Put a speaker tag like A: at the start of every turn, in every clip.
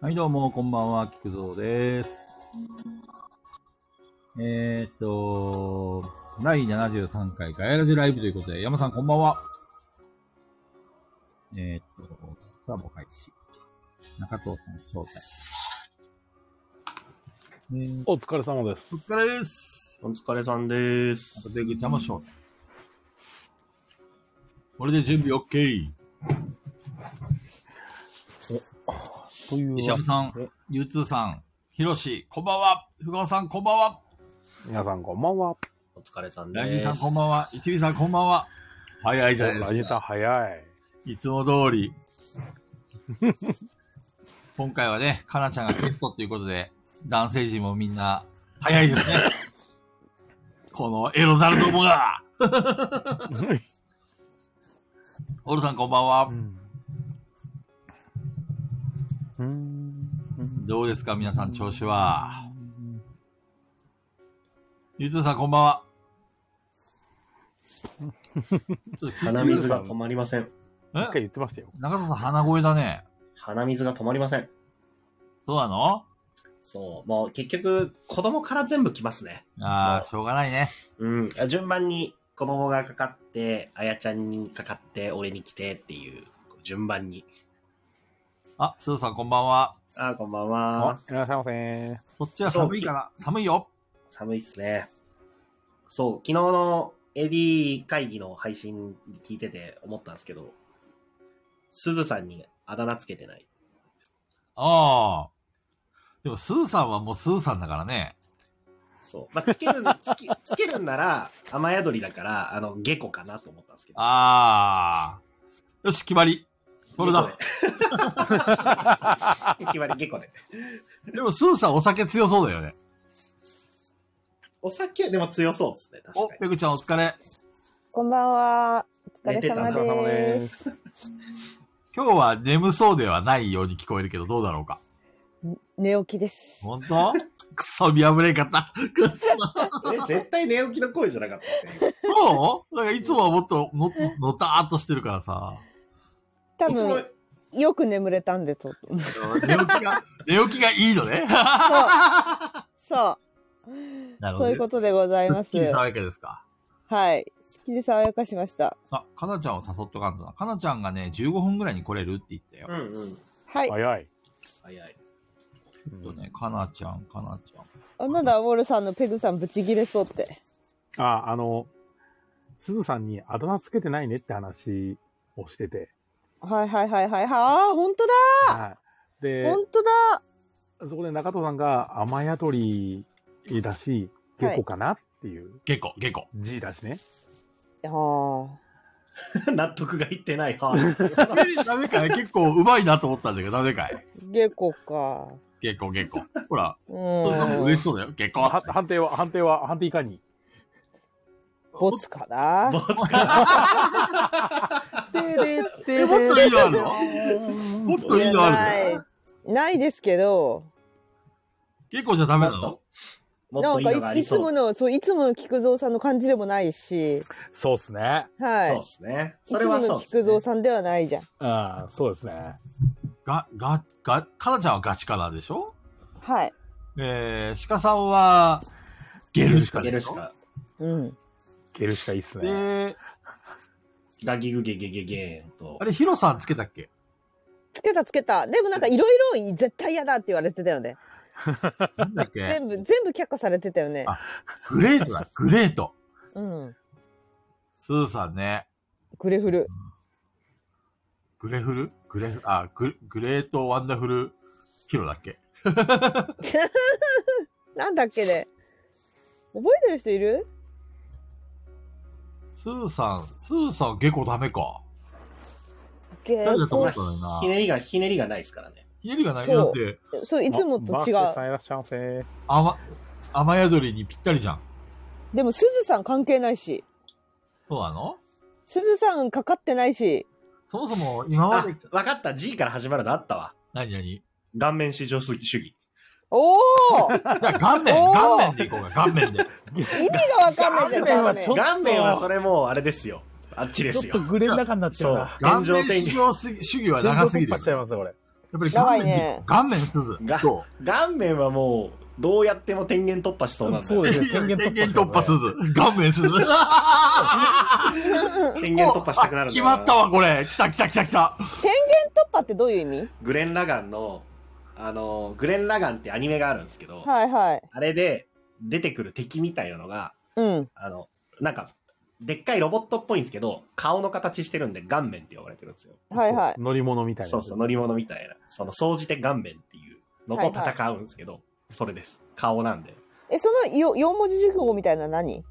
A: はい、どうも、こんばんは、菊蔵です。えーっと、第73回ガヤラジライブということで、山さんこんばんは。えーっと、コラボ開始。中藤さん招待。えー、
B: お疲れ様です。
A: お疲れです。
C: お疲れさんです。
A: 出口ちゃんも招待。これで準備 OK。
B: という
A: 西山さん、ゆうつーさん、ひろし、こんばんは。ふがおさん、こんばんは。
B: 皆さんこんばんは。
C: お疲れさんで
A: ラ
C: す。
A: イジンさんこんばんは。一味さんこんばんは。早いじゃないで
B: ラジ
A: す
B: さん
A: か。
B: 早い。
A: いつも通り。 今回はね、かなちゃんがゲストっていうことで、男性陣もみんな、早いですね。 このエロザルどもが。オルさんこんばんは
B: う。ん。うん。
A: どうですか皆さん調子は。ゆずさんこんばん は。ちょっと聞いて
C: 鼻水が止まりません。
B: 一回
A: え
B: 言ってましたよ。
A: 中田さん鼻声だね。
C: 鼻水が止まりません。
A: そうなの
C: そう。もう結局、子供から全部来ますね。
A: ああ、しょうがないね。
C: うん。順番に子供がかかって、あやちゃんにかかって、俺に来てっていう、順番に。
A: あ、すずさんこんばんは。
C: あーこんばん
B: あ
C: は。、
B: いらっしゃいませ。
A: そっちは寒いかな寒いよ。
C: 寒いっすね。そう。昨日の AD 会議の配信聞いてて思ったんですけど、すずさんにあだ名つけてない。
A: ああ。でも、スーさんはもうスーさんだからね。
C: そう。まあ、つけるん、つけ、 つけるんなら、雨宿りだから、あの、下戸かなと思ったんですけど。
A: ああ。よし、決まり。それだ。
C: 下戸で。決 まり、下戸で。
A: でも、スーさんお酒強そうだよね。
C: お酒、でも強そうですね、
A: お、
C: 確かに。
A: ペグちゃんお疲れ。
D: こんばんは。お疲れ
B: お
D: 様
B: 疲れ様
D: で。
B: ですす。
A: 今日は眠そうではないように聞こえるけど、どうだろうか。
D: 寝起きです。
A: ほんとくそ、見破れんかった。
C: え、絶対寝起きの声じゃなかったですね。
A: そうなんかいつもはもっとの、のたーっとしてるから さ。
D: 多
C: いつも
D: 分、よく眠れたんで、 と。
A: 寝起きが、寝起きがいいの ね。
D: そ
A: なるほ
D: う。
A: ど。
D: そういうことでございます
A: っき。り爽やかですか。
D: はい。すっきり爽やかしました。
A: あ、かなちゃんを誘っとかんとな。かなちゃんがね、15分ぐらいに来れるって言ったよ。
C: うんうん。
D: はい。
B: 早い。
C: 早い。
A: ちょっとね、かなちゃん、かなちゃん。
D: あなんだ、ウォルさんのペグさんブチギレそうって。
B: あ、あの、すずさんにあだ名つけてないねって話をしてて。
D: はいはいはいはい。はあ、本当だ
B: はい。で、
D: 本当だ
B: そこで中藤さんが雨宿りだし、
D: はい
B: 下戸かなっていう
A: ゲコ、ゲコ。
B: 字だしね。
D: あ
C: 納得がいってない。は
A: ダメダメかい結構うまいなと思ったんだけど、ダメかい
D: あ、ゲコか。
A: ゲコ、ゲコ。ほら、
D: う
A: 嬉
D: ん
A: し。そうだよ。ゲコ。
B: は判定は、判定は、判定いかに。
D: ボツかな
C: ボ
A: えもっといいのあるのもっといいのあ
D: な
A: るの
D: い。ないですけど、
A: ゲコじゃダメなの
C: ともっといいのが
D: な
C: あ
D: んかい
C: り
D: いつ
C: そ
D: も
C: う。
D: の、そう、いつもの菊蔵さんの感じでもないし、
B: そうっすね。
D: はい。
C: そうですね。
D: い
C: そ
D: つ
C: れ
D: も
C: はそ
D: の
C: うっすね。
D: 菊蔵さんではないじゃん。
B: うん、そうですね。
A: が、が、が、かなちゃんはガチカナでしょ
D: はい。
A: えー、鹿さんは、ゲルシカ
C: ゲ
A: で
C: ル
A: し
C: シ
A: ょ
C: カ。
D: うん。
B: ゲルしかいいっすね。
A: で、
C: ガギグゲゲゲゲーンと
A: あ。れ、ヒロさんつけたっけ
D: つけたつけた。でもなんかいろいろ絶対嫌だって言われてたよね。
A: なんだっけ
D: 全部、全部却下されてたよね
A: あ。グレートだ、グレート。
D: うん。
A: スーさんね。
D: グレフル。
A: グレフルグレフ、あ、ググレートワンダフルヒロだっけ
D: なんだっけね。覚えてる人いる
A: スーさん、スーさん結構ダメか。
D: ゲ
A: 誰だと思
D: コ
A: ったのにな
C: ひ。ねりが、ひねりがないですからね。
A: ひねりがない
D: そう
A: だって、
D: そう、いつもと
B: バース
D: 違
B: デー
D: う
B: さ。んいらっしゃいませ。
A: 雨、雨宿りにぴったりじゃん。
D: でも、すずさん関係ないし。
A: そうなの
D: すずさんかかってないし。
A: そもそも今ま
C: あ
A: で、、
C: わかった。G から始まるのあったわ。
A: 何何
C: 顔面至上主義。
D: おお
A: じゃあ顔面、
D: おー
A: 顔面でいこうか、顔面で。
D: 意味がわかんな いじゃ
B: 顔
D: ん、
B: 面は
D: 顔面
B: ちょっと
C: 顔面はそれもうあれですよ。あっちですよ。
B: グレーの中になっ
C: そう。
A: 顔
C: 現状
A: 面
C: 転
A: 主
C: 換。
A: 義主義は長すぎる
B: 突
A: よ
B: 破しちゃいますよ、これ。
A: やっぱり
D: 長
A: 顔
D: い
A: 面、
D: ね
A: 顔面鈴。
C: が
A: そ
C: 顔面はもう、どうやっても天元突破しそうなんだよ
B: そう
A: う。
B: で
C: ね。
B: すね
A: 天
B: 天
A: 元
B: 元
A: 突
B: 突破
A: 破鈴。顔面鈴。
C: 天元突破したくなるんだ
A: 決
C: よ
A: ま
C: な
A: ったわ、これ。来た来た来た来た。
D: 天元突破ってどういう意味
C: グレン・ラガンの、あの、グレン・ラガンってアニメがあるんですけど、
D: はいはい。
C: あれで出てくる敵みたいなのが、
D: うん。
C: あの、なんか、でっかいロボットっぽいんですけど、顔の形してるんで、顔面って呼ばれてるんですよ。
D: はいはい。
B: 乗り物みたいな。
C: そうそう、乗り物みたいな。その、総じて顔面っていうのと戦うんですけど、それです。顔なんで。
D: え、そのよ四文字熟語みたいなの何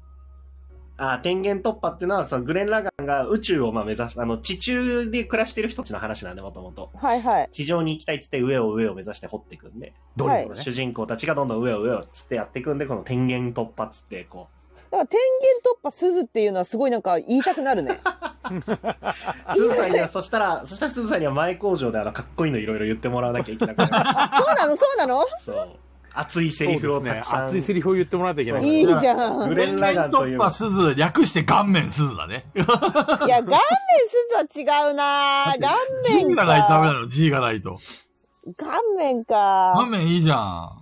C: あー天元突破っていうのは、そのグレン・ラガンが宇宙をまあ目指す、あの、地中で暮らしてる人たちの話なんで、もともと。
D: はいはい。
C: 地上に行きたいっつって上を上を目指して掘っていくんで、
B: ドリルのね
C: 主人公たちがどんどん上を上をっつってやっていくんで、この天元突破っつって、こ
D: だから天元突破鈴っていうのはすごいなんか言いたくな るね。
C: う、すずさんには、そしたら、そしたらすずさんには前工場であの、かっこいいのいろいろ言ってもらわなきゃ いけなくなる。
D: そうなのそうなの
C: そう。熱いセリフをたくさん。
B: 熱いセリフを言ってもらわなきゃいけない
C: そ
B: か
C: う
B: ら。
D: いいじゃん。
C: グ
D: い
C: レン・ラガンとい
A: 突
C: う。
A: 破鈴、略して顔面鈴だね。
D: や、顔面鈴は違うな顔
A: G
D: 面
A: がないとダメ
D: か。
A: なの、G がないと。
D: 顔面
A: 顔
D: か。
A: 面いいじ ゃん。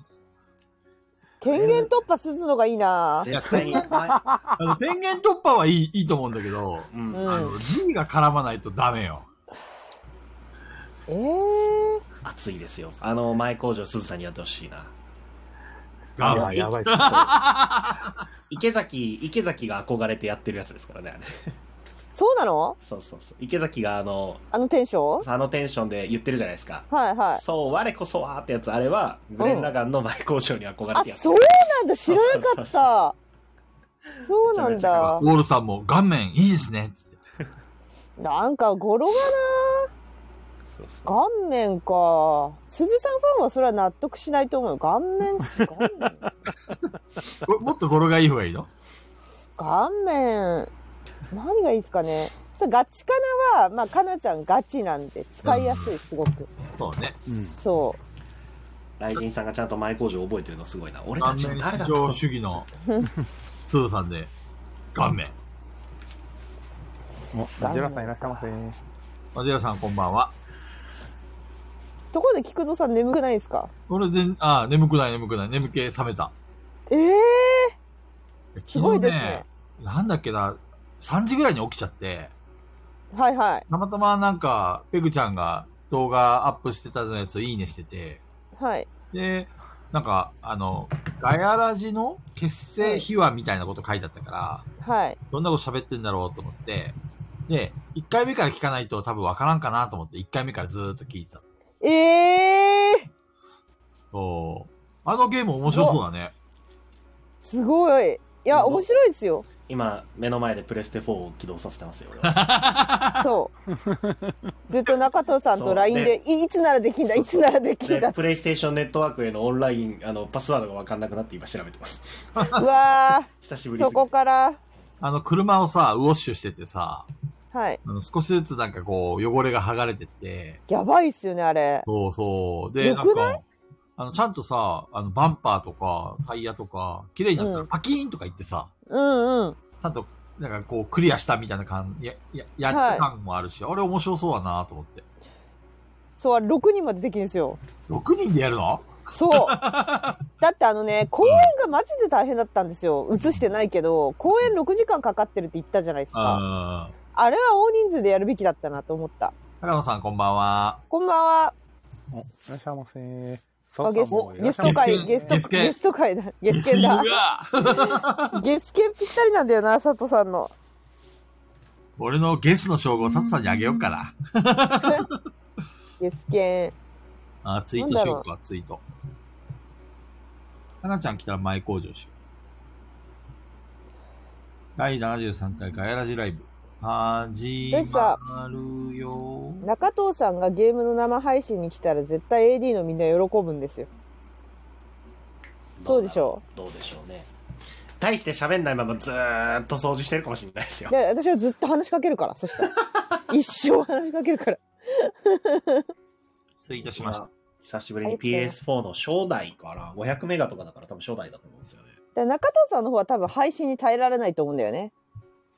D: 天元突破鈴の方がいいな
C: 絶対に、ま
A: あの、天元突破はいい、いいと思うんだけど、
C: う。
D: うん
A: あ
D: ん。
A: の、G が絡まないとダメよ。
D: えー。
C: 熱いですよ。あの、前工場すずさんにやってほしいな。
A: 顔
B: やばい、やばい。
C: 池崎、池崎が憧れてやってるやつですからね、あれ
D: そうなの
C: そうそうそう。池崎があの、
D: あのテンション
C: あのテンションで言ってるじゃないですか。
D: はいはい。
C: そう、我こそはってやつ、あれは、グレン・ラガンの前交渉に憧れ
D: あ
C: てや、った。
D: そうなんだ。知らな かった。そうなんだ。
A: ウォールさんも顔面いいですね。
D: なんか語呂が
C: そうそう
D: な顔面か。鈴さんファンはそれは納得しないと思うよ。顔面、顔面
A: こもっと語呂がいい方がいいの
D: 顔面何がいいですかねそうガチカナは、まあ、かなちゃんガチなんで使いやすいすごく
A: そうね。
B: うん。
D: そ
C: 雷神さんがちゃんと前工場覚えてるのすごいな。俺
A: 顔
C: たち
A: 面
C: の誰だ
A: 至
C: と
A: 上主義の鈴さんで、顔面。
B: もう、ジェラさんいらっしゃいませ。
A: マジラさんこんばんは。
D: うところで菊蔵さん眠くないですか
A: これで、あー眠くない眠くない。眠気覚めた。
D: ええ
A: 昨
D: すご
A: 日
D: いですね
A: ね、なんだっけな、3時ぐらいに起きちゃって、
D: はいはい
A: たまたまなんか、ペグちゃんが動画アップしてたやつをいいねしてて、
D: はい
A: で、なんか、あの、ガヤラジの結成秘話みたいなこと書いてあったから、
D: はい
A: どんなこと喋ってんだろうと思って、で、1回目から聞かないと多分わからんかなと思って、1回目からずーっと聞いてた。
D: ええー、
A: そう。あのゲーム面白そうだね。
D: すごいいや
C: すごい
D: 面白いですよ
C: 今、目の前でプレステ4を起動させてます よ、俺は
D: そうずっと中藤さん
C: そう
D: と LINE で、いいつならできんだ
C: そ
D: いう
C: そ
D: つ
C: う
D: ならできんだ
C: で、プレイステーションネットワークへのオンライン、あの、パスワードがわかんなくなって今調べてます。
D: うわ
C: 久しぶ
D: ー
C: りす
D: そ
C: ぎて
D: こから
A: あの、車をさ、ウォッシュしててさ、
D: はい
A: あの少しずつなんかこう、汚れが剥がれてって、
D: やばいっすよねあれ
A: そうそう。で、
D: よ
A: なん
D: くない
A: か、あの、ちゃんとさ、あの、バンパーとか、タイヤとか、綺麗になった
D: う
A: ら
D: ん
A: パキーンとか言ってさ、
D: うんうん
A: ちゃんと、なんかこう、クリアしたみたいな感じ、や、や、やっ
D: は
A: た
D: い
A: 感もあるし、あれ面白そうだなと思って。
D: そう6人までできるんですよ
A: 6人でやるの
D: そう。だってあのね、公演がマジで大変だったんですよ。映してないけど、公演6時間かかってるって言ったじゃないですか。
A: あん。
D: あれは大人数でやるべきだったなと思った。
A: 高野さんこんばんは。
D: こんばんは。
B: お、いらっしゃいませ。
D: あゲス
B: もいら
D: ゲ
B: っし
D: ス
B: ゃい
D: ト
B: ませ
D: 会、ゲスト、
A: ゲ
D: ゲ
A: スケ
D: スト会だ。
A: ゲ
D: ゲスケ
A: ス
D: だ
A: ユ。が
D: ゲスケぴったりなんだよな、佐藤さんの。
A: 俺のゲスの称号、サトさんにあげようかな。
D: ゲスケ
A: あ、ツイートしようか、ツイート。かなちゃん来たら前工場しよう。第73回ガヤラジライブ。始まるよ。
D: 中藤さんがゲームの生配信に来たら絶対 AD のみんな喜ぶんですよ。そうでしょ
C: どうでしょうね。大して喋んないままずーっと掃除してるかもしれないですよ
D: で、。私はずっと話しかけるから、そしたら。一生話しかけるから。
A: ツイートしました。
C: 久しぶりに PS4 の初代から500メガとかだから多分初代だと思うんですよね。
D: で中藤さんの方は多分配信に耐えられないと思うんだよね。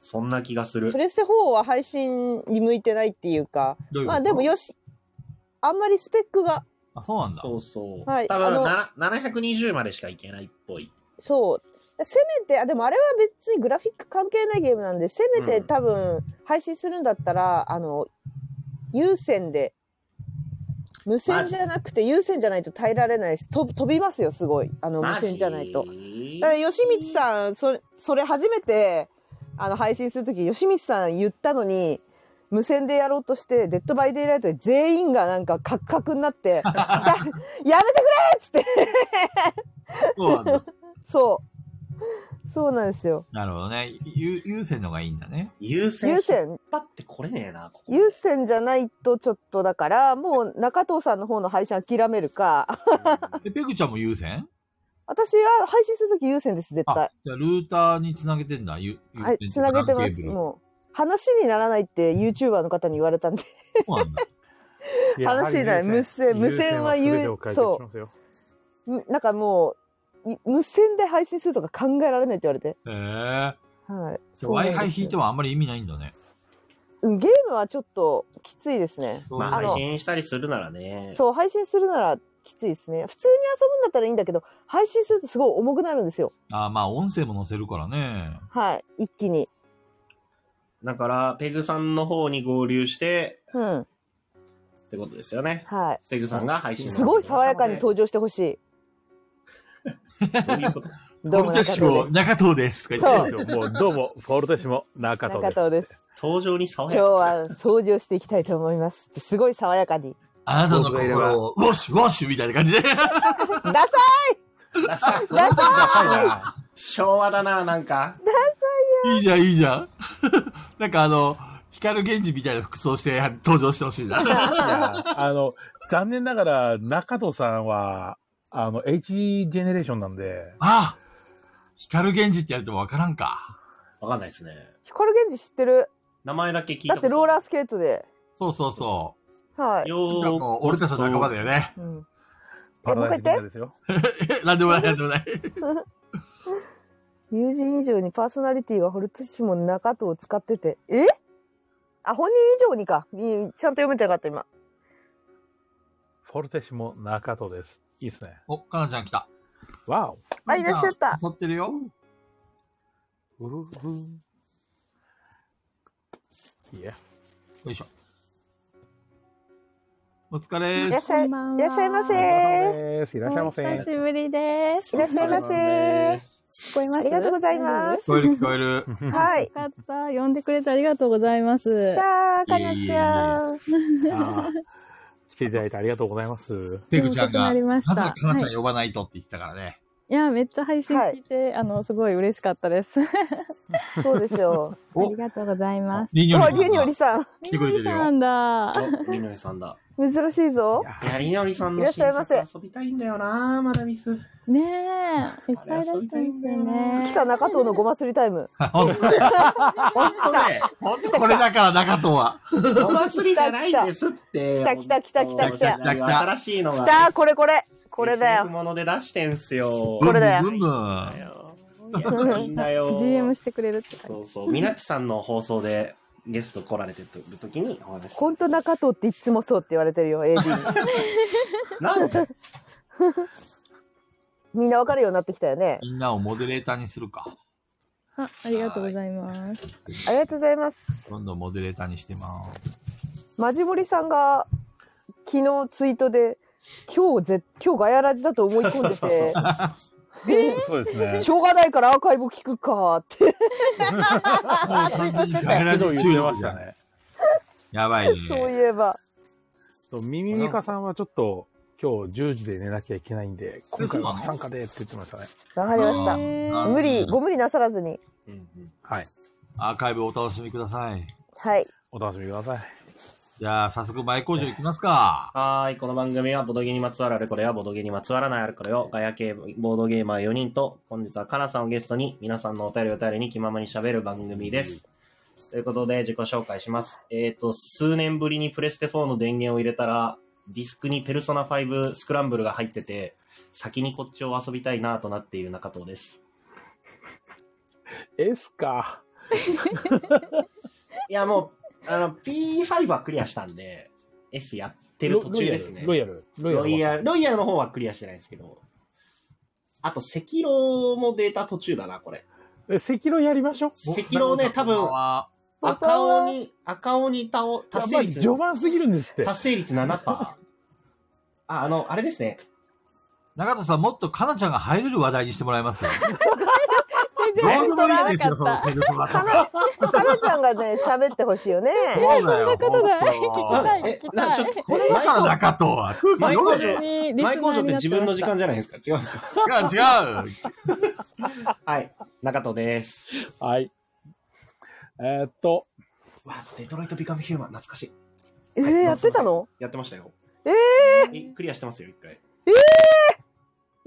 C: そんな気がする
D: プ。レステ4は配信に向いてないっていうか、
A: どういうこと
D: まあでもよし、あんまりスペックが、
A: あ、そうなんだ。
C: そうそう。
D: はい
C: 多
D: あの
C: 分な720までしかいけないっぽい。
D: そう。せめて、あ、でもあれは別にグラフィック関係ないゲームなんで、せめて
C: うん
D: 多分、配信するんだったら、あの、有線で、無線じゃなくて有線じゃないと耐えられないです。と飛びますよ、すごい。あの、無
C: マ
D: 線
C: ジ
D: じゃないと。だから吉光さんそれそれ初めてあの配信する時吉光さん言ったのに無線でやろうとして「デッド・バイ・デイ・ライト」で全員がなんかカクカクにな って「だやめてくれ!」っつって
A: そうなんだ。
D: そうそうなんですよ
A: なるほどね。ゆ優先のがいいんだね。
C: 優先。
D: 優
C: 優先。
D: 先
C: 引っ張ってこれねえな、ここ。
D: 優先じゃないとちょっとだからもう中藤さんの方の配信諦めるか
A: え、ペグちゃんも優先
D: 私は配信する時優先です絶
A: あ
D: 対、
A: じゃあルーターにつなげてんだ。ゆ優
D: はい
A: 先
D: つなげてま
A: ランケ
D: す
A: ーブル
D: もう話にならないって YouTuber の方に言われたんで
A: そうなんだ。
D: 話せない無線無線は言うそう
B: う。
D: むなんかもう、い無線で配信するとか考えられないって言われて。
A: へ
D: はい。
A: え。
D: そうなんですよ
A: Wi-Fi 引いてもあんまり意味ないんだね。
D: うんゲームはちょっときついですね。
C: まあ、
D: あの
C: 配信したりするならね。
D: そう、配信するならきついですね。普通に遊ぶんだったらいいんだけど、配信するとすごい重くなるんですよ。
A: あまあ音声も載せるからね。
D: はい。一気に。
C: だから、ペグさんの方に合流して、
D: うん。
C: ってことですよね。
D: は
C: ペグさんが配
D: い。
C: 信の
D: すごい爽やかに
C: そう
D: 登場してほしい。
C: いうこと。
D: どうも中藤です。
A: 中藤です。とか
D: そ
A: 言
D: う
A: っ
B: そうもうどうも、フォルテシモ、中藤で
D: 中
B: す。
D: 藤です。
C: 登場に爽
D: 今
C: や
D: 日
C: か。
D: は掃除をしていきたいと思います。すごい爽やかに。
A: あなたの心を、ウォッシュウォッシュみたいな感じで。
D: ダサい
C: ダサい
D: ダサい
C: ダサいな昭和だな、なんか。
A: いいじゃん、いいじゃん。なんかあの、光源氏みたいな服装して登場してほしいな。
B: い やあの、残念ながら、中藤さんは、あの、H ジェネレーションなんで、
A: あ光源氏ってやるとわからんか。
C: わかんないですね。
D: 光源氏知ってる
C: 名前だけ聞いた
D: だ
C: こ
D: っ
C: と
D: てローラースケートで。
A: そうそうそ
D: はい。
C: よ
A: う。
C: ー
A: なんか俺たちの仲間だよね。
D: うん、
B: パラダイスみたいですよ。
A: えなんでもない、なんでもない。
D: 友人以上にパーソナリティがホルトシモン中藤を使ってて。えあ、本人以上にか。いいちゃんと読めてなかった、今。
B: フォルテシモ、中藤です。いいですね。
A: お、かなちゃん来た。
B: わお。
D: あいらっしゃった
A: 撮ってるよ。
B: うるふんいや、
A: よいしょ。お疲
D: い
A: れ
D: ら
A: ー
D: っ
A: す。
D: しゃい、い
E: こんばんは
D: らっしゃいませ。い
B: いらっしゃいませ。
E: お久しぶりです。
D: らっしゃいませ。
E: 聞こえます
D: ありがとうございま。
A: 聞
D: す。
A: こえる、聞こえる。
D: はい
E: よ。かった。呼んでくれてありがとうございま
D: じ
E: す。
D: ゃあ、かなちゃん。
B: あー来ていただいてありがとうございます。
A: ペグちゃんが、
E: 遅くなりました
A: まずかなちゃん呼ばないとって言ってたからね。
E: いや、めっちゃ配信聞いて、あの、すごい嬉しかったです。あ
D: そうですよ。
A: お
E: りがとうございます。
A: リニ
D: あ、りゅうにお
A: ョ
D: り
A: リ
D: さん。
A: 来てくれてるよ
E: みのりさんだ。
C: おりのりさ んだ。
D: 珍しいぞ。
C: いや、りのりさんの
D: いらっしゃいませ
C: 新作遊びたいんだよな、まだミス。
E: ねえ、いっぱい出してますよね。
D: 来た中藤のごますりタイム。
A: さん。ほんとね。ほんとね。ほんとこれだから中藤は。
C: お祭りじゃないんですって。
D: 来た来た来た来た来た
C: 本当に新しいの
D: 来
C: が。
D: たこれこれこれだ
C: SF
D: よ。
C: もので出してんすよ。
D: これだよ
A: ブンブンブン
C: いやいいんだ よ。
E: GM してくれるって感
C: そうそう。みなっちさんの放送でゲスト来られてる時にお話し
D: ほんと中藤っていつもそうって言われてるよ、AD に。
C: なん で
D: みんなわかるようになってきたよね。
A: みんなをモデレーターにするか。
E: じ。あ、ありがとうございます。
D: ありがとうございます。
A: どんどんモデレーターにしてまーす。
D: マジモリさんが昨日ツイートで今日ぜ今日ガヤラジだと思い込んでて
B: そうですね。
D: しょうがないからアーカイブ聞くかって
A: ガイラジ
B: けど言って
A: 中毒
B: まし
A: じゃん
B: たね。
A: やばい
D: そう
A: ね。
D: いえば
B: そうミミミカさんはちょっと今日10時で寝なきゃいけないんで、今回は参加でって言ってましたね。
D: わかりました
E: え
A: あ
E: ー
D: 無理ご無理なさらずに
B: はい。
A: アーカイブお楽しみください。
D: はい
B: お楽しみください。
A: じゃあ、早速前工場行きますか。
C: はーい、この番組はボドゲにまつわるあれこれやボドゲにまつわらないあれこれをガヤ系ボードゲーマー4人と本日はカナさんをゲストに皆さんのお便りを頼りに気ままに喋る番組です。ということで自己紹介します。えっ、と、数年ぶりにプレステ4の電源を入れたらディスクにペルソナ5スクランブルが入ってて先にこっちを遊びたいなとなっている中藤です。
B: S か。
C: いやもう、あの、P5 はクリアしたんで、 S やってる途中ですね。
B: ロイヤル。ロイヤル。
C: ロ
B: ロイ
C: イ
B: ヤルは
C: ヤル、ロイヤルの方はクリアしてないですけど。あと、赤狼もデータ途中だな、これ。
B: え赤狼やりましょう。
C: 赤狼ね、多分、
A: は
C: 赤鬼、赤鬼倒、
B: やっ
C: 達
B: ぱ
C: 成
B: り
C: 率、
B: 序盤すぎるんですって。
C: 達成率7%。あ、あの、あれですね。
A: 中田さん、もっとかなちゃんが入れる話題にしてもらいますよ。どうでもいい
E: 全然
A: んですよ、その
E: かった。
A: ペルソナと
D: か
A: か。
D: な、かなちゃんがね、喋ってほしいよね。
A: そうだよ、
E: そんなことない
A: 本
E: 聞きた
A: 当
E: い
C: え、な、ちょっと、
A: これだから中藤は。空気
C: 前
A: 読
C: 工
A: め
C: 場
A: ね、
C: 前工場って自分の時間じゃないですか。違うんですか。
A: いや、違う。
C: はい。中戸です。
B: はい。えーっと、
C: わ、デトロイトビカムヒューマン、懐かしい。
D: えー、やってたの
C: やってましたよ。
D: え
C: えクリアしてますよ、一回。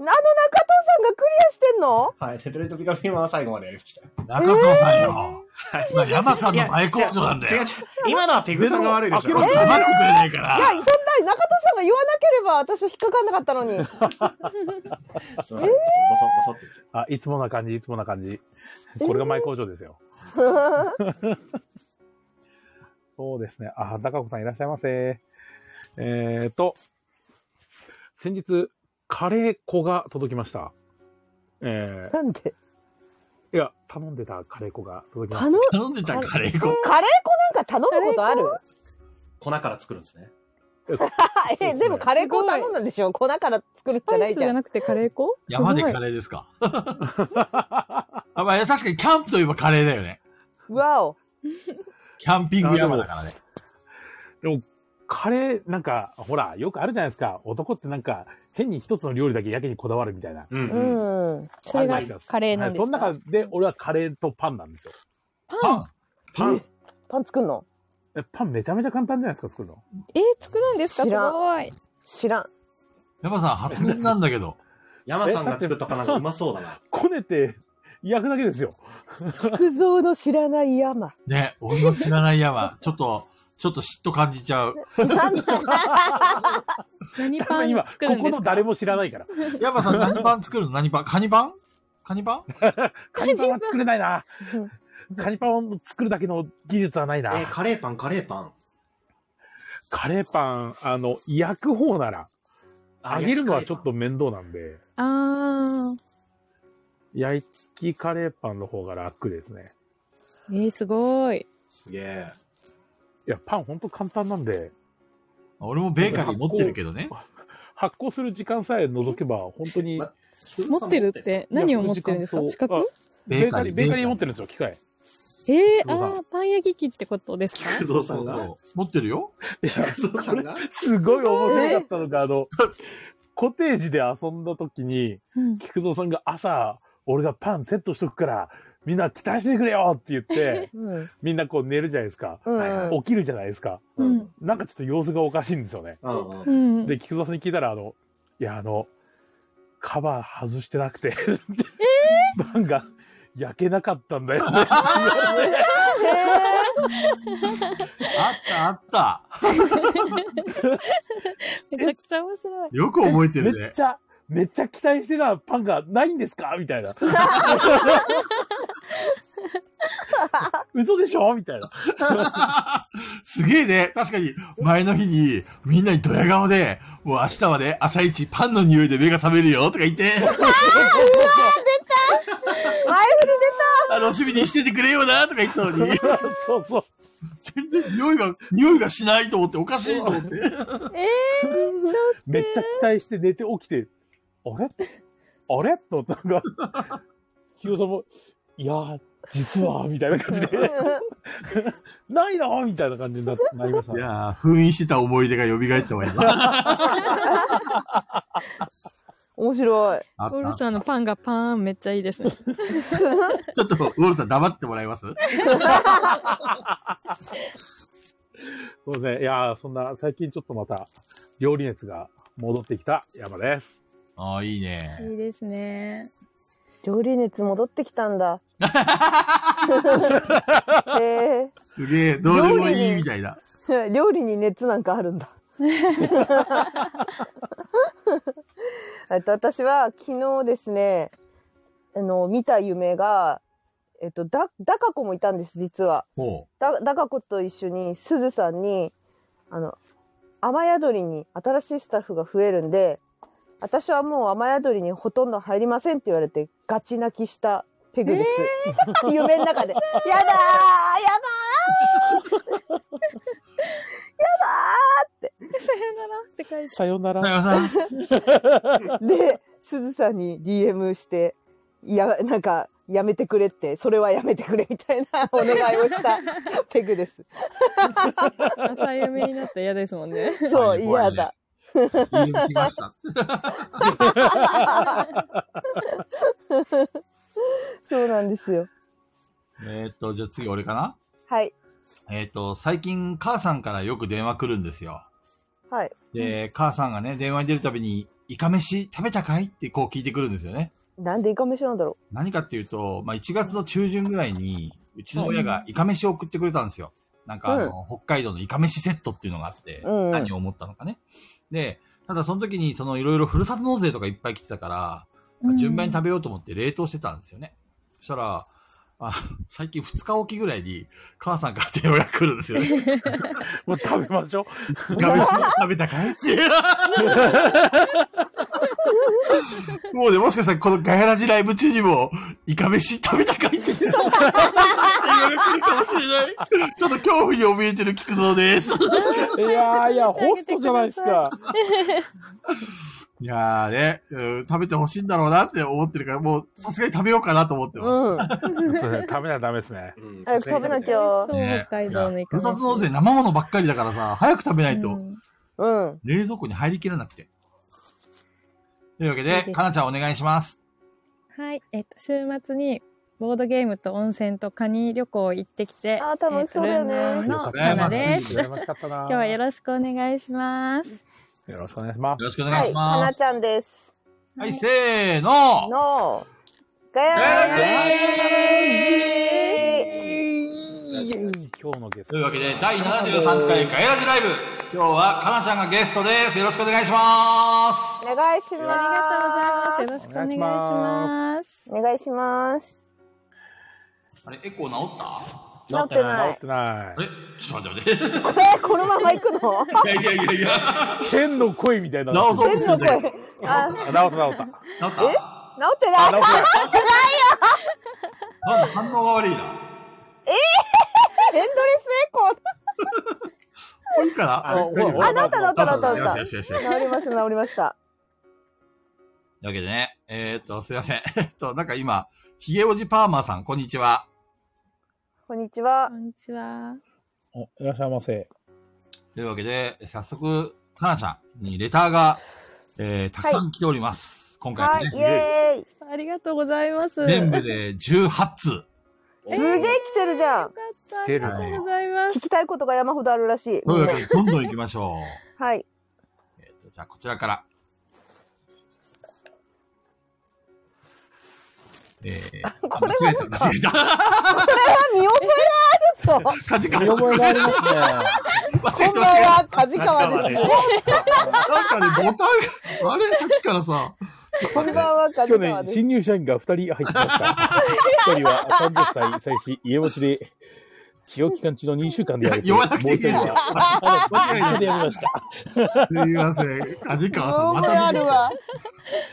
D: あの中藤さんがクリアしてんの
C: はい。デトロイトビカムヒューマンは最後までやりました。
A: 中藤さんよ。今、山さんの前工場なんだ
C: 違う違
A: よ。
C: う。今のはペグさんが悪いでし
B: ゼ
C: ょ
B: ロ
A: 黙。ってくれないか
D: いや、
A: ら。
D: そんな、中藤さんが言わなければ私は引っかかんなかったのに。
C: すいません。ちょっとボソボソって言っちゃっ
B: あ、いつもな感じ、いつもな感じ。これが前工場です よ。そうですね。あ、高子さんいらっしゃいませ。えーっと、先日、カレー粉が届きました。え
D: なんで
B: ー、いや、頼んでたカレー粉が届きまし
D: 頼む
A: 頼んでたカレー粉。
D: カレー粉なんか頼むことある
C: た。粉から作るんですね。
D: あえ、全部カレー粉頼んだんでしょ粉から作るんじゃ
E: スパ
D: な
E: イ
D: いじ
E: スじゃ
D: ゃん。
E: なくてカレー粉
A: 山です
E: ごい
A: カレーですか。あ、まあ、確かにキャンプといえばカレーだよね。
D: わお。
A: キャンピング山だからね。
B: カレー、なんか、ほら、よくあるじゃないですか。男ってなんか、変に一つの料理だけやけにこだわるみたいな。
C: う。
D: うんん。
E: それがカレーなんです
B: はい
E: か
B: その中で、俺はカレーとパンなんですよ。
A: パン。
C: パン。
D: パン作んの
B: えパンめちゃめちゃ簡単じゃないですか、作るの。
E: えー、作るんですか
D: 知
E: す
D: らん
E: ごい。
D: 知らん。
A: 山さん発明なんだけど。
C: 山さんが作った粉がうまそうだな。
B: こねて、焼くだけですよ。
D: 福蔵の知らない山。
A: ね、俺の知らない山。ちょっと、ちょっと嫉妬感じちゃう。
D: なんだ
E: 何パ ン
B: 今、
E: 作る
B: こ
E: ん
B: こ
E: です
B: の
E: か
B: 誰も知らないから。
A: 山さん何パン作るの何パンカニパンカニパン
B: カニパンは作れないな。カニパンを作るだけの技術はない
C: えー
B: な。
C: カレーパン、カレーパン。
B: カレーパン、あの、焼く方なら、
C: あ
B: 揚げるのはちょっ。と
C: 焼き
B: 面倒なんで、
E: あ
B: 焼きカレーパンの方が楽ですね。
E: ー。えー、すご
C: カレー
E: い。
C: パンすげえ。
B: いや、パンほんと簡単なんで、
A: 俺もベーカリー持ってるけどね。
B: 発酵する時間さえ除けば、本当に
C: ま。
E: 持ってるって何を持ってるんですか
B: いや
E: 資格
B: あベーカリー、ベーカリー持って
A: る。
B: るんですよ、機械。
E: えー、
B: どう
E: あー、パン焼き器ってことですか
C: 菊蔵さ
A: そ
C: ん
A: う
C: が
A: そう。持ってるよ。
C: 菊蔵さんが
B: すごい面白かったのが、あの、コテージで遊んだ時に、
E: うん。
B: 菊蔵さんが朝、俺がパンセットしとくから、みんな期待してくれよって言 って、
D: うん。
B: みんなこう寝るじゃないですか。
D: うん
C: はいは
B: 起きるじゃないですか。
E: う
C: うんん。
B: なんかちょっと様子がおかしいんですよね。
C: うんうん。
E: うん。
B: で、菊蔵さんに聞いたら、あの、いや、あの、カバー外してなくて、 パンが焼けなかったんだよね。
D: へ
A: あったあった。
E: めちゃくちゃ面白い。
A: よく覚えて
B: め
A: る
B: っ
A: ね。
B: ちゃ、めっちゃ期待してたパンがないんですかみたいな。嘘でしょみたいな。
A: すげえね。確かに、前の日に、みんなにドヤ顔で、もう明日まで朝一パンの匂いで目が覚めるよとか言って、
D: え。前振り
A: 楽しみにしててくれよなとか言ったのに、
B: そうそう。
A: 全然匂いが、匂いがしないと思って、おかしいと思って。
E: えー、ちょっ
B: めっちゃ期待して寝て起きて、あれあれと、なんか、ヒロさんも、いやー、実は、みたいな感じで、
D: 出た
B: ないなーみたいな感じにななりました
A: い
B: ね。
A: やー、封印してた思い出が蘇ってまいります。
D: 面白い。
A: あ
E: と、オー
A: っ
E: ル
A: た
E: さんのパンがパーンめっちゃいいですね。
A: ちょっと、ウォルさん黙ってもらえます
B: そうですね。いやー、そんな、最近ちょっとまた、料理熱が戻ってきた山です。
A: ああ、いいね。
E: いいですね。
D: 料理熱戻ってきたん だ。へ
A: すげえ、どうでもいいみたいな。
D: え。 料理に熱なんかあるんだ。えっと、私は昨日ですね、あの、見た夢が、えっと、だ、だかこもいたんです、実は。
A: ほ
D: だ、だかこと一緒に、すずさんに、あの、雨宿りに新しいスタッフが増えるんで、私はもう雨宿りにほとんど入りませんって言われて、ガチ泣きしたペグです。夢の中で。やだーやだーやだーって。
E: さよならって書いて。
B: さよな
A: さ
B: ら。
A: よなら。
D: で、すずさんに DM して、いや、なんか、やめてくれって、それはやめてくれみたいな お願いをしたペグです。
E: 朝読みになって嫌ですもんね。
A: は
D: そう、
A: い怖い
D: 嫌
A: ね
D: だ。
A: 言いに来ました。
D: そうなんですよ。
A: えーっと、じゃあ次俺かな
D: はい。
A: えーっと、最近母さんからよく電話来るんですよ。
D: はい。
A: で、母さんがね、電話に出るたびに、イカ飯食べたかいってこう聞いてくるんですよね。
D: なんでイカ飯なんだろ
A: 何かっていうと、まあ、1月の中旬ぐらいに、うちの親がイカ飯を送ってくれたんですよ。なんかあの、北海道のイカ飯セットっていうのがあって、
D: うんうん
A: 何を思ったのかね。で、ただその時に、そのいろいろふるさと納税とかいっぱい来てたから、まあ順番に食べようと思って冷凍してたんですよね。そしたら、あ最近2日おきぐらいに、母さんから電話が来るんですよね。
B: もう食べましょう。
A: イカ飯食べたかいって。もうね、もしかしたらこのガヤラジライブ中にも、イカ飯食べたかいって言われてるかもしれない。ちょっと恐怖に怯えてる菊蔵です。
B: いやーいや、ホストじゃないですか。
A: いやーね、うん食べてほしいんだろうなって思ってるから、もうさすがに食べようかなと思って
D: う。
A: ます。
D: うん。
B: そうですね食べならダメですね。
C: うん
D: 早く食べなき
E: 美味
D: ゃ
E: し。そう、
A: ね
E: 北海道のイ
A: ふ
E: カ
A: る
E: 飯。
A: さと納税生ものばっかりだからさ、早く食べないと、
E: うん
D: うん。
A: 冷蔵庫に入りきらなくて。というわけ
E: いい
A: で
E: で、す
A: かなちゃんお願いします。
E: はい、えっと、週末にボードゲームと温泉とカニ旅行行ってきて。
D: あー楽しそうだよね
E: えっとルンナ
A: あ
E: ンの
A: りがと
E: カ
A: うご
E: ナ
A: ざい
E: で。
A: ます
B: す。楽しかったな。
E: 今日はよ
B: よ
E: ろしくお願いします。
B: ろしくお願いしま
A: よ
B: す。
A: ろしくお
D: は
A: 願い
D: い。
A: し
D: か
A: ま
D: な
A: す。
D: ちゃんです。
A: はい、せーの
D: のガヤ
A: ガ
B: 今
D: ラジ
B: 日のゲスト
A: というわけで、第73回ガヤラジライブ今日はかなちゃんがゲストです。よろしくお願いします
D: お願いし
E: ありが
D: ます
E: とうございます。よろしくお願いします。
D: お願いします。
A: あれ、エコー治った
D: 治って
B: 治っ
D: ない。
B: てな
A: あれちょっと待って待っ
D: え、このまま行くの
A: て。いやいやいやいや。
B: い。天の声みたいな。
A: 治そうと
D: 天
A: して
D: の
A: んだよ。治
D: 声。
B: あ
D: あ、
B: 治った治った。
A: った
D: 治ってない。
B: 治ってない。
A: なんだ、反応が悪いな。
D: エンドレスエコー。
A: これいいかな
B: あ
A: 大丈夫
B: あ治
D: った治った治った
A: よしよしよしよし。という
D: 治りました、治りました。
A: わけでね、えーっと、すいません。 えっと、なんか今、ひげおじパーマーさん、こんにちは。
D: こんにちは
E: こ。んにちは。
B: おいらっしゃいませ。
A: というわけで、早速、かなちゃんにレターが、えー、たくさん来ております。今回
D: は、
A: はいね、
D: イエーイ。
E: ありがとうございます。
A: 全部で18通。
D: すげえ来てるじゃん
E: よ。かった。あ
B: 出
E: り
B: るね
E: がとうございま
D: 聞
E: す。
D: きたいことが山ほどあるらしい。
A: というわけで、どんどん行きましょ
D: はい。
A: う。えっと、じゃあ、こちらから。えー、
D: これ
A: は間違えた、間違
D: 見覚えがあるぞ。
A: えた。カジカ
B: 見
A: さん、
B: 覚えがありますね。
A: 間違え
D: こん
A: た、
D: ばん
A: 間違え
D: は、梶川です。
A: た。なんかね、ボタンが、あれ、さっきからさ、
D: こんばんは、梶
B: 去
D: 川
B: 年、
D: です。
B: 新入社員が2人入ってきま した。1人は30歳、最初、家持ちで、使用期間中の2週間でやる
A: いや言わなくていいですよ
B: もう一人は、あの、でや りました。
A: すいません。カジ
D: 見
A: カさん、ま
D: 覚え
A: た
D: あるわ。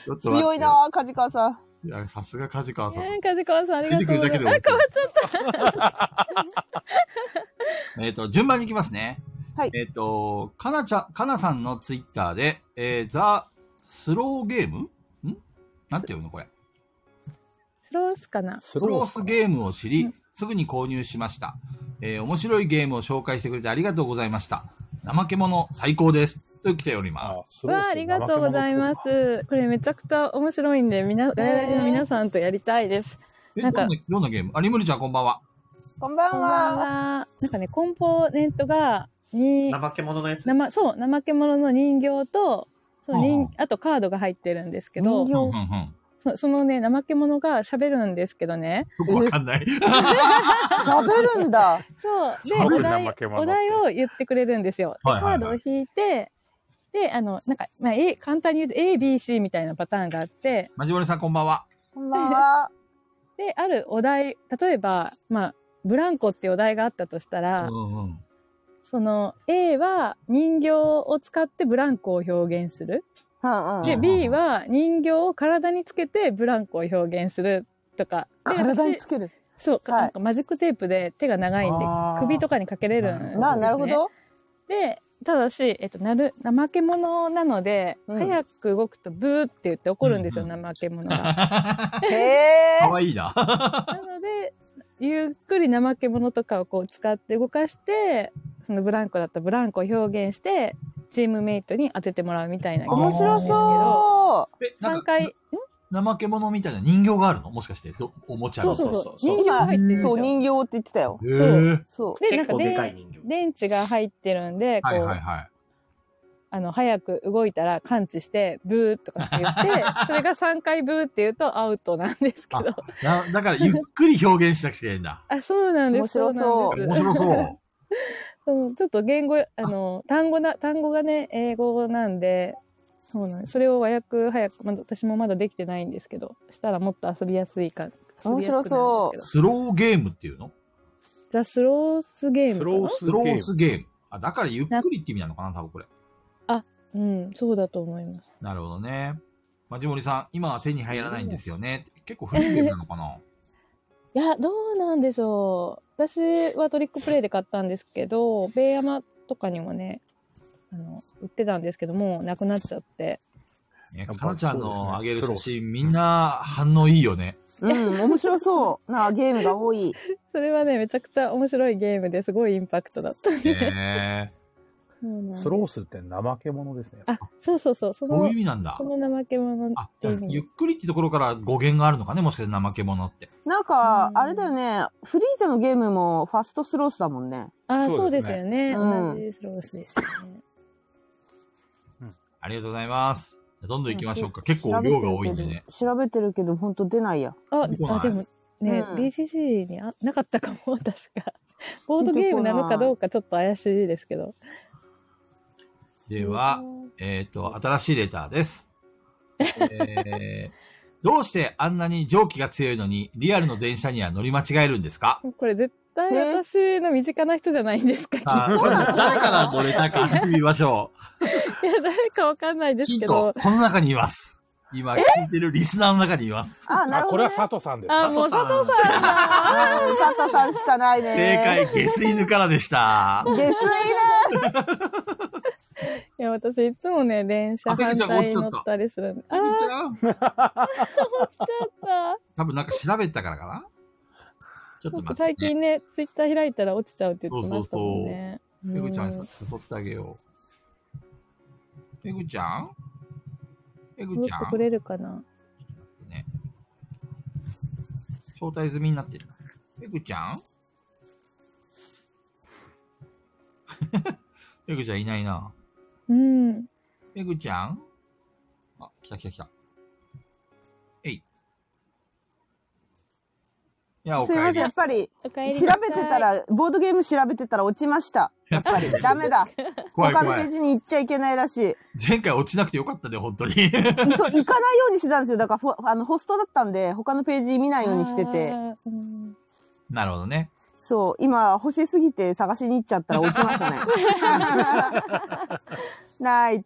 A: ちょっと待って
D: 強い。な、梶川さん。
A: いや、さすがカジカさん。
E: ねえ、梶川さん、ありがとうございます。
A: 出
E: あ、
A: てく
E: 変
A: る
E: わ
A: だ
E: っちゃっ
A: えっ、と、順番に行きますね。
D: はい
A: えっ、と、かなちゃん、かなさんのツイッターで、えー、ザ・スローゲームんなんていうのこれ。
E: た。スロースかな。
B: ス
A: スロースゲ
B: ー
A: ームを知り、すぐに購入しました。えー、面白いゲームを紹介してくれてありがとうございました。怠け者、最高です。と来ております。
B: あ、スロー
E: わあ、ありがとうございま。す。これめちゃくちゃ面白いんで、みな、ガヤラジの皆さんとやりたいです。
A: え、
E: なんか
A: どんな、どんなゲームあ、りむりちゃんこんばんは。
D: こんば
E: こ
D: ん
E: んばん
D: は。
E: は。なんかね、コンポーネントが、に、
C: 怠け者のやつ。
E: 生、そう、怠け者の人形と、その
A: うんう
E: 人
A: ん、
E: あとカードが入ってるんですけど
A: う
D: 人、
A: ん
D: よ
A: うんうん。
E: そそのね、怠け者が喋るんですけどね。
A: よくわかんない。
D: 喋るんだ。
E: そう。で、
B: 喋る
E: お題
B: 怠け、者
E: お題を言ってくれるんですよ。で
A: はいはいはい
E: カードを引いて、で、あの、なんか、まあ、A、簡単に言うと A、B、C みたいなパターンがあって、
A: まじぼりさんこんばんは。
D: こんばんは。
E: で、あるお題、例えば、まあ、ブランコっていうお題があったとしたら、
A: うんうん。
E: その A は人形を使ってブランコを表現する。
D: はんは
E: で
A: うん
E: B は人形を体につけてブランコを表現するとかで
D: 体に
E: 私
D: つける。
E: そう、
D: はい
E: なんかマジックテープで手が長いんで
B: あー
E: 首とかにかけれるんです、ね、
D: な、なるほど。
E: でただし、えっと、なる怠け者なので、
D: うん
E: 早く動くとブーって言って怒るんですよ、
A: うんうん
E: 怠け 者が
D: へえ
A: か。わいい な。
E: なのでゆっくり怠け者とかをこう使って動かしてそのブランコだったらブランコを表現してチームメイトに当ててもらうみたいなゲームな
D: 面
E: んですけ
D: 白
E: ど
D: そ
A: え、なん
E: 3
A: か、
E: 回
A: な怠け者みたいな人形があるのもしかして、どおもちゃ
E: そ
A: の。
E: うそう
C: そ
E: そう
C: そ
E: う
C: うそう
E: 人形が入ってるんで
D: う。
E: す
D: そ
E: よ
D: う、人形って言ってたよ。
A: へえ
E: そ
A: ー。
D: そ
E: でなん
C: 結
E: か
C: 構でかい
E: 電
C: 人形。
E: 電池が入ってるんでこう、
A: はいはいはい。
E: あの早く動いたら感知してブーとかって言ってそれが3回ブーって言うとアウトなんですけどあ
A: なだから、ゆっくり表現しなくちゃいけないん だ。
E: そうなんで
D: 面
E: す
D: 白そう
E: な
A: 面
E: んです
A: 白 そう。
E: そうちょっと言語あの単語な単語がね英語なんでそうなんですそれを和訳早く、まだ、私もまだできてないんですけどしたらもっと遊びやすいか遊びやすくなるんですけど
D: 面白そ
A: スローゲームっていうの
E: ザ・スロースゲーム
B: ス
E: かな
B: ロース
A: ス
B: ゲ
A: ロー
B: ー
A: ス
B: ム。
A: ゲーム。あ、だからゆっくりって意味なのかな、多分これ。
E: うんそうだと思います
A: なるほどね。まじもりさん、今は手に入らないんですよね。結構古いゲームなのかな
E: いやどうなんでしょう私はトリックプレイで買ったんですけどベイヤマとかにもねあの売ってたんですけどもうなくなっちゃって
A: ね
B: やっ
A: か
B: ぱ
A: なちゃん
B: そうです
A: の
B: ね
A: あげる
B: スロ
A: 写
B: ー
A: 真、みんな反応いいよ ね。
D: う。うん、面白そう。な、ゲームが多い。
E: それはねめちゃくちゃ面白いゲームですごいインパクトだった
A: へえ。
B: スロースって怠け者ですね。
E: あそうそうそうそ
A: そういう
E: の
A: 意味なんだ
E: そ。の怠け者
A: あ
E: っていう、
A: ゆっくりってところから語源があるのかね、もしかして怠け者って。
D: なんか
E: う、ん
D: あれだよね。フリーザのゲームもファストスロースだもんね。
E: あそ
B: そうう
E: で
B: ですす
E: よ
B: ね
E: ね、
D: うん
E: 同じスロースですよね
A: ありがとうございます。どんどん行きましょうか。結構量が多いんでね。
D: 調べてるけど、ほんと出ないや。
E: あ
A: 出てこない
E: あでもね、
D: うん
E: BCG にあなかったかも確 かボードゲームなのかどうかちょっと怪しいですけど
A: では、えっ、と、新しいレター です。えーどうしてあんなに蒸気が強いのに、リアルの電車には乗り間違えるんですか
E: これ絶対私の身近な人じゃないんですか、
A: さあ、これ誰からのレターか見てみましょ。
E: いや誰かわかんないうで
A: ヒ
E: す
A: ン
E: け
A: ト
E: ど、
A: この中にいます。今、聞いてるリスナーの中にいます。
D: あ、な
B: あ、
D: る
B: こ
D: ほ
B: れは
D: ど、ね。
B: 佐藤さんです。
E: あもう佐藤
A: さん。
E: さんだ
D: うん佐藤さんしかない
A: 正
D: ね。
A: 解、下水ぬからでした。
D: 下水ね。
E: いや私いつもね電車
A: あペ
E: 反
A: グちゃんが
E: 対
A: 落ち
E: に
A: ちゃった
E: 乗ったりするんであー落ちちゃっ
A: 多分なんか調べたからかなちょったと
E: 僕
A: 待って、ね
E: 最。近ねツイッター開いたら落ちちゃうって言ってましたもんね
A: ペグちゃん
E: う
A: さ、
E: ん
A: 誘ってあげよう。ペグちゃんペグ
E: 戻っ
A: ちゃん
E: てくれるかな
A: ね。招待済みになってるな。ペグちゃん ペグちゃんいないな。
E: うん
A: ペグちゃんあ、来た来た来た。えい。いや、お
D: すい
A: かえり
D: ません、や。っぱり。
E: おかえり
D: 調
E: なさい
D: べてたら、ボードゲーム調べてたら落ちました。やっぱり。ダメだ。
A: 怖い
D: 他の
A: 怖
D: ペ
A: い
D: ー。ジに行っちゃいけないらしい。い
A: 前回落ちなくてよかったね、本当に。
D: そう、行かないようにしてたんですよ。だからフォ、あの、ホストだったんで、他のページ見ないようにしてて。
E: あーうん
A: なるほどね。
D: そう、今、欲しすぎて探しに行っちゃったら落ちま したね。ない、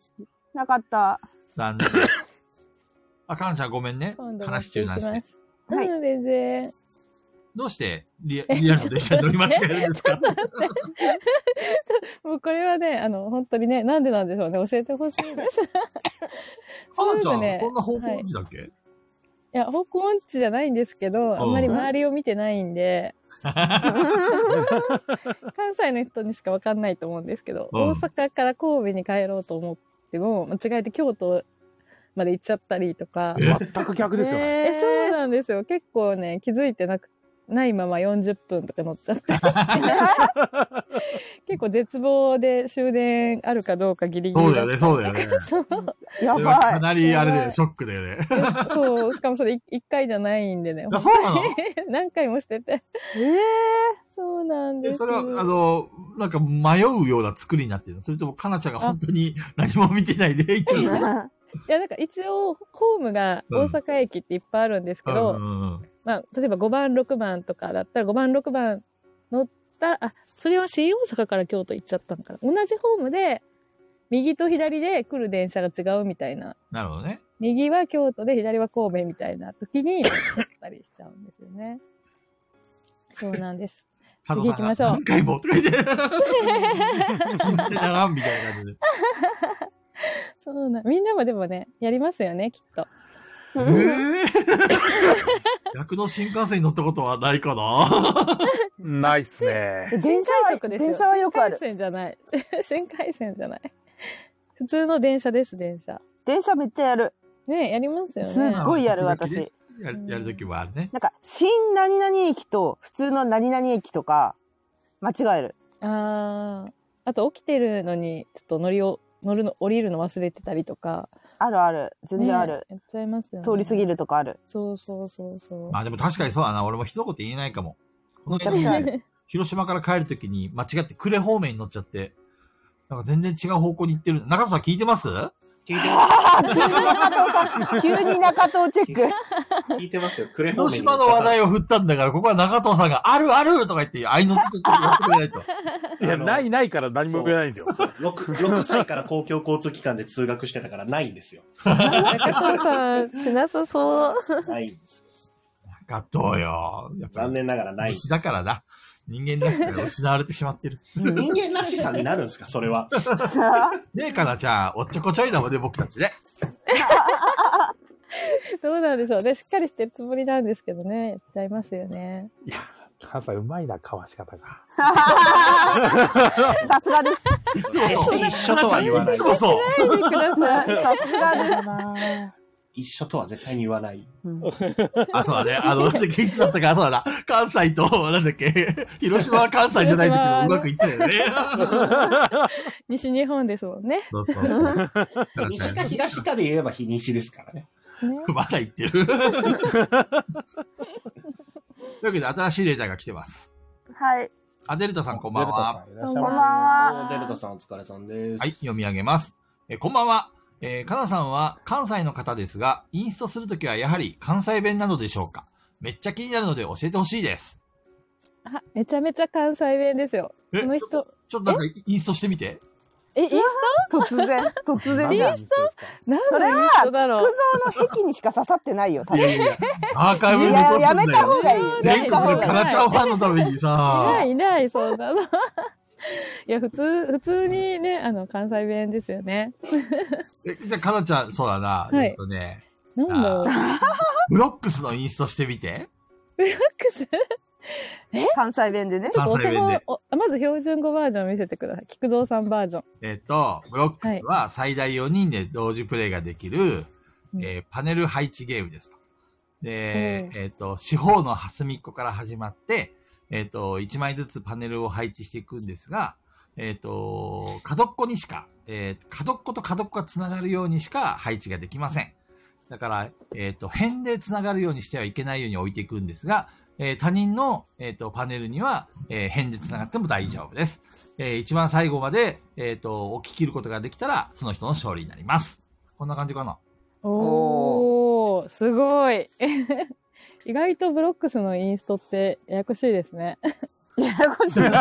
D: なかった。
A: 残念。あ、かんちゃんごめんね。
E: 今度持っ
A: 話
E: て
A: 中
E: いき
A: 断して
E: ま。す
D: はい
E: うん全然
A: どうしてリアリアルの電車に乗り間違えるんですか
E: もうこれはねあの本当にねなんでなんでしょうね教えてほしいです
A: かな
E: す
A: ちゃ
E: ごく
A: ん、
E: ね
A: こんな方向
E: はい
A: 音痴だっけ、
E: いや、方向音痴じゃないんですけど、あんまり周りを見てないんで、 関西の人にしかわかんないと思うんですけど、
A: うん
E: 大阪から神戸に帰ろうと思っても、間違えて京都まで行っちゃったりとか、
B: 全く逆ですよね。
E: え
D: え
E: そうなんですよ。結構ね、気づいてなく、ないまま40分とか乗っちゃって、結構絶望で終電あるかどうかギリギリ
A: そうだよね、そうだよね。
E: そう
D: ー、 や
A: それは
D: ば
A: か
D: い。
A: なりあれ
E: や
A: で、
E: ばい
A: ショックだよね。
E: そう、しかもそれい一回じゃないんでね、
A: あそうなの
E: 何回もしてて。
D: えー、
E: そうなんで
A: え
E: す。
A: それは、あの、なんか迷うような作りになってるのそれとも、かなちゃんが本当に何も見てない で行ってるの
E: いやなんか一応ホームが大阪駅っていっぱいあるんですけど、
A: うんうんうん
E: まあ、例えば5番6番とかだったら5番6番乗ったあそれは新大阪から京都行っちゃったのかな。同じホームで、右と左で来る電車が違うみたいな。
A: なるほどね。
E: 右は京都で左は神戸みたいな 時に、やったりしちゃうんですよね。そうなんです。
A: 佐藤さんが
E: 次行きましょう
A: 何回もとか言って。聞いてならんみたいな感じで。
E: そうなん、みんなもでもね、やりますよね、きっと。
A: えー逆の新幹線に乗ったことはないかな
B: ないっすね。
D: 電車は
E: 新快速ですよ
D: 電車はよくある
E: 新幹線じゃない。 新幹線じゃない。普通の電車です、電車。
D: 電車めっちゃやる
E: ねやりますよね。
D: すっごいやる私
A: ややるときもあるね。
D: なんか新何々駅と普通の何々駅とか間違える
E: ああ。あと起きてるのに、ちょっと乗りを、乗るの、降りるの忘れてたりとか。
D: あるある全然あ
E: ね
D: る、
E: やっちゃいますよね。
D: 通り過ぎるとかある
E: そうそうそうそう。
A: まあでも確かにそうだな。俺も一言言えないかも。この間
D: 確か
A: ね、広島から帰るときに間違って呉方面に乗っちゃって、なんか全然違う方向に行ってる。中野さん聞いてます
C: 聞いてま
D: あ急に中藤さん急に中藤チェック
C: す聞いてますよ。 クレホー
A: 広
C: メン
A: 島
C: に
A: の話題
C: を。
A: を振ったんだから、ここは中藤さんが、あるあるとか言って、愛の手と言ってくれないと。
B: いや、ないないから何も言えないんですよ。
C: 6, 6歳から公共交通機関で通学してたからないんです よ。
E: 中藤さん、しなさそう。
C: ない。
A: ガトーよ。やっぱ
C: 残念ながら ない。
A: 虫だからな。人間らしさが失われてしまってる。
C: 人間らしさになるんですか、それは。
A: ねえ、かなちゃん、おっちょこちょいだもんね、僕たちね。
E: どうなんでしょうね。しっかりしてるつもりなんですけどね。やっちゃいますよね。
B: いや、関西うまいな、かわし方が。
D: さすがです
C: 決して一緒とは言わない
A: いつ。もそう。
E: 見てくださ
D: さ
E: い。
D: すがです
C: 一緒とは絶対に言わない。
A: あとはね、あの、なんだっけ、いつだったか、そうだな。関西と、なんだっけ、広島は関西じゃない時もうまくいってたよね。
E: 西日本ですもんね。
A: そうそう。かなち
C: 西
A: ゃ
C: か東かで言えば日西ですからね。
E: ね
A: ん、まだ言ってる。というわけで、新しいレーターが来てます。
D: はい
A: あ、デルタさんこんばんは。
B: デルタさんいらっし
E: こ
B: ゃ
E: ん
B: い
E: ばん
B: ま
D: は
C: デルタさんお疲れさんです。
A: はい、読み上げます。えーこんばんは。えーかなさんは関西の方ですが、インストするときはやはり関西弁なのでしょうかめっちゃ気になるので教えてほしいです。
E: あ、めちゃめちゃ関西弁ですよ。
A: え
E: この人。
A: ちょっとなんかインストしてみて。
E: え、インス
D: 突然突然
B: 何
D: じゃ
B: なんんですか
E: タなん
D: それ
E: でインスタだろう。
D: 服装の壁にしか刺さってないよ多分い
A: アーカイブに残すん
D: や
A: だよ。
D: やめた方がいいよや
A: 全
D: め
A: 国
D: た方
A: の
D: がい
A: か
D: い
A: なちゃんファンのために
E: い
A: さ
E: な、いいない、そんなの。い や、普通、普通にね、あの、関西弁ですよね。
A: えじゃあかなちゃん、そうだな、
E: はい
A: えっとね、
E: なんだろう。マッ
A: ブロックスのインストしてみて。
E: クスち
D: 関西弁でね
E: ょっとお手
A: 関西弁
E: 本
A: で
E: おあまず標準語バージョン見せてください。菊蔵さんバージョン。
A: えっと、ブロックスは最大4人で同時プレイができる、
E: うん
A: えーパネル配置ゲームですと。で、
E: う
A: えっ、と、四方の隅っこから始まって、えっ、と、1枚ずつパネルを配置していくんですが、えっ、と、角っこにしか、えー角っこと角っこがつながるようにしか配置ができません。だから、えっ、と、辺でつながるようにしてはいけないように置いていくんですが、えー他人の、えっ、と、パネルには、えー辺でつながっても大丈夫です。えー一番最後まで、えっ、と、置き切ることができたら、その人の勝利になります。こんな感じかな。
E: おー、すごい。 意外とブロックスのインストってややこしいですね。
D: ややこしい
A: そんな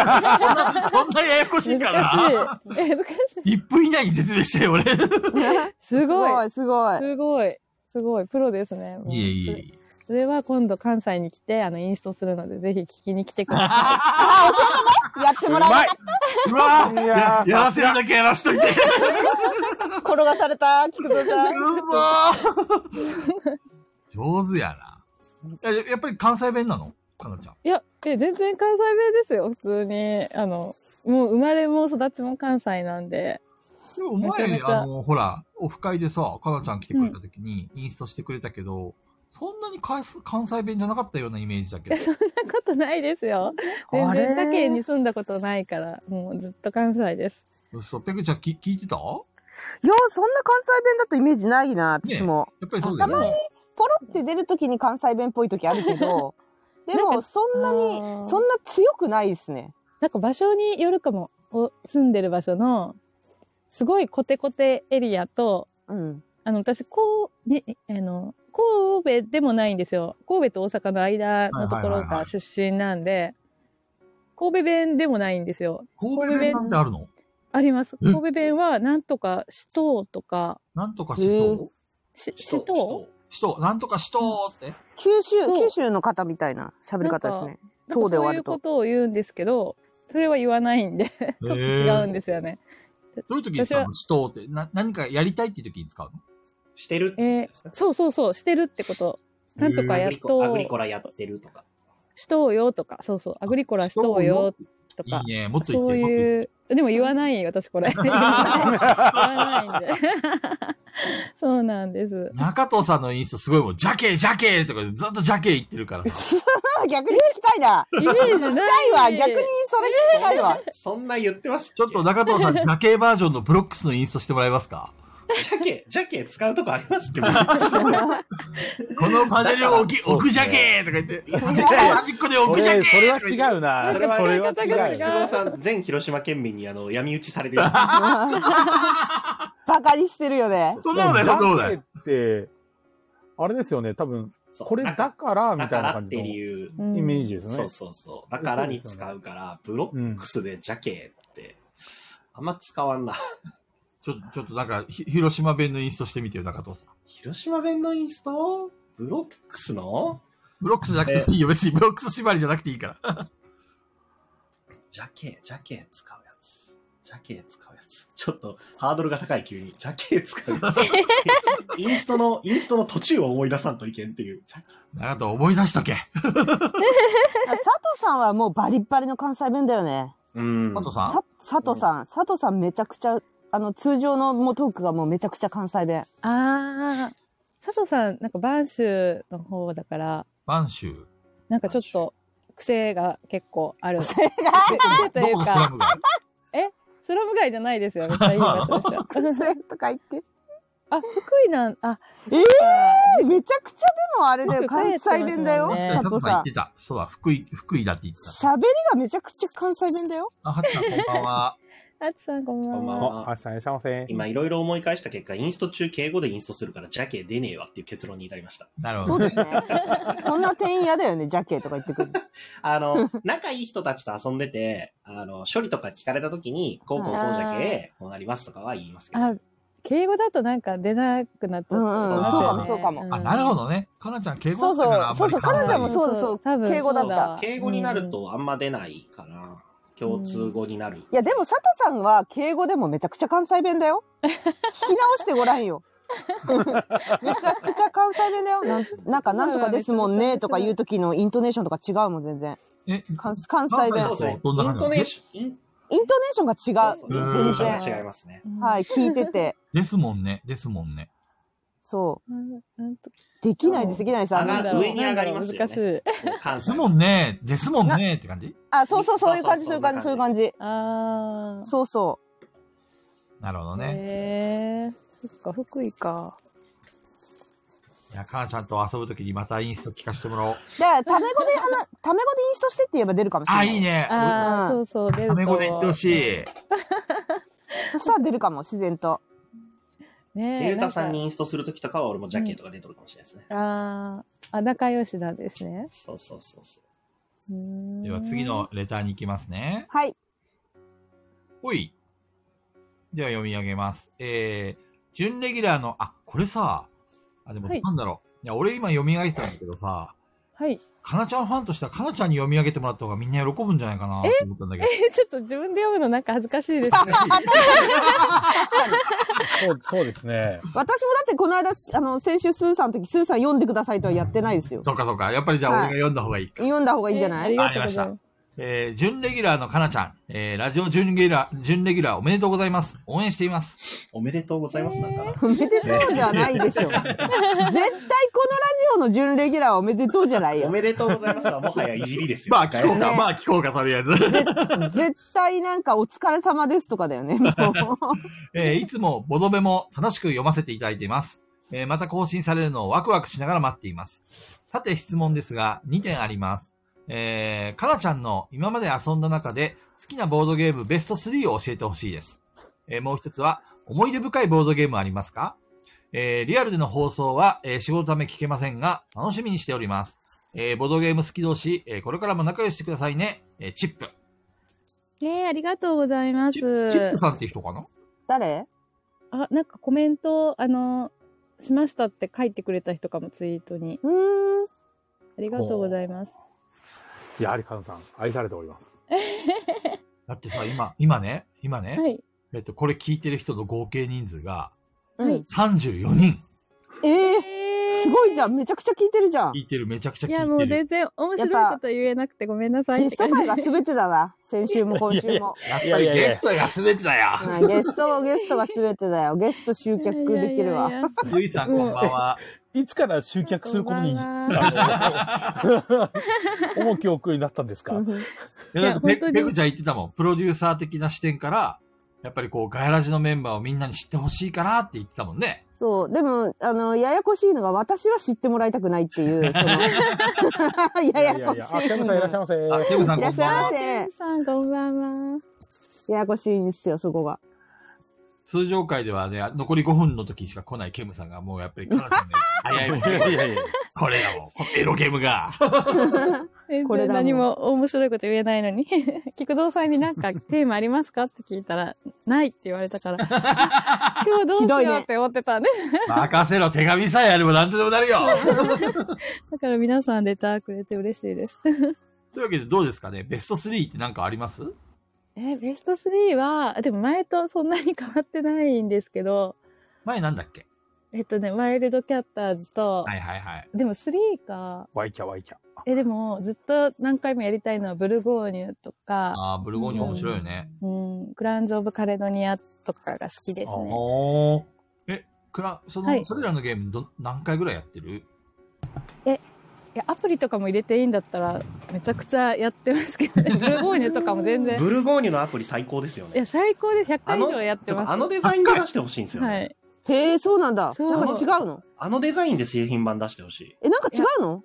A: ややこしい
E: 難しい。
A: かな
E: 難しい。
A: ?1 分以内に説明してよ、俺。い
E: すごい。
D: すごい
E: すごい。すごい。プロですね。もう
A: えい
E: そ
A: え
E: れ
A: いえ。
E: それは今度関西に来て、あの、インストするので、ぜひ聞きに来てください。
D: あ教えてやって
B: う
D: もらえな
B: ま
D: い
B: いう
A: わぁ
B: いや
A: や
B: ー
A: やらせるだけやらしといてう
D: 転がされた聞くぞさん
A: まー 上手やな。ややっぱり関西弁なのかなちゃん。
E: いや、え、全然関西弁ですよ、普通に。あの、もう生まれも育ちも関西なんで。
A: でも
E: めちゃめ
A: 前、
E: ちゃ
A: あの、ほら、オフ会でさ、かなちゃん来てくれた時にインストしてくれたけど、そんなに関西関西弁じゃなかったようなイメージだけど。
E: そんなことないですよ。全
D: あれ
E: 然他県に住んだことないから、もうずっと関西です。
A: そう、ペグちゃんき聞いてたや
D: いやそんな関西弁だったイメージないな私も
A: っぱりそうだよね。
D: ポロって出るときに関西弁っぽいときあるけ どで
E: なん
D: も
E: か
D: そんなに
E: あー
D: そんな強くないですね
E: なんか場所によるかも。お住んでる場所の、すごいコテコテエリアと、
D: うん
E: あの、私、こう、に、あの、神戸でもないんですよ。神戸と大阪の間のところ
A: はいはいはいは
E: が
A: い
E: 出身なんで、神戸弁でもないんですよ。
A: 神戸弁なんてあるの
E: あります。
A: え
E: 神戸弁は、なんとか、しとうとか、
A: なんとかしそう
E: し、
C: 人
E: しと
A: しとう、なんとかしとうって。
D: 九州
E: そう
D: 九州の方みたいな喋り方ですね
E: うな
D: と
E: んか
D: うで終
E: そ
D: わ
E: うい
D: る
E: う
D: と
E: ことを言うんですけど、それは言わないんで、ちょっと違うん
A: で。
E: ですよね。
A: どういう時に使う
E: 私
A: のしとうって。な、何かやりたいっていう時に使うの
C: してる
E: えーそうそうそう、してるってこと。なんとか
C: ア
E: や
C: グ
E: っ
C: リコア
E: と
C: グリ、コラやってるとか。
E: しとうよとか、そうそう、アグリコラしとうよとか
A: いい、ね。もっと言っ
E: そう
A: て、もっと言っ
E: い
A: て。
E: う、でも言わないよ、私これ。言わないんで。そうなんです。
A: 中藤さんのインストすごいもん、ジャケージャケーとかずっとジャケー言ってるからさ。
D: あ逆に聞きたいな
E: イメージない。
D: ないわ逆にそれ聞きたい わ
C: そんな言ってますっけ
A: ちょっと中藤さん、ジャケーバージョンのブロックスのインストしてもらえますか
C: ジャケ、ジャケ使うとこあります けど。
A: このパネルを置き、
B: そう
A: 置
B: っすね
A: くじゃけーとか言って、
B: いやいや
A: 端っこで置
B: そ
A: く
B: れ
A: じゃけー
B: それは
A: とか言って
B: 違うな。
E: そ
B: そ
E: れ
B: れ
E: は
B: は
E: 使い方が
B: 違う
E: 違う。
C: 菊蔵さん、全広島県民にあの闇討ちされてるや
D: バカにしてるよね
A: そうだよ、そうだよ。
B: って、あれですよね、多分、
C: つそう
B: これ
C: だ
B: だ
C: か
B: から、みた
C: だか
B: いな
C: らっ
B: 感じ
C: て
B: の
C: いう理
B: イ
C: 由。
E: うん
B: メージです
C: そ
B: ね
C: う。そうそう。だからに使うから、ブロックスでジャケって、あんま使わんな。
A: ちょっと、ちょっとなんか、ひ広島弁のインストしてみてよ、中藤さん。
C: 広島弁のインストブロックスの
A: ブロックスじゃなくていいよ、別にブロックス縛りじゃなくていいから。
C: ジャケ、ジャケ使うやつ。ジャケ使うやつ。ちょっと、ハードルが高い急に。ジャケ使うや つ。インストの、インストの途中を思い出さんといけんっていう。ジャケ
A: 中藤思い出しとけ。
D: あ佐藤さんはもうバリッバリの関西弁だよね
C: うん
A: 中藤さん
D: さ佐藤さん佐藤さんめちゃくちゃあの通常のもうトークがもうめちゃくちゃ関西弁
E: ああ。佐藤さん、なんか播州の方だから、
A: 満州。
E: なんかちょっと癖が結構あ る。
D: それが
E: 癖と
A: ど
E: い
A: こ
E: う
A: のスラ
E: か、
A: ム街
E: スラム街じゃな いですよ。めっちゃいい場所でし
D: そ
E: た。
D: れとか言って
E: あ、福井なん、 あ、
D: えーめちゃくちゃでもあれだよ
E: よく帰
D: 関
E: っ
D: 西
E: て
D: 弁だよ
E: ますよね
A: 確かに佐藤
D: 佐藤
A: さん言
D: さ
A: っ
D: ん
A: てた。そうだ、福井、福井だって言ってた。
D: 喋りがめちゃくちゃ関西弁だよ
A: あ、はちさんこんばんは。
E: あつさんこんば
C: こんばん
E: ん
C: は
E: は。
B: あ、あしさんいらっしゃいませ。
C: 今いろいろ思い返した結果、インスト中敬語でインストするから、ジャケ出ねえわっていう結論に至りました。
A: なるほ
D: そ
A: ど
D: う。ですねそんな店員嫌だよねジャケとか言っ てくる
C: あ の、仲いい人たちと遊んでて、あの、処理とか聞かれた時に、こうこうこうジャケ、こうなりますとかは言いますけど。
E: あ、敬語だとなんか出なくなっちゃってますよね
C: うんうんそうかもそうかも
E: ん
A: あ、なるほどね。かなちゃん敬語だったからあんま
D: そう
A: り
D: そう
A: 考えない
D: かなちゃんもそうだそう
E: 多分
D: 敬語だった
E: そうだわ
C: 敬語になるとあんま出ないかな。共通語になる。
D: いやでも佐藤さんは敬語でもめちゃくちゃ関西弁だ よ。聞き直してごらん よ。めちゃくちゃ関西弁だよ。なんなんかなんとかですもんねとか言う時のイントネーションとか違うもん全然。
A: え、
D: 関関西弁。イ
C: そう
D: ン
C: ですね。イ
A: どんな感
C: ン
A: じな
C: ト
A: の
C: ネーション、イン
D: トネーションが違。
C: そううそうイン
A: うん
C: トネーションが違いますね。
E: うん
D: はい、聞いて て。
A: ですもんね。ですもんね。
D: そ
E: うんなんと
D: う。できないですできないです。あ
C: 上が
E: な
D: の
E: んだ
C: る
E: ろう
C: 上に上がりますよね
E: 難し い。
C: 関
A: で
C: 西
A: すもんね。ですもんね。って感じ
D: あ、そうそうそういう感じ
C: そ
D: そうう
C: そ
D: いうう感じそういう感じ。
E: あ
D: そうそ
A: なるほど
E: あ。
A: ね。
E: へえ。そっか、福井か。
A: いや、かなちゃんと遊ぶときにまたインスト聞かせてもらおう。
D: う。だからタメ語で話 タメ語でインストしてって言えば出るかもしれな
A: あ、
D: い。
A: いいね。
E: ああ、
D: う
E: そうそう、出
A: タ
E: ると。
A: メ語で言ってほしい。
D: そしたら出るかも自然と。
E: ねえ
C: ゆうたさんに
E: な
C: インストするときとかは俺もジャケとか出とるかもしれないですね。
E: かああ、あ、仲良しなんですね。
C: そうそうそうそう。
E: うーん
A: では次。のレターに行きますね。
D: はい。
A: ほい。では読み上げます。えー、準レギュラーの、あ、これさ、あ、でも
E: はい
A: なんだろう。いや、俺今読み上げてたんだけどさ、
E: はい。
A: かなちゃんファンとしてはかなちゃんに読み上げてもらった方がみんな喜ぶんじゃないかなと思ったんだけど。
E: え、ちょっと自分で読むのなんか恥ずかしいですね。
B: そう、そうですね。
D: 私もだってこの間、あの、先週スーさんの時、スーさん読んでくださいとはやってないですよ。
A: そうかそうか。やっぱりじゃあ俺が読んだ方がいいか。
D: 読んだ方がいいんじゃ
E: え
D: な
E: あ
D: い、
E: りがとうございます。
A: えー、準レギュラーのかなちゃん、えー、ラジオ準レギュラー、準レギュラーおめでとうございます。応援しています。
C: おめでとうございます、なんかな。
D: おめでとうじゃないでしょ。絶対このラジオの準レギュラーはおめでとうじゃない
C: お
D: よ。
C: めでとうございますはもはやいじりですよ。
A: まあ聞こうか、
D: ね
A: まあ聞こうか、とりあえず。
D: 絶対なんかお疲れ様ですとかだよね。もう
A: えーいつもボドベも楽しく読ませていただいています。えーまた更新されるのをワクワクしながら待っています。さて質問ですが、2点あります。えー、かなちゃんの今まで遊んだ中で好きなボードゲームベスト3を教えてほしいです。えーもう一つは、思い出深いボードゲームありますかえーリアルでの放送は、えー仕事のため聞けませんが、楽しみにしております。えーボードゲーム好き同士、えーこれからも仲良ししてくださいね。えーチップ。
E: えー、ありがとうございま
A: チッチッ
E: す
A: プ。さんって人かな
D: 誰
E: あ、なんかコメント、あの、しましたって書いてくれた人かも、ツイートに。
D: うーん。
E: ありがとうございます。
B: やはりカナさん、愛されております。
A: だってさ、今、今ね、今ね、
E: はい。
A: えっと、これ聞いてる人の合計人数が
E: はい。
A: 34人
D: ええ
E: え
D: すごいじゃん。めちゃくちゃ聞いてるじゃん
A: 聞。いてる、めちゃくちゃ
E: いや、
A: 聞
E: も
A: いうてる。
E: 全然面白いこと言えなくてごめんなさい
D: ゲ
E: って
D: スト
E: 感
D: 会
E: じ
D: が
E: で。
D: 全てだな。先週も今週も。
A: やっぱ
B: いやい
A: り
B: やいや
A: ゲストが全てだよ。
D: うんゲスト、ゲストが全てだよ。ゲスト集客できるわ
E: いや。いやいや
A: ゆいさん、こんばんは。
B: いつから集客することに、
E: こんばん
B: あの 重きを置くようになったんですか
A: いやだってペ
E: 本当に
A: ペグちゃん言ってたもん。プロデューサー的な視点から、やっぱりこう、ガヤラジのメンバーをみんなに知ってほしいからって言ってたもんね。
D: そう。でも、あの、ややこしいのが、私は知ってもらいたくないっていう、その、ややこ
B: いやいや、
D: し
B: あ、
D: い
B: キャ
D: の
B: ムさんいらっしゃいませ。
A: あ、ペグさん、
D: い
A: こ
D: らっ
A: ん
D: しゃ
A: ばん
D: いま
A: は。
D: せ。
E: さん、こんばんは。
D: ややこしいんですよ、そこが。
A: 通常回ではね、残り5分の時しか来ないケムさんが、もうやっぱりカナさんね、早いもんね。
B: いやいやいや。
A: これがもう、このエロゲームが。
E: 全
D: これ
E: 然
D: だもん
E: 何も面白いこと言えないのに。 菊堂さんになんかテーマありますかって聞いたら、ないって言われたから、 あ今日どうしようって思ってたんで。
A: 任せろ、手紙さえあれば何とでもなるよ。
E: だから皆さんレターくれて嬉しいです。
A: というわけでどうですかねベスト3って何かあります
E: え、ベスト3は、でも前とそんなに変わってないんですけど、
A: 前なんだっけ
E: えっとね、ワイルドキャッターズと、
A: はいはいはい。
E: でも3か、
B: ワイキャワイキャ。
E: え、でもずっと何回もやりたいのはブルゴーニュとか、
A: ああ、ブルゴーニュ面白いよね。
E: うん、グランズ・オブ・カレドニアとかが好きです
B: うん
E: ね。
A: おー。え、クラ、その、
E: はい
A: それらのゲームど、何回ぐらいやってる
E: いや、アプリとかも入れていいんだったら、めちゃくちゃやってますけどね。ブルゴーニュとかも全然。
C: ブルゴーニュのアプリ最高ですよ
E: い
C: ね
E: や、。最高で100
C: あ
E: 回以
C: の
E: 上やってます。
C: あのデザインで出してほしいんですよね。
E: はい。
D: へえ、そうなんだ。
E: そう
D: なんか違うの
C: あのデザインで製品版出してほしい。
D: え、なんか違うの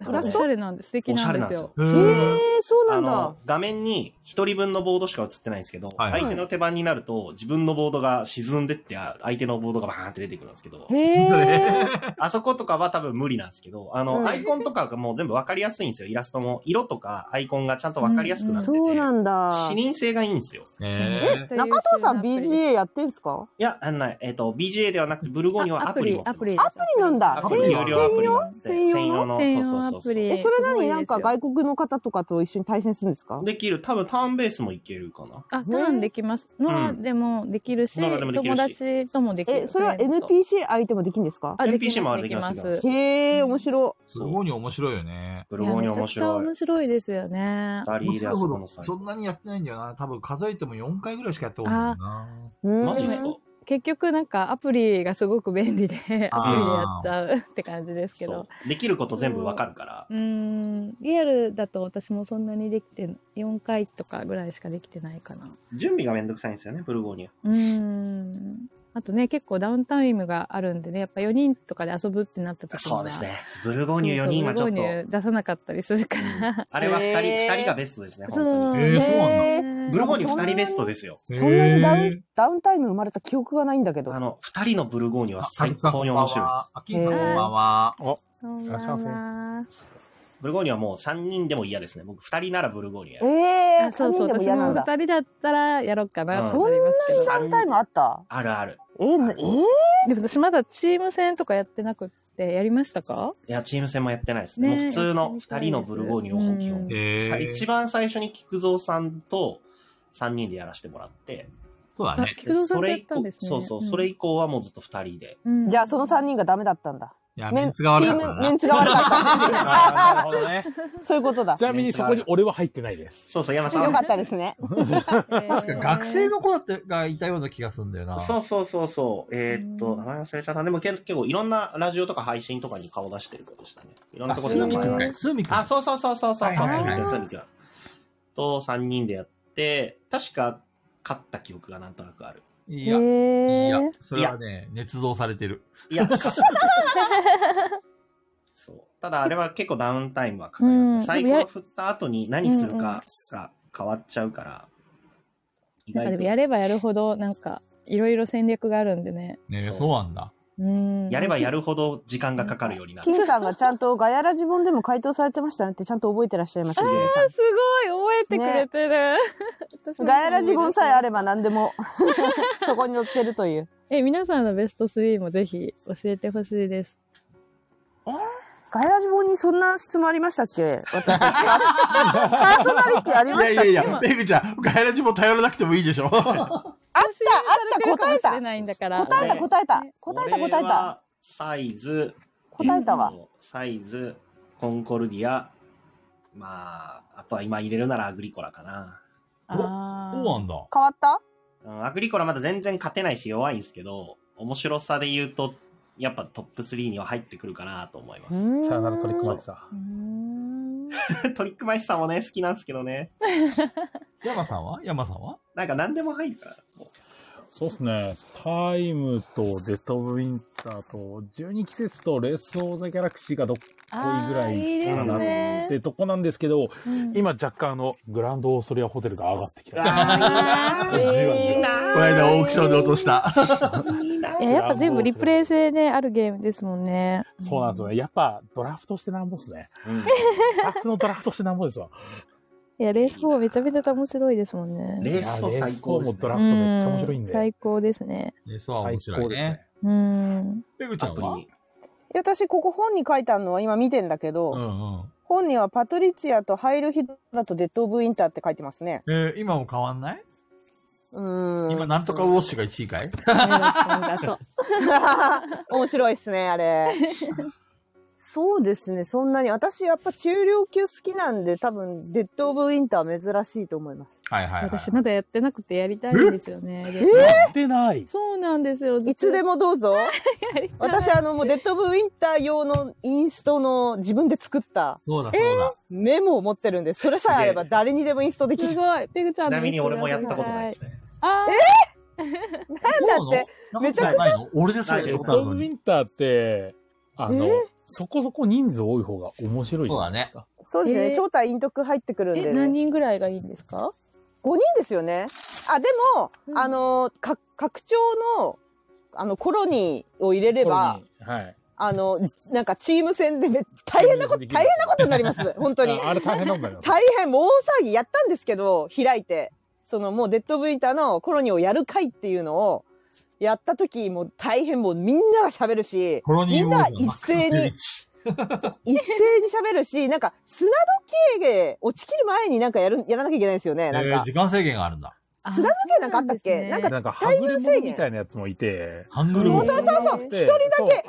E: なんかおしゃれなんで、素敵
C: おし
E: な
C: ゃれ
E: ん
C: な
E: で
C: ん
E: す
C: ですよ
E: よ。。
A: へ
D: へえ、そうな
C: あ
D: んだ
C: の。、画面に一人分のボードしか映ってないんですけど、
A: はいはい
C: 相手の手番になると、自分のボードが沈んでって、あ相手のボードがバーンって出てくるんですけど、
D: へえ。
C: あそことかは多分無理なんですけど、あの、
D: うん
C: アイコンとかがもう全部わかりやすいんですよ。イラストも、色とかアイコンがちゃんとわかりやすくなってて、
D: そうなんだ。
C: 視認性がいいんですよ。
A: えー、
E: という
D: 中藤さん
E: 優秀なアプリ
D: BGA やってんすか
C: いや、あのない、えっ、と、BGA ではなくて、ブルゴーニュはアプリを持って
E: ア
C: ます。
E: プリ
D: アプリなんだ
C: ア
A: ア
C: プ
A: プ
C: リ
A: リ
C: 有料アプリなんで
D: 専用の
E: 専用の
C: そうそうそうそう
E: アプリ
D: え、それな
E: すごいです
D: に
E: よ
D: なんか外国の方とかと一緒に対戦するんですか
C: できる、多分ターンベースもいけるかな。
E: あ、ターンできます。ノアでもできるし、
C: ノアでもできる
E: 友
C: し
E: 達ともできる。
D: え、それは
E: フレンドと
D: NPC 相手もできるんですか
E: あ、できます
C: NPC も
E: できます。
C: できます
E: い
D: へえ、面白
A: ブルゴーニュ面白いよね。
C: ブル
E: や
C: ゴーニュ
E: めちゃ
C: 面
E: くちゃ
C: 白い。
E: 面白いですよね。
C: 二人で遊ぶの最
A: そ
C: 高
A: んなにやってないんだよな。多分数えても4回ぐらいしかやったことないんだよな。
D: い。マ
C: マジっすか
E: 結局なんかアプリがすごく便利で、アプリでやっ
A: あー
E: ちゃうって感じですけ
C: そ
E: ど。
C: う。できること全部わかるから。
E: うーん、リアルだと私もそんなにできて、4回とかぐらいしかできてないかな。
C: 準備がめんどくさいんですよね、ブルゴーニュ。
E: うーん。あとね、結構ダウンタイムがあるんでね、やっぱ4人とかで遊ぶってなった時には
C: そうですね。ブルゴー
E: そう
C: ニュ4人はちょっ
E: ブ
C: と
E: ル。ゴーニュ出さなかったりするから。
C: あれは2人、
D: へー
C: 二人がベストですね、本
E: そ
C: 当
E: う。
A: えーそうなんだ
D: へ
C: に。
E: ね
C: ブルゴーニュ2人ベストですよ。
D: そんなにダウ
A: へ
D: ン、ダウンタイム生まれた記憶がないんだけど
C: あ。の、2人のブルゴーニュ
A: ー
C: は最高に面白いです。。
A: あ、キンさんこんばんは。
E: こんばんは。
C: ブルゴーニュはもう3人でも嫌ですね。僕2人ならブルゴーニュや
D: え
C: る。
D: え、
E: あそうそう、
D: 三人でも
E: 私
D: 嫌な
E: も
D: んだ。
E: 二人だったらやろうかな
C: うん
E: と思いますけど。
D: ダウンタイムあった
C: あるある。
D: え、なえ
E: でも私まだチーム戦とかやってなくって、やりましたか
C: いや、チーム戦もやってないですね。
E: ねえ
C: もう普通の2人のブルゴーニュを本気
E: う
C: を
E: ん。
A: え
C: さ
A: ー、
C: 一番最初に菊蔵さんと3人でやらせてもらって、
A: そうだね。
E: 菊蔵さん
C: そ
E: とや
C: れ
E: っ
C: 以
E: たん
C: 降、
E: ですね。
C: そうそう、それ以降はもうずっと2人で。
E: うん
D: じゃあその3人がダメだったんだ。
A: いや、
D: メ
A: メ
D: ン
A: ン
D: チ
A: ツが悪かった
D: ーム、メ
A: な
D: ン。ツが悪
B: あーな
D: かっ
B: るほどね。
D: た。そういうことだ。
B: ちなみにそこに俺は入ってないです。
C: そうそう、山さん。
D: よかったですね。
E: 確
A: 確か学生の子だってがいたような気がするんだよな。
C: そうそうそうそう。えーっ
E: う
C: と、
E: ん
C: 名前忘れちゃった。でもけん結構いろんなラジオとか配信とかに顔出してる子でしたね。いろんな
A: あ、
C: とこ
A: ス
C: ろで
A: ー
C: 名
A: ミ
C: 前
A: 君
C: が
A: か
C: ね
A: い。スーミ君
C: あ、そうそうそうそうそうそ
A: は
C: う。
A: いはいはい
C: そうそうそうと3人でやって、確か勝った記憶がなんとなくある。
A: い
E: へ
A: や、いや
E: ー、
A: それはね、捏造されてる。
C: い や、そう。ただあれは結構ダウンタイムはかかりますね、
E: うん
C: サイ
E: でも
C: コ
E: や
C: ロ振った後に何するかが変わっちゃうから。意
E: なんか
C: 外
E: でも
C: と
E: やればやるほどなんかいろいろ戦略があるんでね。
A: ね
C: そう
A: そうなんだ。
E: うん
C: やればやるほど時間がかかるようになる。
D: 金さんがちゃんとガヤラジ本でも回答されてましたねってちゃんと覚えてらっしゃいますね。
E: あーすごい覚えてくれてる。私も
D: ガヤラジ本さえあれば何で もそこに載ってるという。
E: え、皆さんのベスト3もぜひ教えてほしいです。
D: ガヤラジ本にそんな質問ありましたっけ私パーソナリティありま
A: や
D: し
A: い
D: たっ
A: や
D: け
A: いや、ベイビーちゃん、ガイラジ も頼らなくてもいいでしょ
D: あっ
E: 募集されて
D: た、あっ
E: る
D: た、答え
E: かも
D: た
E: しれ。ないんだから。
D: 答えた、答えた。答えた、答え
C: 俺
D: た。
C: はサイズ。
D: 答えたわ
C: っと。サイズ、コンコルディア、まあ、あとは今入れるならアグリコラかな。
E: あ
A: そう
E: ー
A: なんだ。
D: 変わった
C: うん、アグリコラまだ全然勝てないし弱いんですけど、面白さで言うと、やっぱトップ3には入ってくるかなと思いま
E: う
C: す。
E: ーん
B: さよならトリックマイスター。
E: うーん
C: トリックマイスターもね、好きなんですけどね。
A: 山さんは山さんは
C: なんか何でも入るから。
B: そうですね。タイムとデッド・オブ・ウィンターと、12季節とレース・オー・ザ・ギャラクシーがどっこいぐら
E: あー
B: い
E: いいですね
B: ってとこなんですけど、
E: うん
B: 今若干あの、グランド・オーストリアホテルが上がってきた。
C: あ
A: じわじわこの間オークションで落とした。
C: ーいいな
E: えやっぱ全部リプレイ性ねあるゲームですもんね。
B: そうなんですよね。やっぱドラフトしてなんぼっす ね。スタッフのドラフトしてなんぼですわ。
E: いやレース4めちゃめちゃ面白いですもんね。
C: レースと最高
B: いやレー
C: です、
B: スもドラ
E: う
B: フ
E: ん
B: トめっちゃ面白いんで
E: 最高ですね。
A: ね、そうは面白いね。。
E: うん。
A: ペグちゃ
C: ア
A: ん
C: プ
A: は
C: リ。
D: いや私、ここ本に書いてあるのは今見てんだけど、
A: うんうん。
D: 本にはパトリツィアとハイルヒドラとデッド・オブ・ウィンターって書いてますね。
A: えー、今も変わんないう
D: ーん。
A: 今、なんとかウォッシュが1位かい
E: そう。
D: 面白いっすね、あれ。そうですね、そんなに。私、やっぱ中量級好きなんで、多分、デッド・オブ・ウィンター珍しいと思います。
A: はいはい、はい。
E: 私まだやってなくてやりたいんですよね。で
B: やってない。
E: そうなんですよ。
D: いつで
E: も
D: もどうぞ。
E: やりたい。
D: 私、あの、もう、デッド・オブ・ウィンター用のインストの自分で作った
A: そうだそうだ。
D: メモを持ってるんで、それさえあれば誰にでもインストでき
E: す
D: る。
E: ごい。ペグちゃん
C: ち
E: の
C: なみに俺もやったことないですね。
E: あー
A: そうなの
D: だって
A: なんかないの俺ですらやったことあ
B: ド
A: る
B: ブ・
A: の
B: ウィ
A: に。
B: ンターって、あの
D: えー、
B: そこそこ人数多い方が面白いじ
A: そ
B: ゃ
A: うだ
B: ない
A: ね
B: です。か。
D: そうですね、
E: えー
D: 招待、陰徳入ってくるん
E: え
D: で、ね。
E: 何人ぐらいがいいんですか？
D: 5人ですよね。あ、でも、
E: うん
D: あの、か拡張の、あの、コロニーを入れれば、
B: ここにはい。
D: あの、なんかチーム戦でめ大変なこと、
B: チーム戦できる
D: 大変なことになります。本当に。
B: ああれ大変なんだよ。
D: 大変、もう大騒ぎやったんですけど、開いて。そのもうデッドブインターのコロニーをやる会っていうのを、やった時もう大変もうみんなが喋るし、
A: コロニー
D: みん
A: ウォー
D: な
A: ズの
D: 一
A: マックス
D: 斉に、一斉に喋るし、なんか砂時計で落ちきる前になんかやる、やらなきゃいけないんですよね。なん
A: 11。え。
D: か
A: ー、時間制限があるんだ。
E: 砂
D: 砂時計なんかあったっけなんか
B: なんか、はぐれ者みたいなやつもいて、
A: ハングル
D: そう
A: も
D: そうそうそう。一
B: で
D: 人だけ、
B: そう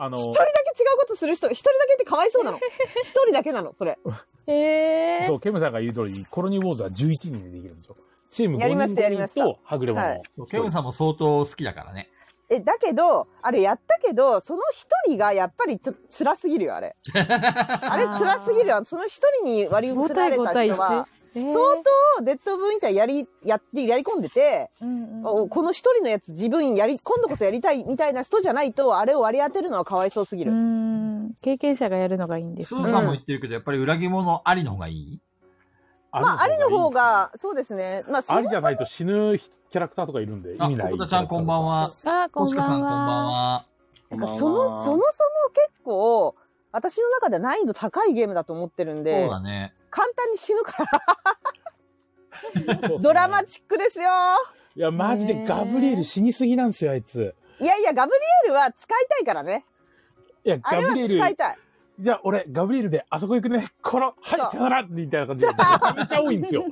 B: あの
D: 一人だけ違うことする人、一人だけってかわいそうなの。一人だけなの、それ。
E: え
B: そう、ケムさんが言う通り、コロニーウォーズは11人でできるんですよ。チーム
D: やりましたやり
B: 5
D: ま
B: 人
D: した
B: とはぐれ
D: は
B: 者
D: い。
A: ケムさんも相当好きだからね。
D: え、だけど、あれやったけど、その一人がやっぱりちょっと辛すぎるよ、あれ。あれ辛すぎるよ。その一人に割り振
E: 5
D: ら
E: 対
D: れ
E: 5
D: た
E: 対
D: 人
E: 1
D: は、。相当デッドブインターやり、やって、やり込んでて、
E: 当、うんうん
D: おこの一人のやつ自分やり、今度こそやりたいみたいな人じゃないと、あれを割り当てるのはかわいそうすぎ
E: う
D: る。
E: ん経験者がやるのがいいんです
A: ス
E: ね
A: ーさんも言ってるけど、やっぱり裏切り者ありの方がいい
D: まあ、ありの方、が、そうですね。まあ、そ
B: あ
D: も
B: りじゃないと死ぬキャラクターとかいるんで、意
A: あ、
B: 味ない。
A: ココタちゃんこんばんは。
E: あー
A: コ
E: こ
A: シ
E: ん
A: カ
E: ば
A: さんこん
E: ん
A: ばん
E: は
A: は。
D: なんかそも、そもそも結構、私の中では難易度高いゲームだと思ってるん
A: そう
D: で、
A: だね。
D: 簡単に死ぬから、
B: そうですね。
D: ドラマチックですよ
B: いや、マジでガブリエル死にすぎなんですよ、あいつ。
D: いやいや、ガブリエルは使いたいからね。
B: いや、
D: あ
B: ガ
D: れは
B: ブリ
D: 使
B: エ
D: い
B: ル、
D: たい。
B: じゃあ俺、ガブリエルであそこ行くね、この、はい、
D: そ
B: さ
D: う
B: よならみたいな感じで、めちゃ多いんです よ。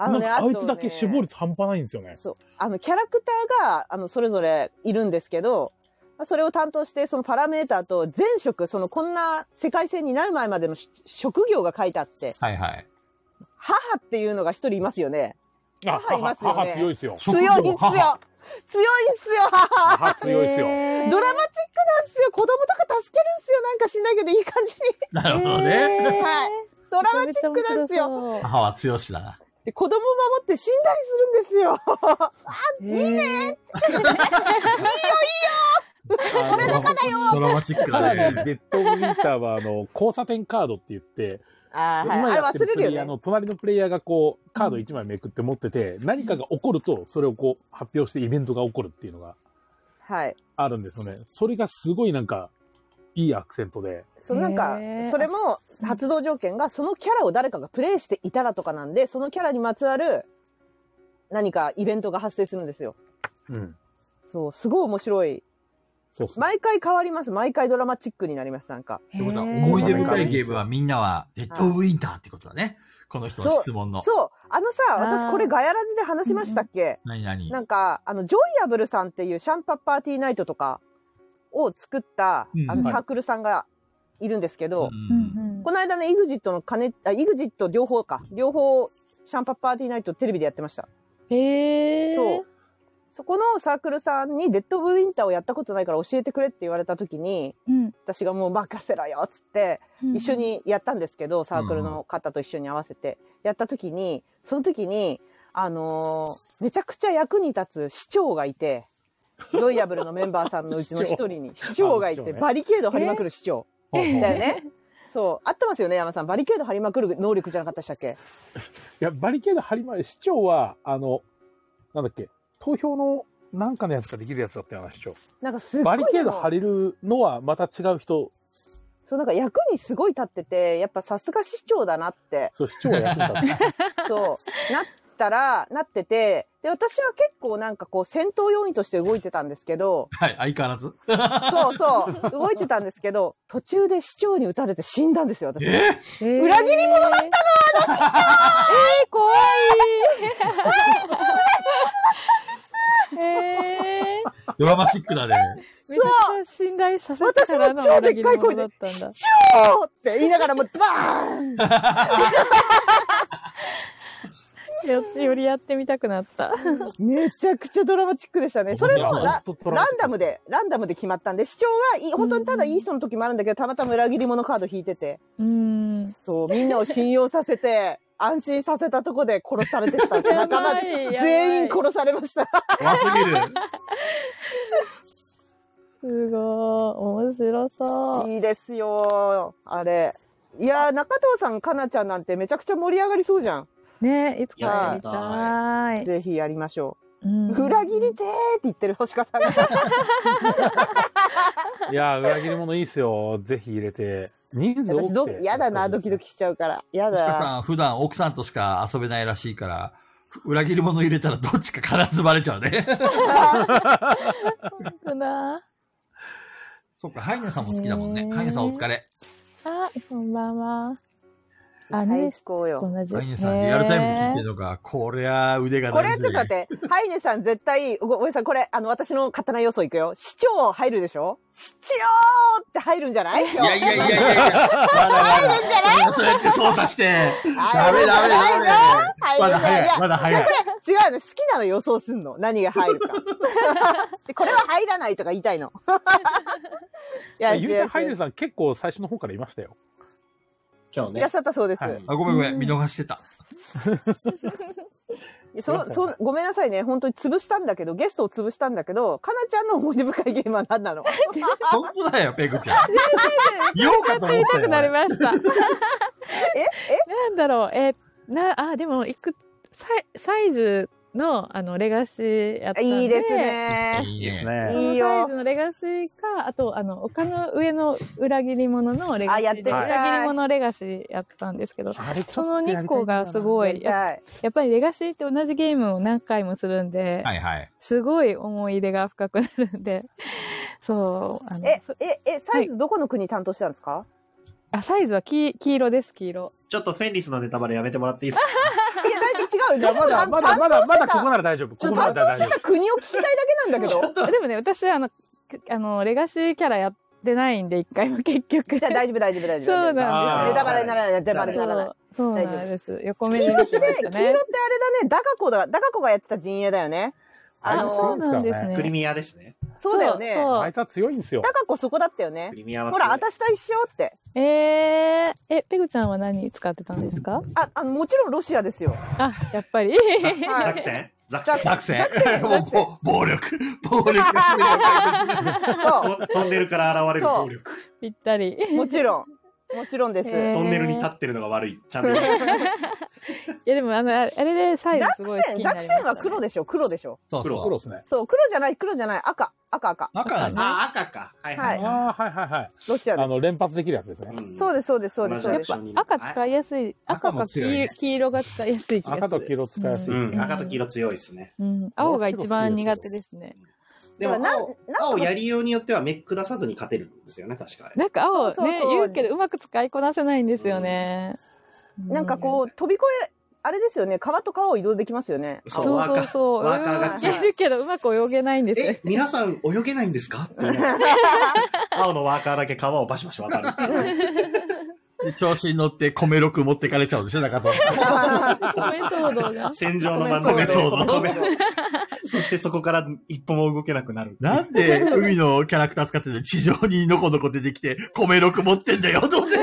D: あのね、
B: なんかあい
D: と
B: つ
D: ね
B: だけ死亡率半端ないんですよね。
D: そう。あの、キャラクターが、あの、それぞれいるんですけど、まあそれを担当して、そのパラメーターと前職、そのこんな世界線になる前までのし職業が書いてあって、
A: はいはい。
D: 母っていうのが一人いますよね。
B: あ、
D: 母いますよね
B: 母強いですよ。
D: 強いんすよ
A: 職業母
D: 強いんすよ 母
B: 母強いですよ。
D: ドラマチックなんすよ子供とか助けるんすよなんかしないけどいい感じに。
A: なるほどね。
D: はいドラマチックなんですよ。
E: よ
A: 母は強しだな。
D: で子供守って死んだりするんですよ。
E: いいね
B: あの
A: だからよドラマチック
B: かな
A: だ
B: り
A: ね。
B: デッド・オブ・ウィンターは、あの、交差点カードって言って、
D: あー
B: 今
D: はい、あれ
B: やって
D: 忘
B: るプレ
D: れ
B: イ
D: る
B: ヤー
D: よね。
B: の隣のプレイヤーがこう、カード1枚めくって持ってて、何かが起こると、それをこう、発表してイベントが起こるっていうのが、
D: はい。
B: あるんですよね。それがすごいなんか、いいアクセントで。
D: そのなんか
E: へー、
D: それも発動条件が、そのキャラを誰かがプレイしていたらとかなんで、そのキャラにまつわる何かイベントが発生するんですよ。
B: うん。
D: そう、すごい面白い。
B: そうっすね。
D: 毎回変わります。毎回ドラマチックになります、なんか。
A: ってことは、
E: へー
A: 思い出深いゲームはみんなは、デッド・オブ・ウィンターってことだね。この人の質問の。
D: そう、あのさ、
E: あ
D: 私
E: ー
D: これガヤラジで話しましたっけ
A: 何何
D: なんか、あの、ジョイアブルさんっていうシャンパッパーティーナイトとかを作った、
A: うん
D: あの
B: はい
D: サークルさんがいるんですけど、
A: うん
E: うん
D: この間ね、イグジットの金、あ、イグジット両方か。両方、シャンパッパーティーナイトテレビでやってました。
E: うん。へえ。
D: そう。そこのサークルさんに、デッド・オブ・ウィンターをやったことないから教えてくれって言われた時に、
E: うん。
D: 私がもう任せろよっつって、
E: うん。
D: 一緒にやったんですけど、サークルの方と一緒に合わせて、やった時に、その時に、あのーめちゃくちゃ役に立つ市長がいて、ロイヤブルのメンバーさんのうちの一人に市長がい
B: あ市
D: て、
B: 長ね
D: バリケード張りまくる市長。
B: ほうほう
D: だよね。そう。合ってますよね、山さん。バリケード張りまくる能力じゃなかったでしたっけ
B: いや、バリケード張り前、市長は、あの、なんだっけ、投票のなんかのやつができるやつだったよな、市長。
D: なんかすっご
B: バ
D: い
B: リケード
D: でも
B: 張れるのはまた違う人、
D: そうなんか役にすごい立っててやっぱさすが市長だなって
B: そう、市長がやってたん です。
D: そう なったらなっててで私は結構なんかこう戦闘要員として動いてたんですけど
A: はい、相変わらず。
D: そうそう動いてたんですけど途中で市長に撃たれて死んだんですよ私
A: え
E: へー
D: 裏切り者だったの
E: えー、怖い。えー、
A: ドラマチックだね。
E: めちゃくちゃ信頼させてからの
D: 私も超
E: 裏
D: で
E: 切
D: っ
E: り
D: かい声
E: 者
D: で
E: だったんだ。
D: 長って言いながらもうバーン
E: よよりやってみたくなった。
D: めちゃくちゃドラマチックでしたねそれも
A: そう
D: ラ
B: 本当ドラ
D: ラ
B: マチック
D: ンダムでランダムで決まったんで市長がいい本当にただいい人の時もあるんだけどたまたま裏切り者カード引いてて。
E: うん。
D: そう、みんなを信用させ て、安心させたとこで殺されて ったんです。
E: や
D: 仲
E: ば
D: 間
E: いやばい
D: 全員殺されました。
A: 怖すぎ る。
E: すごい。面白そう。
D: いいですよ、あれ。いやー、中藤さん、かなちゃんなんてめちゃくちゃ盛り上がりそうじゃん。
E: ねいつかや
D: や
E: り
D: り
E: た
C: た
E: い。
D: ぜひやりましょ
E: うん
D: う。裏切りてーって言ってる星川さんが。
B: いやー、裏切り者いいっすよ。ぜひ入れて。人数多
D: 私
B: く
D: ど
B: て。
D: やだな、ドキドキしちゃうから。や
A: 星川
D: だ。
A: さん、普段奥さんとしか遊べないらしいから、裏切り者入れたらどっちか必ずバレちゃうね。
E: 本当だ。
A: そっか、ハイネさんも好きだもんね。ハイネさんお疲れ。
E: あ、こんばんは。あ、
D: 最
E: ね
D: 高よ
E: 同じ。
A: ハイネさん、リアルタイムで聞いてるのか。こりゃ、腕が
D: これ
A: ない
D: ちょっと 待って、ハイネさん絶対、ごごめんなさい、これ、あの、私の勝手な予想いくよ。市長入るでしょ市長って入るんじゃない
A: いやいやいやいやいや。まだまだ。そうやって操作して。ダメダメダメダメ。まだ早い、まだ早い。
D: 違うの、好きなの予想すんの。何が入るか。でこれは入らないとか言いたいの。いや、
B: あゆう
D: 違
B: た
D: う
B: ハイ
D: 違
B: ネ
D: う
B: さん結構最初の方からいましたよ。
C: 今日
D: いら
C: ね
D: っし。ゃったそうです。
B: はい
A: あ、ごめんごめん。見逃してた。
D: そそうごめんなさいね、本当に潰したんだけど、ゲストを潰したんだけど、かなちゃんの思い出深いゲームは何なの
A: 本当だよ、ペグちゃん。言おうかと思
E: 言い
A: った
E: たく
A: よ。
E: なりまし た。
D: え
E: なんだろう、え、な、あ、でも、いく、サイ、サイズの、あの、レガシーやった
D: え
E: んで。
D: いいです
A: 俺
D: ね。
A: いい
B: です
A: ね。
E: そ
B: ね。
E: の
D: いいよ
E: サイズのレガシーか、あと、あの、丘の上の裏切り者のレガシ
D: あやっ
E: ー
D: て
E: で、
D: みたい
E: 裏切り者レガシーやったんですけど、
B: あれ
E: その2個がすご
D: や
E: い
D: り
E: や、
D: たい。
E: やっぱりレガシーって同じゲームを何回もするんで、
A: はいはい。
E: すごい思い入れが深くなるんで、 そう、あの、
D: え
E: そ、
D: え、え、サイズどこの国担当したんですか、
E: あサイズは黄黄色です、黄色。
C: ちょっとフェンリスのネタバレやめてもらっていい ですか
D: い、や、大体違うよ。
B: まだ、まだ、まだ、まだここなら大丈夫。こ
D: ちょ
B: こ
D: 担
B: なら大
D: 当して
B: 丈
D: た国を聞きたいだけなんだけど。
E: でもね、私、あの、くあの、レガシーキャラやってないんで、一回も 結局。
D: じゃあ大丈夫、大丈夫、大丈夫。
E: そうなん
B: あー
E: です。
D: ネタバレにならない、ネタバレにならない。
E: そうそうなんです。横目で
D: 黄色
E: 見
D: って
E: てま
D: ね、
E: した
D: 黄色って。
E: ね
D: あれだね、ダカ子だ、ダカ子がやってた陣営だよね。
B: あ
D: あ
B: れ
D: の、
B: そ
E: そう
D: そうう
E: なんですね。
C: クリミアですね。
D: だよね。
E: そう
B: 夫。あいつは強いんですよ
D: ダ。カ子そこだったよね
C: ク。リミアは
D: ほ
C: 強い
D: ら、私と一緒って。
E: えー、え、ペグちゃんは何使ってたんですか
D: あ、あの、もちろんロシアですよ。
E: あ、やっぱり。
C: ザ
D: は
C: ク
D: い。
C: センザクセン
A: 作戦もうぼ暴力。暴力。
D: そ
C: と飛んでるから現れる暴力。
E: ぴったり。
D: う、もちろん。もちろんです。
E: えー
D: ダ
C: トンネルに立ってるのが悪い。ちゃんと言う。
E: いやでもあのあれでサイズすごい
D: ックセ
E: 好き
D: ン、
E: に
D: ダ
E: な
D: ッ
E: り
D: ク
E: ま
D: セ
E: し
D: ン
E: た、
D: は
E: ね。
D: 黒でしょ、黒でしょ。
A: そう
B: 黒
A: そう。
B: ですね。
D: そう、黒じゃない、黒じゃない、赤、赤、赤。
A: 赤だね。
C: あ、赤か。はいは
D: はいい
C: は
B: ああ、はいはいはい。
D: ロシア
B: あ
D: です。
B: の、連発できるやつですね。
C: い。
D: そうです、そうです、そうです、
C: 同じ
D: そう
E: や
D: で
E: っ
D: す。
E: ぱ赤使いやすい。
A: 赤
E: 赤
A: も
E: か
A: 強いね
E: 黄黄色が使いやすい気がする。
B: 赤と黄色使いやすい
C: うん
E: うん
C: 赤と黄色強いですね。
E: うん、青が一番苦手ですね。
C: でも
D: だからなん
C: 青、青やりようによっては目下さずに勝てるんですよね、確かに。
E: なんか青
D: そうそう
E: ね
D: そう
E: 言うけどうまく使いこなせないんですよね。
D: なんかこう、飛び越え、あれですよね、川と川を移動できますよね。
E: うんそうそうそう
C: ワーカーワーカーが強い。
E: 泳げるけどうまく泳げないんですよ
C: え、。皆さん泳げないんですかって言いながら青のワーカーだけ川をバシバシ渡る。
A: で調子に乗って米六持ってかれちゃうんでしょ、中藤さん。
E: 米騒動が。
C: 戦場の真ん
A: 米
C: 中で
A: 騒動
C: 米そしてそこから一歩も動けなくなる。
A: なんで海のキャラクター使ってて地上にのこのこ出てきて米六持ってんだよ、と思って。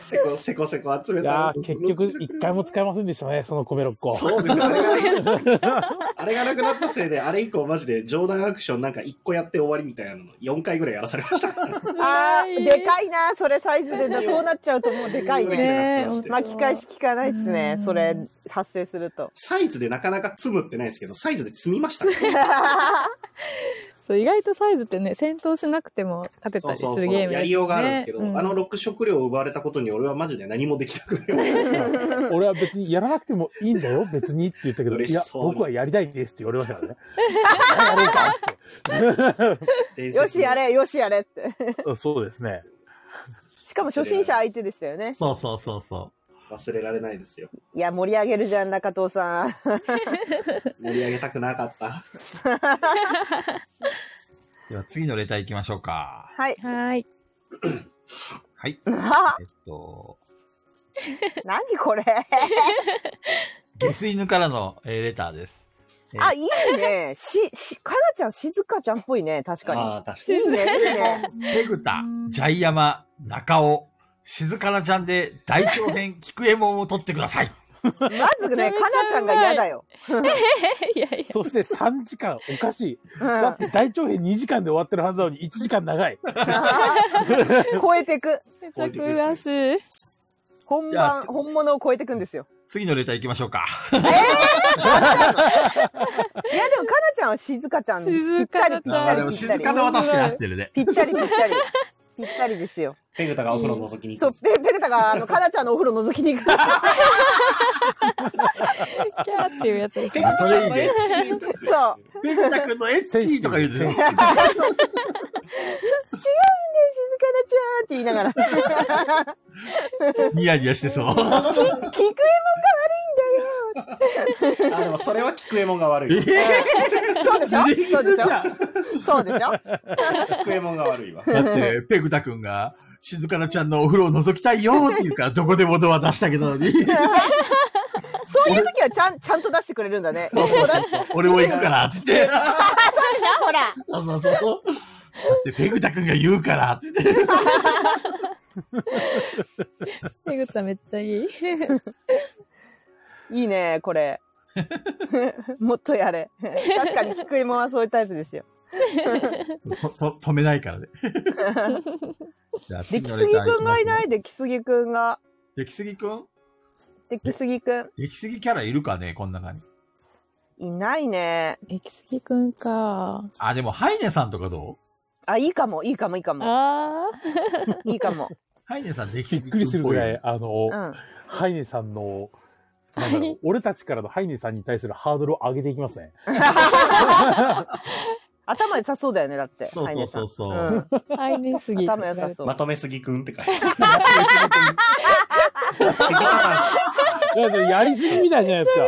C: せこせこせこ集め
B: い
C: た
B: や
C: ら
B: ー、結局、一回も使えませんでしたね、その米6個。
C: そうですよあれがなく あれがなくなったせいで、あれ以降マジで冗談アクションなんか1個やって終わりみたいなの4回ぐらいやらされましたからね。
D: あ
E: 辛
D: ー
E: い
D: でかいな、それサイズでな、そうなっちゃうともうでかいね。
E: ねえ
D: 巻き返し効かないですね
E: う、ん
D: それ、発生すると。
C: サイズでなかなか積むってないですけど、サイズで積み ましたね。
E: そう意外とサイズってね戦闘しなくても勝てた
C: そう
E: りす
C: そう
E: る
C: そう。
E: ゲーム
C: やりようがあるんですけど、
E: ねうん
C: あの6食料を奪われたことに俺はマジで何もできなくなりました。
B: 俺は別にやらなくてもいいんだよ、別にって言ったけど、い
C: 嬉し
B: や、
C: そうに
B: 僕はやりたいですって言われましたからね。やろうか
C: 伝説の
D: よしやれ、よしやれって。
B: って そうですね。
D: しかも初心者相手でしたよね。
A: そうそうそうそ
C: 忘れられないですよ。
D: いや、盛り上げるじゃん、中藤さん。
C: 盛り上げたくなかった。
A: う。では次のレター行きましょうか。
D: はい。
E: はい
A: はい。
D: な
A: えっと、
D: 何これ。
A: 下水犬からのえーレターです。
D: あ、いいね。し、し、かなちゃん、静香ちゃんっぽいね、確か
C: ああ、確か
D: に。
C: に。
D: いいね、いいね。
A: ペグタ、ジャイヤマ、中尾、静かなちゃんで大長編、菊右衛門を取ってください。
D: まずね、かなちゃんが嫌だよ。
E: いやいや
B: そして3時間、おかしい。
D: うん
B: だって大長編2時間で終わってるはずなのに1時間長い。
D: 超えていく。
E: めちゃ悔しい
D: 本
A: いや
D: 番、本物を超えていくんですよ。
A: 次のレター行きましょうか。
D: いや、でも、かなちゃんは静香ちゃんです。ぴっ
E: 静
D: た
E: か
D: り
E: なちゃん
D: ぴっ
A: あ
D: た
A: ー
D: り
A: でも
D: ぴっ
A: 静
D: たり
A: かなは確かに合ってるね。
D: ぴったりぴったり。ぴったりですよ。
C: ペグタがお風呂覗きに
D: そ
C: 行
D: う
C: く。、
D: ペペクタが、あの、かなちゃんのお風呂覗き に行く。
E: キャーっていうやつです
C: ペ
E: ね
C: グタさんのエッチ
D: そう。
A: ペグタ君のエッチーとか言うでしょ。
D: 違うんだよ、静かなちゃんって言いながら。
A: ニヤニヤして そう。
D: 聞く
C: あ、でもそれは菊右衛門が悪
A: え
C: いわ。
A: ー
D: そうでしょそうでしょそうでしょ
C: 菊右衛門が悪いわ。
A: だって、ペグタ君が、静かなちゃんのお風呂を覗きたいよって言うから、どこでもドア出してあげたのに、
D: そういう時はちゃん、ちゃんと出してくれるんだね。そうだそうでし
A: 俺も行くからって言って、
D: ょほら。
A: そうそうそうそう。だって、ペグタ君が言うからって言って、
E: 手口めっちゃいい
D: いいね、これ。 もっとやれ。確かに、菊芋はそういうタイプですよ。
A: とと止めないからね。 じゃあ
D: で
A: 次
D: き
A: の
D: す
A: レ
D: ぎ
A: ター
D: くんがい
A: い
D: な
A: きますね
D: いできすぎくんが。
A: 出来すぎくん
D: できすぎくん。
A: 出来すぎキャラいるかねこん中に。
D: いないね。
E: エキスギくんか
A: あ、でも、ハイネさんとかどう
D: あ、いいかも、いいかも、いいかも。
E: あー
D: いいかも。
A: ハイネさん出来
B: び
A: す
B: っ
A: ぎ
B: くりするぐらい、あの
D: う、ん。
B: ハイネさんの、なんだろ
E: は
B: う、俺たちからのハイネさんに対するハードルを上げていきますね。
D: 頭良さそうだよね、だって。
A: そう
D: ハイ
A: そう
D: ネさ
A: そ
D: ん
A: うそう。
D: うん
E: ハイネすぎ
D: 頭良さそう
C: ま。とめすぎくんって書いて
B: いやそれやりすぎみたいじゃないですか。
C: あ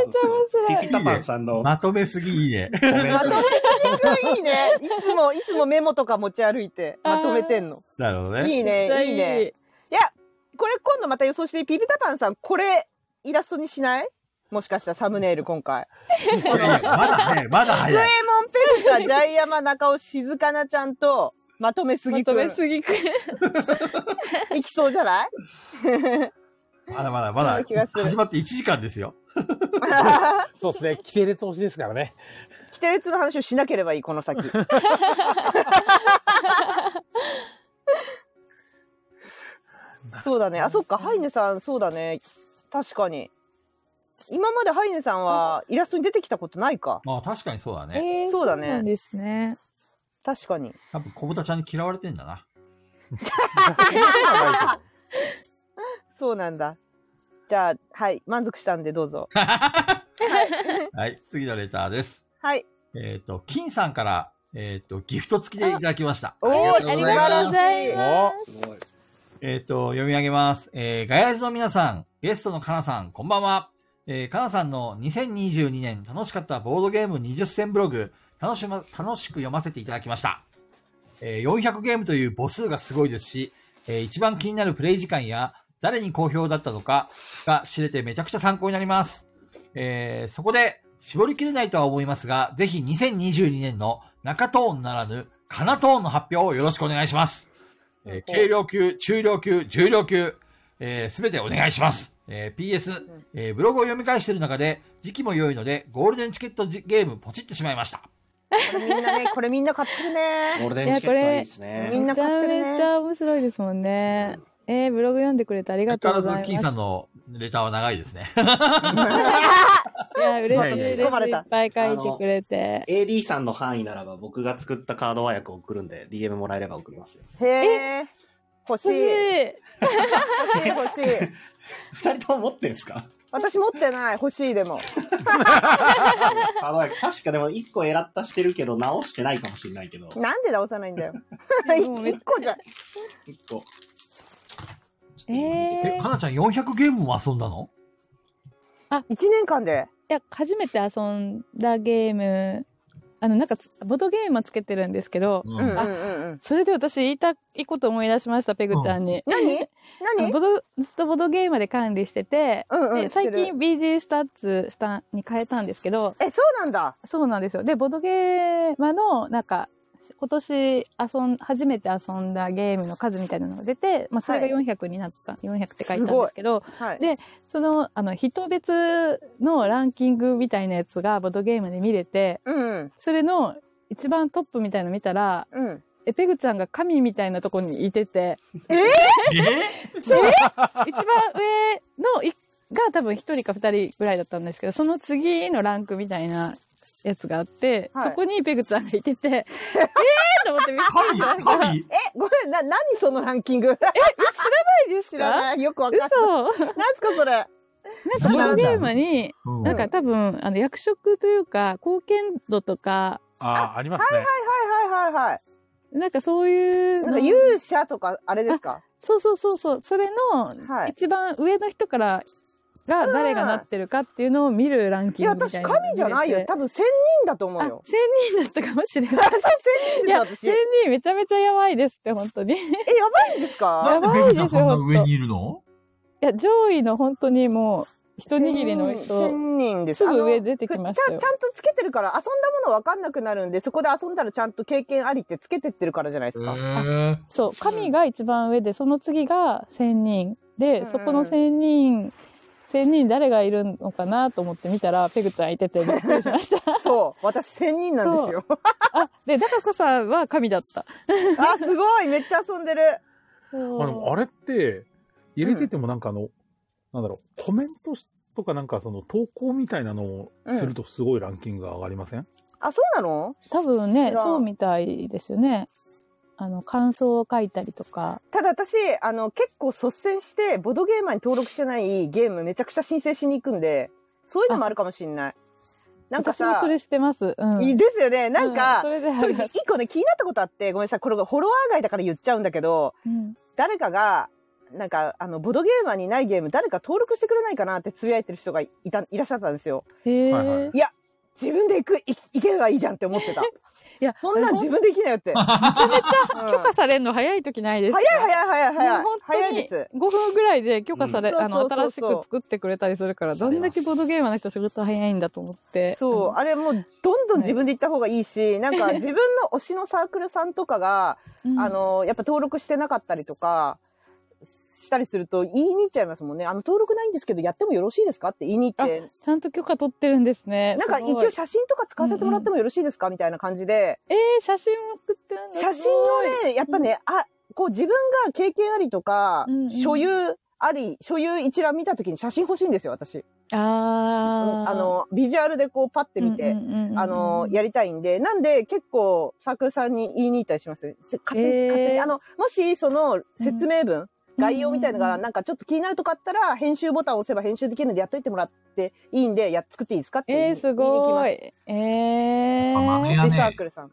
C: る。ピピタパンさんの
A: まとめすぎいい ね。
C: コメン
D: ま
C: ト
D: と
C: に
D: めすぎくんいいね。いつも、いつもメモとか持ち歩いて、まとめてんの。
A: なるほどね。
D: いいね、いいね。いや、これ今度また予想して、ピピタパンさん、これ、イラストにしないもしかしたらサムネイル今回。
A: いやいやまだ早い、まだ
D: ズエモ
A: 早い。
D: ンペルサ、ジャイアマ、中尾、静かなちゃんと、まとめす
E: ま
D: ぎ
E: と
D: くん。
E: め
D: い
E: すぎくん
D: きそうじゃない
A: まだまだまだ
D: そんな気がす、る
A: 始まって1時間ですよ。
B: そうですね。規定列推しですからね。
D: キテレツの話 をしなければいい、この先。そうだね。あ、そっか。ハイネさん、そうだね。確かに。今までハイネさんはイラストに出てきたことないか。
A: ああ、確かにそうだね。
E: えー、
D: そうだね
E: なんですね。
D: 確か に。
A: 多分、小豚ちゃんに嫌われてんだな。
D: そうなんだ。じゃあ、はい。満足したんで、どうぞ。
A: はい、次のレターです。
D: はい。
A: えっ、と、金さんから、えっ、と、ギフト付きでいただきました。
D: おー
A: あり
E: あ
A: がとう
E: り
A: ございます
E: がとうございます。
C: すごい。
A: えっ、と、読み上げます。えー、ガヤラジの皆さん、ゲストのカナさん、こんばんは。えー、カナさんの2022年楽しかったボードゲーム20選ブログ、楽しま、楽しく読ませていただきました。えー、400ゲームという母数がすごいですし、えー、一番気になるプレイ時間や、誰に好評だったのかが知れてめちゃくちゃ参考になります。えー、そこで、絞りきれないとは思いますが、ぜひ2022年の中トーンならぬ、カナトーンの発表をよろしくお願いします。えー軽量級、中量級、重量級、えーすべてお願いします。えー PS、えーブログを読み返している中で、時期も良いので、ゴールデンチケットじゲームポチってしまいました。
D: これみんなね、これみんな買ってる
C: ゴ
D: ね。
C: ールデンチケットいいですね。
D: みん
E: め
D: な
E: ち
D: 買っ
E: ゃ
D: てるね
E: めちゃ面白いですもんね。えー、ブログ読んでくれてありが
A: 相
E: とう
A: 変
E: ご
A: わ
E: ざ
A: らず、
E: い
A: 金
E: ます
A: さん。のレターは長いですね。
E: いや、嬉しい
A: いやいや
E: で
A: い
E: す。
A: や
E: いっぱい書いてくれて。
C: AD さんの範囲ならば僕が作ったカード和訳を送るんで DM もらえれば送りますよ。
D: へえ。欲しい
E: 欲。しい。
D: 欲しい、欲しい。
C: 二人とも持ってんすか
D: 私持ってない。欲しい、でも。
C: カード和訳確かでも一個エラッタしてるけど直してないかもしれないけど、
D: なんで直さないんだよ。
E: いやもうめ
D: 一個じゃ。
C: 一個。
E: え
A: え、
E: ー
A: かなちゃん400ゲームも遊んだの
D: 一年間で。
E: いや初めて遊んだゲームあのなんかつボードゲームはつけてるんですけど、
A: う
D: うんうん
A: ん。
D: うんうん。
E: それで私言いたいこと思い出しましたペグちゃんに。
D: 何
E: あの
D: 何
E: ボドずっとボードゲームで管理してて、
D: うんうん
E: で
D: 知って
E: 最
D: る
E: 近 BG スタッツスタに変えたんですけど
D: え、そうなんだ。
E: そうなんですよでボードゲーマーのなんか今年遊ん初めて遊んだゲームの数みたいなのが出て、まあ、それが400になった、400って書いたんですけど
D: はい。
E: でそのあの人別のランキングみたいなやつがボードゲームで見れて
D: うん
E: それの一番トップみたいの見たら
D: うん。
E: えペグちゃんが神みたいなとこにいてて
A: え
E: 一番上のいが多分1人か2人ぐらいだったんですけどその次のランクみたいなやつがあって、
D: はい
E: そこにペグちゃんがい ててえーと思ってびっくりし
A: 神
E: た
A: 神
D: え、ごめん、な、何そのランキング
E: いです
D: 知らない。よくわかんない。
E: 嘘
D: 何すか、それ。
E: なんかボードゲームに
A: うん
E: なんか多分あの役職というか貢献度とか
B: ああ、ありますね。
D: はいはいはいはいはい。
E: なんかそういう
D: なん
E: の
D: か勇者とか、あれですか。
E: そうそうそうそう。それの
D: はい
E: 一番上の人からが
D: うん
E: 誰がなってるかっていうのを見るラン
D: い
E: キン
D: や、
E: グみた
D: 私
E: いなのが
D: 神じゃないよ
E: 出。て
D: 多分千人だと思うよ
E: あ、。千人だったかもしれ
D: あ
E: な
D: そ
E: い。
D: う、千人
E: い
D: です
E: や、
D: 私。
E: 千
D: え、
E: 人めちゃめちゃやばいですって、本当に。い
D: やばいんです
A: な
D: か
A: んでペグちゃんそんな上にいるの
E: や、上位の本当にもう、一握りの人。
D: 千人です。
E: すぐ上
D: あの
E: 出てきました
D: ちゃ
E: よ
D: んちゃんとつけてるから、遊んだものわかんなくなるんで、そこで遊んだらちゃんと経験ありってつけてってるからじゃないですか。
A: え
E: そう、神が一番上で、その次が千人。
D: う
E: で
D: ん、
E: そこの千人、千人誰がいるのかなと思って見たら、ペグちゃんいててびっくりしました。
D: そう。私千人なん ですよ。
E: あ、で、高子さんは神だった。
D: あ、すごい。めっちゃ遊んでる。
B: あでもあれって、入れててもなんかあの、なんだろう、コメントとかなんかその投稿みたいなのをするとすごいランキングが上がりま せん、
D: あ、そうなの
E: 多分ね
D: 知らん
E: そうみたいですよねあの感想を書いたりとか
D: ただ私、あの、結構率先して、ボードゲーマーに登録してないゲームめちゃくちゃ申請しに行くんで、そういうのもあるかもしんない。なんか
E: 私も
D: さ
E: そ、れしてます、うん、
D: いいですよね。なん
E: う
D: か
E: そ、れで
D: それで一個ね、気になったことあって、ごめんなさい。これがフォロワー外だから言っちゃうんだけど、
E: うん
D: 誰かが、なんか、あの、ボードゲーマーにないゲーム、誰か登録してくれないかなってつぶやいてる人がいた、いらっしゃったんですよ。
E: へえ、
B: はいはい
E: い
D: 自分で行く、い行けばいいじゃんって思ってた。
E: や
D: そんなん自分で行きなよって。早い
E: めちゃめちゃ
D: うん
E: 許可されるの早い時ないですか
D: 早い早い早い
E: もう。
D: 早
E: 本当
D: いで
E: に
D: す。
E: 5分ぐらいで許可され、
D: うん
E: あ
D: そうそ
E: の
D: うそう
E: 新
D: そ
E: し
D: う
E: く作ってくれたりするからどんだけボードゲーマーの人仕事早いんだと思って
D: そう、
E: ん
D: あれもうどんどん自分で行った方がいいし、なんか自分の推しのサークルさんとかが、
E: うん
D: あの、やっぱ登録してなかったりとか、したりすると言いに行っちゃいますもんね。あの、登録ないんですけど、やってもよろしいですかって言いに行って、
E: ちゃんと許可取ってるんですね
D: なんか
E: すごい
D: 一応写真とか使わせてもらってもよろしいですかみたいな感じで、
E: えー、写真も送ってるんだ
D: 写真をね、やっぱね、あ、こう自分が経験ありとか、
E: うんうん
D: 所有あり、所有一覧見たときに写真欲しいんですよ、私。
E: あー
D: あの、ビジュアルでこうパッて見て、
E: うんうんうんうん
D: あの、やりたいんで、なんで結構、サークルさんに言いに行ったりします。せ勝手に、
E: へー
D: 勝手に。あの、もしその説明文、概要みたいの
E: うんうん
D: が、
E: うん
D: なんかちょっと気になるとかあったら、編集ボタンを押せば編集できるのでやっといてもらっていいんで、やっ作っていいですかって言い
E: えー、すご
D: 言いに
E: い。え
A: あ
E: ー
A: 豆
D: 行き
A: や
D: ま
A: ね
D: す。サークルさん。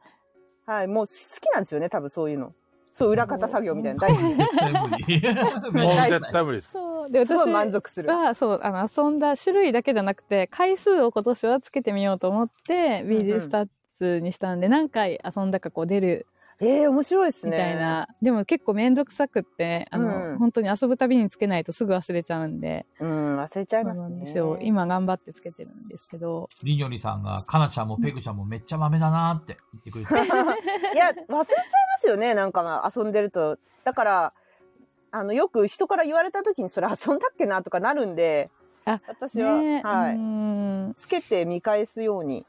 D: はい、もう好きなんですよね、多分そういうの。そう、裏方作業みたいな。大好き
A: 絶対無理。
B: もう
D: 大事
B: 絶対無理です。
E: そう。で、
D: す
E: 私
D: ごい満足する。
E: は、そう、あの、遊んだ種類だけじゃなくて、回数を今年はつけてみようと思って、
D: ん
E: BJ スタッツにしたんで、何回遊んだかこう出る
D: ええ面白いです
E: み
D: ね。
E: たいな。でも結構めんどくさくって、あの、
D: うん
E: 本当に遊ぶたびにつけないとすぐ忘れちゃうんで、
D: うん、忘れちゃい
E: そ
D: ま
E: う
D: すね。
E: なんですよ。今頑張ってつけてるんですけど、
A: りんよりさんが、かなちゃんもペグちゃんもめっちゃ豆だなーって言ってくれて。
D: いや、忘れちゃいますよね、なんか遊んでると。だから、あの、よく人から言われた時にそれ遊んだっけなとかなるんで、
E: あ
D: 私は、
E: ね
D: は
E: う
D: い。
E: ん
D: つけて見返すように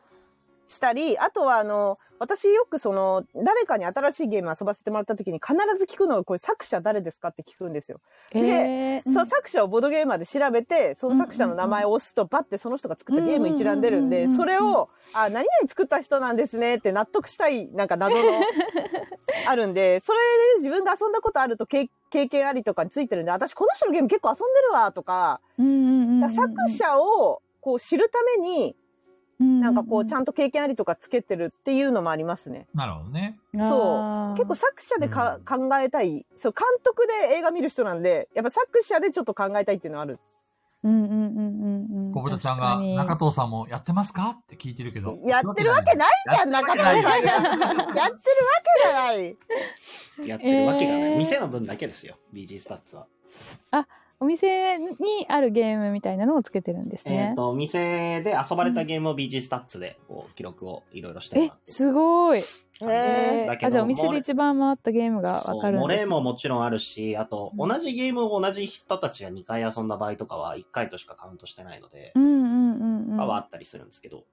D: したり、あとはあの、私よくその、誰かに新しいゲーム遊ばせてもらった時に必ず聞くのが、これ作者誰ですかって聞くんですよ。で
E: えー
D: その作者をボードゲーマーで調べて、その作者の名前を押すと、バッてその人が作ったゲーム一覧出るん
E: うんうん
D: で
E: うんう、ん
D: それを、あ、何々作った人なんですねって納得したい、なんか謎の、 あるんで、それで自分が遊んだことあると経経験ありとかについてるんで、私この人のゲーム結構遊んでるわ、とか、
E: うんうんうんうん
D: だから作者を、こう知るために、なんかこう、ちゃんと経験ありとかつけてるっていうのもありますね。
A: なるほどね。
D: そう。結構作者でか、考えたい。そう、監督で映画見る人なんで、やっぱ作者でちょっと考えたいっていうのはある。
E: うんうんうんうんうん。
A: 小豚ちゃんが、中藤さんもやってますかって聞いてるけど。
D: やってるわけないじゃん、中田さんが。やってるわけじゃない。
C: やってるわけがない、
E: えー
C: 店の分だけですよ BG スタッツは、
E: お店にあるゲームみたいなのをつけてるんです
C: えっ、
E: ね。
C: と店で遊ばれたゲームを BG スタッツでこう記録をいろいろしても
E: え
C: らって、
E: すごい。
D: え
E: え
D: ー
C: だ
E: ー
C: けど
E: あ、じゃあお店で一番回ったゲームがわかる
C: そ
E: ん
C: う
E: で
C: 漏れ
E: す
C: も
E: ね。
C: もちろんあるし、あと、
E: うん
C: 同じゲームを同じ人たちが2回遊んだ場合とかは1回としかカウントしてないので
E: う、んうんうんうん。
C: とかはあったりするんですけど、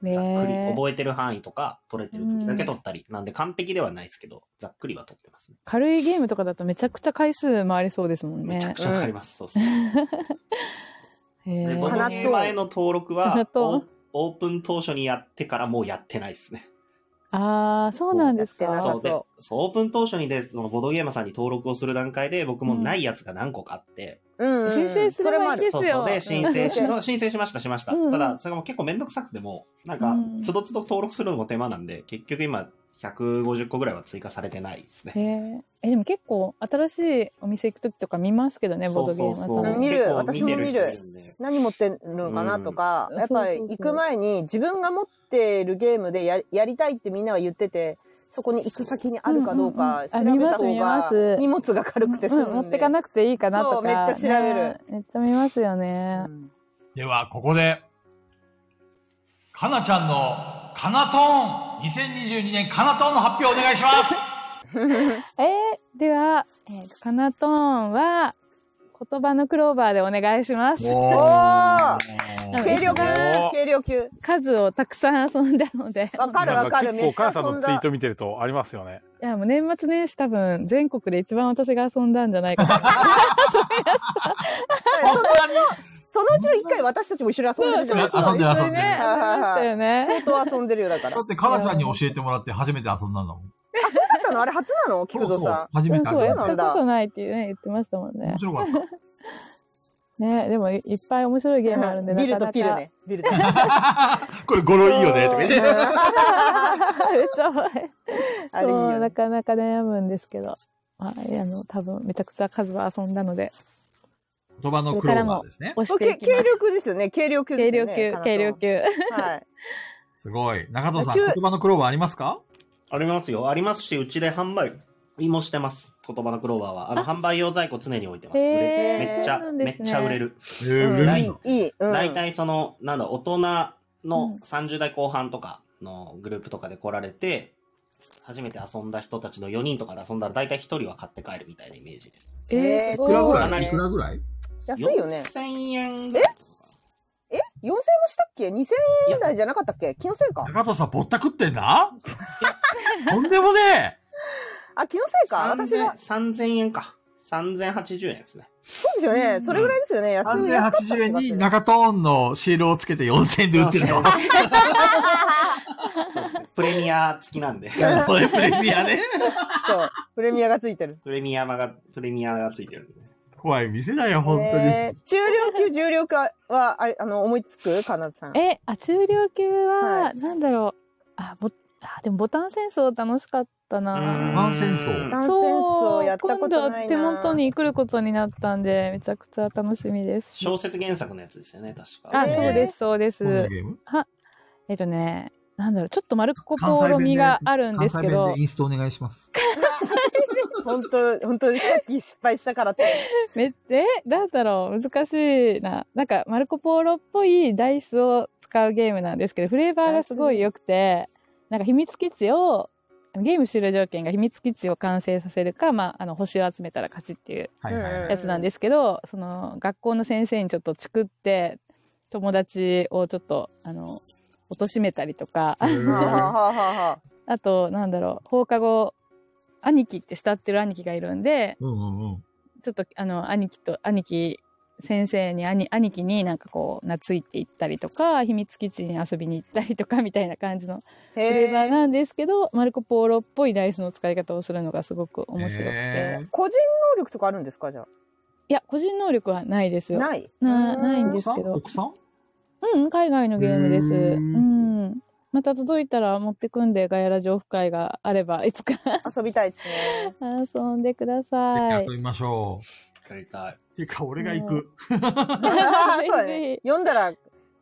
E: ね
C: ざっくり
E: え
C: 覚えてる範囲とか、取れてる時だけ取ったり、なんで完璧ではないですけど、ざっくりは取ってますね。
E: 軽いゲームとかだとめちゃくちゃ回数回りそうですもんね。
C: めちゃくちゃわかります。そうですね。
E: へ
C: で、
E: ー
C: ボドゲ前の登録は
E: 花、と
C: オーオープン当初にやってからもうやってないですね。
E: ああ、そうなんです
D: あ
E: か。
C: そうで
D: そ
C: そう、オープン当初にで、そのボドゲーマーさんに登録をする段階で、僕もないやつが何個かあって、
D: うんうん
E: 申請す
D: それ
E: れ
D: も
E: ばい
D: あ
E: いで
D: る。
E: す
C: そ
E: よ。
C: うそうで、申請し、
D: うん
C: の申請しました、しました。
E: うんうん
C: ただ、それも結構めんどくさくても、なん
E: う
C: か
E: ん、
C: つどつど登録するのも手間なんで、結局今、150個ぐらいは追加されてないですね。
E: へーえでも結構新しいお店行く時とか見ますけどねボードゲーム屋さん
C: そうそうそう
D: 見る
C: 結構
D: 私も見る
C: 人いんで
D: 何持ってるのかなとか、
E: うん
D: やっぱり
E: そ
D: 行
E: うそうそう
D: く前に自分が持ってるゲームでややりたいってみんなは言ってて、そこに行く先にあるかどうか
E: うん
D: 調
E: うんうんあ
D: べた
E: 見
D: 方
E: ま
D: が
E: す見ます
D: 荷物が軽くて済むんで、
E: うん持ってかなくていいかなとか
D: そうめっちゃ調べる
E: ねめっちゃ見ますよね、
A: では、ここで、かなちゃんの、かなトーン !2022 年かなトーンの発表お願いします
E: えー、では、えーカナトーンは言葉のクローバーでお願いします
D: おー
E: うん
D: 軽量級
B: お
D: 軽量級
E: 数をたくさん遊んだの で
D: わかる
B: な
D: わ
B: ん
D: か
B: か
D: る
B: 結構、
D: めっち
B: か
D: ゃ
B: なさん
D: 遊ん
B: のツイ
D: だ
B: ート見てるとありますよね。
E: いやもう年末年始多分全国で一番私が遊んだんじゃないかな
D: はいそのそのうちの一回私たちも一緒に遊んでるじゃないですか
A: 遊んでる遊んでる
E: ね遊びましたよね
D: 相当遊んでるよだから
A: だって、かなちゃんに教えてもらって初めて遊んだんだもん。
D: あ、そうだったのあれ初なの菊
A: そう
D: 蔵
A: そ
D: さ
A: う。初め
E: うん
A: て
E: そ
A: 遊ん
E: うやっ
A: だ。
E: たことないってね言ってましたもんね
A: 面白かった。
E: ねでもいいっぱい面白いゲームある んで
D: ん。ビル
E: なか
D: と
E: な
D: ピル
E: か
D: ね。ビルと。
A: これ語呂いいよねとか言って。
E: めっちゃ怖い。
D: あれいい
E: そう
D: よ
E: な
D: ね。
E: かなか悩むんですけど。まあ、いやあの、多分めちゃくちゃ数は遊んだので、
A: 言葉のクローバーですね。
E: 押
D: こ
E: し
D: れ
E: て
D: け
E: いきま
D: 軽
E: す。
D: 量級ですよね。軽量級で
E: 軽
D: すよ
E: 量
D: ね。
E: 級、
D: かなと
E: 軽量。級。
D: はい。
A: すごい。中藤さん、
D: 中
A: 言葉のクローバーありますか
C: ありますよ。ありますし、うちで販売もしてます。言葉のクローバーは。あの、販売用在庫常に置いてます。売れ
E: へ
D: ー
C: めっちゃ、
E: そうなんで
C: め
E: すね
C: っちゃ売れる。
A: え
D: うん
A: ー
D: いい。いい。うん
C: 大体その、なんだ、大人
E: うん
C: の30代後半とかのグループとかで来られて、初めて遊んだ人たちの4人とかで遊んだら大体1人は買って帰るみたいなイメージです。
E: え
D: えー
E: す
A: いくらぐ
E: ごい。
A: らいいくらぐらい
D: 安いよね。
C: 4000円ぐらい
D: え ?4000 円もしたっけ ?2000 円台じゃなかったっけ気のせいか。
A: 中藤さん、ぼったくってんなとんでもねえ
D: あ、気のせいか。私は、
C: 3000円か。3080円ですね。
D: そうですよね。それぐらいですよね。安い。安かったって
A: 3080円
D: なって
A: に
D: る
A: 中トーンのシールをつけて4000円で売ってる よ。
C: そうですね。プレミア付きな んで。
A: これプレミアね。
D: そう。プレミアがついてる。
C: プレミアが、プレミアが付いてるんでね。
A: 怖い店だよ、本当に。
D: えー中量級、重量級は、あれ、あの、思いつくかなさん。
E: え、あ、中量級
D: は
E: は、なんだろう。あ、ぼ、あ、でもボタン戦争楽しかった
C: うん
E: な。
A: ンセンスと
D: 男性
E: そ
D: 層
E: う
D: やったこ
E: 今
D: と
E: 度
D: ないな。
E: 手元に来ることになったんでめちゃくちゃ楽しみです。
C: 小説原作のやつですよね、確か。
E: あ、
D: えー
E: そうですそうです
A: こ。んなゲーム
E: えっとね、なんだろうちょっと丸っこポロみがあるん
A: 関
E: です
A: 西
E: け
A: 弁
E: ど
A: でイ、ンストお願いします。
D: 本当、本当にさっき失敗したからって。
E: めっえ、なんだろう難しいな。なんか丸っこポロっぽいダイスを使うゲームなんですけど、フレーバーがすごい良くて、なんか秘密基地をゲーム終了条件が秘密基地を完成させるか、まあ、あの星を集めたら勝ちっていう
A: はいはいはい。
E: やつなんですけど、その学校の先生にちょっとチクって友達をちょっとあの貶めたりと
D: は
E: か
D: あ、はあはあはあ、
E: あとなんだろう放課後兄貴って慕ってる兄貴がいるんで
A: うんうんうん。
E: ちょっとあの兄貴と兄貴先生に兄兄貴になんかこう懐いていったりとか秘密基地に遊びに行ったりとかみたいな感じの
D: へ
E: フ
D: え
E: レーバーなんですけど、マルコ・ポーロっぽいダイスの使い方をするのがすごく面白くて、
A: へー
D: 個人能力とかあるんですかじゃ
E: いや個人能力はないです
D: あ。
E: よ
D: ない。
E: な
D: うー
E: ないんで
A: 奥
E: す
A: さん
E: けど
A: 奥さん
E: うん、海外のゲームで
A: う
E: す。う
A: ーん
E: ん。また届いたら持ってくんで、ガヤラ情報会があれば、いつか
D: 遊びたいですね。
E: 遊んでくだ
A: ぜひ
E: さい
A: 遊。びましょ
C: やりたい。
A: う。ていうか、俺が行く。
D: あーそうだ
E: ぜ
D: ね
E: ひ。
D: 読んだら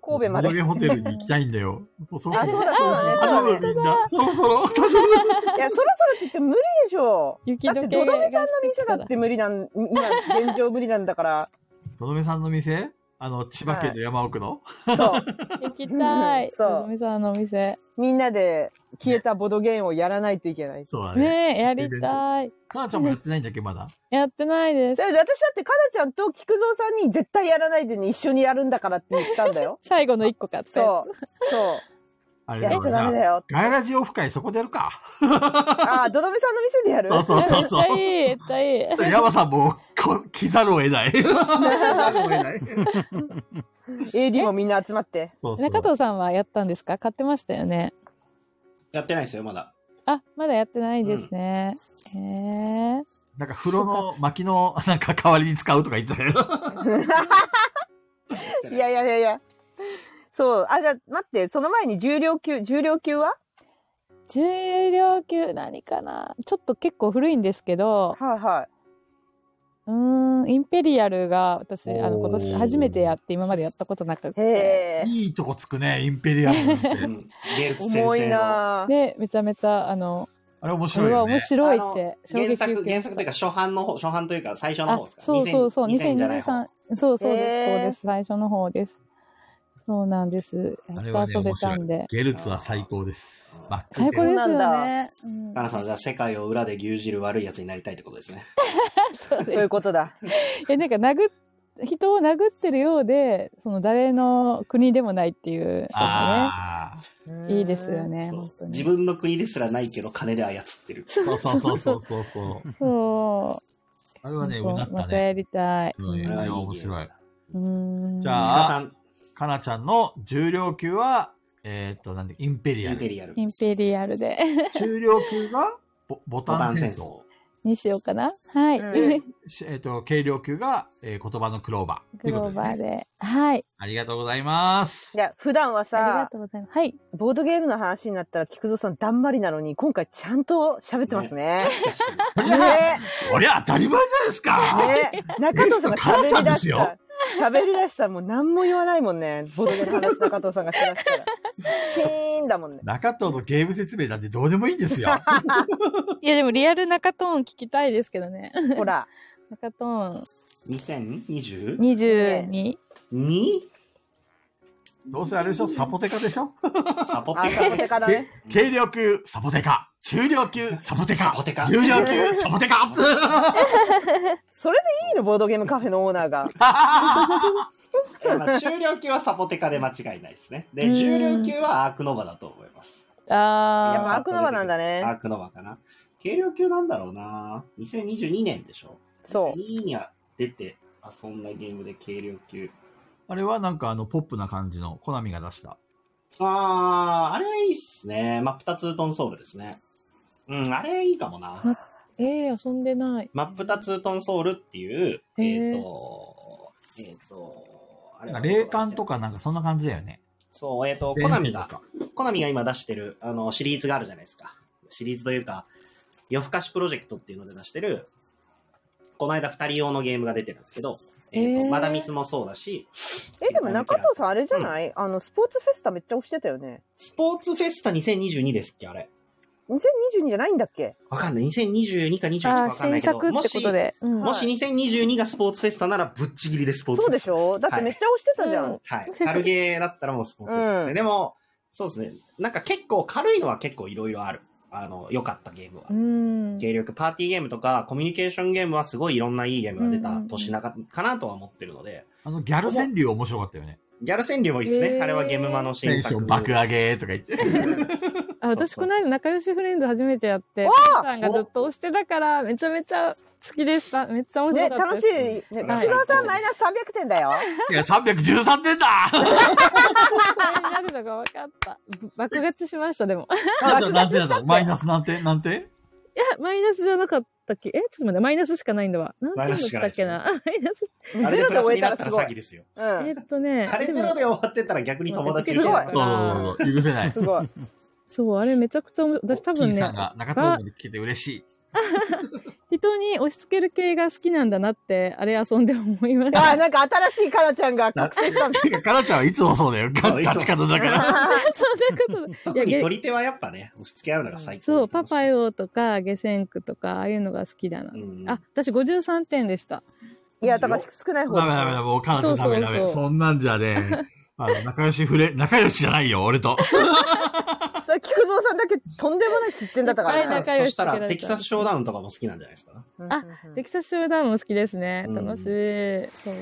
D: 神戸ま
A: ボ
D: で
A: ド。ゲホテルに行きたいんだよ。もうそろ
D: あ、
A: そ
D: そ
A: ろ
D: うだそうだね。そう
A: 頼
D: だね
A: むみんな。そろそろ。頼む
D: いや、そろそろって言って無理でしょう。
E: 雪
D: だっ
E: 解
D: て、
E: け
D: どどめさんの店だ
E: がしてきたら
D: って無理なん、今、現状無理なんだから。
A: のどめさんの店あの、千葉県の山奥の、
D: そう。
E: 行きたい。
D: そう
E: のぞみさんのお店。
D: みんなで消えたボドゲームをやらないといけない。
A: そうだね。
E: ねえ、やりたい。
A: かなちゃんもやってないんだっけ、まだ。
E: やってないです。
D: だ。って私だって、かなちゃんと菊蔵さんに絶対やらないでね、一緒にやるんだからって言ったんだよ
E: 最後の一個買ったや
D: そう。そ
A: あ
D: う。
A: れ
D: や
A: だ
D: っちゃ
A: 俺
D: ダ
A: な
D: メだよ。
A: ガイラジオフ会そこでやるか。
D: ああ、どどめさんの店でやる
A: そう
E: つ。
A: そう
E: いや
A: そう
E: めっち
A: そ
E: ゃ
A: う。
E: いい、めっちゃいい。
A: ヤマさんも、こ、来ざるを得ない。来ざるを得ない。
D: AD もみんな集まって。
A: そうそう
E: 中藤さんはやったんですか買ってましたよね。
C: やってないですよ、まだ。
E: あ、まだやってないですね。へえ。
A: なんか風呂の薪の、なんか代わりに使うとか言ってたよ。
D: いやいやいやいや。そう。あ、じゃあ待って、その前に重量級、重量級は
E: 重量級何かなちょっと結構古いんですけど、
D: はいは
E: うーん、インペリアルが私、あの、
A: おー
E: 今年初めてやって、今までやったことなく
D: い。
E: て。
D: へえ。
A: いいとこつくね、インペリアルなんて。
C: うん。ゲーツ先生の。
D: 重いなぁ。
E: で、めちゃめちゃ、あの、
A: あれ面
E: こ
A: 白い
E: れは
A: よ
E: 面
A: ね。
E: 白いっ
C: あの
E: て、
C: 原作、
E: 受け
C: 原作というか、初版の方、初版というか、最初の
E: あ
C: 方です、か
E: そうそうそう、
C: 2000じゃない
E: 2023
C: 方。。
E: そうそうです、
D: へー
E: そうです、最初の方です。そうなんです。
A: あれ
E: や
A: は
E: っ
A: ね
E: と遊べたんで。
A: ゲルツは最高です。マック
E: 最高
D: そ
E: です
D: う
E: よ
D: な
E: ね。うん
C: カナさんはじゃあ世界を裏で牛耳る悪いやつになりたいってことですね。
E: そう
D: そう
E: で
D: い
E: す
D: う。ことだ。
E: えなんか殴っ人を殴ってるようでその誰の国でもないっていう
A: ああ。
E: ですねいいですよ。ね
C: そう
E: 本当に
C: 自分の国ですらないけど金で操ってる。
E: そ
A: そうう
E: そ
A: そうう
E: そ
A: そうう
E: そ
A: そううそうそう。
E: そ
A: あれ
E: う
A: はね、うなった
E: また
A: ね。
E: やりたい、
A: うん、
E: う
A: あ
E: ん
A: れは面白い。
E: うん
A: じゃあ
C: 鹿さん、
A: かなちゃんの重量級は、えーっと、なんで、インペリ
C: イ
A: ア
C: ンペ
A: ル。
C: リアル。
E: インペリアルで
A: 中量級がボボ
C: ボタ
A: タ
C: ン
A: ン
C: 戦
A: 戦
C: 争
A: 争。。
E: にしようかなはい、
D: うん
A: で、しえっ、と、軽量級が、えー言葉のクローバー。とい
E: グ
A: うこと
E: ロ
A: で
E: ーバ
A: ね、
E: ーではい
A: ありがとうございます
D: い。や、普段は
E: ありが
D: さ、
E: とうございますはい
D: ボードゲームの話になったら菊蔵さんだんまりなのに、今回ちゃんと喋ってますね。
A: そ
D: ね
A: りゃ、そりゃ当たり前じゃないですか。
D: ね、中藤さ
A: ゲスト
D: んが喋り
A: 母ちゃん
D: 出
A: で
D: し
A: す
D: た
A: よ。
D: 喋り出したらもう何も言わないもんね。ボドゲの話中藤さんがしましたら。シーンだもんね。
A: 中藤のゲーム説明なんてどうでもいいんですよ。
E: いやでもリアル中トーン聞きたいですけ どね
D: ほら。
E: 中トーン
C: 2022?
E: 22
A: どうせあれでしょサポテカでしょ
C: サポ
D: あ、
C: テ
D: サボテ
C: カ。
D: カだね。
A: け軽量級、サポテカ。中量級、サポテカ。
C: サボテカ
A: 重量級、 サポテカ。
D: それでいいのボードゲームカフェのオーナーが。
C: まあ中量級はサポテカで間違いないですね。
E: う
C: で、
E: ん
C: 重量級はアークノバだと思います。
E: あ
D: やっぱ
E: あ
D: 悪の場なんだね
C: アークノバかな。軽量級なんだろうな。2022年でしょ。
D: そう
C: いいには出て遊んだゲームで軽量級。
A: あれはなんかあの、ポップな感じの、コナミが出した。
C: あー、あれいいっすね。マップタツートンソールですね。うん、あれいいかもな。
E: ええ遊んでない
C: マップタツートンソールっていう、
E: へー
C: えっ、と、えっ、と、あ
A: なんか霊感と。かなんかそんな感じだよね。
C: そう、えっ、と、コナミが、コナミが今出してる、あの、シリーズがあるじゃないですか。シリーズというか、夜更かしプロジェクトっていうので出してる、この間二人用のゲームが出てるんですけど、えっ、
E: へ
C: と、
E: ー
C: マダミスもそうだし、
D: えでも中藤さんあれじゃない、あのスポーツフェスタめっちゃ押してたよね
C: スポーツフェスタ2022ですっけあれ。
D: 2022じゃないんだっけ
C: わかんない。2022か21か
E: あ
C: わ
E: ー
C: かんな
E: 新
C: いけど、
E: 作
C: も
E: って
C: し、
E: ことで、うん
C: もし2022がスポーツフェスタならぶっちぎりでスポーツ
D: そ
C: フ
D: う
C: ェ
D: で
C: ス
D: し
C: タ
D: ょだってめっちゃ押してたじゃん、
E: うん
C: はい。軽ゲーだったらもうスポーツですね。
D: うん
C: でも、そうですね。なんか結構軽いのは結構いろいろある。あの、良かったゲームは。
E: うん
C: 軽力パーティーゲームとかコミュニケーションゲームはすごいいろんないいゲームが出た年なか,、かなとは思ってるので、
A: あの、ギャル川柳面白かったよね。
C: ギャル川柳もいいですね。
E: へー
C: あれはゲームマの
A: テ
C: 新
A: ンショ
C: 作。
A: ン爆上げとか言って。
E: あ私
C: そうそうそう
E: この間仲良しフレンズ初めてやっておさんがずっと推してたからめちゃめちゃ好きでしためっちゃ面白
D: ね
E: かった
D: 楽し
E: です、
D: いね吉
C: は
D: 田
C: い
D: さんマイナス300点だよ
A: 違う、313点だ
E: 何になるのが分かった爆勝ちしましたでも い
A: あ、じゃあ何点だったマイナス何点何点
E: やマイナスじゃなかったっけえちょっと待ってマイナスしかないんだわ何
C: マイ
E: 点だ
C: ナ
E: っ
C: スしか
E: た
C: ない
E: っけなあマイナス
D: ゼ
C: あれで
D: ロ
C: プ
D: で
C: ラスになっ
D: 終えた
C: た
D: ら
C: ら
D: すご
C: 詐欺
D: い、
C: ですよ。
D: うん
E: えっとね
C: あれ
E: で
C: ゼ
E: も
C: ロで終わってたら逆に友達いる
D: すごい
A: そうそうそう、許せない。
D: すごい
E: そうあれめちゃくちゃ面白い私多分
A: 金
E: ね
A: さんが中東部で聞けて嬉しい。
E: 人に押し付ける系が好きなんだなってあれ遊んで思いました
D: あなんか新しいかなちゃんが覚醒したんだ
A: てか、かなちゃんはいつもそうだよ。ガ
C: そういつも
A: ガチ方だから。
E: そんなこと
C: 特
E: いや
C: に
E: げ
C: 取り手はやっぱね、押し付け合うのが最高。
E: そうパパ
C: よ。
E: よとかゲセンクとかああいうのが好きだな、
C: うん
E: あ私53点でした
D: いやだから少ない方
A: ダメダメだ、もうかなちゃんダメダメ。
E: そうそうそう
A: こんなんじゃね、あの、仲良し触れ、仲良しじゃないよ、俺と。
D: それ菊蔵さんだけとんでもない失点だったか
E: はい
D: ら
E: 仲良
D: ね
C: そ
E: し
C: した
E: つけら
C: ら、
E: れた
C: テキサスショーダウンとかも好きなんじゃないですか。
D: うんうんうん
E: テキサスショーダウンも好きですね。
C: うん
E: 楽しい。そう。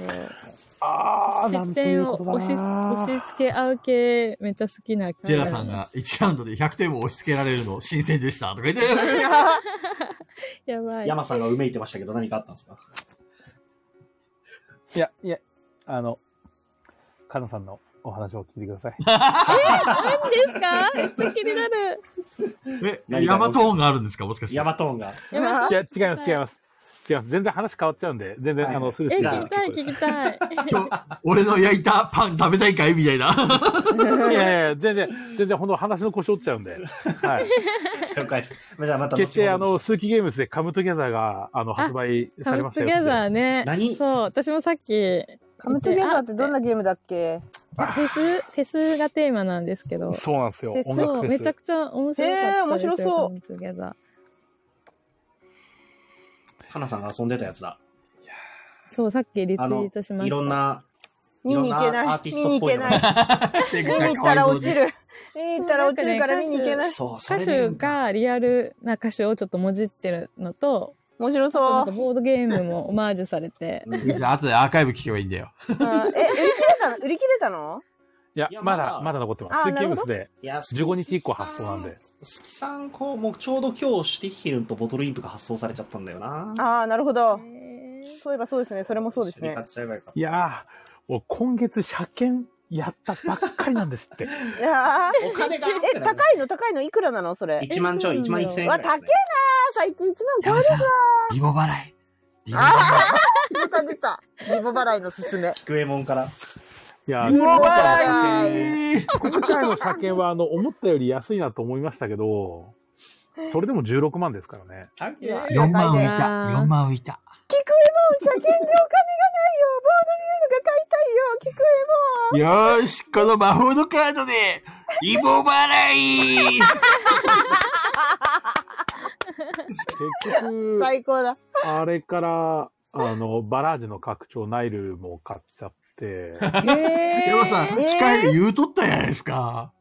B: ああ、なん
E: 失
B: てい
E: 点
B: うこ
E: を
B: とだな
E: 押し押し付け合う系、めっちゃ好きな。
A: ジェラさん。が1ラウンドで100点も押し付けられるの新鮮でしたとか言って。
E: やばい。
C: 山さんがうめいてましたけど何かあったんですか
B: いや、いや、あの、カノさんのお話を聞いてく ださい。
E: 何ですかめっちゃ気になる。
A: え、
C: 何が
A: ヤマトーンがあるんですかもしかして。
C: ヤマトーンが。
E: やばい
B: いや、違います、違います。違います。全然話変わっちゃうんで、全然、
C: はい
B: あの、すぐ
E: え、
B: すぐ。
E: 聞きたい、聞きたい。
A: 今日、俺の焼いたパン食べたいかいみたいな。
B: いやいや、全然、全然、本当話の腰折っちゃうんで。はい。
C: 了解です。じゃあまた後ほど
B: 決して、あの、数奇ゲームズでカムトゥギャザーが、あの、発売さ
E: カ
B: れ
E: ム
B: ました
E: トゥ
B: よ。
E: ギャザーね。
C: 何
E: そう、私もさっき。
D: カムトゥゲーザーってどんなゲームだっけ
E: あフェス、フェスがテーマなんですけど。
B: そうなんですよ
D: で。
B: 音
E: そう、
B: 楽フ
E: め
B: ェ
E: ちゃ
B: ス。
E: くちゃ面白かったですよ。
D: えー面白そう
E: カムトゥギャザー。
C: かなさんが遊んでたやつだ。
E: そう、さっきリツイートしました。
C: いろんな、
D: 見に行け
C: ろんア
D: な
C: ーテ
D: い
C: ィス
D: 見
C: トっ
D: に行
C: ぽい
D: け
C: の
D: な
C: が
D: い 見に行ったら落ち。る見に行ったら落ちるから見に行けない
C: そう、そ
E: 歌
C: れで。
E: 手がリアルな歌手をちょっともじってるのと、
D: 面白
E: あとな
D: そ
E: んかボードゲームもオマージュされて
C: うん
A: じゃあ、後でアーカイブ聞けばいいんだよ。
D: う、うんえ売り切れたの売り切れたの
B: いや
C: いや、
B: ま
C: ま
B: だ
C: だ、
B: まだ残ってます。
D: あ
B: 数奇ゲームズ
D: な
B: で
C: いや
B: 15日以降発送なんで。。
C: スキさん、こう、もうちょうど今日、シティヒルンとボトルインプが発送されちゃったんだよな。
D: ああなるほど
E: へー
D: そういえばそうですねそれもそうです
C: 一緒に
D: ね
C: 買っちゃえばよかっ
B: いやー、もう今月車検やったばっかりなんです って。
D: いやー
C: たお金があって
D: え
C: な
D: 高いの高いのいくらなのそれ
C: 1万ちょい、1万1000円ぐら
D: わ
C: いです
D: 高え
C: ね
D: なー。最近1
A: ヤ
D: 万
A: マさん、リボ払い。リボ払い。
D: 超えた出たリボ払いのすすめ
C: キクエモンから。
B: いやー、
D: リボ
A: え
D: 払い
A: ー
B: 今回の車検は、あの、思ったより安いなと思いましたけど、それでも16万ですからね。
C: 高
D: いや
C: え
A: 4万浮いた。
E: あー
A: 4万浮いた。
D: 車検でお金がないよボードゲームが買いたいよ聞くえも
A: よーし、この魔法のカードで、リボ払い
B: 結 局、
D: 最高だ
B: あれから、あの、バラージの拡張ナイルも買っちゃって、
E: へー
A: 山さん、控えて言うとったじゃないです か。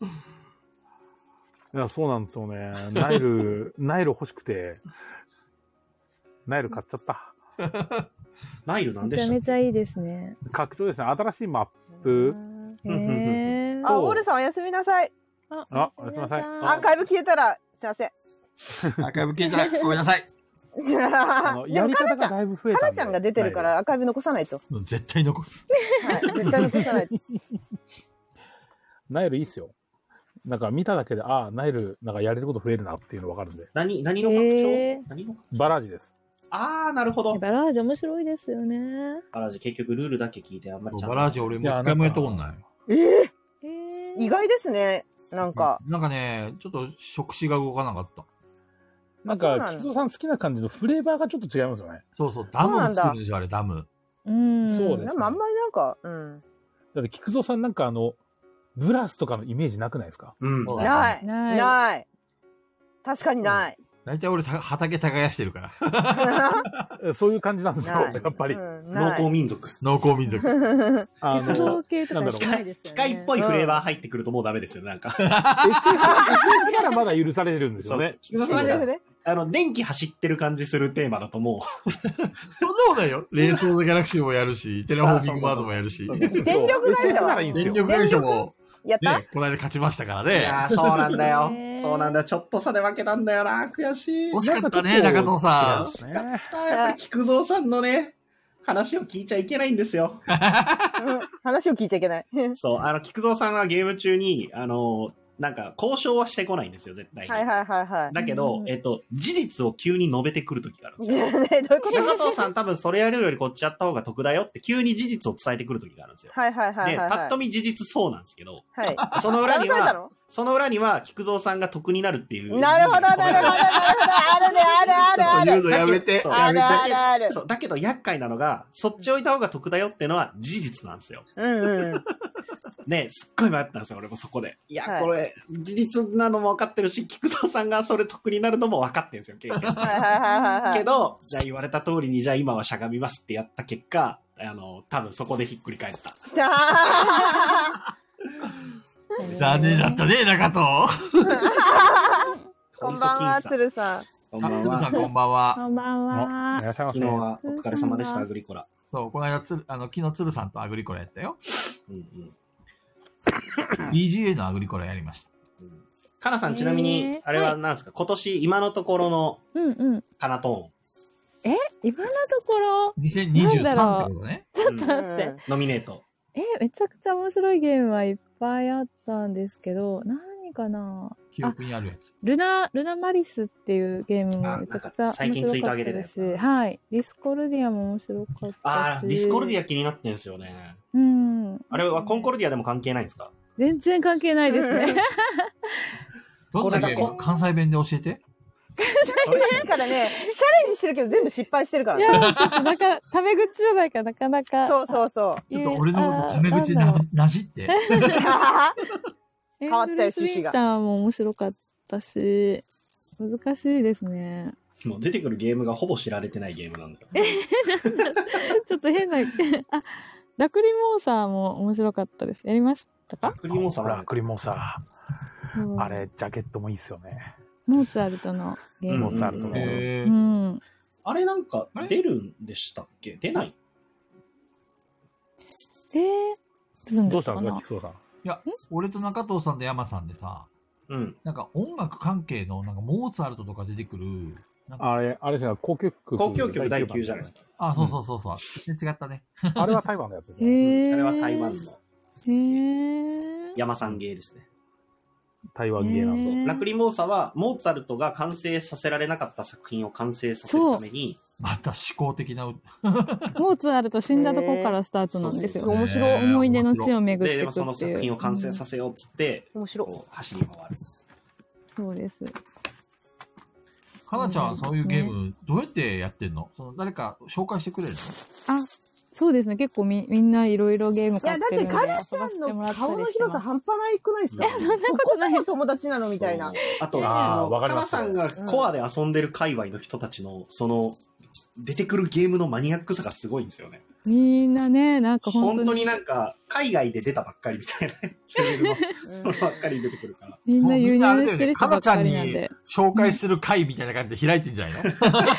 B: いや、そうなんですよね。ナイ ル、ナイル欲しくて、ナイル買っちゃった。
C: ナイルなん
E: め
C: で
E: ちゃ
C: した
E: め
C: っ
E: ちゃいいですね。
B: 拡張ですね。新しいマップ。
E: へー
C: うんうん
D: あ
B: そう
D: オールさんおやすみなさい
E: あ
B: あ
E: おやすみなさい。
B: おやすみなさい
D: アンカイブ消えたら、すいません。
A: アーカイブ消えたらごめんなさい。
B: あ の、や
D: でも、
B: り
D: か
B: 方
D: なち
B: が
D: ゃん、
B: だいぶ増え
D: か
B: た
D: なん
B: で。
D: ちゃんが出てる か
B: は
D: ら、アーカイブ残さないと。
A: 絶対残す。
D: はい。絶対残 さないと。
B: い。ナイルいいっすよ。なんか見ただけで、ああ、ナイル、なんかやれること増えるなっていうの分かるんで。
C: 何、何の拡
E: え
C: 張何の
B: バラージです。
C: あー、なるほ
E: え
C: ど。
E: バラージ面白いですよね。
C: バラージ結局ルールだけ聞いてあんまりちゃん
A: バ
C: と。
A: ラージ俺も一回もやったことない。
E: えー
D: 意外ですね。なんか。
A: なんかね、ちょっと触手が動かなかった。
B: なん
D: そうな
B: か、
D: の
B: 吉蔵さん好きな感じのフレーバーがちょっと違いますよね。
A: そうそう、ダムを作るでしょ、あれ、ダム。
E: うん。
B: そうです
D: でもあんまりなんか、うん。
B: だって、菊蔵さんなんかあの、ブラスとかのイメージなくないですか
C: うん。
A: そう
D: ない。
E: ない
D: ない。確かにない。
A: 大体俺、た畑耕してるから。
B: えそういう感じなんですよ、
D: な
B: や
D: い
B: っぱり。
D: うん
C: 農
D: ない
C: 耕民族。
A: 農耕民族。
B: あ
E: 鉄道
B: の、
E: 系とかしないですよ
C: 機
E: ね。
C: 械っぽいフレーバー入ってくるともうダメですよね、なんか。
B: SF、SF ならまだ許されるんですよね。
C: 菊田
D: そ
C: さ
D: うんです
C: が、
D: ね。
C: あの、電気走ってる感じするテーマだとも
A: そんなことないよ。冷凍のギャラクシーもやるし、テラフォーミングワードもやる
C: う。
A: し
C: そ。うそうそう
D: 電力会社は
B: SF ならいいんです
A: 電
B: よ。
A: 力会社も、
D: やった
A: ね、この間勝ちましたから
C: い
A: ね。
C: やーそうなんだよ
E: ね。ー
C: そうなんだよ。ちょっと差で負けたんだよな。悔しい。
A: 惜しかったね、中藤さん。
B: そうですね
C: やっぱり菊蔵さんのね、話を聞いちゃいけないんですよ。
D: うん話を聞いちゃいけない。はい
C: そう、あの、菊蔵さんはゲーム中に、あの、なんか、交渉はしてこないんですよ、絶対に。
D: はいはいは
C: だけど
E: う、ん
C: えっと、事実を急に述べてくる時があるんで
D: い。
C: す
D: ね
C: よ。
D: どういうこと
C: 中藤さん多分それやるよりこっちやった方が得だよって急に事実を伝えてくる時があるんですよ。
D: はいはいはい
C: で、
D: はい。
C: パッと見事実そうなんです けど、
D: はい。
C: その裏に
D: 騙された
C: は、
D: の
C: その裏には菊蔵さんが得になるっていう。
D: なるほどなるほどなるほど。あるねあるあるあ
A: 言う
D: る。
A: のやめて。
C: そう
D: あるあるある。
C: そう、だけど厄介なのが、そっち置いた方が得だよっていうのは事実なんですよ。
D: うんうん。
C: ね、すっごい迷ったんですよ、俺もそこで。いや、
D: はい
C: これ、事実なのも分かってるし、菊蔵さんがそれ得になるのも分かってるんですよ、経験。
D: はいはいはいはい。
C: け、 ど、じゃあ言われた通りに、じゃあ今はしゃがみますってやった結果、あの、多分そこでひっくり返った。
A: 残念だったね、中藤。
D: こんばんは、
C: ほと僅
D: 鶴さん。
C: 差こんばん
A: あ、
C: は
A: さん。こんばんは。
E: こんばん
B: あい
E: は。
B: らっしゃいま
C: 昨
B: せ
C: 日。はお疲れ様でし
E: こ
C: た、
E: んばんは
C: アグリコラ。
A: そう、この間、つる、あの、昨日鶴さんとアグリコラやったよ。
C: うんうん。
A: BGA のアグリコラやりました。
C: うんかなさん、ちなみ
E: へ
C: に
E: ー、
C: あれは何ですか、今年、今のところの
E: うんうん。
C: かなト
E: 今のところ、
A: 2023ってことね。
C: ーン、
E: ちょ
C: う
E: っ
C: ん
E: と待って。
C: ノミネート。
E: え、めちゃくちゃ面白いゲームはいっぱいあったんですけど、何かな
A: 記憶にあるやつ。
E: ルナ、ルナマリスっていうゲーム
C: あ
E: もめちゃくちゃ
C: 最
E: 面
C: 近ツイー
E: 白
C: ト
E: か
C: 上
E: っ
C: げてた
E: たで
C: やつ
E: す。はい。ディスコルディアも面白かった
C: あ
E: し。
C: あ、ディスコルディ
E: ア。
C: ア気になってんですよね。
E: うん。
C: あれはコンコルディアでも関係ないんですか
E: 全然関係ないです ね。
A: どんなゲー
C: こ
A: ム関西弁で教えて。
D: だからね、チャレンジしてるけど全部失敗してるから
E: い
D: ね
E: や、。ちょっとなか、タメ口じゃないからなかなか。
D: そうそうそう。
A: ちょっと俺のことタメ口ななじ って。
E: 変
D: わったよ趣旨
E: ウィ
D: が
E: ンターも面白かったし、難しいですね。
C: もう出てくるゲームがほぼ知られてないゲームなんだよ。
E: ちょっと変な、あ、ラクリモーサーも面白かったです。やりましたか
C: クリモーさん
B: ほら
C: は、
B: クリモーサ
E: そう
B: ー。あれ、ジャケットもいいっすよね。
E: モーツァルトのゲー
B: モ
E: ム。
B: ーツァルトの。
C: うん
E: う
A: えー
E: ん。
C: あれなんか
A: あれ
C: 出るんでしたっけ出ない
E: で、
B: どうしたんです
E: の
B: か、菊蔵さん。
A: 俺と中藤さんと山さんでさ、
C: うん。
A: なんか音楽関係の、なんかモーツァルトとか出てくる、なんか、
B: あれ、あれじゃない、公共曲。
C: 公共曲第9じゃないですか。
A: あ、そうそうそうそう、全然違ったね。
B: か。あれは台湾のやつです
E: へ
B: ね。
E: ー
C: あれは台湾の
E: へー
C: 山さん芸ですね。
B: 台湾芸な
E: へ
B: の。
E: ー
C: ラクリモーサは、モーツァルトが完成させられなかった作品を完成させるために、
A: また思考的な歌。
E: モーツァルト死んだとこからスタートなんです
C: そ
E: よ。
C: う
D: 面白い
E: 思い出の地
A: を。
E: を巡っ
C: で、
E: て
C: で
E: い
C: も
E: く
C: その
E: ってい
C: 作
E: う。
C: 品を完成させようっつって、
D: 面白い。
C: こう走り回る。
E: そうです。
A: かなちゃんはそういうゲーム、どうやってやってんのその誰か紹介してくれるの
E: あ、そうですね。結構みみんないろいろゲーム
D: い
E: 買
D: や、
E: っ
D: だ
E: て
D: っ
E: る
D: て
E: んで
D: カナち
E: 遊ばせて
D: ゃんの
E: もらったりしてます。
D: 顔の広さ半端ないくないですか
C: えそんな
E: ことない
D: ここ友達なのみたいな。
C: あと、そ
B: あーわか
C: の、か
B: りま
C: な
B: すよ
C: さんがコアで遊んでる界隈の人たちの、その、出てくるゲームのマニアックさがすごいんですよね。
E: みんなね、なんか本
C: 本
E: 当
C: 当
E: に
C: になんか、海外で出たばっかりみたいな、キャリアの人ばっかり出てくるから。
E: みんな輸
A: もうみんなあれ
E: 入
A: だ
E: し
A: よ
E: てる
A: ね。
E: 人
A: か
E: ば
A: な
E: っ
A: ちゃ
E: か
A: ん
E: りなん
A: に
E: で。
A: 紹介する会みたいな感じで開いてんじゃないの
D: なるほどね、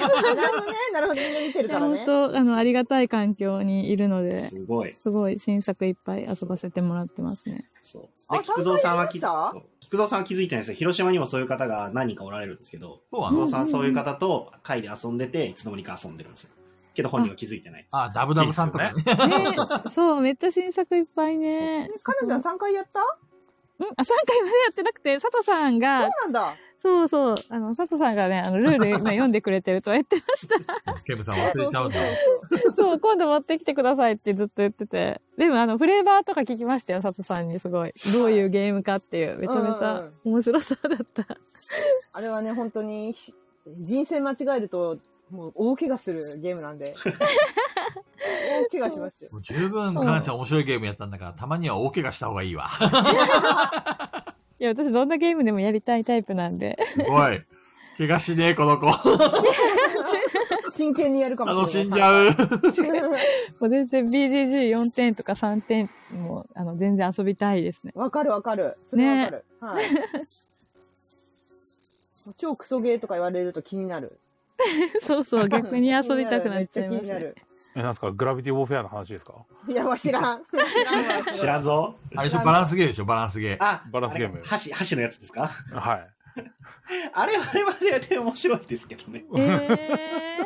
D: なるほど、みんな見てるから
E: 本
D: ね。
E: 当、あの、ありがたい環境にいるので、
C: すごい。
E: すごい新作いっぱい遊ばせてもらってます ね。
C: そう。で、
D: あ
C: 菊蔵さんは気
D: 参加されてました
C: そう菊蔵さんは気づいてないですよ広島にもそういう方が何人かおられるんですけど、
A: そうな
C: 菊
A: の
C: 蔵さんはそういう方と会で遊んでて、いつの間にか遊んでるんですよ。けど本人は気づいてない。
A: あ、ダブダブさんとかね。
E: ね、そう、めっちゃ新作いっぱいね。
D: え、彼女は3回やった
E: うん、あ、3回までやってなくて、佐藤さん
D: そう
E: が、
D: なんだ。
E: そうそう、あの、佐藤さんがね、あの、ルール今読んでくれてるとは言ってました。
A: ケムさん忘れちゃうんだ。
E: そう、今度持ってきてくださいってずっと言ってて。でも、あの、フレーバーとか聞きましたよ、佐藤さんにすごい。どういうゲームかっていう、めちゃめち
D: うん
E: ゃ
D: うん
E: 面白さだった。
D: あれはね、本当に、ひ人生間違えると、もう大怪我するゲームなんで。大怪我しますよ。
A: もう十分、かなちゃん面白いゲームやったんだから、たまには大怪我した方がいいわ。
E: いや、私どんなゲームでもやりたいタイプなんで。
A: すごい。怪我しねえ、この子。
D: 真剣にやるかもしれない。
A: 楽しんじゃう。
E: もう全然 BGG4 点とか3点も、あの、全然遊びたいですね。
D: わかるわかる。それはわかる。はい。超クソゲーとか言われると気になる。
E: そうそう、 逆に遊びたくなっちゃい
D: めっちゃ
E: ます
D: 気にな
E: ね。
D: る。
B: え、なんすかグラビティウォーフェアの話ですか
D: いや、わ知らん。知らん わ
C: 知らんぞ。
A: あれでしょ、バランスゲーでしょ、バランスゲー。
C: あ、
B: バランスゲーム
C: あれ箸、箸のやつですか
B: はい。
C: あれはあれはあれで面白いですけどね。
E: えー、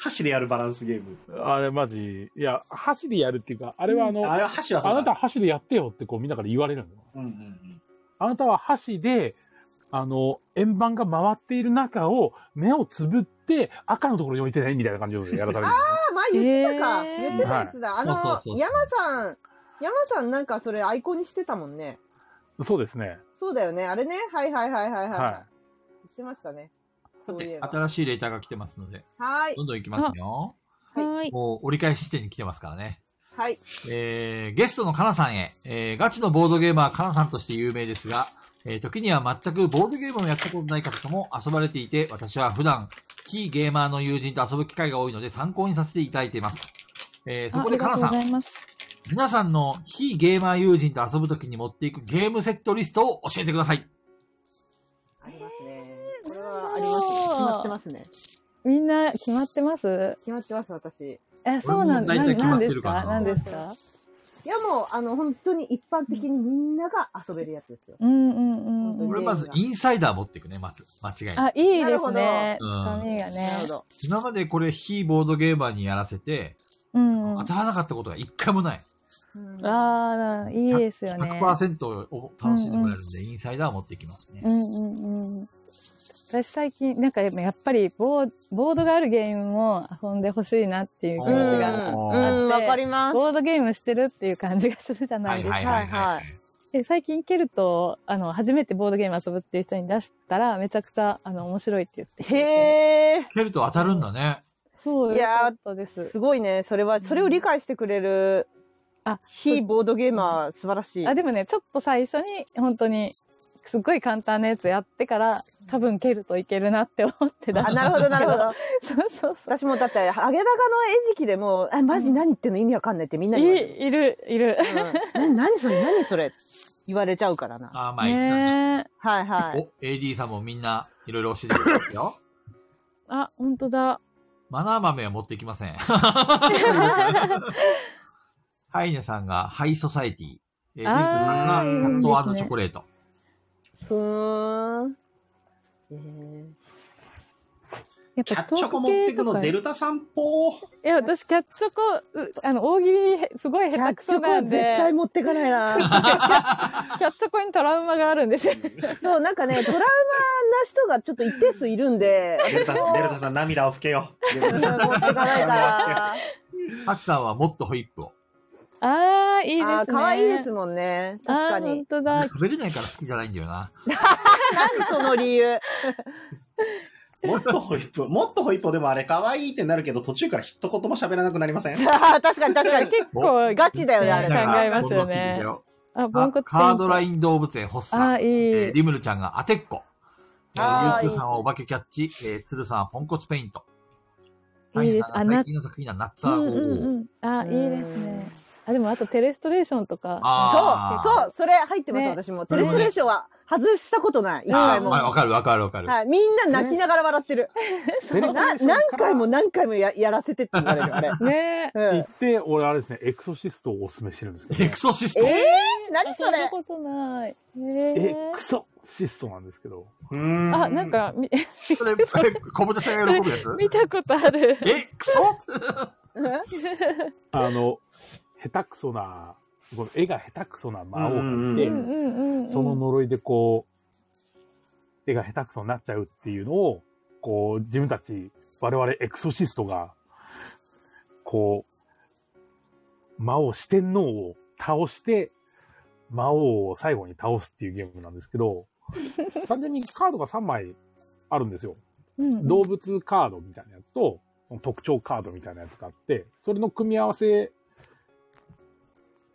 C: 箸でやるバランスゲーム。
B: あれマジ、いや、箸でやるっていうか、あれはあの、
C: あれは箸はそ
B: あ
C: うだ
B: なた箸でやってよってこうみんなから言われるの。
C: うんうんうん。
B: あなたは箸で、あの、円盤が回っている中を目をつぶって赤のところに置いてね、みたいな感じでやらされる。
D: あ、前言ってたか。
E: えー
D: 言ってたやつだ。
A: そ
D: あ
A: うそうそ
D: の、
A: う
D: 山さん、山さんなんかそれアイコンにしてたもんね。
B: そうですね。
D: そうだよね。あれね。はいはいはいはいはい。
B: は
D: 言ってましたね。
A: さ
D: そういえ
A: て、
D: ば。
A: 新しいレーターが来てますので、
D: はい
A: ど。んどん行きますよ。
E: はい。
A: もう折り返し地点に来てますからね。
D: はい。
A: えー、ゲストのカナさんへ、えー、ガチのボードゲーマーカナさんとして有名ですが、えー、時には全くボードゲームをやったことない方とも遊ばれていて、私は普段、非ゲーマーの友人と遊ぶ機会が多いので参考にさせていただいています。えー、そ
E: あ
A: こ
E: あ
A: で
E: り
A: カ
E: がと
A: ナ
E: う
A: さ
E: ご
A: ん
E: ざ、います。
A: 皆さんの非ゲーマー友人と遊ぶときに持っていくゲームセットリストを教えてください。
D: ありますね。これはありますね。決まってますね。
E: みんな決まってます
D: 決まってます、私。
E: え、そうなん
A: 俺も大体決ま
E: な
A: っ
E: ん
A: て
E: です
A: るかな
E: かなんですか
D: いやもう、あの、本当に一般的にみんなが遊べるやつですよ。
E: うんうんうん
D: こ
E: う
D: れ
A: 俺
E: ん。
A: まずインサイダー持っていくね、まず。間違いな
E: あ
A: い。、
E: いい
D: な
E: で
D: るほ
E: す
D: ど
E: ね。
A: うん
E: つかみがね
D: な。るほど。
A: 今までこれ非ボードゲーマーにやらせて、
E: うんうん。
A: 当
E: あ
A: たらなかったことが一回もない。
E: あー、いいですよね。
A: 100%を楽しんでもらえるんで、インサイダーを持っていきますね。
E: うんうんうん。私最近、なんかやっぱりボーボードがあるゲームも遊んでほしいなっていう
D: う
E: 気
D: ん
E: 持ちが。
D: うん、わかります。
E: ボードゲームしてるっていう感じがするじゃな
A: はいい
E: ですか
A: はいはい
D: は
A: はいい。
E: で最近ケルトあの初めてボードゲーム遊ぶっていう人に出したらめちゃくちゃあの面白いって言って
D: へえ。
A: 蹴ると当たるんだね。
E: そう
D: い
E: よ
D: やー
E: かったです
D: すごいね。それは、それを理解してくれる、
E: あ
D: 非ボードゲーマー、素晴らしい。
E: あでもねちょっと最初に本当にすっごい簡単なやつやってから多分ケルトいけるなって思って出
D: あ、
E: し
D: な
E: た
D: るほど、なるほど。
E: そうそうそう
D: 私もだって、ハゲダカの餌食でも、え、マジ何言ってんの意味わかんないってみんなに言われる。
E: いいるいる
D: うん、な何それ、何それ言われちゃうからな。
A: あー、まあ言ったね
E: ねえ
D: はいはい。
A: お、AD さんもみんないろいろ教えてくれてるよ。
E: あ本当だ
A: マナー豆は持ってきませ ん。ハイネさんがハイソサイティ。えー、デビット
E: あ
A: さ
E: ー
A: んが
E: いい
A: カット
E: ですね
A: チョコレート。
D: ふーん。えー
E: やっ
C: キャ
E: ぱ
C: ッチョコ持ってくのデルタさんぽー。
E: いや私キャッチョコうあの大喜利へすごい
D: キ
E: 下
D: ャ
E: 手
D: ッ
E: く
D: チ
E: そ
D: ョコ
E: な
D: は
E: ん
D: 絶
E: で
D: 対持ってかない な。
E: キャッチョコにトラウマがあるんですよ
D: そう、なんかね、トラウマな人がちょっと一定数いるん で、
C: デルタさん、デルタさん涙を拭けよ。デル
D: 持
C: タ
D: って
C: さん
D: かないから。
A: ハチさんはもっとホイップを。
E: ああ、いいですね。
D: あー可愛いですもんね。確か
E: あー
D: に
E: 本。当だ。
A: 食べれないから好きじゃないんだよな。
D: 何その理由。
C: もっとホイップ、もっとホイップでもあれ可愛いってなるけど、途中から一言も喋らなくなりません
D: あー確かに確かに。
E: 結構、
D: ガチだよね、あ
E: 考
D: れ。
A: なんか
E: えますよね
A: こ
E: あ、ポ
A: の
E: ンコ
A: 時
E: ツ。
A: カードラ
E: ン。
A: イン動物園、ホッサン。
E: あー、い
A: えー
E: い。
A: リムルちゃんが当てっこ。えー、
D: あー
A: ゆうくんさんはお化けキャッチ、えー、つるさんはポンコツペイント。タ
E: いい
A: イ
E: で
A: ヤ
E: す
A: さ
E: あ
A: んが
E: な
A: 最近の作品だ、ナッツ
E: う
A: ァー
E: ん
A: を、
E: うんうん。あ、いいです
D: うん
E: ね。あ、でもあとテレストレーションとか。
A: あー
D: そう、そう、それ入ってます、
E: ね
D: 私も。
A: そ
D: テ
A: れ
D: レ
A: も
D: ス
A: ね
D: トレーションは外したことない。一
A: あ
D: 回
A: ー
D: も。
A: わ
D: は
A: わかるわかるわかる。
D: い、みんな泣きながら笑ってる。
B: テレストレ
D: な
B: ーションから
D: 何回も何回もややらせてって言われるあれ。
E: ね
D: うん、
B: 行って、俺あれですね、エクソシストをおすすめしてるんですけど、
A: エ
B: ね
A: ク、ソシス
D: えー
A: ト。、
D: 何それ
E: あそんなことない。え
B: エ
E: ー
B: クソシストなんですけど、
C: うん
E: あ、なん。か、み、
A: それ、それ、小豚ちゃんが喜ぶやつ
E: 見たことある。
A: え、クソ
B: あの、下手くそな、この絵が下手くそな魔王が
C: う
B: い
C: ん
B: う
E: う
B: て、
E: んうんうんうん。
B: その呪いでこう、絵が下手くそになっちゃうっていうのを、こう、自分たち、我々エクソシストが、こう、魔王、四天王を倒して、魔王を最後に倒すっていうゲームなんですけ ど、完全にカードが3枚あるんですよ。
E: うん
B: 動物カードみたいなやつと、特徴カードみたいなやつがあって、それの組み合わせ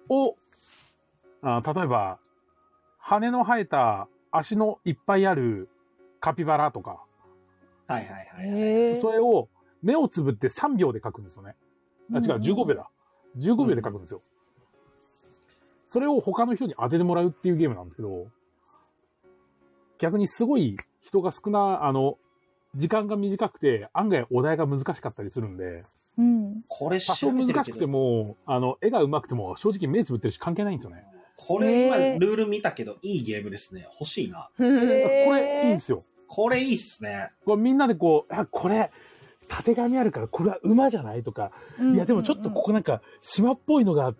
B: を、あ例えば、羽の生えた足のいっぱいあるカピバラとか、
C: はいはいはいはい。
E: へー
B: それを目をつぶって3秒で書くんですよね。あ、違う、15秒だ。15秒で書くんですよ。それを他の人に当ててもらうっていうゲームなんですけど、逆にすごい人が少な、あの、時間が短くて、案外お題が難しかったりするんで、
E: うん。
C: これ
B: 多
C: 調
B: 少
C: べ
B: 難
C: てる
B: し
C: け
B: くて
C: ど、
B: も、あの、絵が上手くても、正直目つぶってるし関係ないんですよね。
C: これ今
E: へー
C: ルール見たけど、いいゲームですね。欲しいな。
E: へー
B: これ、いいんですよ。
C: これいいっすね。
B: これみんなでこう、あ、これ、縦紙あるから、これは馬じゃないとか、いや、でもちょっとここなんか、島っぽいのが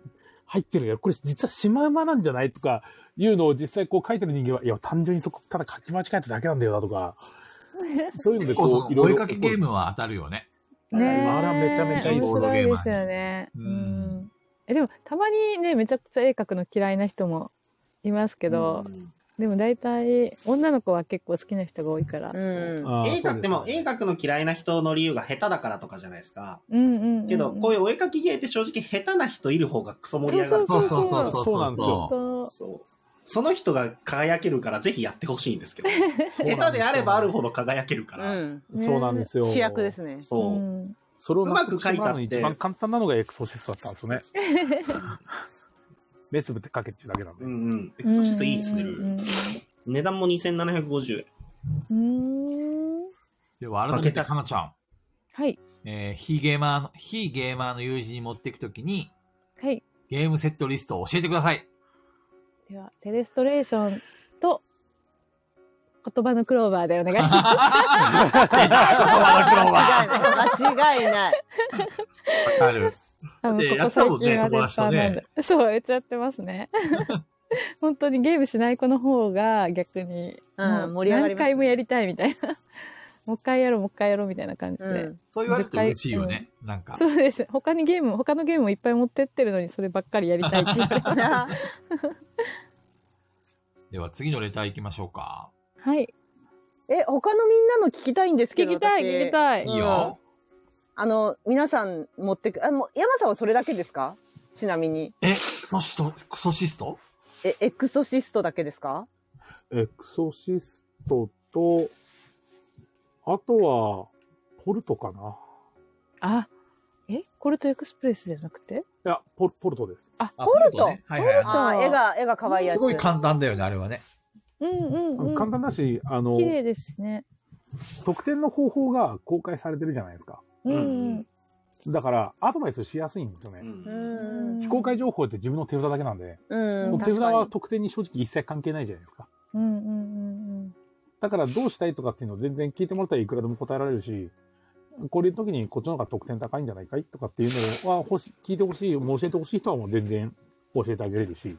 B: 入ってるよ。これ実はシマウマなんじゃないとか、いうのを実際こう書いてる人間は、いや、単純にそこから書き間違えただけなんだよなとか、そういうので
A: 結
B: こ
A: 構
B: う、
A: そ
B: い
A: の、
B: ろ
A: 追
B: い
A: い
B: ろ
A: かけゲームは当たるよね。
E: うんうん。ね
B: あらめちゃめちゃいい
E: 面白いですよね。
A: う
E: うんん。え、でも、たまにね、めちゃくちゃ絵描くの嫌いな人もいますけど
C: う、ん
E: でも大体、女の子は結構好きな人が多いから。
D: うん。
B: あー
C: 絵
B: そう
C: 描く
B: す
C: でも絵描くの嫌いな人の理由が下手だからとかじゃないですか。
E: うんうんうん。
C: けど、こういうお絵描き芸って正直下手な人いる方がクソ盛り上がる。
E: そうそう
B: そうなんですよ
E: そう
C: そう。その人が輝けるからぜひやってほしいんですけど。
B: そうなんすよ
C: 下手であればあるほど輝けるから。
E: ね
B: そうなんですよ。
D: 主役ですね。
E: う
C: そ
E: ん
B: それをなく
C: うまく書いたって
B: してもらうのに一番簡単なのがエクソシストだったんですよね。目つぶって書けっていうだけなん
C: う。
B: で
C: う。んうん。エクソシストいいっすね。ル
E: う
C: ール
E: ん
C: 値段も2750円。
E: うんうん
A: では、改めて、花ちゃん。
E: はい。
A: えー非ゲーマーの、非ゲーマーの友人に持っていくときに、
E: はい。
A: ゲームセットリストを教えてくだ さい。
E: では、テレストレーションと、言葉のクローバーでお願いします。
D: 間違いない。間違いな
A: わ
D: い。
A: かる。
E: 多分
A: で
E: こ
A: や
E: こ
A: った
E: 最
A: もんね
E: 近は
A: 友
E: 絶
A: 達と
E: 版
A: ね
E: なんで。そう、やっちゃってます ね。本当にゲームしない子の方が逆に、
D: うん
E: もう
D: 盛り上がり
E: 何
D: ますね
E: 回もやりたいみたいな。 もう一回やろう、もう一回やろうみたいな感じで。
D: うん
A: そう言われると嬉しいよね。なんか。
E: そうです。他にゲーム、他のゲームをいっぱい持ってってるのに、そればっかりやりたいって 言われます
A: では、次のレター行きましょうか。
E: はい。
D: え、他のみんなの聞きたいんですけ
E: 聞
D: ど。
E: きたい、
D: 私
E: 聞きたい
A: い。いよ。
D: あの、皆さん持ってく、あ、もう、山さんはそれだけですかちなみに。
A: え、クソシスト、クソシスト
D: え、エクソシストだけですか
B: エクソシストと、あとは、ポルトかな。
E: あ、えコルトエクスプレスじゃなくて
B: いや、ポポルトです。
A: あ
D: ポルト
A: ねはいはいは
D: あー、絵が、絵が可愛い
A: い。
D: やつ。
A: すごい簡単だよね、あれはね。
E: うんうんうん。
B: 簡単だし、あの、
E: 綺麗ですしね。
B: 得点の方法が公開されてるじゃないですか。
E: うん
C: うん
B: だから、アドバイスしやすいんですよね。
C: う
D: う
C: ん
E: うん
D: ん。
B: 非公開情報って自分の手札だけなんで、
D: うん。
B: その手札
D: 確か
B: は
D: に
B: 得点に正直一切関係ないじゃないですか。
E: うんうんうんうん。
B: だからどうしたいとかっていうのを全然聞いてもらったらいくらでも答えられるし、これの時にこっちの方が得点高いんじゃないかいとかっていうのは欲し聞いてほしい、もう教えてほしい人はもう全然教えてあげれるし、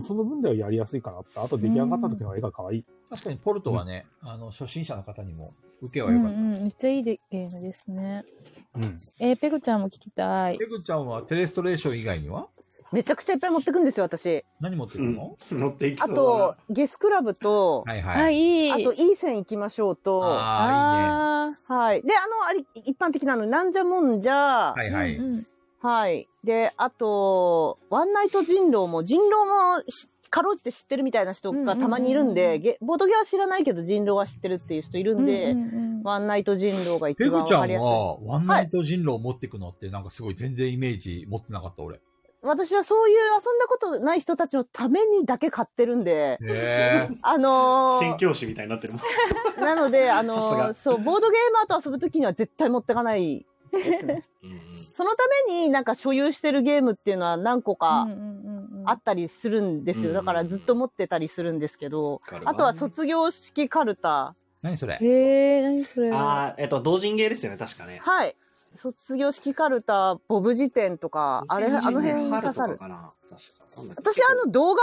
B: その分ではやりやすいかなって。あと出来上がった時の絵が可愛 い。
A: 確かに、ポルトはね、あの、初心者の方にも受け
E: う
A: は良
E: ん
A: か
E: う
A: った。
E: ん、めっちゃいいでゲームですね。
B: うん。
E: えー、ペグちゃんも聞きたい
A: ペ。グちゃんはテレストレーション以外には
D: めちゃくちゃいっぱい持ってくんですよ、私。
A: 何持ってるの
C: 乗っていき
D: あ
C: そうだな
D: と、、ゲスクラブと、
A: はい
E: あ、
A: はい。
E: いい。
D: あと、いい線行きましょうと、は
A: あ
E: あ
D: い。で、あの、あれ、一般的なあの、なんじゃもんじゃ、
A: あ、いい
E: ー
A: ね。はい
E: うん
A: はい。
E: うん
D: はい。で、あと、ワンナイト人狼も、人狼もしかろうじて知ってるみたいな人
E: うんうんうん
D: が
E: うん
D: たまにいるんで、げボードゲは知らないけど人狼は知ってるっていう人いるんで、
E: うんうんうん
D: ワンナイト人狼が一
A: ペ
D: 番
A: グ
D: わ
A: ちゃ
D: か
A: ん
D: りやすい。
A: は、ワンナイト人狼を持ってくのって、なんかすごい全然イメージ持ってなかった、俺。
D: 私はそういう遊んだことない人たちのためにだけ買ってるんで、
A: へえ。
D: あの
C: 宣
D: ー、
C: 教師みたいになってるもん。
D: な ので、あ
C: さす
D: のー、
C: が
D: そう、ボードゲーマーと遊ぶときには絶対持ってかない。そのためになんか所有してるゲームっていうのは何個か
E: うんうんうんうん
D: あったりするんですよ。
C: うん
D: だからずっと持ってたりするんですけど、
C: カルタ
D: あとは卒業式カルタ。
A: 何それ
E: へえ何それ
C: ああ、えっと、同人芸ですよね、確かね。
D: はい。卒業式カルタ、ボブ辞典とか、あれ、あの辺
C: 春
D: 刺
C: と
D: さ
C: か
D: る。
C: かな。確かなんだっけ
D: 私、あの、動画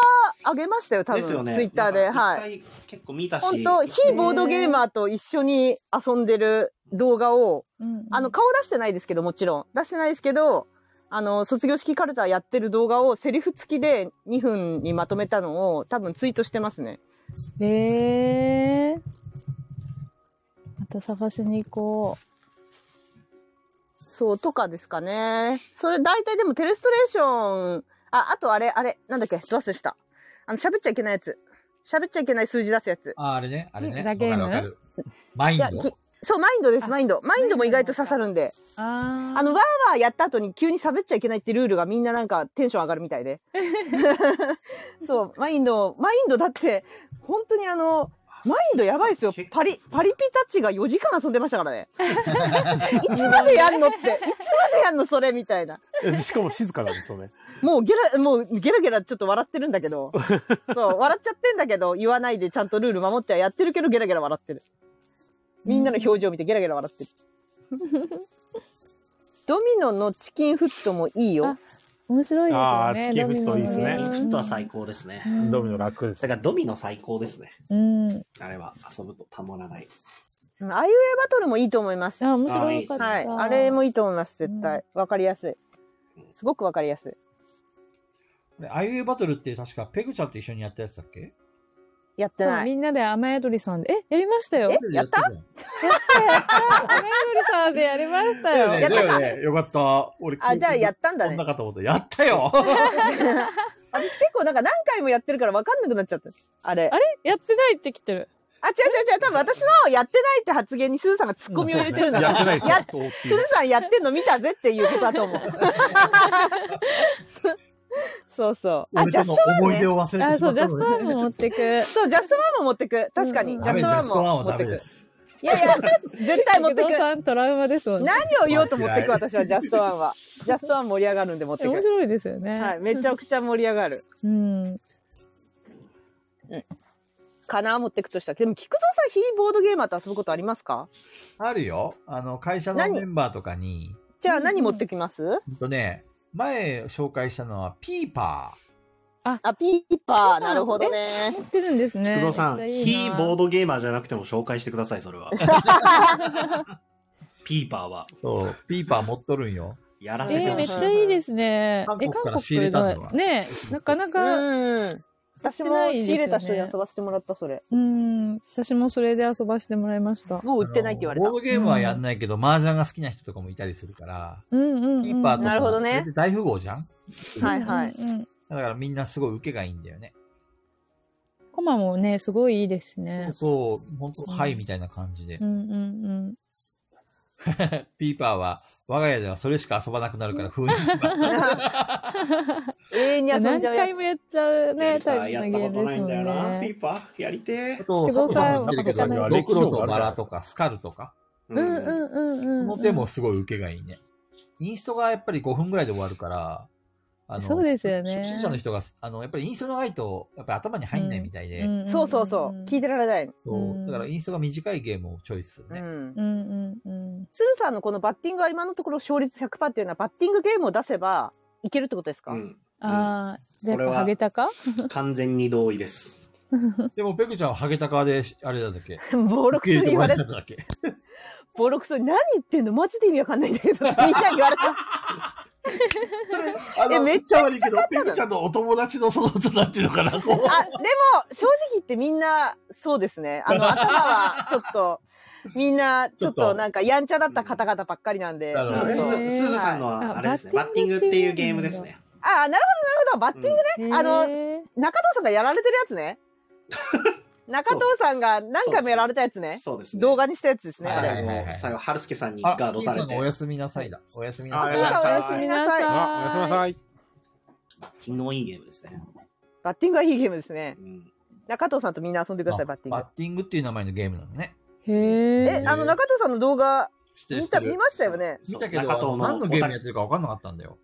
D: 上げましたよ、多
C: ですよ
D: 分。
C: ね
D: ツイッターで。
C: なんか
D: はい。
C: 一回結構見たし。
D: 本当非ボードゲーマーと一緒に遊んでる動画を、
E: うんうん
D: あの、顔出してないですけど、もちろん。出してないですけど、あの、卒業式カルタやってる動画をセリフ付きで2分にまとめたのを多分ツイートしてますね。
E: へえまた探しに行こ
D: そう、とかですかね。それ大体でもテレストレーション、あ、あとあれ、あれ、なんだっけ、どうせした。あの、喋っちゃいけないやつ。喋っちゃいけない数字出すやつ。
A: あ、あれね、あれね。
E: んザゲーム
A: わかるわかるマイ
D: い
A: ン
D: や、
A: ド
D: き。そう、マインドで
E: あ
D: す、マインド。マインドも意外と刺さるんで。
E: うあー
D: あの、わーわーやった後に急に喋っちゃいけないってルールがみんななんかテンション上がるみたいで。そう、マインド、マインドだって、本当にあの、マインドやばいですよ。パリ、パリピたちが4時間遊んでましたから ね。いつまでやんのって、いつまでやんのそれみたいな。
B: えしかも静かなんですよね。
D: もうゲラ、もうゲラゲラちょっと笑ってるんだけ ど、そう、笑っちゃってんだけど、言わないでちゃんとルール守ってはやってるけど、ゲラゲラ笑ってる。みんなの表情を見てゲラゲラ笑ってる。 ドミノのチキンフットもいいよ
E: あ。面白いですよね
B: あーチキンフットいいですね
E: ドミノの
C: フットは最高ですね。
E: うん
B: ドミノ楽です。
C: だからドミノ最高ですね。
E: うん
C: あれは遊ぶとたまらない。
D: うんあいうえバトルもいいと思います。は
E: あ面白かった
D: い。あれもいいと思います、絶対。わかりやすい。すごくわかりやすい。
A: これあいうえバトルって確かペグちゃんと一緒にやったやつだっけ
D: やって
E: そう
D: な
E: み
D: い。
E: んなで雨宿りさんでえやりましたよ
D: えやった
A: よ
E: やったやった雨宿りさんでやりましたよ
A: ね。だよね。よかった。俺、
D: あ、じゃあやったんだ
A: こ
D: ね
A: んな。かと思った。やったよ
D: 私結構なんか何回もやってるからわかんなくなっちゃった。あれ。
E: あれやってないって来てる
D: あ、違う違う違う。多分私のやってないって発言にすずさんがツッコミを入れてるんだ
B: やってないです
D: や
B: よ
D: っ。すずさんやってんの見たぜっていうことだと思う。 そうそう。あ、
A: 俺
D: ジ
A: と
D: ャス
A: の
D: ト
A: 思い出を忘れて
E: あ
A: しま
E: そ
A: っ
E: うジャ
A: た
E: ス
A: の
E: トアーム持ってく
D: そう、ジャストワンも持ってく。確かに。
E: うん
D: ジ
A: ダ
D: ャ
A: メ、ジャ
D: ス
A: ス
D: ト
A: トワ
D: ワ
A: ン
D: ン
A: は
D: も持
A: ダ
D: って
A: メ
D: く。
A: です。
D: いやいや、絶対持ってく
E: 武。藤さんトラウマですもんね
D: 何を言おうと持ってく、私はジャストワンは。ジャストワン盛り上がるんで持って
E: 面
D: く。
E: 白いですよね、
D: はい、めちゃくちゃ盛り上がる。
E: うん
D: かな持ってくとしたら。でも、菊蔵さん、非ボードゲーマーと遊ぶことありますか
A: あるよ。あの、会社の
D: 何
A: メンバーとかに、
D: じゃあ何持ってきます
A: ほんとね、前紹介したのはピーパ
D: あ、ピーパー、なるほどね。
E: 持ってるんですね
C: 菊蔵さん、
E: めっちゃいい
C: 非
E: な
C: ボードゲーマーじゃなくても紹介してください、それは。ピーパーは、
A: ー。そう、ピーパー持っとるんよ。
C: やらせて
E: えー、
C: ほ
E: めっ
C: しい。
E: ちゃいいですね。
A: 韓
E: え、
A: 国から仕入れたんだわ
E: ねえ、なかなか、
D: うん。私も仕入れた人に遊ばせてもらった、それ。
E: うん、私もそれで遊ばしてもらいました。
D: もう売ってないって言われ
A: あ
D: た
A: のボー。ドゲームはやんないけど、麻雀が好きな人とかもいたりするから、
E: うんうん、うん。
A: ピーパーとか
D: なるほどね
A: それで大富豪じゃん
D: はいはい。
E: うんうん。
A: だからみんなすごい受けがいいんだよね。
E: コマもね、すごいいいですしね。
A: そう、本当はいみたいな感じで
E: う。んうん
A: ピーパーは、我が家ではそれしか遊ばなくなるから封印しまった。
D: 永遠に
E: う
D: 遊
E: ん。
D: ん
E: 何
D: じゃうや
E: 回もやっちゃうね、タイ
C: や
E: プ
C: っ
E: の
C: た
E: ゲ
C: こ
E: ー
C: と
E: ムで
C: ないん
E: すも
C: だ
E: ん
C: よな、ピ
E: ね。
C: ーパー、やりて
A: あ
C: ー。
A: と、
E: 久
A: 佐
E: 保
A: 藤
E: さ
A: さ
E: ん
A: んも言ってるけ
E: は
A: ど、
E: い
A: ドクロとバラとかスカルとか、
E: うんうん
C: ん。
E: うんう
A: こ
E: ん。
A: の手もすごい受けがいいね。インストがやっぱり5分ぐらいで終わるから、あ
E: そうですよね
A: 初心者の人が、あの、やっぱりインスト長いと、やっぱり頭に入んないみたいで、
E: んんん
D: つ。そうそうそう。聞いてられない。
A: そう。だからインストが短いゲームをチョイスする
D: う
A: ね。
D: ん。
E: うんうんうん。
D: 鶴さんのこのバッティングは今のところ勝率100%っていうのはバッティングゲームを出せばいけるってことですか、
C: う
E: ああ、じゃ
C: これ
E: あやっぱ
C: は
E: ハゲタカ
C: ん完全に同意です。
A: でも、ペグちゃんはハゲタカで、あれだっけ
D: ボロクソに言われ
A: た
D: た。
A: んだっけ
D: ボロクソに何言ってんのマジで意味わかんないんだけどってみんなに言われた。
A: あ
D: え
A: の、
D: め
A: め
D: っ
A: っ
D: ち
A: ち
D: ゃ
A: ゃ悪いけど、ペグちゃんのお友達のその人なんていうのかな、こう。
D: あ、でも正直言ってみんなそうですね。あの頭はちょっと、みんなちょっ
A: ちょっ
D: と
A: と
D: なんかやんちゃだった方々ばっかりなんで。
A: な
D: あ、
A: る
C: す
A: ほどね
E: へー
C: ずさんのはあれですね、
E: あ
C: バッティングっていうゲームですね。
D: あ、なるほどなるほど。バッティングね。
E: へー
D: あの中藤さんがやられてるやつね。中藤さんが何回もやられたやつね。
C: そうですね。
D: 動画にしたやつですね、あ
A: はい
D: れ。
C: 最後、最後、春輔さんにガ
A: あ
C: ードされ
A: 今
C: て
A: のお、やすみなさいだ。おやすみな
B: あ
A: さ
D: 中
A: い
D: 藤。さんおやすみなさい。
B: あ、おやすみなさい。
C: 昨日いいゲームですね。
D: バッティングはいいゲームですね。
C: うん。
D: 中藤さんとみんな遊んでください、
A: あ
D: バッティン
A: バ
D: グ
A: ッ。ティングっていう名前のゲームなのね。
E: へえ
D: え、あの中藤さんの動画
A: 知ってる
D: 見
A: 知って
D: た、
A: る
D: 見ましたよね。
A: 見たけ
C: 中藤
A: ど、
C: の
A: 何のゲームやってるか分かんなかったんだよ。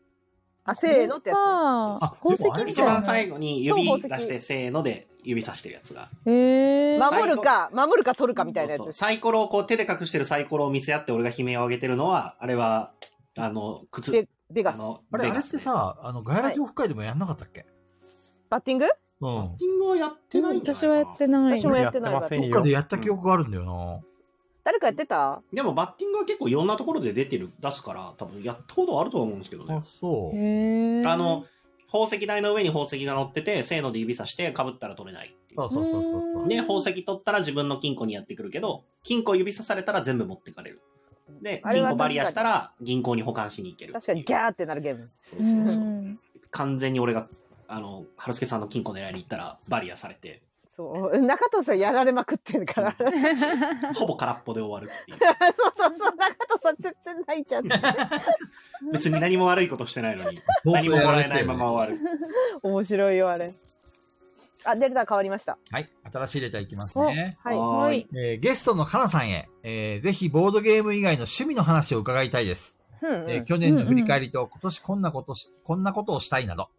D: あ、せーのってやつ。
E: あ
A: そう
E: 宝
A: そう
E: 石み
C: 一
E: たいな
C: 番最後に指
E: そう
C: 出
E: 宝石
C: して、せーので指さしてるやつが。
E: へえ
C: ま
D: 守るか、守るか取るかみたいなや
C: そうそう
D: つ。
C: サイコロをこう手で隠してるサイコロを見せ合って俺が悲鳴を上げてるのは、あれは、あの、靴。
D: で、ベガ
C: あ
D: ス。
C: の、
A: あれ、
C: ベ
A: あれ
C: ガ
A: っ
C: ス
A: て
C: です、
A: さ、あの、外来オフ会でもやんなかったっけ
D: バッティング
A: う
C: バッ
A: ん。
C: ティングはやってないんじゃない
E: 私はやってない
D: 私もやってない
B: やってません
A: どっか
B: よ
A: で。やった記憶があるんだよな。
D: 誰かやってた
C: でもバッティングは結構いろんなところで出てる、出すから、多分やったことはあるとは思うんですけど
A: あ
C: ね。、
A: そう。
E: へえ
C: あの、宝石台の上に宝石が乗ってて、せーので指さして被ったら取れない。
A: そうそうそうそうそうう。
E: ん
C: で、宝石取ったら自分の金庫にやってくるけど、金庫指さされたら全部持ってかれる。で、
D: あれ
C: 金
D: は
C: 庫バリアしたら銀行に保管しに行ける。
D: 確かにギャーってなるゲーム。
C: そう
E: う
C: そうそうん完全に俺が、あの、春輔さんの金庫狙いに行ったらバリアされて、
D: そう。中藤さんやられまくってるから。 そう
C: ほぼ空っぽで終わるっていう。
D: そうそう、中藤さん全然泣いちゃう。
C: 別に何も悪いことしてないのに、
A: ほぼ
C: 何もも
A: や
C: らえ
A: ら
C: な
A: れて
C: い
A: るよね
C: まま終わる。
D: 面白いよ、あれ。あ、デルタ変わりました。
A: はい。新しいレターいきますね。
D: はい。
C: あ
E: はい
A: えーゲストのかなさんへ、えーぜひボードゲーム以外の趣味の話を伺いたいです。
D: うん、う
A: えー
D: ん。
A: 去年の振り返りと、今年こんなことし、こんなことをしたいなど。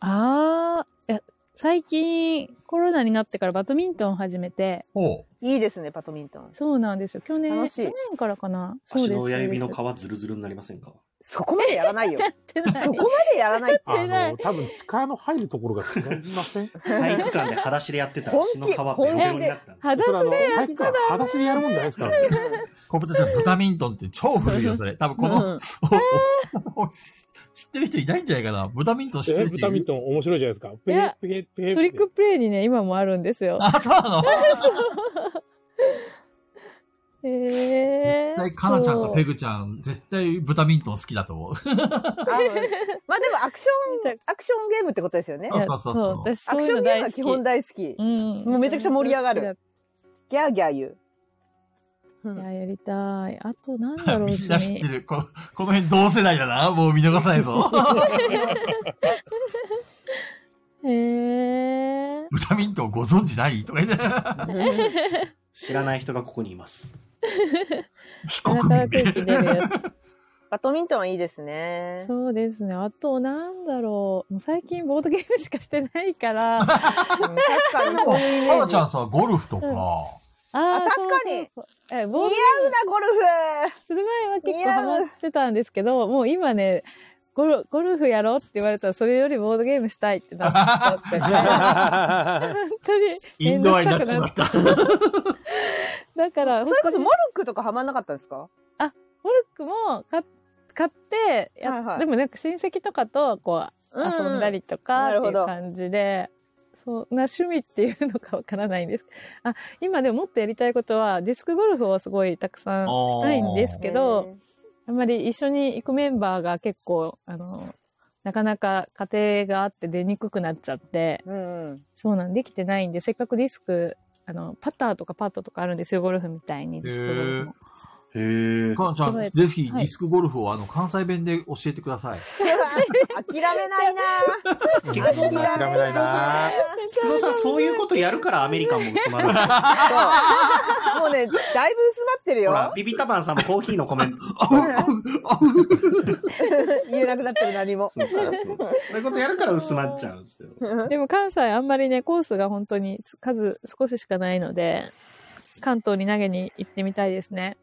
E: あーいや最近コロナになってからバドミントンを始めて
A: ほ
D: いいですね、バドミントン。
E: そうなんですよ去年
D: 楽しい
E: 去年からかなそう
C: 足
E: です
C: の親指の
E: そう
C: 皮ズルズルになりませんか
D: そこまでやら ないよ。
E: ですやってな い
D: そこまでやらない。
B: あの、多分力の入るところが違いませ ん
C: 体育館で裸足でやってたら足の皮ベロベロになったんです。
E: 裸
B: それあ
E: 足
B: の、
E: でや
B: 体
E: っ
B: 育
E: ちゃ
B: 館、裸足でやるもんじゃないですからね。
A: う。コブタち ゃん、ブタミントンって超古いよ、それ。多分この、おおお知ってる人いないんじゃないかな。ブタミントン知って
B: え、
A: る人いる
B: 豚ミントン面白いじゃないですか。ペ
E: いや
B: ケペケペケ
E: トリックプレイにね今もあるんですよ
A: あ、そうなの
E: へえ
A: 絶対かなちゃんとペグちゃん、絶対ブタミントン好きだと思う。
D: あのまあでもアクション、アクションゲームってことですよね。
A: そうそうそう
E: そう私
D: ア
E: そう
D: ク
E: い
D: ショ
E: うの
D: ンゲー
E: 大
D: ム
E: 好
D: は
E: き
D: 基本大好き。
E: うん
D: もうめちゃくちゃ盛り上がるギャーギャー言う。
E: いややりたいあとなんだろう
A: みんな知って
E: 趣味
A: る。このこの辺同世代だな。もう見逃さない ぞ。
E: へえ
A: ブタミントンご存知 ないとか言って。
C: 知らない人がここにいます。
A: 非
E: 田
A: 国
E: 中
A: 民で
E: 空。気出る やつ
D: バドミントンはいいですね。
E: そうですね。あと、なんだろう。もう最近ボードゲームしかしてな いから。あ
D: うん確かに
A: でも、
D: そういうイメ
A: か
D: ー
A: な
D: ジ。
A: ちゃんさ、ゴルフとか、
E: うん
A: あ
E: あ
D: あ確かに
E: そうそうそうえ、ボー
D: 似合
E: ド
D: う
E: ゲ
D: な、ゴルフ
E: ームする前は結
D: 似
E: 構
D: 合う
E: ハマってたんですけど、もう今ね、ゴルゴルフやろうって言われたら、それよりボードゲームしたいってなっちゃ って。本当に。
A: インドアになっちまった。
E: だから、
D: それこそモルックとかハマんなかったんですか
E: モルックも買っ買ってや
D: はいはい
E: でもなんか親戚とかとこう
D: うんうん
E: 遊んだりとか
D: なる
E: って
D: ほ
E: いう
D: ど
E: 感じで、そんな趣味っていうのかわからないんですあ今でももっとやりたいことはディスクゴルフをすごいたくさんしたいんですけど、あんまり一緒に行くメンバーが結構あのなかなか家庭があって出にくくなっちゃって
D: へーうん うん。
E: そうなんできてないんでせっかくディスクあのパターとかパッドとかあるんですよゴルフみたいにディスクゴルフも。
C: へえ。
A: かなちゃん、ぜひディスクゴルフをあの関西弁で教えてください。
D: 諦めないな
C: 結
D: 諦
C: 局さ、
D: めないな
C: 菊蔵さん、そういうことやるからアメリカンも薄まるんですよ。
D: そう もうね、だいぶ薄まってる
C: ほ
D: よ。
C: ら、ビビタバンさんもコーヒーのコメント。
D: 言えなくなってる 何も。
C: そうそうそうそういうことやるから薄まっちゃうんですよ。
E: でも関西あんまりね、コースが本当に数少ししかないので、関東に投げに行ってみたいですね。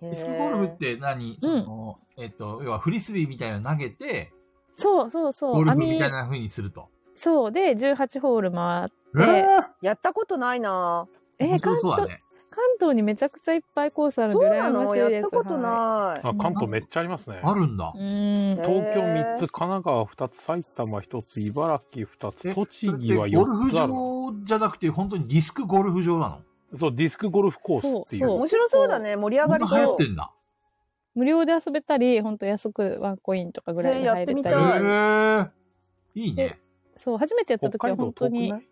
D: へー
A: ディスクゴルフって何、そのえっと、要はフリスビーみたいなの投げて、
E: そうそうそ
A: ゴ
E: う。
A: ルフみたいな風にすると。
E: そう。で、18ホール回って、
A: えー、
D: やったことないな
E: えー
A: 面白
E: 関
A: そう
E: 東、
A: だね。
E: 関東にめちゃくちゃいっぱいコースあるん
D: そ
E: で、
D: う
E: 羨
D: な
E: まし
D: の
E: い
D: や
E: で
D: っ
E: す。
D: たこと
E: は
D: ない。
B: あ、関東めっちゃありますね。
A: あるんだ
E: い、。うーん。
B: 東京3つ、
D: へ
B: 神
D: ー
B: 奈川2つ、埼玉1つ、茨城2
A: え
B: つ、栃
A: それ
B: 木は
A: ってゴル
B: 4
A: フ
B: つある。
A: 場じゃなくて、本当にディスクゴルフ場なの。
B: そう、ディスクゴルフコースってい
E: そう
B: う。
D: 面白そうだね、盛り上
A: こ
D: が
A: ん
D: り
A: な流行
D: そ
A: ってんだ。
E: 無料で遊べたり、本当安くワンコインとかぐらいで入れ
D: へーやってみ
E: たり
D: た。
A: へえ。いいね。
E: そう初めてやった
B: 北
E: 時は
B: 海道
E: 本
B: 遠
E: 当
B: く
E: に
B: ない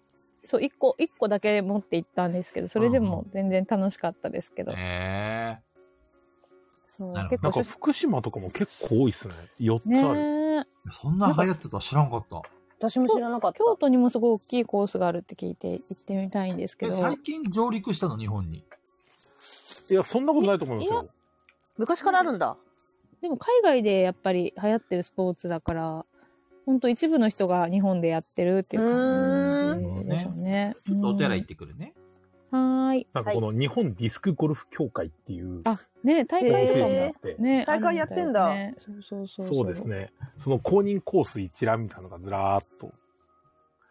E: そう1個一個だけ持って行ったんですけどそれでも全然楽しかったですけど、
A: え
E: そう
A: なるほ
E: 結
B: な
E: 構
B: んか
E: 初心
B: 福島とかも結構多いですね。4つ
E: ね
B: ある。
E: え
A: ー、そんな流行ってたは知らんかった。
D: 私も知らなかった。
E: 京都にもすごい大きいコースがあるって聞いて行ってみたいんですけ
A: え
E: ど
A: 最近上陸したの、日本に。
B: いや、そんなことないと思いますよ。
D: 昔からあるんだ。
E: でも海外でやっぱり流行ってるスポーツだからほんと一部の人が日本でやってるっていう感じでしょうね。
A: ちょっとお手洗い行ってくるね。
E: うんはーい。
B: なんかこの日本ディスクゴルフ協会っていう
E: あね大会と
B: ペー
E: か
B: ジがあ
E: も
D: え
B: って、
D: ー
E: ね
D: 大会やってんだ
E: あるみたいですねそうそうそう
B: そうです。ね。その公認コース一覧みたいなのがずらーっと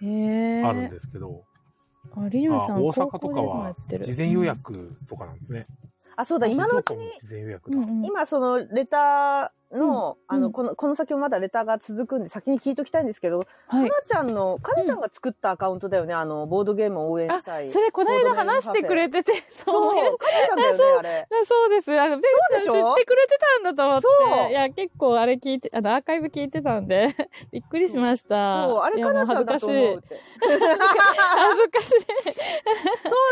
E: へえ
B: あるんですけど、
E: あリノ
B: あ
E: さん
B: 大阪
E: 高
B: とか
E: 校でもや
B: は
E: ってる
B: 事前予約とかなんですね。
D: あ、そうだ、今のうち
B: 静岡も
D: に、
B: 事前予約
E: う
B: だ。
E: んうん
D: 今そのレターの、
E: うん
D: あ
E: う
D: の、
E: ん
D: この、この先もまだレターが続くんで、先に聞いときたいんですけど、
E: は
D: か
E: い
D: なちゃんの、かなちゃんが作ったアカウントだよね、あの、ボードゲームを応援したい。
E: それこないだ話してくれてて
D: そ、
E: そうう
D: かなちゃんだよね、あれ。
E: あそうです。あの、ベルさん
D: そうでし
E: 知
D: ょ
E: ってくれてたんだと思って。
D: そう
E: いや、結構あれ聞いて、あの、アーカイブ聞いてたんで、 びっくりしました。
D: そう、あれ
E: い
D: か
E: やも
D: なちゃん
E: う恥ずか
D: だ
E: しい。
D: と
E: 恥
D: 思 うって。
E: ずかしい。
D: そう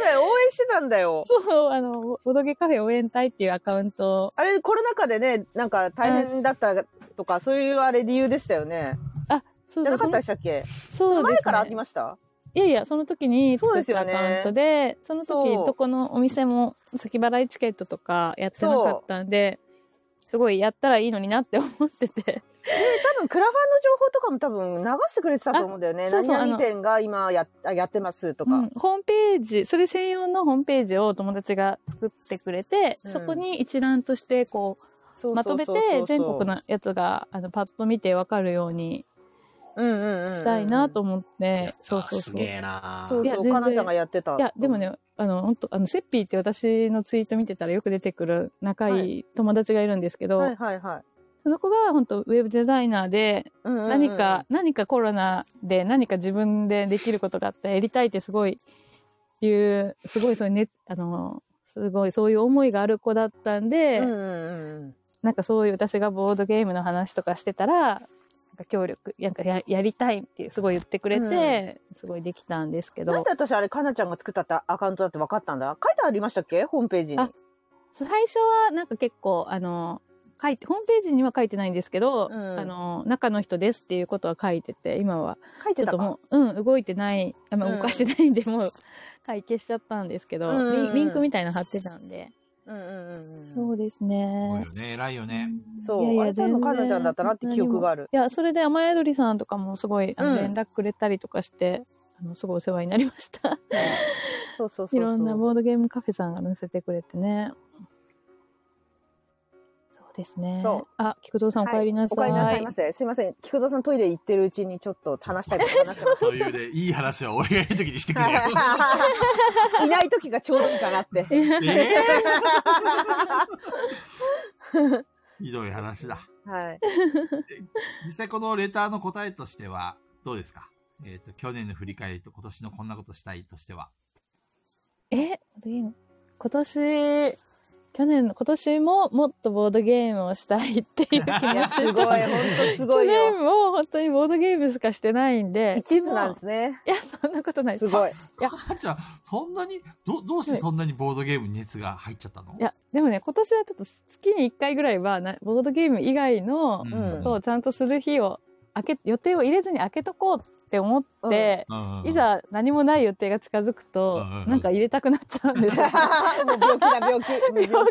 D: だよ、応援してたんだよ。
E: そう、あの、ボドゲカフェ応援隊っていうアカウント。
D: あれ、コロナ禍でね、なんか大変だったとか、そういうあれ理由でしたよね。
E: そ
D: じゃ
E: うそう
D: なか
E: そ
D: った
E: の
D: でしたっけ
E: そうで
D: 前
E: す、ね。
D: からありました
E: いやいや、その時に
D: そう
E: 作
D: で
E: っ
D: すよ
E: たア
D: ね
E: カウントで、その
D: そう
E: 時、どこのお店も先払いチケットとかやってなかったんで、すごいやったらいいのになって思ってて。
D: 多分クラファンの情報とかも多分流してくれてたと思うんだよね。
E: あそうそう
D: 何々
E: あの
D: 店が今やあやってますとか。
E: うん、ホームページそれ専用のホームページを友達が作ってくれて、
D: うん
E: そこに一覧としてこ
D: そうう
E: ま
D: そ
E: と
D: う
E: め
D: そ
E: て
D: うそう
E: 全国のやつがあのパッと見て分かるように
D: うんうんうんうん
E: したいなと思って、そうそう
C: す
E: そう
C: げ
E: い
C: えな
D: そう
E: いや
D: そ
E: 全
D: う、
E: 然
D: かなちゃんがやってた。
E: やでもねあの本当あのセッピーって私のツイート見てたらよく出てくる仲
D: はい
E: い友達がいるんですけど、
D: はいはいはい。
E: その子が本当ウェブデザイナーで
D: うんうんうん
E: 何か、、何かコロナで何か自分でできることがあってやりたいってすごいいうすごいそういうねあのすごいそういう思いがある子だったんで、
D: うんうんうん
E: なんかそういう私がボードゲームの話とかしてたらなんか協力なんかややりたいってすごい言ってくれて、すごいできたんですけ
D: なん
E: ど
D: で私あれ、かなちゃんが作ったってアカウントだって分かったんだ書いてありましたっけホームページに。
E: あ最初はなんか結構あの書いてホームページには書いてないんですけど、
D: うん
E: あの中の人ですっていうことは書いてて今は
D: 書いて
E: ちょったと
D: か。
E: もう、うん、動いてない、あまあ
D: うん
E: 動かしてないんで、もう、はい、消しちゃったんですけど、
D: うんうんうん
E: リンリンクみたいなの貼ってたんで。
D: うんうんうんうん。
E: そうです
A: すごい
E: ね
A: よ。ね、偉いよね。
D: そうあれ多分かなちゃんだったなって記憶がある。
E: いや、それで雨宿りさんとかもすごい、あ
D: うん
E: の、連絡くれたりとかして、あの、すごいお世話になりました。
D: そうそうそうそう。
E: いろんなボードゲームカフェさんが載せてくれてね。そうですね。
D: そう
E: あ、菊蔵さんお
D: はい
E: 帰りな
D: お帰
E: さい。
D: りなさいませ。すいません。菊田さんトイレ行ってるうちにちょっと話したいこと話して ます
A: そういうで、いい話は俺がいる時にしてく れよ。
D: いない時がちょうどいいかなって。
A: えー、ひどい話だ。
D: はい。
A: 実際このレターの答えとしては、どうですかえっ、と、去年の振り返りと今年のこんなことしたいとしては。
E: え、今年、去年の、今年ももっとボードゲームをしたいっていう気持ち
D: いや、すごい、
E: と
D: 本当す
E: 去
D: ごい
E: 年
D: よ。
E: も本当にボードゲームしかしてないんで。
D: 一部なんですね。
E: いや、そんなことないですす。
D: ごい。
A: あじゃあ、そんなに、ど、どうしてそんなにボードゲームに熱が入っちゃったの
E: いや、でもね、今年はちょっと月に1回ぐらいはな、ボードゲーム以外の
A: う、
D: ん
E: そう、ちゃんとする日を、開け、予定を入れずに開けとこうって思って、
A: うん
E: い、ざ何もない予定が近づく
A: う
E: と、
A: んうんうん
E: なんか入れたくなっちゃうんです
D: も
E: よ
D: う。病気だ、病気。もう病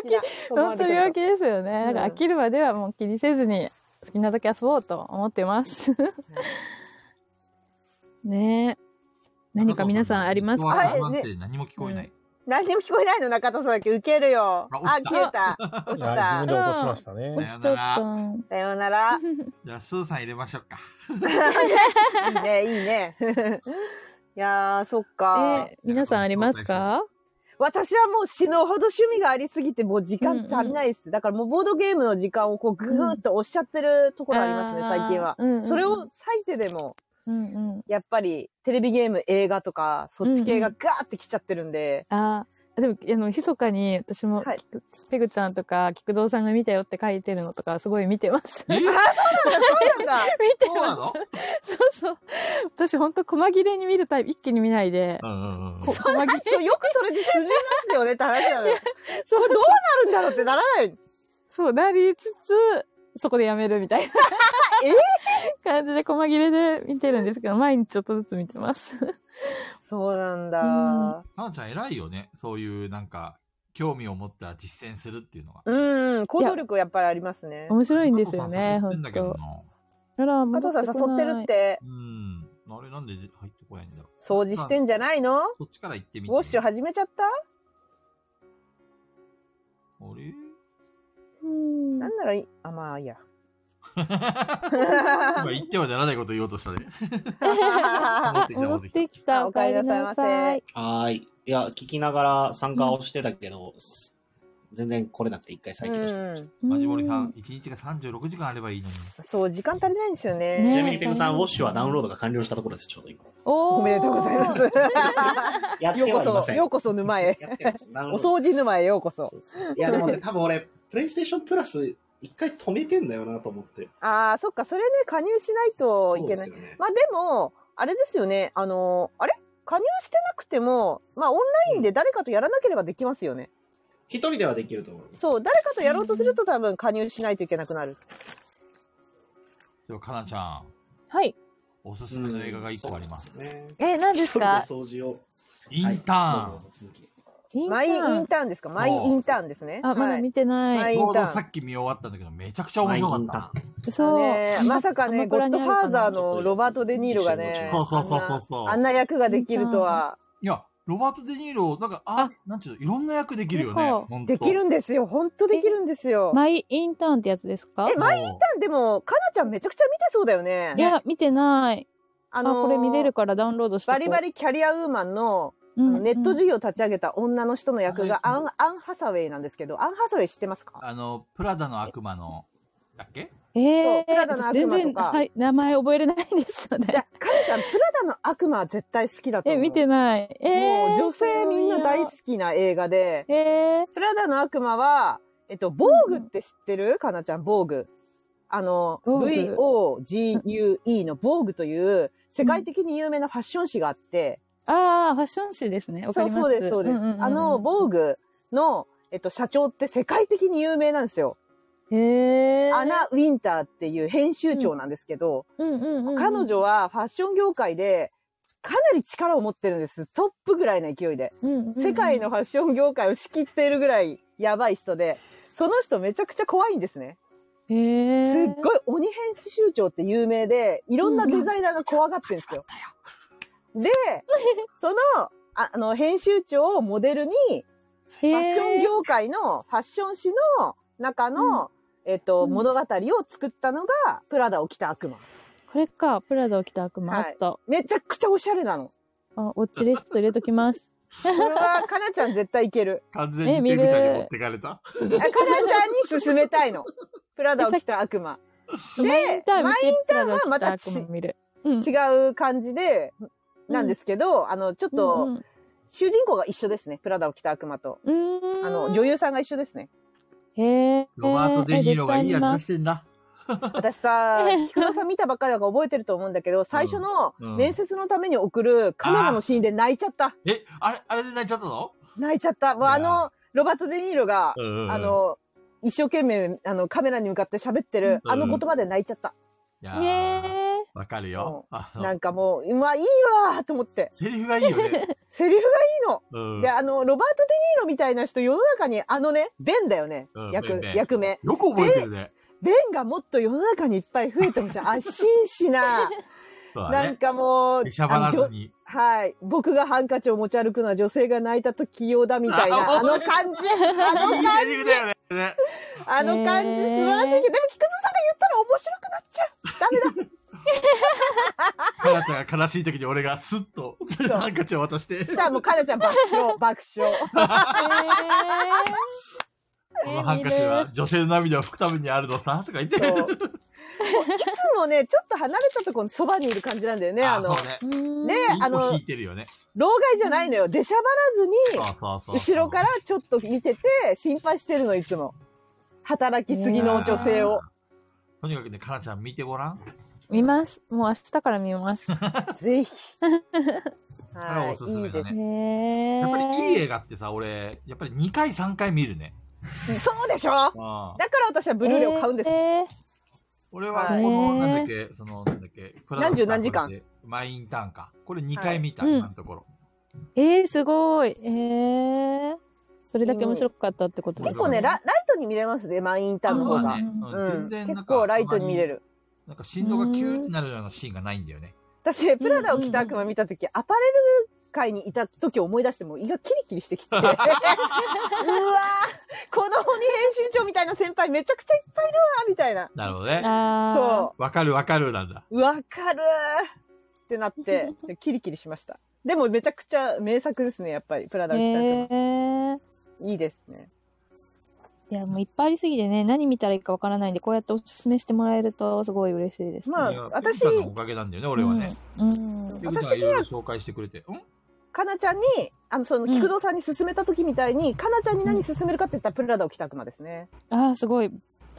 D: 気だ。
E: 本当病気ですよね。
D: う
E: だ
D: ん
E: から飽きるまではもう気にせずに好きなだけ遊ぼうと思っ てます。ねえ。何か皆さんあります
D: は
E: か
D: い
A: 不安定何も聞こえない。
D: 何にも聞こえないの、中田さんだけ。ウケる
A: あ
D: よ。あ、
A: 落ち
D: 消えた。落
B: はい、自分
D: ちた
E: だ。
B: で落としましたね
E: 落。ちちゃった。
D: さようなら。
A: じゃあ、スーさん入れましょう か。
D: いいね、いいね。いやー、そっか。
E: え、皆さんありますか
D: 私はもう死ぬほど趣味がありすぎて、もう時間足りないです。だからもうボードゲームの時間をこうぐぐーっと押しちゃってるところありますね、
E: あー
D: 最近は。
E: うんうん
D: それを最低でも、
E: うんうん。
D: やっぱりテレビゲーム、映画とか、そっち系が
E: うん
D: ガーって来ちゃってるんで、
E: あでも、あの、密かに私も、
D: はい
E: ペグちゃんとか、菊蔵さんが見たよって書いてるのとか、すごい見てます。
A: え
E: 見て
D: そうな
A: そうな
D: んだ。
E: ま
A: の
E: す。そうそう。私ほんと、細切れに見るタイプ、一気に見ないで。
A: うんうんうん。
E: こ細切れ。
D: そうよくそれで進めますよねって話なのよ。こ
E: そう
D: れどうなるんだろうってならない。
E: そう、なりつつ、そこでやめるみたいな感じで細切れで見てるんですけど、毎日ちょっとずつ見てます。
D: そうなん
E: だ
D: だ。
A: かなちゃん偉いよね。そういうなんか、興味を持ったら実践するっていうのが。
D: うん、行動力やっぱりありますね。
E: 面白いんですよね、
A: 加藤さん誘っ
E: ほ
A: てん
E: ん
A: だけど
E: と。
A: な。
E: あら、
D: 加藤さん誘ってるって、
A: うん。あれなんで入ってこないんだろう。
D: 掃除してんじゃないの
A: そっちから行ってみて。
D: ウォッシュ始めちゃった
A: あ れ
E: うん
D: なんならいい、あ、まあ、いいや。
A: 今言ってはならないこと言おうとしたね。
E: あ、戻ってきた。
D: あお帰りなさいませ
E: お帰りなさい。
C: はーい。いや、聞きながら参加をしてたけど、全然来れなくて一回再起動してました。
A: マジモリさ
E: うん
A: ん、。1日が36時間あればいいのに。
D: そう、時間足りないんですよね。
E: ね
C: ちなみにペグさん、
E: え
C: ウォッシュはダウンロードが完了したところです、ちょうど今。
E: おー
D: おめでとうござい ます。。
C: やって
D: よ
C: は
D: う
C: いま
D: こ
C: せ
D: そ、
C: ん。
D: ようこそ沼へ。
C: やってはますダウン
D: お
C: ロード
D: 掃除沼へようこそ。
C: いや、でもね、多分俺、プレイステーションプラス一回止めてんだよなと思って。
D: ああ、そっか、それね、加入しないといけない。
C: そうですよね
D: まあでも、あれですよね、あのーあれ加入してなくても、まあオンラインで誰かとやらなければできますよね。
C: 一人ではできると思います。
D: そう、誰かとやろうとすると多分加入しないといけなくなる。
A: でも、かなちゃん、
E: はい。
A: おすすめの映画が1個あります。
C: そうですね。
E: え、何ですか
C: 一人で掃除を。
A: インター
C: はいどう
A: ン
C: ぞ。続き
D: マイイン
E: タ
D: ターンですかマイインターンですね。
E: あ、まだ見て
D: は
E: ないい。
A: ちょうどさっき見終わったんだけど、めちゃくちゃ面白かった。
E: そう。
D: ね、まさかね、
E: 鎌
D: ゴッ
E: 倉に
D: ド
E: あ
D: ファ
E: るかな
D: ーザーのロバート・デ・ニーロがね、
A: そうそうそうそうそう
D: あんなあんな役ができるとは、
A: いや、ロバート・デ・ニーロ、なんか、あ、なんていうの、いろんな役できるよね
E: そう。
A: ほんと
D: できるんですよ。本当できるんですよ。
E: マイインターンってやつですか
D: えマイインターンでも、かなちゃんめちゃくちゃ見てそうだよね。
E: いや、見てない。
D: あ
E: あ、
D: のー
E: これ見れるからダウンロードして
D: バリバリキャリアウーマンの、あのネット事業を立ち上げた女の人の役がアン、アンハサウェイなんですけど、アンハサウェイ知ってますか
A: あの、プラダの悪魔の、だっけ
E: え
D: そうプラダの悪魔
E: 全
D: とか
E: 然、はい、名前覚えれないんですよ
D: じゃ
E: ね。
D: あ、かなちゃん、プラダの悪魔は絶対好きだと
E: え、
D: 思う。
E: 見てない。え
D: も
E: ー、
D: う女性みんな大好
E: き。
D: きな映画で、
E: えー、
D: プラダの悪魔は、えっと、防具って知ってるかなちゃん、防具。あの、
E: 防具
D: VOGUE の防具という、世界的に有名なファッション誌があって、
E: あー、ファッション誌ですね。わか
D: そ
E: り
D: う
E: ます
D: そうです、そうです。あの、防具の、えっと、社長って世界的に有名なんですよ。
E: 具。えー、
D: アナ・ウィンターっていう編集長なんですけど、
E: うんうんうん、
D: 彼女はファッション業界でかなり力を持ってるんです。トップぐらいの勢いで。
E: うんうんうん、
D: 世界のファッション業界を仕切っているぐらいやばい人で、その人めちゃくちゃ怖いんですね。す
E: え
D: っ
E: ー、
D: ごい鬼編集長って有名で、いろんなデザイナーが怖がってるんですよ。で、その、ああの、編集長をモデルに、
E: フ
D: ファッション業界のファッション誌の中の、えっと、
E: うん
D: 物語を作ったのが、プラダを着た悪魔。
E: これか、プラダを着た悪魔、
D: はい
E: あった。
D: めちゃくちゃおしゃれなの。
E: あ、ウォッチリスト入れときます。
D: これは、かなちゃん絶対いけ る。
A: 完全に
E: え
A: ペ
E: 見る
A: グちゃんに持ってかれた。
D: あかなちゃんに勧めたいの。プラダを着た悪魔。
E: マインターン見
D: マ
E: て、プラダを
D: は
E: 着
D: ま
E: た
D: た
E: 悪
D: ち
E: 魔見る。うん
D: 違う感じで、なんですけど、あの、ちょっ
E: うん
D: と、主人公が一緒ですね。プラダを着た悪魔と。
E: うん、うーん
D: あの、女優さんが一緒ですね。
E: へえ。
A: ロバート・デ・ニーロがいい
E: や
A: 味出してんだ。
D: 私さ、菊田さん見たばっかりだから覚えてると思うんだけど、最初の
A: うん
D: 面接のために送るカメラのシーンで泣いちゃった。
A: え、あれ、あれで泣いちゃったの
D: 泣いちゃった。もう
A: いや
D: あの、ロバート・デ・ニーロが、
A: うんうんうん
D: あの、一生懸命、あの、カメラに向かって喋ってる、
A: うん
D: あの言葉で泣いちゃった。
A: い
E: イエ
A: や ー、
E: ーイ
A: わかるよ。あの
D: なんかもう、うわ、いいわーと思って。
A: セリフがいいよね。
D: セリフがいいの。
A: うん
D: で、。あの、ロバート・デ・ニーロみたいな人、世の中に、あのね、ベンだよね。
A: うんベ
D: 役
A: ンベ、ン
D: 役名。
A: よく覚えてるね。
D: ベンがもっと世の中にいっぱい増えてほしい。あ、真 摯な、
A: そうだ
D: なん
A: ね。
D: かもう、
A: 出しゃばら
D: あの
A: ず
D: じょ
A: に。
D: はい。僕がハンカチを持ち歩くのは女性が泣いた時用だみたいな、あの 感じ、あの
A: いいセリフだよね。ね
D: あの感じ素
E: へ
D: 晴らしいけど、で
E: ー
D: も菊蔵さんが言ったら面白くなっちゃう。
A: かなちゃんが悲しい時に俺がスッと、ハンカチを渡して、
D: そしたらもうかなちゃん爆笑、 爆笑。
A: このハンカチは女性の涙を拭くためにあるのさ、とか言って。
D: そうつもね、ちょっと離れたところのそばにいる感じなんだよね。あ
A: あ、
D: の
A: そ、うね。
D: ね
E: ね、
D: あ
A: 一歩
D: の
A: 引い、てるよね。
D: 老害じゃないのよ。出しゃば
A: そう
D: らずに、
A: そうそう。
D: 後ろからちょっと見てて、心配してるの、いつも。働きすぎの女性を。
A: とにかくね、かなちゃん見てごらん。
E: 見ます。もう明日から 見ます。へ
D: ぜひ。
A: はおすすめだ
D: いい
A: ね。
E: え。
A: やっぱりいい映画ってさ、俺、やっぱり2回3回見るね。
D: ですそうでしょだか
A: ああ
D: ら私はブルーレイを買うんです。
E: え
A: 俺はこ
D: はい
A: の、なんだっけ、その、なんだっけ、プラダ
D: 何十何時間
A: プラダマインターンか。これ2回見た、
E: はいうん
A: 今のところ。
E: ー、えー、すごい。えー、それだけ面白かったってことです
D: 結構ね、ラライトに見れますね、マインインターンの方
A: そう
D: が。
A: だね。
D: う
A: うん全
D: ん、
A: 然な
D: 結
A: んか、
D: 構ライトに見れ
A: る。
D: る。
A: なんか振動がキューになるようなシーンがないんだよね。
D: 私、プラダを着た悪魔見たとき、アパレル界にいた時を思い出しても胃がキリキリしてき て。うわーこの鬼編集長みたいな先輩めちゃくちゃいっぱいいるわみたいな。
A: なるほどね。
E: ああ。
A: わかるわかるなんだ。
D: そう。わかるーってなって、 キリキリしました。でもめちゃくちゃ名作ですね、やっぱり。プラダを着た悪魔。
E: えー。
D: いいですね。
E: いや、もういっぱいありすぎてね、何見たらいいかわからないんで、こうやっておすすめしてもらえると、すごい嬉しいです。
D: まあ
A: いや
D: 私
A: ペグさんのおかげなんだよね、俺はね。
E: うん。
A: ペグさんがいろいろ紹介してくれて。ん
D: かなちゃんに、あの、その、菊蔵さんに勧めた時みたいに、かなちゃんに何勧めるかって言ったら、プラダを着た悪魔ですね。
E: ああ、すごい。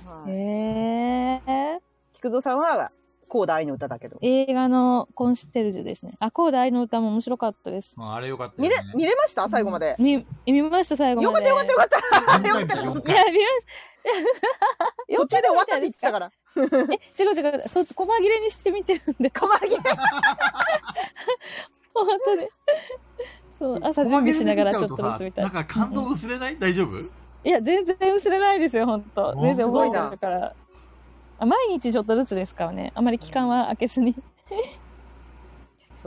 D: はい
E: へえ。
D: 菊蔵さんは、コーダ愛の歌だけど。
E: 映画のコンシェルジュですね。あ、コーダ愛の歌も面白かったです。
A: まああれよかった
D: 見
A: よ
D: れ
A: ね。、
D: 見れました最後まで。
E: 見、見ました、最後
D: よかっ
E: ま
D: た
E: で。
D: よかったよかった。
A: 4回見た、4
E: い
A: 回。
E: や、見ました。
D: 途中で終わったって言ってたから。
E: え、違う違う。そっち、細切れにして見てるんで、
D: かまぎ。
E: 本当に。そう、朝準備しながらちょっとずつ見た
A: ないん。か感動薄れない大丈夫
E: いや、全然忘れないですよ、本当
A: お
E: 全然
D: すご
E: 覚
D: い
E: え
D: な
E: てるから。あ毎日ちょっとずつですからね。あまり期間は空けずに。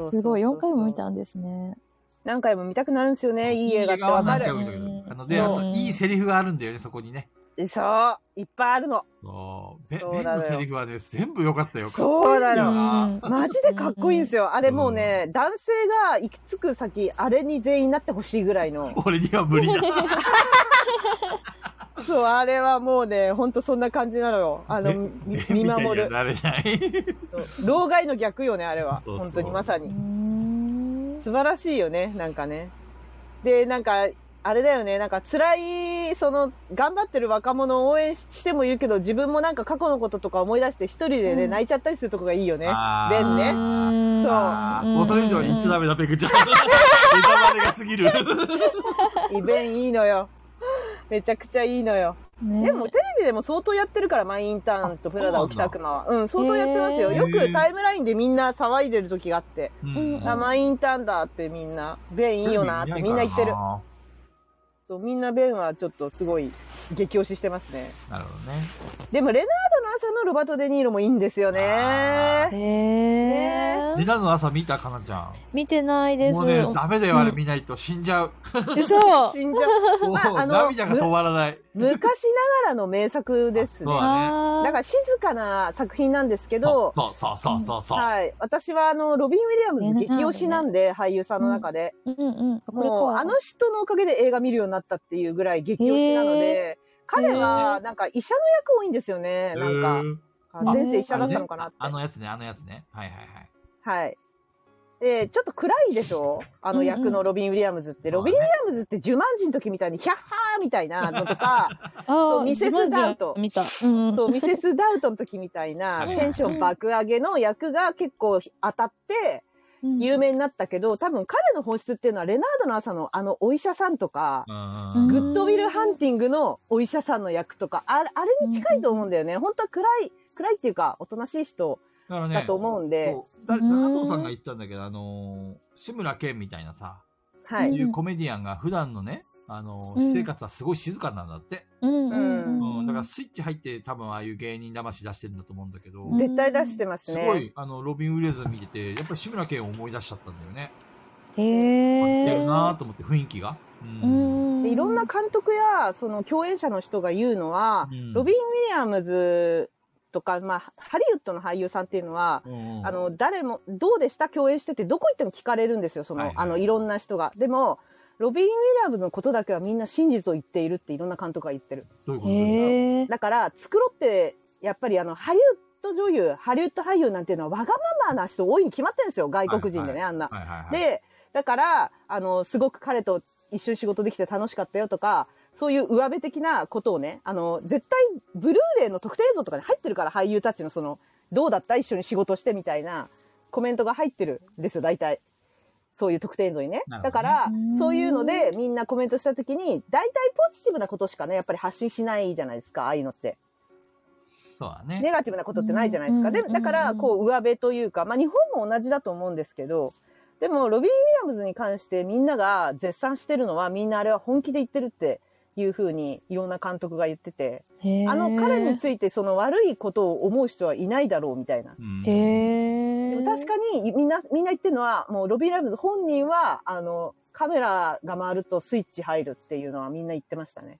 E: すごい、4回も見たんですね。
D: 何回も見たくなるんですよね。いい映画ってわか
A: 何回
D: る。
A: も見たけ
E: うん
A: ど。あの、で、あと、
E: うん
A: いいセリフがあるんだよね、そこにね。
D: そう。いっぱいあるの。
A: そう。べ
D: そう
A: ベン
D: なのよ
A: のセリフはね、全部良かったよ。
D: そう
A: かっこい
D: な
A: いよ
D: の。
A: な
E: うん
D: マジでかっこいいんですよ。あれもうね、男性が行き着く先、あれに全員なってほしいぐらいの。
A: 俺には無 理だ。
D: そう、あれはもうね、ほんとそんな感じなのよ。あの、 み見守る。
A: なれない。
D: そう老害の逆よね、あれは。
A: そうそう
D: 本当にまさ
E: う
D: に
E: ー。ん。
D: 素晴らしいよねなんかねでなんかあれだよねなんか辛いその頑張ってる若者を応援ししてもいるけど自分もなんか過去のこととか思い出して一人でね、
E: うん
D: 泣いちゃったりするとこがいいよね
A: あー
D: ベンね
E: ね
A: あー
E: うん
A: もうそれ以上言っちゃダメだ、ペグちゃん。ネタバレが過ぎる。
D: イベンいいのよ めちゃくちゃいいのよ、
E: ね
D: でもテレビでも相当やってるからマイインターンとプラダを着た悪魔はうん相当やってますよ
A: へー
D: よくタイムラインでみんな騒いでる時があって、
A: うん
D: あマイインターンだってみんなベンいいよなってみんな言ってる
A: な
D: そうみんなベンはちょっとすごい激推ししてますね
A: るほどね。
D: でもレナードの朝のロバート・デ・ニーロもいいんですよ
A: あ
D: ね。
E: へ
A: ネ
E: ー
A: タの朝見たかなちゃ
E: 見てない
A: ん。
E: です。
A: もうね、ダメだよ、あれ
E: うん
A: 見ないと死んじゃう。
E: 嘘
D: 死んじゃう
A: もう
D: あの
A: 涙が止まらない。
D: 昔ながらの名作で
A: そ
D: す
A: う
D: ね。
E: あ
D: だか
E: ー
D: ら静かな作品なんですけ
A: そう
D: ど、
A: そうそうそうそうそう。
D: はい。私はあの、ロビン・ウィリアムズ激推しなんで、俳優さんの中で。
E: うんうん。これ
D: もう、
E: か。
D: あの人のおかげで映画見るようになったっていうぐらい激推しなので、彼はなんか医者の役多いんですよね。なんか
A: う、ん
E: あ
D: 前世医者だったのかなって。
A: あのやつね、あのやつね。はいはいはい。
D: はい。で、ちょっと暗いでしょあの役のロビン・ウィリアムズって。
A: うんうん
D: ロビン・ウィリアムズってジュマンジの時みたいに、ヒャッハーみたいなのとか、
E: あ
D: う
E: あ、
D: ミセスダウト
E: 見た。うんうん。
D: そう、ミセス・ダウトの時みたいな、
A: はい
D: テンション爆上げの役が結構当たって、
E: うん
D: 有名になったけど、多分彼の本質っていうのは、レナードの朝のあのお医者さんとか、
A: うんうん
D: グ
A: うん。
D: ッドウィル・ハンティングのお医者さんの役とか、あれあれに近いと思うんだよね。本当は暗い、暗いっていうか、おとなしい人
A: だからね、
D: だと思うんで、
A: そう誰
E: うん
A: 加藤さんが言ったんだけど、あのー志村けんみたいなさ、
D: は
E: うん
D: い。
A: いうコメディアンが普段のね、あのー
E: うん
A: 私生活はすごい静かなんだって。
E: うんう
A: う
E: ん
A: ん
E: うん。
A: だからスイッチ入って多分ああいう芸人魂出してるんだと思うんだけど、
E: うん
D: 絶対出してます
A: す
D: ね。
A: ごい、あの、ロビン・ウィレズ見てて、やっぱり志村けんを思い出しちゃったんだよね。
E: へ
A: 似て
E: え。
A: るなーと思って、雰囲気が。う。
E: うんん。
D: でいろんな監督やその共演者の人が言うのは、
A: うん
D: ロビン・ウィリアムズとか、まあ、ハリウッドの俳優さんっていうのは、
A: うん
D: あ、の誰もどうでした共演しててどこ行っても聞かれるんですよその、
A: はい
D: い
A: はい
D: あのいろんな人が。でもロビン・ウィリアムズのことだけはみんな真実を言っているっていろんな監督が言ってる。
A: どういうことだ
E: へえ。
D: だから作ろうってやっぱりあのハリウッド女優、ハリウッド俳優なんていうのはわがままな人多いに決まってるんですよ、外国人でね、あんな。
A: はいはいはい。
D: で、だから、あの、すごく彼と一緒に仕事できて楽しかったよとか、そういう上辺的なことをね、あの、絶対、ブルーレイの特定映像とかに入ってるから、俳優たちのその、どうだった一緒に仕事してみたいなコメントが入ってるんですよ、大体。そういう特定映像にね。
A: なるほどね
D: だから
E: うん、
D: そういうので、みんなコメントした時に、大体ポジティブなことしかね、やっぱり発信しないじゃないですか、ああいうのって。
A: そうだね。
D: ネガティブなことってないじゃないです
E: う
D: か。
E: ん
D: で、
E: うん
D: だから、こう、上辺というか、まあ、日本も同じだと思うんですけど、でも、ロビン・ウィリアムズに関してみんなが絶賛してるのは、みんなあれは本気で言ってるっていうふうに、いろんな監督が言ってて、
E: へー
D: あの、彼についてその悪いことを思う人はいないだろうみたいな。
A: うん
E: へ
D: で
E: え
D: も確かに、みんな、みんな言ってるのは、もう、ロビン・ウィリアムズ本人は、あの、カメラが回るとスイッチ入るっていうのはみんな言ってましたね。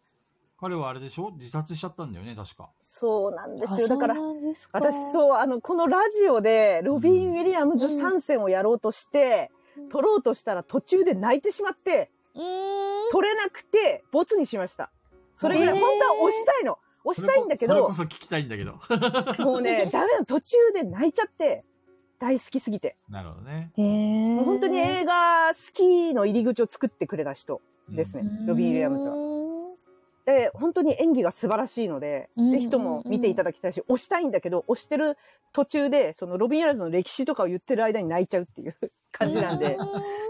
D: 彼
A: 彼はあれでしょ自殺しちゃったんだよね、確か。
D: そうなんですよ。だから、私
E: 私う
D: そうあのこのラジオでロビン・ウィリアムズ参戦をやろうとして、
E: うん
D: 撮ろうとしたら途中で泣いてしまって
E: うん
D: 撮れなくてボツにしましたそれぐらい、
E: へー
D: 本当は押したいの押したいんだけ
A: それこ
D: ど
A: それこそ聞きたいんだけ ど。
D: もうねダメなの途中で泣いちゃって大好きすぎて
A: なるほどね。
E: へえ
D: もう本当に映画好きの入り口を作ってくれた人ですね、ロビン・ウィリアムズは。
E: は
D: で本当に演技が素晴らしいので、
E: うん
D: ぜひとも見ていただきたいし、押したいんだけど、押してる途中で、そのロビン・エラーズの歴史とかを言ってる間に泣いちゃうっていう 感じなんで、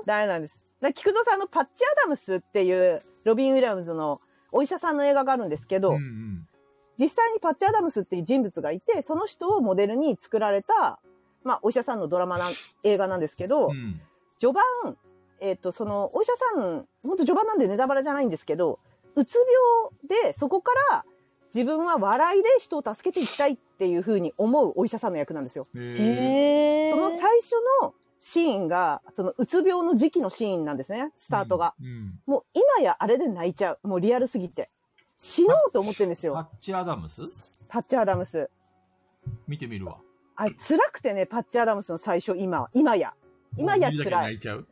D: ダメなんです。だ菊蔵さんのパッチ・アダムスっていうロビン・ウィリアムズのお医者さんの映画があるんですけど、
A: うんうん。
D: 実際にパッチ・アダムスっていう人物がいて、その人をモデルに作られた、まあ、お医者さんのドラマなん、映画なんですけど、
A: うん。
D: 序盤、えっ、と、その、お医者さん、本当序盤なんでネタバレじゃないんですけど、うつ病で、そこから自分は笑いで人を助けていきたいっていう風に思うお医者さんの役なんですよ。
A: へえ。
E: へえ
D: その最初のシーンが、そのうつ病の時期のシーンなんですね、スタートが。
A: うん。うん。
D: もう今やあれで泣いちゃう。もうリアルすぎて。死のうと思ってるんです
A: パ
D: よ。
A: ッチ・アダムス
D: パッチ・アダムス。
A: 見てみるわ。
D: あれ、辛くてね、パッチ・アダムスの最初、今、今や。今や
A: 見るだけで
D: 辛い
A: 泣。いちゃう。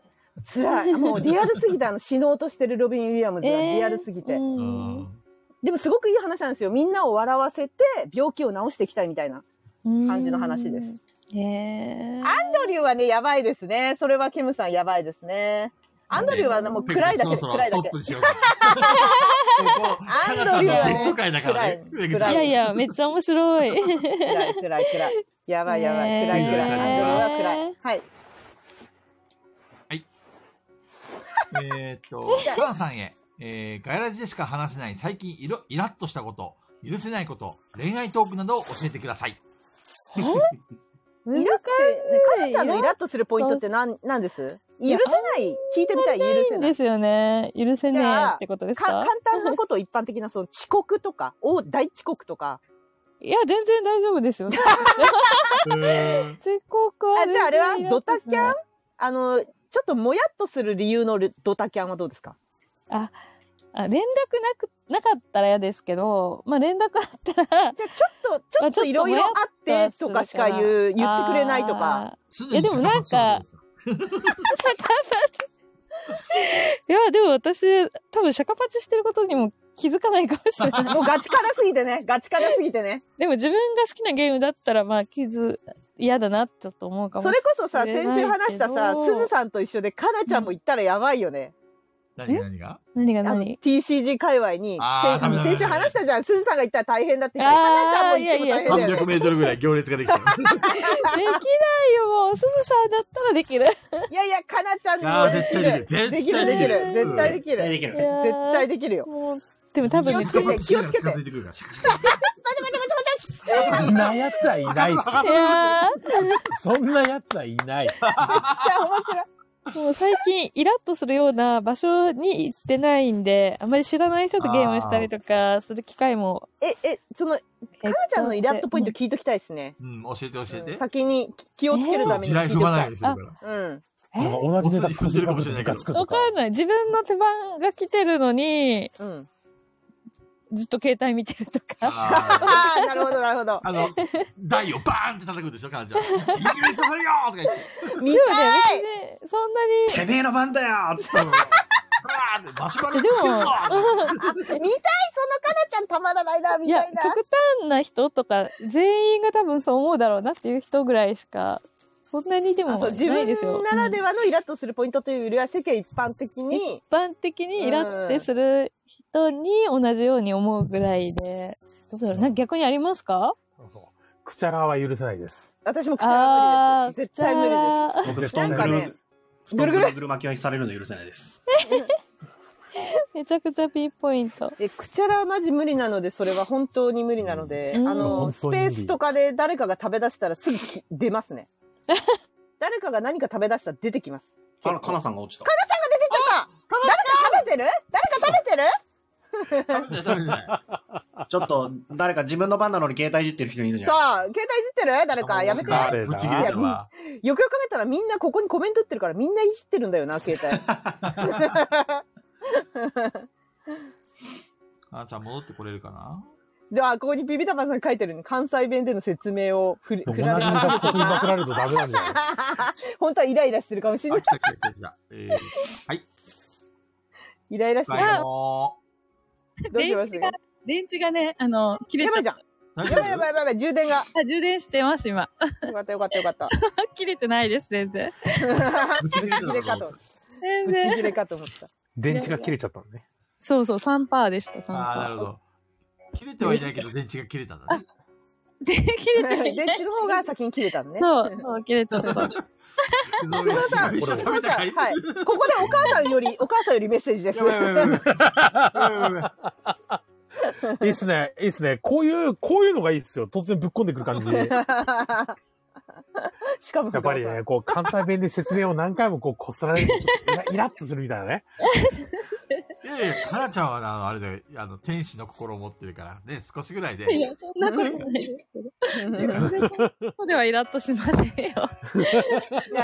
D: 辛い。もうリアルすぎて、あの、死のうとしてるロビン・ウィリアムズがリアルすぎて。
E: えー
A: う
E: うん
A: ん。
D: でもすごくいい話なんですよ。みんなを笑わせて病気を治していきたいみたいな。感じの話です
E: うん。
D: ア
E: へえ。
D: ンドリューはね、やばいですね。それはキムさんやばいですね。アンドリューはねもう暗いだけです、
A: そろそ
D: 暗
A: ろス
D: い
A: ト
D: だけ
A: ッ。プし ようか。ここ、
D: ア
A: か
D: ン
A: なち
D: ド
A: ゃん
D: リ
A: の
D: ューは
A: ゲ
D: ね
A: スト会だからね。
D: 暗い
A: 出口
D: 暗
E: いやいや、めっちゃ面白い。
D: 暗い、暗い、暗い。やばい、やばい、暗い、暗い。アンドリューは暗い。はい。
A: えーっと、ガンさんへ、えー、ガヤラジでしか話せない最近イロイラッとしたこと、許せないこと、恋愛トークなどを教えてください。
D: イラッと、ね、カナちゃんのイラッとするポイントって何、何です許せない、聞いてみたい、許せ
E: いい
D: な
E: で
D: い。
E: すよね。許せね
D: じ
E: え
D: ゃあ
E: ってことです
D: か
E: か
D: 簡。単なこと、一般的な、その遅刻とか、お大遅刻とか。
E: いや、全然大丈夫ですよ。
A: え
E: 遅刻は
D: あ
E: 全
D: じゃああれ
E: 然
D: は
E: イラッ
D: ド
E: と
D: タ
E: し
D: キ
E: ない
D: ャンあの、ちょっともやっとする理由のドタキャンはどうですか
E: あ連絡なく、なかったら嫌ですけど、まあ連絡あったら、
D: じゃあちょっと、ちょっといろいろあってとかしか言う、言ってくれないとか。。
A: す
E: いやでもなんか、シャカパチ。 いや、でも私、多分シャカパチしてることにも気づかないかもしれない。
D: もうガチカラすぎて ね、ガチカラすぎてね。
E: でも自分が好きなゲームだったら、まあ、傷、嫌だなってちょっと思うかもし
D: そ
E: れ
D: れ
E: ない。
D: こそさ、先週話したさ、
E: けど
D: すずさんと一緒で、かなちゃんも行ったらやばいよね。
A: 何が何が
E: 何が
D: あの、
E: 何
D: TCG 界隈に、
A: あー
D: 先
A: ダメダメ
D: 先週話したじゃん、すずさんが行ったら大変だって言って、
E: あー
D: かなちゃんも行っても大変だよね。
A: ?300 メートルぐらい行列ができた。
E: できないよ、もう。すずさんだったら できる。
D: いやいや、かなちゃん
A: あー
D: も
A: 絶対で
D: で
A: き
D: き
A: る
D: る。できる、
A: 絶対で
D: で
A: き
D: き
A: る
D: る。絶対で
C: 絶対で
D: きる。
C: きる。
D: 絶対で
E: き
D: きるよ。
E: る。もう、でも多分、
D: 気をつけて気をつけて
A: 近づいてくるから。シャカシャ
B: そんなやつはいないっす。
E: いや
B: そんなやつはいない。
E: ーもう最近、イラッとするような場所に行ってないんで、あまり知らない人とゲームしたりとかする機会も。
D: え、え、その、かなちゃんのイラッとポイント聞いときたいですね。
A: うん、教えて教えて。
D: 先に気をつけるため
A: 地
D: に聞
A: 雷
D: いてお
A: 踏
D: き
A: まな
D: た
A: いよう
D: い
A: に。するから。
D: うん。
E: え
B: なんか同じネタ
A: 押するかもしれないけど
B: ムカつく
E: わ
B: とか
E: かんない。自分の手番が来てるのに、
D: うん。
E: ずっと携帯見てるとか。
A: あー
D: ああ、なるほど、なるほど。
A: あの、台をバーンって叩くでしょ、彼女。いきなり一緒するよとか言って。
D: 見
E: で
D: たい
E: もね別にねそんなに
C: てめえの番だよつって
A: うんうわってマシュマロ
E: でも
A: つけるぞ
D: 見たいそのかなちゃんたまらないな、み
E: いや
D: たい
E: 極
D: な。
E: 端な人とか全員が多分そう思うだろうなっていう人ぐらいしかそんなにでも
D: あそう自
E: ないですよ
D: 分なら
E: うん
D: ではのイラッとするポイントというよりは世間一般的に、
E: 一般的にイラってする人に同じように思うぐらいでどうだろうなんか逆にありますか
B: そうそうクチャラは許せないです。
D: 私も口は無理です。絶対無理です。
C: 僕、
E: 理
C: 布団ぐ
D: なんか
C: るぐ
D: ね
C: る、布団ぐるぐる巻きされるの許せないです。
E: ですめちゃくちゃピンポイント
D: え、くちゃらはマジ無理なので、それは本当に無理なので、
E: うん
D: あの、
B: 本
D: ス
B: 当に
D: ペ
B: 無
D: ー
B: 理
D: スとかで誰かが食べ出したらすぐき出ます ね。誰かが何か食べ出したら出てきます。
C: あら、かなさんが落ちた。
D: 出てきちゃった誰か食べてる誰か食べてる
A: 食べてない食べてない
C: ちょっと、誰か自分の番なのに携帯いじってる人いるじゃ
D: そ
C: ん
D: う、。携帯いじってる誰か、やめて。よ
B: 誰だ
A: ぶち切れたわ。
D: くよく考えたらみんなここにコメント打ってるからみんないじってるんだよな、携帯。
A: あーちゃん戻ってこれるかな
D: では、ここにビビタパンさん書いてるの関西弁での説明を振り、
B: 同じ
D: 比
B: に
D: べて
B: 格好にまくられるとダメなんだよ。
D: 本当はイライラしてるかもしれ
A: あ、
D: ない
A: 来。た来た来た来た。えー、はい。
D: イライラして
A: はい
D: る。
A: も
D: どうします
E: が電池がねあの切れ
D: や
E: ち
D: ば
E: ゃ
D: い
E: っ
D: じ
E: た
D: ゃん。
A: う大丈
D: やばいやば
A: 夫
D: いやばいやばい、充電が。
E: あ充電してます今
D: よかったよかったよかった。
E: 切れてないです全然
A: ぶち切れた
D: 切
A: の
D: れ
A: か
D: か
A: と
D: と
A: 思
D: 思
A: っ。
D: った
E: 全
D: 打ち切
E: 然
D: れかと思った。
B: 電池が切れちゃったのね。
E: そうそう3パーでした3パ
A: あ
E: ー
A: ー、なるほど。切れてはいないけど電池が切れたんだね。
E: で切れ てない
D: 電池の方が先に切れたのね。う。
E: そうそう切れて た
A: そういう
D: さん、
A: 一緒
D: 松
A: に
D: 本
A: 食べた
D: さ
A: か
D: ん、
A: い
D: はい。ここでお母さんより、お母さんよりメッセージです。
A: やばいやばいやばいやばい。やばいやばいやばい
B: いいっすね、いいっすね。こういう、こういうのがいいっすよ。突然ぶっこんでくる感じで。や
D: しか も、
B: っぱりね、こう、関西弁で説明を何回もこう、こすられると、ちょっとイライラッとするみたいな ね。
A: いやいや、かなちゃんはな、あのあれだよ、あの、天使の心を持ってるから、ね、少しぐらいで。
E: いやそんなことないですけど
D: うんい
E: そこではイラッとしませんよ
D: や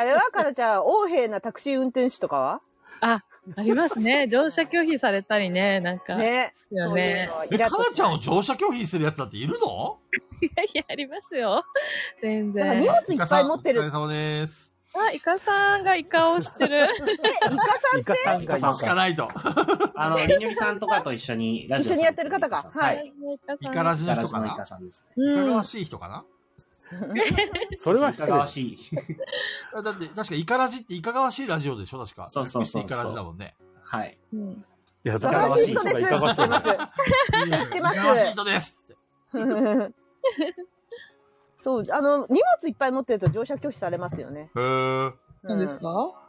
D: あれは、かなちゃん、横柄なタクシー運転手とかは
E: あありますね乗車拒否されたりねなんか
D: ね。
E: よ
D: そういう
E: ね
D: のは
A: え、
D: イ
A: か
D: ラ
A: な
D: ッとし
A: ちゃんを乗車拒否するやつだっているの
E: いやい や、ありますよ。全
D: なんか
E: 然
D: 荷。物いっぱい持ってる。
A: お疲
D: え
A: れ様です。
E: あ、イカさんがイカをし てる。
D: イカさん
B: イカさんが
C: イカ
A: しかないと。
C: あの、りにょりさんとかと一緒にラジオ
D: 一緒にやってる方か
C: さんという
D: はい
E: イカ
A: イ
E: さん
A: カらし
C: イ
A: の
C: カラ
A: 人
C: ジ
A: か
C: のイ
A: な
C: カさんですね。
A: いか
E: う
A: が
E: ん
A: わしい人かな
B: それはい失
C: か
B: 礼
C: がわしい。
A: あだって、確かイカラジっていかがわしいラジオでしょ確か。
C: そうそうそうそ
A: 略
C: う
A: してイカラジだもんね。
C: はい。
E: うん。
B: いや、
D: 素
B: だか
D: 晴
B: らら
D: しい人
B: とか
D: で
B: い
D: す。
B: かがわしい
D: 知って
A: い
D: てます
A: かがわしい人ですって
D: ますそう、あの、荷物いっぱい持ってると乗車拒否されますよね。
A: へー。
E: そうですか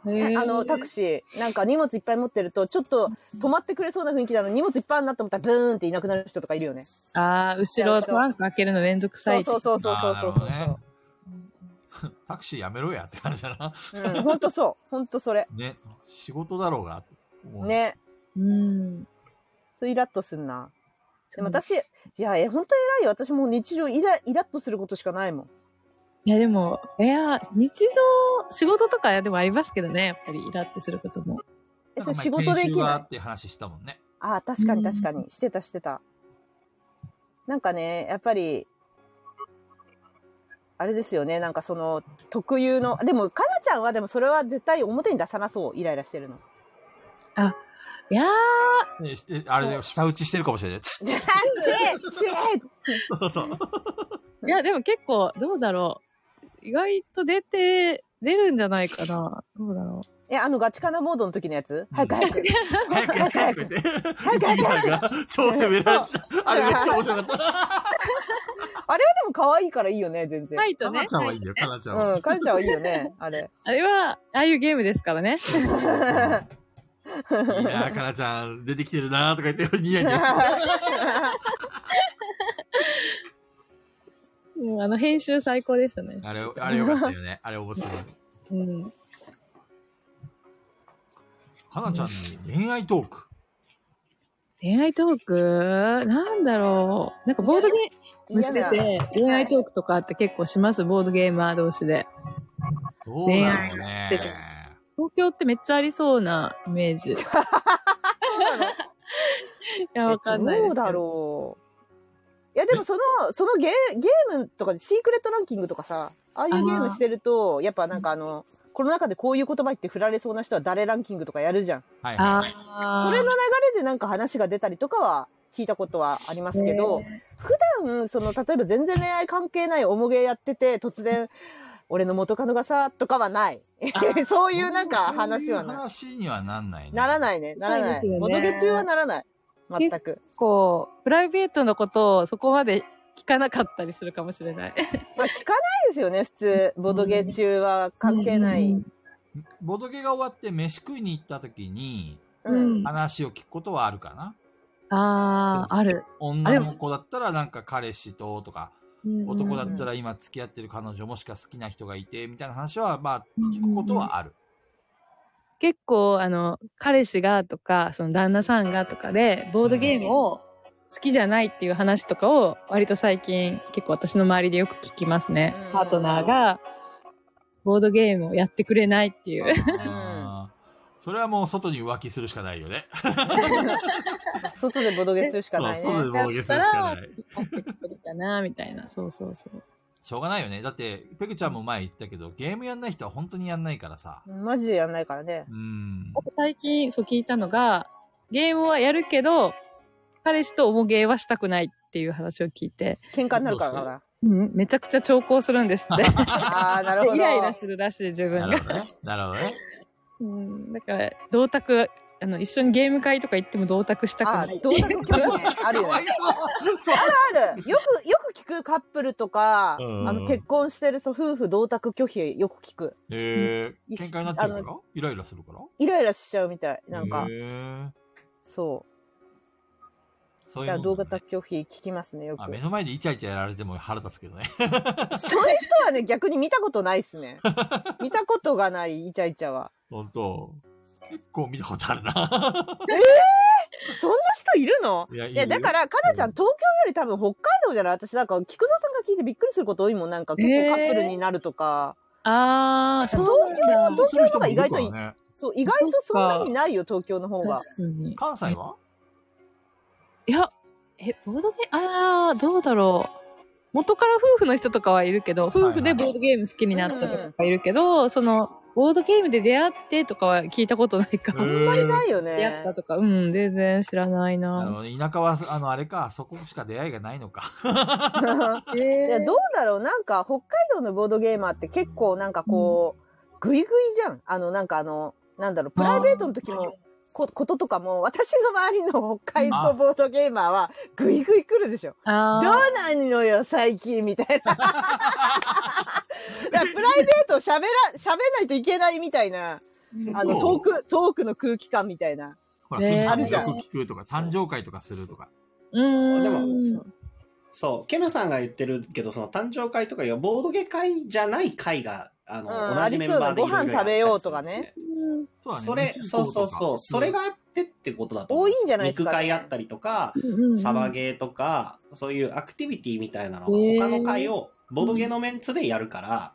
D: ね
E: へー
D: あのタクシーなんか荷物いっぱい持ってるとちょっと止まってくれそうな雰囲気なのに荷物いっぱいあるなと思ったらブーンっていなくなる人とかいるよね。
E: あー後ろトランク開けるのめんどくさ
D: そう
E: い。
D: そうそうそうそうそうそ
A: あー
D: う。
A: なるほどねタクシーやめろやって感じだな。
D: うん、本当そう本当それ
A: ね。仕事だろうが。もう。
D: ね。
E: うん。
D: そうイラッとすんな。でも
E: そう
D: 私いやえ本当偉いよ私もう日常イライラッとすることしかないもん。
E: いや、でも、いや、日常、仕事とかでもありますけどね、やっぱりイラってすることも。
D: え
A: なんか
D: そ
A: 前
D: れ仕事で
A: 研
D: き
A: 修は
D: ない。
A: って話したもんね。
D: ああ確かに確かにしてたしてた。なんかねやっぱり。あれですよねなんかその特有のでもかなちゃんはでもそれは絶対表に出さなそうイライラしてるの
E: いやー、
A: ねしてあれだよ、下打ちしてるかもしれない。つ
D: なんで
A: そうそう。
E: いや、でも結構、どうだろう。意外と出て、出るんじゃないかな。どうだろ
D: え、あの、ガチカナモードの時のやつ早く早く。
A: 早くやってとか言
D: 早
A: っ
D: く
A: て。
D: 早
A: 一木
D: く
A: さんが超攻められた。あれめっちゃ面白かった。
D: あれはでも可愛いからいいよね、全
E: う。
D: 然。
E: ファイ
A: か
E: ト
A: な
E: ね。
A: ちゃんはいいんだよ、かなちゃんは。
D: うん、かえちゃんはいいよね、あれ。
E: あれは、ああいうゲームですから
A: い
E: ね。
A: いな、かなちゃん、出てきてるなとか言って、ニヤニヤして
E: うん、あの編集最高でしたね。
A: あれ、あれよかったよね。あれ面白い。
E: うん。
A: かなちゃんに恋愛トーク。
E: 恋愛トークなんだろう。なんかボードゲームしてて、恋愛トークとかって結構します、ボードゲーマー同士で。
A: どうだろう
E: 恋愛して
A: ね
E: た。東京ってめっちゃありそうなイメージ。い や、わかんないです
D: どう
E: けど。
D: だろう。いや、でもその、そのゲゲームとかで、シークレットランキングとかさ、ああいうゲームしてると、やっぱなんかあの、この中でこういう言葉言って振られそうな人は誰ランキングとかやるじゃん。
A: はいはい
E: あ
A: はい。
E: あ
D: それの流れでなんか話が出たりとかは聞いたことはありますけど、普段、その、例えば全然恋愛関係ないおもげやってて、突然、俺の元カノがさ、とかはない。 そういうなんか話は
A: そういう
D: ない。
A: 話にはなんないね。
D: なら
A: い。
D: ないね。なら
E: そう
D: な
E: で
D: い。
E: すよね
D: おどげ中はならない。全く。
E: こうプライベートのことをそこまで聞かなかったりするかもしれない。
D: まあ聞かないですよね、普通。ボドゲ中は関係な
E: う
D: い
E: ん。
A: ボドゲが終わって飯食いに行った時に
D: うん。
A: 話を聞くことはあるかな。
E: ああある。
A: 女の子だったらなんか彼氏ととか、男だった
E: ら
A: ら今付き合ってる彼女もしくは好きな人がいてみたいな話はまあ聞くことはあ る。
E: 結構あの彼氏がとかその旦那さんがとかでボードゲームを好きじゃないっていう話とかを割と最近結構私の周りでよく聞きますね
D: うん。
E: パートナーがボードゲームをやってくれないっていう。
A: あーそれはもう外に浮気するしかないよね。
D: 外でボドゲするしかない
A: そう外
D: ね
A: で。ボドゲするしかない。
E: やってくれたなみたいな。そうそうそう。
A: しょうがないよね。だって、ペグちゃんも前言ったけど、ゲームやんない人は本当にやんないからさ。
D: マジでやんないからね。
A: うん。
E: あと最近そう聞いたのがゲームはやるけど彼氏と重ゲーはしたくないっていう話を聞いて、
D: 喧嘩になるからな。
E: うん、めちゃくちゃ調校するんですって。
D: ああ、 なるほど。
E: イライラするらしい自分
A: な
E: が
A: る。ほどね。なるほどね。
E: うん、だから、銅卓、あの、一緒にゲーム会とか行っても銅卓したく
D: あ
E: な
D: あ
E: い。
D: どうだろうあるよね。あるよくよく聞くカップルとか、
A: うん
D: あの結婚してるそう夫婦同卓拒否よく聞く
A: えー、喧嘩になっちゃうからイライラするから
D: イライラしちゃうみたいなんか、
A: へー
D: そう
A: そう
D: だ
A: い
D: か
A: う
D: ら
A: も
D: 同
A: んだね、
D: 卓拒否聞きますねよく
A: あ目の前でイチャイチャやられても腹立つけどね。
D: そういう人はね逆に見たことないっすね見たことがないイチャイチャは
A: 本当結構見たことあるな。
D: そんな人いるの
A: いや、い
D: い
A: い。
D: やだかららかなちゃん東京より多分北海道じゃない私なんか菊蔵さんが聞いてびっくりすること多いもんなんか結構カップルになるとか、
E: ああ、そうなんだ。
D: 東京の方が意外とい
A: い
D: い
A: るからね。
D: そう意外とそんなにないよ東京の方が
E: 確かに。
A: 関西はい
E: や、え、ボードゲーム、ああ、どうだろう。元から夫婦の人とかはいるけど、夫婦でボードゲーム好きになったとかいるけど、その、ボードゲームで出会ってとかは聞いたことないか
A: あ
E: ら、
D: いないよ
E: 出会っ
D: ね
E: たとか、うん、全然知らない
A: あ
E: な。
A: の田舎は、あの、あれか、そこしか出会いがないのか。
E: え
D: いや、どうだろうなんか、北海道のボードゲーマーって結構なんかこう、グイグイじゃんあの、なんかあの、なんだろう、プライベートの時も、ここととかも、私の周りの北海道ボードゲーマーは、グイグイ来るでしょ。どう
E: あ
D: なんのよ、最近、みたいな。だ からプライベートを喋ら、喋んないといけないみたいな、
E: ー
D: あの、トーク、トークの空気感みたいな。
A: ほら、
E: ねえ
A: 近所の曲聞くとか、誕生会とかするとか。
E: うん。
C: でもそう、ケムさんが言ってるけど、その誕生会とかいうボードゲ会じゃない会が、あの、
D: うん
C: 同じメンバーで
D: あ
C: いろいろや
D: りそうだ
C: ったりするんですね
D: ご飯食べようとかね。
A: そうだね。
C: それ、
A: 飯
C: そ
A: 行
C: う
A: こ
C: そう
A: とか
C: そう、それがあってってことだと思
D: 多いんじゃないですかね
C: 肉会あったりとか、サバゲーとか、そういうアクティビティみたいなのが
E: へー
C: 他の会をボドゲのメンツでやるから、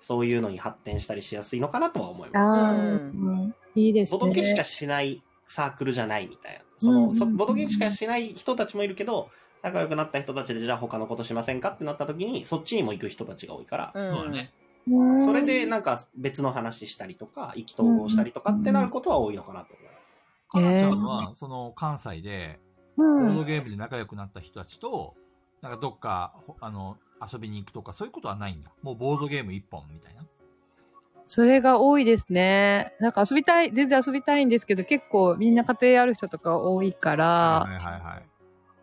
C: そういうのに発展したりしやすいのかなとは思います。
E: ああ、
D: う
E: うんいいです
C: ボ
E: ね。
C: ドゲしかしないサークルじゃないみたいな。そ
E: うんうん
C: の、
E: うん
C: そボドゲしかしない人たちもいるけど、仲良くなった人たちでじゃあ他のことしませんかってなった時に、そっちにも行く人たちが多いから、
D: うん。
A: そうだね。
E: うん
C: それで、なんか別の話したりとか、意気投合したりとかってなることは多いのかなと思います。
A: かなちゃんは、その、関西で、
E: う
A: ボー
E: ん
A: ドゲームで仲良くなった人たちと、なんかどっか、ほあの、遊びに行くとか、そういうことはないんだ。もうボードゲーム一本みたいな。
E: それが多いですね。なんか遊びたい、全然遊びたいんですけど、結構みんな家庭ある人とか多いから、
A: はいはいはい。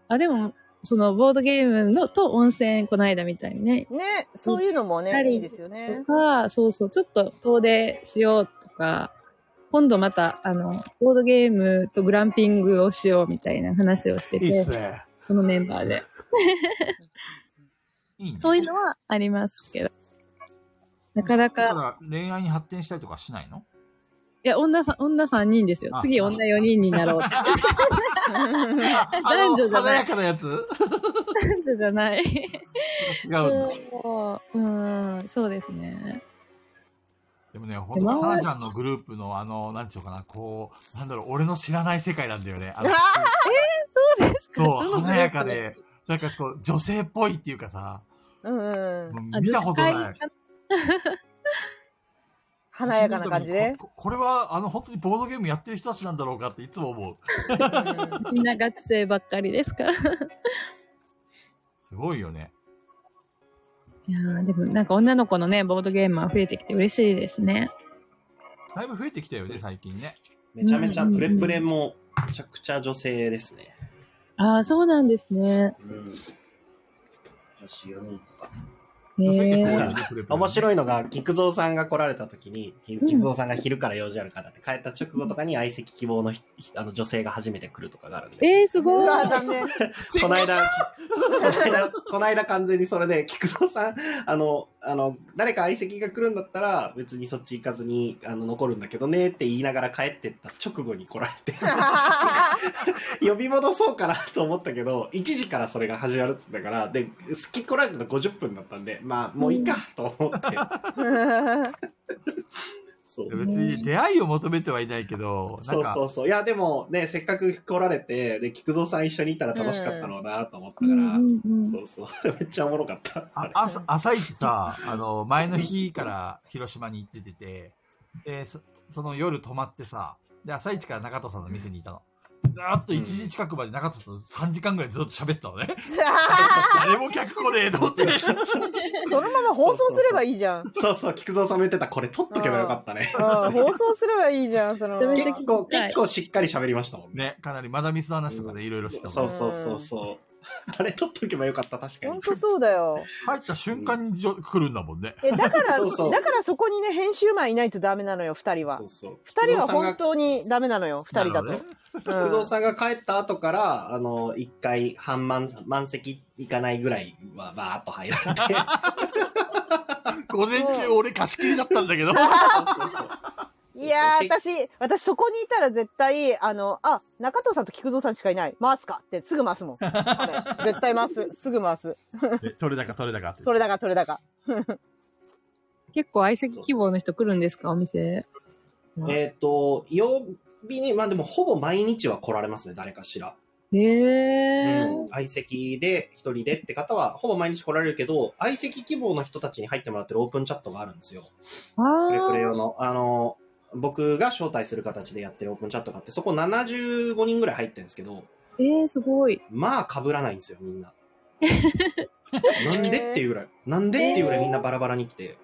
E: あ、でも、そのボードゲームのと温泉、この間みたいにね、
D: ね、そういうのも
E: やっぱ
D: ね、
E: り
D: いいですよね
E: と。か、そうそう、ちょっと遠出しようとか、今度また、あの、ボードゲームとグランピングをしようみたいな話をして
B: いいっす
E: て、
B: ね。
E: このメンバーで。
A: いいね。
E: そういうのはありますけど。なか
A: だ
E: なか、
A: から恋愛に発展したりとかしないの
E: いや、女さ、女3人ですよ
A: あ。
E: 次、女4人になろう。 男女じゃ
A: 華
E: ない
A: やかなやつ
E: 男女じゃない。
A: 違うんだ。
E: そう、うん、そうですね。
A: でもね、ほんと、かなちゃんのグループの、あの、なんていうのかな、こう、なんだろう、俺の知らない世界なんだよね。あの
E: そうです
A: そ
E: か。ど
A: う、
E: の
A: 華やかで、なんかこう、女性っぽいっていうかさ、
D: うんうん。
A: もう
E: あ。
A: 見たこと
E: 女
A: な
E: 子
A: い。
E: 会
D: 華やかな感じで。
A: ここれは、あの、本当にボードゲームやってる人たちなんだろうかっていつも思う。
E: みんな学生ばっかりですから。
A: すごいよね。
E: いやーでもなんか女の子のね、ボードゲーマー増えてきて嬉しいですね。
A: だいぶ増えてきたよね、最近ね。
C: めちゃめちゃプレプレもめちゃくちゃ女性ですね。
E: ああ、そうなんですね。
C: うん。女子4人とか。
E: へ
A: 女性結構多い
E: え。
A: よねプレプレ
C: 面白いのが、菊蔵さんが来られた時に、き菊蔵さんが昼から用事あるからって帰った直後とかに相席希望のひあの女性が初めて来るとかがあるんで。
E: えー、す
D: う
E: ごい。
D: わ残 念。
C: この間、きこの間、この間完全にそれで、菊蔵さん、あの、あの、誰か相席が来るんだったら、別にそっち行かずに、あの、残るんだけどねって言いながら帰ってった直後に来られて、 呼び戻そうかなと思ったけど、1時からそれが始まるって言ったから、で、好き来られたの50分だったんで、まあ、もういいかと思って、 そう。
A: 別に出会いを求めてはいないけど、な
C: そ
A: ん
C: う
A: か、
C: そうそう。いや、でもね、せっかく来られて、で、菊蔵さん一緒にいたら楽しかったろうなと思ったか
E: う
C: ら、
E: んうんうん
C: そうそう。 めっちゃおもろかった。あ
A: あ
C: れ
A: 朝朝一さ、あの、前の日から広島に行っててて、で、そその夜泊まってさ、で、朝一から中戸さんの店にいたの。ずーっと1時近くまで中戸さんと3時間ぐらいずっと喋ってたの ね。誰も客来ねえと思って。
D: そのまま放送すればいいじゃん。うん
C: そうそう、菊蔵さんも言ってた、これ撮っとけばよかったね。
D: 放送すればいいじゃん、その。
E: めっちゃ
C: 結構、
E: 聞きたい
C: 結構しっかり喋りましたもんね。
A: ね、かなりマダミスの話とかね、いろいろしてたも
C: そ
A: ん
C: う
A: ね。
C: そうそうそう。あれ撮っとけばよかった、確か
D: 本
C: に。
D: 当そうだよ。
A: 入った瞬間にじょ来るんだもんね。
D: え、だから、
C: そうそう
D: だからそこにね、編集マンいないとダメなのよ、二人は
C: そう。そう。
D: 二人は本
C: 菊
D: 当にダメなのよ、二人だと。
A: なる
D: うん
C: 蔵さんが菊蔵さんが帰った後から、あの、一回半満、満席いかないぐらいは、バーっと入られ て。
A: 午前中俺貸し切りだったんだけど。
C: そうそうそう
D: いやー、私、私そこにいたら絶対、あの、あ、中藤さんと菊蔵さんしかいない。回すかって、すぐ回すもん。 はい絶対回す。すぐ回す。
A: で取れ高取れ高って。
D: 取れ高、取れ高。
E: 結構相席希望の人来るんですかお店。
C: えっ、と、曜日に、まあでもほぼ毎日は来られますね、誰かしら。
E: ええ
C: うん相席で一人でって方は、ほぼ毎日来られるけど、相席希望の人たちに入ってもらってるオープンチャットがあるんですよ。
E: あ
C: プレプレ
E: あ。
C: 用の。あの、僕が招待する形でやってるオープンチャットがあって、そこ75人ぐらい入ってるんですけど、
E: えー、すごい。
C: まあ被らないんですよ、みんな。なんでっていうぐらい。なんでっていうぐらいみんなバラバラに来て。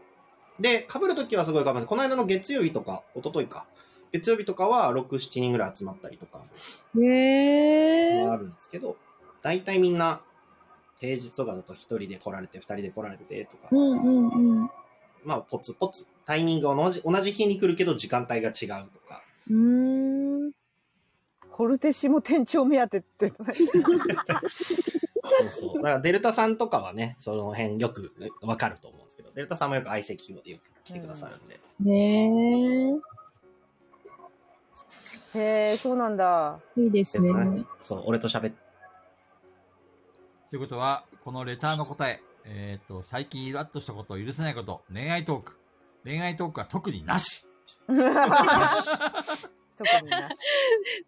C: で、被るときはすごい頑張って、この間の月曜日とか、一昨日か。月曜日とかは6、7人ぐらい集まったりとか。
E: ええ
C: はあるんですけど、大体みんな、平日とかだと1人で来られて、2人で来られてとか、
E: うんうんうん。
C: まあ、ポツポツ、タイミングは同じ、同じ日に来るけど、時間帯が違うとか、
E: うーん。
D: コルテシも店長目当てって。
C: そうそう。だから、デルタさんとかはね、その辺よくわかると思うんですけど、デルタさんもよく相席でよく来てくださるんで、
E: ね
D: へー、そうな んだ。
E: え。いいですね。
C: ですねそう、俺と喋って、
A: ということは、このレターの答え、えっ、と、最近イラッとしたことを許せないこと、恋愛トーク。恋愛トークは特になし。
D: 特になし。
A: か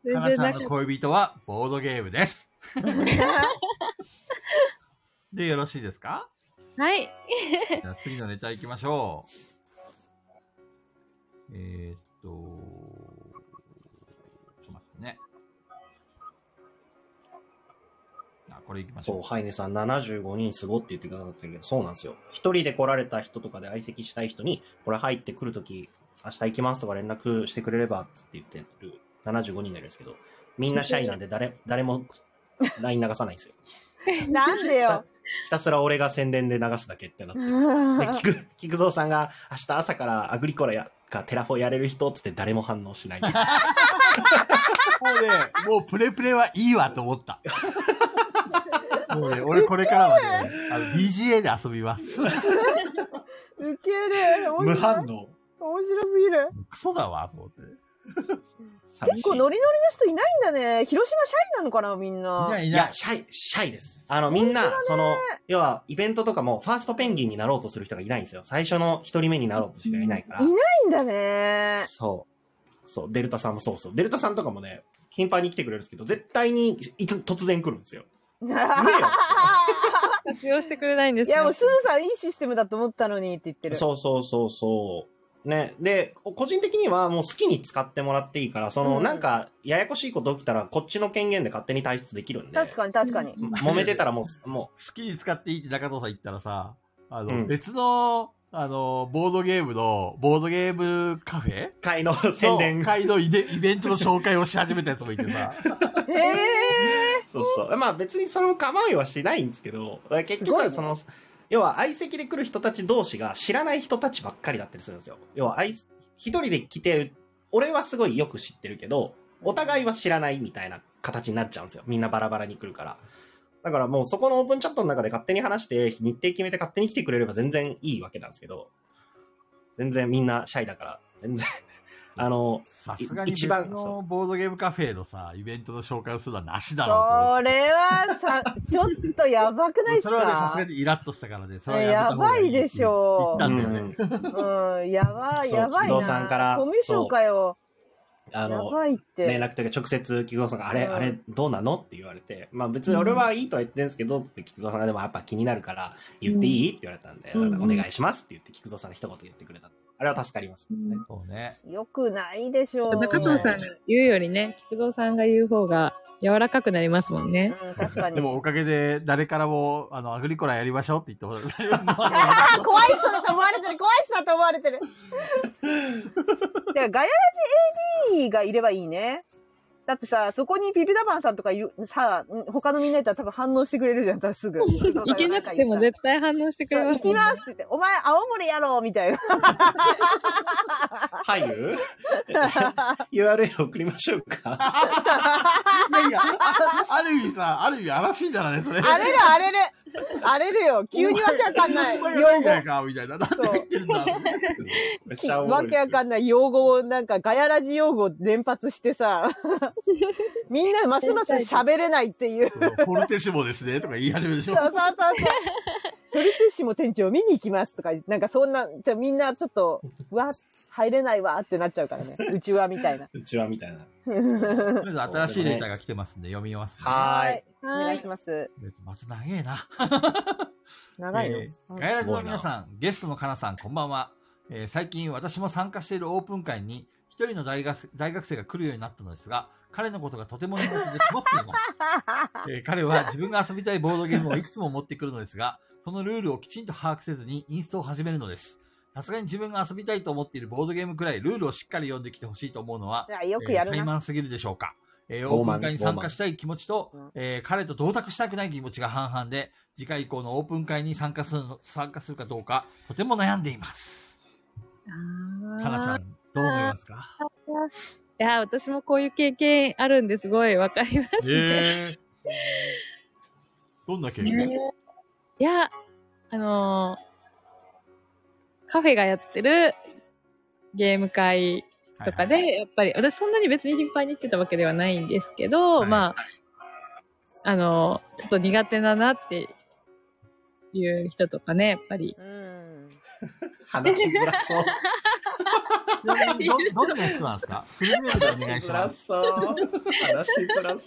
E: 全
A: な
E: 然
A: ちゃ
E: なんか
A: の
E: った。
A: 恋人はボードゲームです。で、よろしいですか
E: はい。
A: じゃあ次のレター行きましょう。えー、っと、ちょっと待ってね。あ、これ行きまし
C: そ
A: ょ
C: う、
A: う。
C: ハイネさん75人すごって言ってくださってるけど、そうなんですよ。1人で来られた人とかで相席したい人に、これ入ってくるとき、明日行きますとか連絡してくれればっつって言ってる75人なんですけど、みんなシャイなんで誰、誰も LINE 流さないんですよ。
D: なんでよ。
C: ひたすら俺が宣伝で流すだけってなって。で、菊、菊蔵さんが明日朝からアグリコラや、かテラフォやれる人っつって誰も反応 しない。
A: もうね、もうプレプレはいいわと思 った。もうね、俺これからはね、あの、BGA で遊びます。
D: ウケる。面
C: 無
D: 白
C: 反
D: い
C: 応。
D: 面白すぎる。
A: クソだわ、と思って。
C: 寂し
D: 結
C: い
D: 構ノリノリの人いないんだね。広島シャイなのかな、みんな。
A: いない
C: い
A: いな
C: や
A: い、。
C: シャイ、シャイです。あの、みんな、その、要は、イベントとかも、ファーストペンギンになろうとする人がいないんですよ。最初の一人目になろうとする人がいないから。
D: いないんだね。
C: そう。そう、デルタさんもそうそう。デルタさんとかもね、頻繁に来てくれるんですけど、絶対に、いつ、突然来るんですよ。
E: 活用してくれないんで
D: い
E: すね
D: やもうすずさんいいシステムだと思ったのにって言ってる。
C: そうそうそうそう。ね。で、個人的にはもう好きに使ってもらっていいから、その、
D: うん
C: なんか、ややこしいこと起きたら、こっちの権限で勝手に退出できるんで。
D: 確かに確かに。
C: 揉めてたらもう、も
A: 好きに使っていいって中藤さん言ったらさ、あの、
C: うん
A: 別の、あの、ボードゲームの、ボードゲームカフェ
C: う、会の 宣伝
A: の。会のイベイベントの紹介をし始めたやつもいて さ、
D: ええ
C: そうそう。まあ別にその構いはしないんですけど、だから結
D: すごい
C: 局
D: ね
C: その、要は相席で来る人たち同士が知らない人たちばっかりだったりするんですよ。要は相、一人で来て、俺はすごいよく知ってるけど、お互いは知らないみたいな形になっちゃうんですよ。みんなバラバラに来るから。だからもうそこのオープンチャットの中で勝手に話して、日程決めて勝手に来てくれれば全然いいわけなんですけど、全然みんなシャイだから、全然、 あの、
A: さすがに別
C: 一番そ
A: のボードゲームカフェのさ、イベントの紹介をするのはなしだろうと思って
D: それはさ、ちょっとやばくないです
A: それはね、さ
D: か
A: すがにイラッとしたからね、それはやめた方がいい
D: やばいでしょ
A: 言ったんだよね。
C: うん
D: うん、やばい、
C: そう
D: やば
C: 木
D: い
C: 造さんか
D: な。
C: ら
D: コミュ障かよ。
C: あ
D: や
C: の、
D: ばいって。
C: 連絡というか直接菊蔵さんが「あれ、
D: うん
C: あれどうなの?」って言われてまあ別に俺はいいとは言ってんですけどって菊蔵さんがでもやっぱ気になるから言っていい、って言われたんで、
E: うん
C: だからお願いしますって言って菊蔵さんが一言言ってくれたあれは助かります、
E: うん
C: ね
A: そうね。
D: よくないでしょう。
E: 中藤さんが言うよりね、菊蔵さんが言う方が柔らかくなりますもんね。
D: うん、確かに。
A: でもおかげで誰からも、あの、アグリコラやりましょうって言ってもら
D: あ
A: っ
D: ー怖い人だと思われてる、怖い人だと思われてる。だからガヤラジ AD がいればいいね。だってさ、そこにピピダマンさんとかいるさ、他のみんないたら多分反応してくれるじゃん、多分す ぐ。
E: 行けなくても絶対反応してく
D: そ
E: れ
D: う
E: ます
D: 行きますって言って、お前青森やろみたいな。
C: 入る URL 送りましょうか
A: いやいや、あある意味さ、ある意味荒らしいんじゃないそれ。
D: 荒れる荒れる。荒れるよ。急にわけわかんない。
A: 広島
D: 用
A: やないんじゃない
D: 語。
A: かみたいな。なんて言ってるんだ
C: めっちゃおも
D: わ
C: ろい
D: けわかんない用語を、なんかガヤラジ用語を連発して さ、みんなますます喋れないっていう。
A: フォルテシモですねとか言い始めるでし
D: そ
A: ょ
D: うそうそうそう。トリティッシモ店長見に行きますとか、なんかそんな、じゃあみんなちょっと、うわ、入れないわってなっちゃう からね。うちわみたいな。
C: うちはみたいな
A: とりあえず新しいレーターが来てますんで、読みますね。
C: はーい。
D: お願いし
E: ま
D: ます。
A: まず長えな。
D: 長いよ、
A: え。ーガヤラジの皆さん、ゲストのかなさん、こんばんは。えー最近私も参加しているオープン会に、一人の大学大学生が来るようになったのですが、彼のことがとても苦手で困っています。えー彼は自分が遊びたいボードゲームをいくつも持ってくるのですが、 そのルールをきちんと把握せずにインストを始めるのです。さすがに自分が遊びたいと思っているボードゲームくらいルールをしっかり読んできてほしいと思うのはい
D: やよくやる
A: えー
D: な。
A: 怠慢すぎるでしょうか。えーオ
C: 傲慢
A: ープン会に参加したい気持ちと
D: 傲慢、
A: えー彼と同卓したくない気持ちが半々で、次回以降のオープン会に参加するの、参加するかどうか、とても悩んでいます。
E: す
A: かなちゃん、どう思いますか
E: いや、私もこういう経験あるんですごいわかりますね。
A: えどんな経験
E: いや、あのーカフェがやってるゲーム会と
A: は
E: か
A: いはい
E: で、やっぱり、私そんなに別に頻繁に行ってたわけではないんですけど、
A: はい
E: まあ、あのーちょっと苦手だなっていう人とかね、やっぱり。
D: うん。
C: 話しづらそう
A: ちなみにど、どんな人なんですかフルネームでお願い
C: 話し
A: し
C: づら
A: ます。
C: そう話しづらそ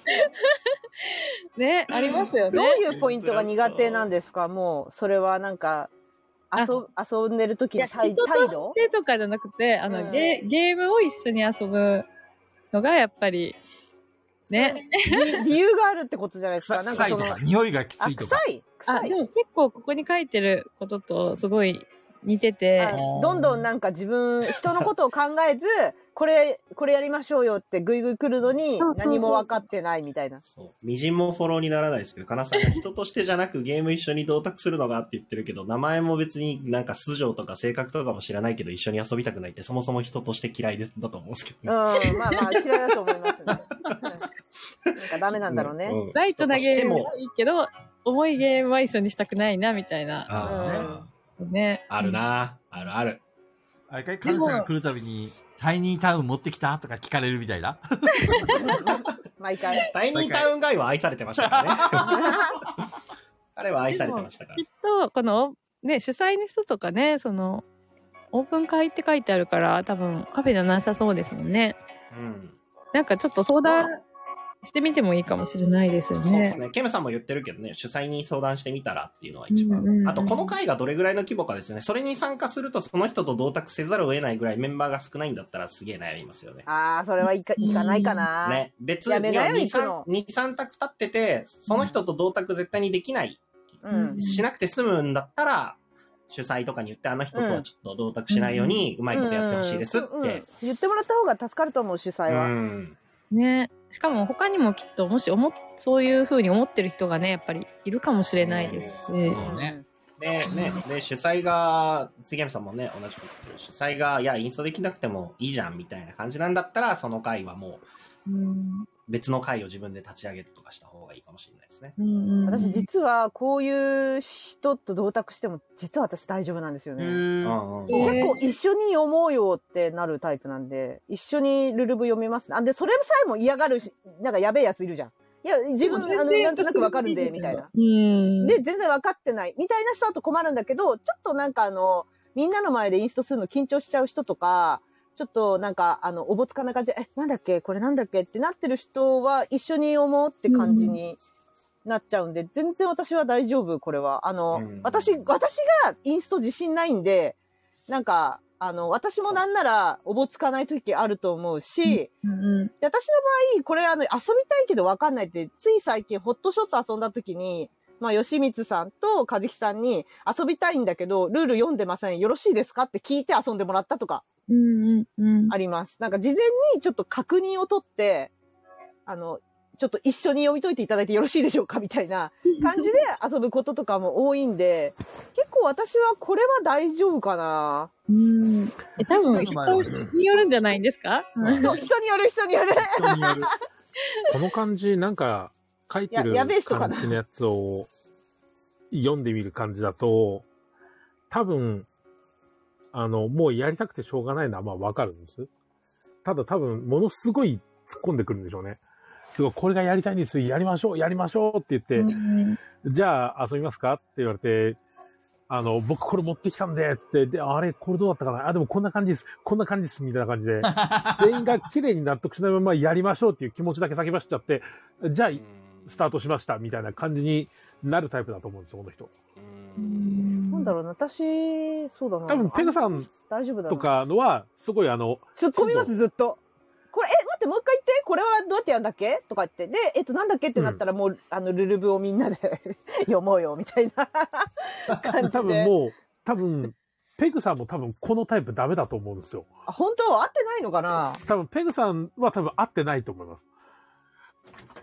C: う
E: ね、ありますよ
D: どう
E: ね。
D: いうポイントが苦手なんですかもう、それはなんか、遊遊んでる時
E: いや
D: の
E: 人と
D: 態態
E: し
D: 度
E: てとかじゃなくて、あの、
D: うん
E: ゲゲームを一緒に遊ぶのがやっぱり、ね。
D: 理由があるってことじゃないですか。
A: 臭
D: なん
A: 臭
D: か
A: い
D: そ
A: と
D: の
A: か、、匂いがきつ
D: あ、
A: いとか
D: 臭。い
E: あ、
D: 臭い
E: でも結構ここに書いてることとすごい似て
D: は
E: て
D: い、
A: ー
D: どんどんなんか自分人のことを考えず これこれやりましょうよってぐいぐい来るのに
E: そうそうそう
D: 何も分かってないみたいな
C: そう。微塵もフォローにならないですけど、かなさんが人としてじゃなくゲーム一緒に同卓するのがって言ってるけど、名前も別になんか素性とか性格とかも知らないけど一緒に遊びたくないってそもそも人として嫌いです、だと思うんですけ
D: うん
C: どね。
D: まあまあ嫌いだと思いますねうんなんかダメなんだろうね、
C: うん
E: ライトなゲーム
C: 人としても
E: はいいけど、重いゲームは一緒にしたくないなみたいな、
C: あ
E: ね。
C: あ、あるなあるある。
A: あれかい彼女が来るたびに、タイニータウン持ってきたとか聞かれるみたいな。
D: 毎回
C: タイニータウンガイは愛されてました からね。彼は愛されてましたか
E: きっと、この、ね、主催の人とかね、その、オープン会って書いてあるから、多分カフェじゃなさそうですもんね。
C: ら。うん。
E: なんかちょっと相談してみてもいいかもしれないですよ
C: そうです
E: ね。
C: ね。ケムさんも言ってるけどね、主催に相談してみたらっていうのは一
E: うんうん
C: 番。
E: うん
C: あと、この会がどれぐらいの規模かですね。それに参加すると、その人と同卓せざるを得ないぐらいメンバーが少ないんだったらすげえ悩みますよね。
D: ああ、それはいかいかないかな。
C: ね。別に
D: やめなよ
C: 2、
D: 行くの
C: 3、2 3卓立ってて、その人と同卓絶対にできない、
D: うん。
C: しなくて済むんだったら、主催とかに言って、あの人とはちょっと同卓しないように、うまいことやってほしいですっ
D: うんうん
C: て。
D: 言ってもらった方が助かると思う、主催は。
C: うん
E: ね。しかも他にもきっともし思っそういうふうに思ってる人がねやっぱりいるかもしれないですし、
A: そうね。
C: で、ね、で、主催が、杉山さんもね、同じこと言ってる。主催が、いや、インストできなくてもいいじゃん、みたいな感じなんだったら、その会はも
E: うん
C: う、別の会を自分で立ち上げるとかした方がいいかもしれないですね。
E: うんうん
D: 私、実はこういう人と同卓しても、実は私大丈夫なんですよ
A: へ
D: ね。
C: う
A: ー
C: んうん。
E: へー
D: 結構一緒に読もうよってなるタイプなんで、一緒にルルブ読みます。あ、で、それさえも嫌がるし、なんかやべえやついるじゃん。いや、自分、あの、なんとなくわかるんで、みたいな。。
E: うん、
D: で、全然分かってない。みたいな人だと困るんだけど、ちょっとなんかあの、みんなの前でインストするの緊張しちゃう人とか、ちょっとなんか、あの、おぼつかな感じで、え、なんだっけこれなんだっけってなってる人は一緒に思うって感じになっちゃうんで、全然私は大丈夫、これは。あの、
C: うん
D: 私、私がインスト自信ないんで、なんか、あの、私もなんなら、おぼつかない時あると思うし、
E: うんうん
D: で私の場合、これあの、遊びたいけどわかんないって、つい最近ホットショット遊んだ時に、まあ、吉光さんと和樹さんに遊びたいんだけど、ルール読んでません。よろしいですかって聞いて遊んでもらったとか
E: うんうんうん
D: あります。なんか事前にちょっと確認を取って、あの、ちょっと一緒に読み解いていただいてよろしいでしょうかみたい な感じで遊ぶこととかも多いんで、結構私はこれは大丈夫かな。
E: うんえ多分
A: ちょっと前だけ
E: 人によるんじゃないんですか、
D: 人人による人による。
A: 人による。
B: この感じ、なんか、書いてる
D: ややべえ人か
B: 感
D: な
B: じのやつを読んでみる感じだと、多分、あの、もうやりたくてしょうがないのはまあわかるんです。ただ多分、ものすごい突っ込んでくるんでしょうね。すごい、これがやりたいんです、やりましょう、やりましょうって言って、
E: うん
B: じゃあ遊びますかって言われて、あの、僕これ持ってきたんでって、で、あれ、これどうだったかなあ、でもこんな感じです。こんな感じです。みたいな感じで、全員が綺麗に納得しないままやりましょうっていう気持ちだけ先走っちゃって、じゃあ、スタートしました。みたいな感じになるタイプだと思うんですよ、この人。
C: うん
D: なんだろうな、私、そうだな。
B: 多分、ペグさん
D: 大丈夫だな
B: とかのは、すごいあの、
D: 突っ込みます、ずっと。これ、え、待って、もう一回言って、これはどうやってやるんだっけとか言って。で、えっと、なんだっけってなったら、もう、あの、ルルブをみんなで 読もうよ、みたいな 感じで。
B: 多分もう、多分、ペグさんも多分このタイプダメだと思うんですよ。
D: あ、本当は合ってないのかな
B: 多分、ペグさんは多分合ってないと思います。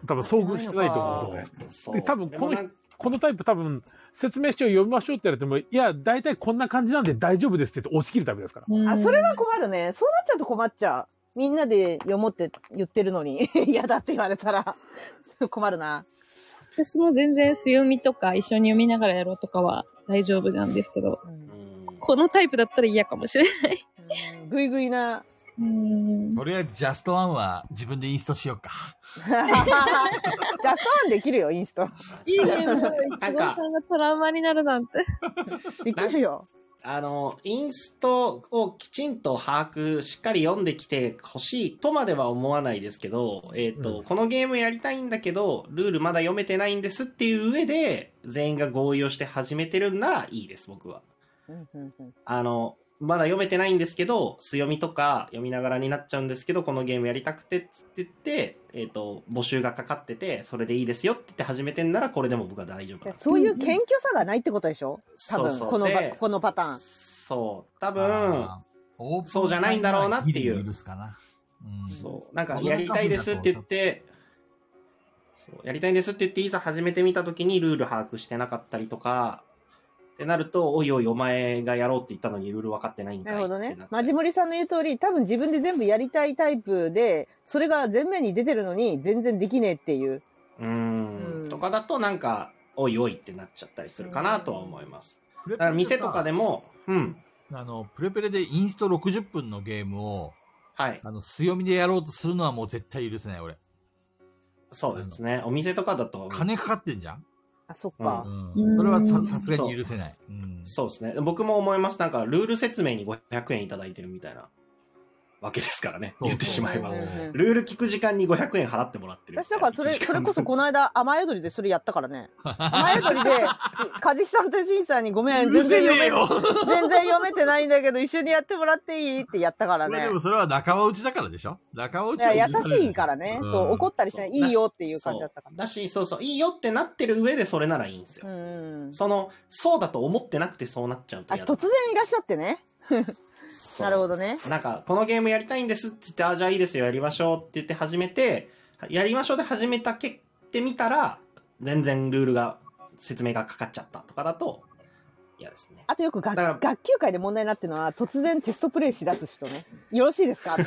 B: 多分、遭遇してないと思うんですよね。
C: そう。
B: 多分この
C: でもなんか
B: このタイプ多分、説明書を読みましょうって言われても、いや、大体こんな感じなんで大丈夫ですって言って押し切るタイプですから。
E: うん
D: あ、それは困るね。そうなっちゃうと困っちゃう。みんなで読もうって言ってるのに、 嫌だって言われたら 困るな。
E: 私も全然強みとか一緒に読みながらやろうとかは大丈夫なんですけど
D: うん
E: このタイプだったら嫌かもしれない。
D: うんぐいぐいな。
E: うん
A: とりあえず、ジャストワンは自分でインストしようか。
D: ジャストワンできるよ、インスト。
E: いいね、もう、
C: な
E: 石
C: ん
E: 黒
C: か
E: さんがトラウマになるな んて。
D: できるよ。
C: あの、インストをきちんと把握、しっかり読んできてほしいとまでは思わないですけど、えっ、と、
B: うん
C: このゲームやりたいんだけど、ルールまだ読めてないんですっていう上で、全員が合意をして始めてるんならいいです、僕は。
D: うんうんうん
C: あの、まだ読めてないんですけど、素読みとか読みながらになっちゃうんですけど、このゲームやりたくてって言って、えっ、と、募集がかかってて、それでいいですよって言って始めてんなら、これでも僕は大丈夫
D: い
C: な
D: や
C: んです
D: そういう謙虚さがないってことでしょ多分、
C: そうそう
D: このば
C: で
D: このパターン。
C: そう。多分、
A: 分
C: そうじゃないんだろうなっていう
A: 許すかな。うん。
C: そう。なんか、やりたいですって言って、そう、やりたいんですって言って、いざ始めてみたときにルール把握してなかったりとか、ってなると、おいおい、お前がやろうって言ったのにルール分かってないんか
D: ないるほど
C: っ
D: ね
C: てっ。て
D: マジモリさんの言う通り、多分自分で全部やりたいタイプで、それが前面に出てるのに全然できねえっていう。
C: うーん
D: うん
C: とかだと、なんか、おいおいってなっちゃったりするかなとは思います。
A: プレペ
C: だか
A: レ
C: ら、店とかでも、うん。
A: あの、プレペレでインスト60分のゲームを、
C: はい。
A: あの、強みでやろうとするのはもう絶対許せない、俺。
C: そうですね。お店とかだと、
A: 金かかってんじゃん
D: あ、そっか。
A: うん。それはささすがに許せない。うん。
C: そうですね。僕も思います。なんか、ルール説明に500円いただいてるみたいな。わけですからね、
A: そう
C: 言ってしまえば
A: う。ん
C: ルール聞く時間に500円払ってもらってる。
D: 私だからそれ、
C: 1時間
D: それこそこの間、雨宿りでそれやったからね。雨宿りで、カジキさんと清水さんにごめん、全然読め、全然読めてないんだけど、一緒にやってもらっていいってやったから
A: これで
D: ね。
A: もそれは仲間内だからでしょ仲間内
D: いや優しいからね、
A: うん
D: そう、怒ったりしない、いいよっていう感じだったか
C: そう
D: ら。
C: だし、そうそう、いいよってなってる上でそれならいいんですよ。
D: うん。
C: その、そうだと思ってなくてそうなっちゃうと
D: あ、
C: 嫌だ
D: 突然いらっしゃってね。なるほどね。
C: なんか、このゲームやりたいんですって言って、あ、じゃあいいですよ、やりましょうって言って始めて、やりましょうで始めたけってみたら、全然ルールが、説明がかかっちゃったとかだと、嫌ですね。
D: あとよく学
C: だから
D: 学級会で問題になってるのは、突然テストプレイしだす人ね。よろしいですか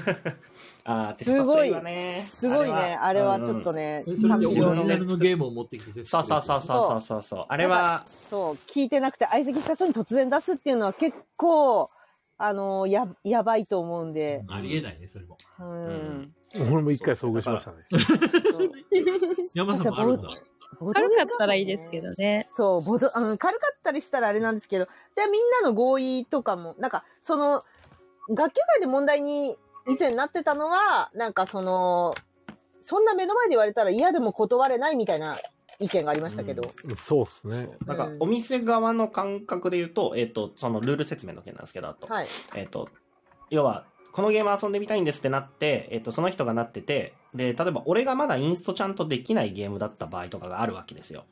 C: あーテストプレイはね。
D: すごいね、あれはちょっと
C: ね。
D: ね、
A: それで
D: 寂し
A: オ
D: いよ
A: リジナルのゲームを持ってきて
C: そうそうそうそうそうそうそう。あれは、
D: そう、聞いてなくて相席した人に突然出すっていうのは結構、あのや、やばいと思うんで。
A: ありえないね、それも。
D: うん。
C: うん
B: 俺も一回遭遇しましたね。
D: そう
A: 山田さんもあるんだ。
D: ボドゲ
E: 軽か
D: だ
E: ったらいいですけどね。
D: そう、ボド、うん、軽かったりしたらあれなんですけど、で、みんなの合意とかも、なんか、その、学級会で問題に以前なってたのは、なんかその、そんな目の前で言われたら嫌でも断れないみたいな意見がありましたけど。
B: そうっすね。
C: なんか、お店側の感覚で言うと、えっ、と、そのルール説明の件なんですけど、あと、
D: はい。
C: えっ、と、要は、このゲーム遊んでみたいんですってなって、えっ、と、その人がなってて、で、例えば俺がまだインストちゃんとできないゲームだった場合とかがあるわけですよ。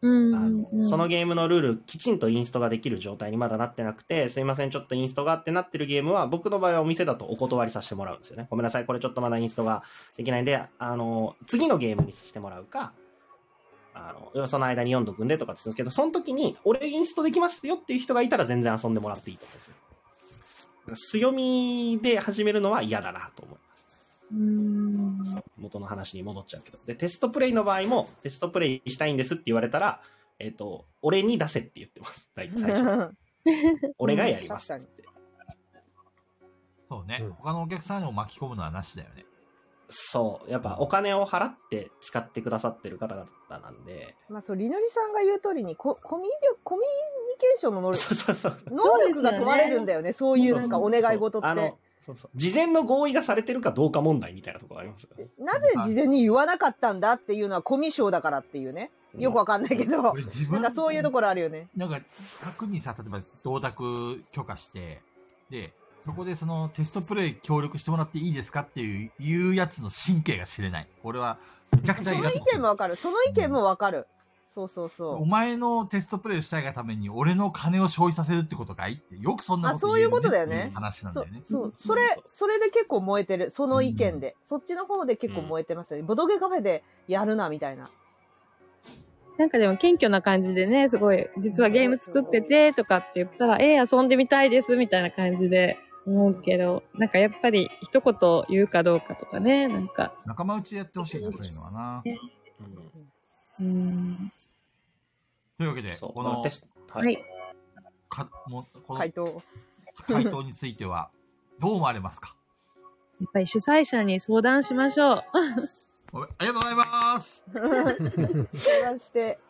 E: うん
C: あの
E: うん
C: そのゲームのルール、きちんとインストができる状態にまだなってなくて、すいません、ちょっとインストがってなってるゲームは、僕の場合はお店だとお断りさせてもらうんですよね。ごめんなさい、これちょっとまだインストができないんで、あの、次のゲームにさせてもらうか、あの、要はその間に読んどくんでとかって言うんですけど、その時に、俺インストできますよっていう人がいたら全然遊んでもらっていいと思うんですよ。強みで始めるのは嫌だなと思う。
E: うん
C: 元の話に戻っちゃうけど。で、テストプレイの場合も、テストプレイしたいんですって言われたら、えっ、と、俺に出せって言ってます。大体最初。俺がやりますって。
A: そうね
B: うん。
A: 他のお客さんを巻き込むのはなしだよね。
C: そう。やっぱお金を払って使ってくださってる方々なんで。
D: まあそう、りのりさんが言う通りに、こコミュ力コミュニケーションの能
C: そう
D: 力
C: そうそう。
D: 能力が問われるんだよね。そういうなんかお願い事っ
C: そうそうあ
D: て
C: の。そうそう事前の合意がされてるかどうか問題みたいなところありますよね。
D: なぜ事前に言わなかったんだっていうのはコミュ障だからっていうね。よくわかんないけど。
A: 俺自
D: な
A: 分
D: んかそういうところあるよね。
A: なんか、各にさ、例えば、同卓許可して、で、そこでそのテストプレイ協力してもらっていいですかっていう、いうやつの神経が知れない。俺は、めちゃくち
D: そ
A: ゃイ
D: の
A: ラ
D: 意
A: ッとす
D: 見
A: る
D: もわかる。その意見もわかる。そうそう
A: お
D: そ
A: 前のテストプレイをしたいがために、俺の金を消費させるってことかいって、よくそんなこと
D: あそう
A: 言え
D: い
A: る
D: うことだよ
A: っ
D: ね
A: ていう話なん
D: う。
A: だ
D: そ
A: よ
D: う
A: ね。
D: そう。それ、それで結構燃えてる。その意見で。そっちの方で結構燃えてますよね。ボドゲカフェでやるな、みたいな。
E: なんかでも謙虚な感じでね、すごい、実はゲーム作っててとかって言ったら、ええ遊んでみたいですみたいな感じで思うけど、なんかやっぱり一言言うかどうかとかね、なんか、
A: 仲間内でやってほしいな、そういうのはな。
C: うん
E: うん、
A: というわけで、
C: そう。
A: この
C: テ、スト
E: はい。
A: かもこの
D: 回答。
A: 回答については、どう思われますか
E: やっぱり主催者に相談しましょう。
A: おめありがとうございます
D: 相談して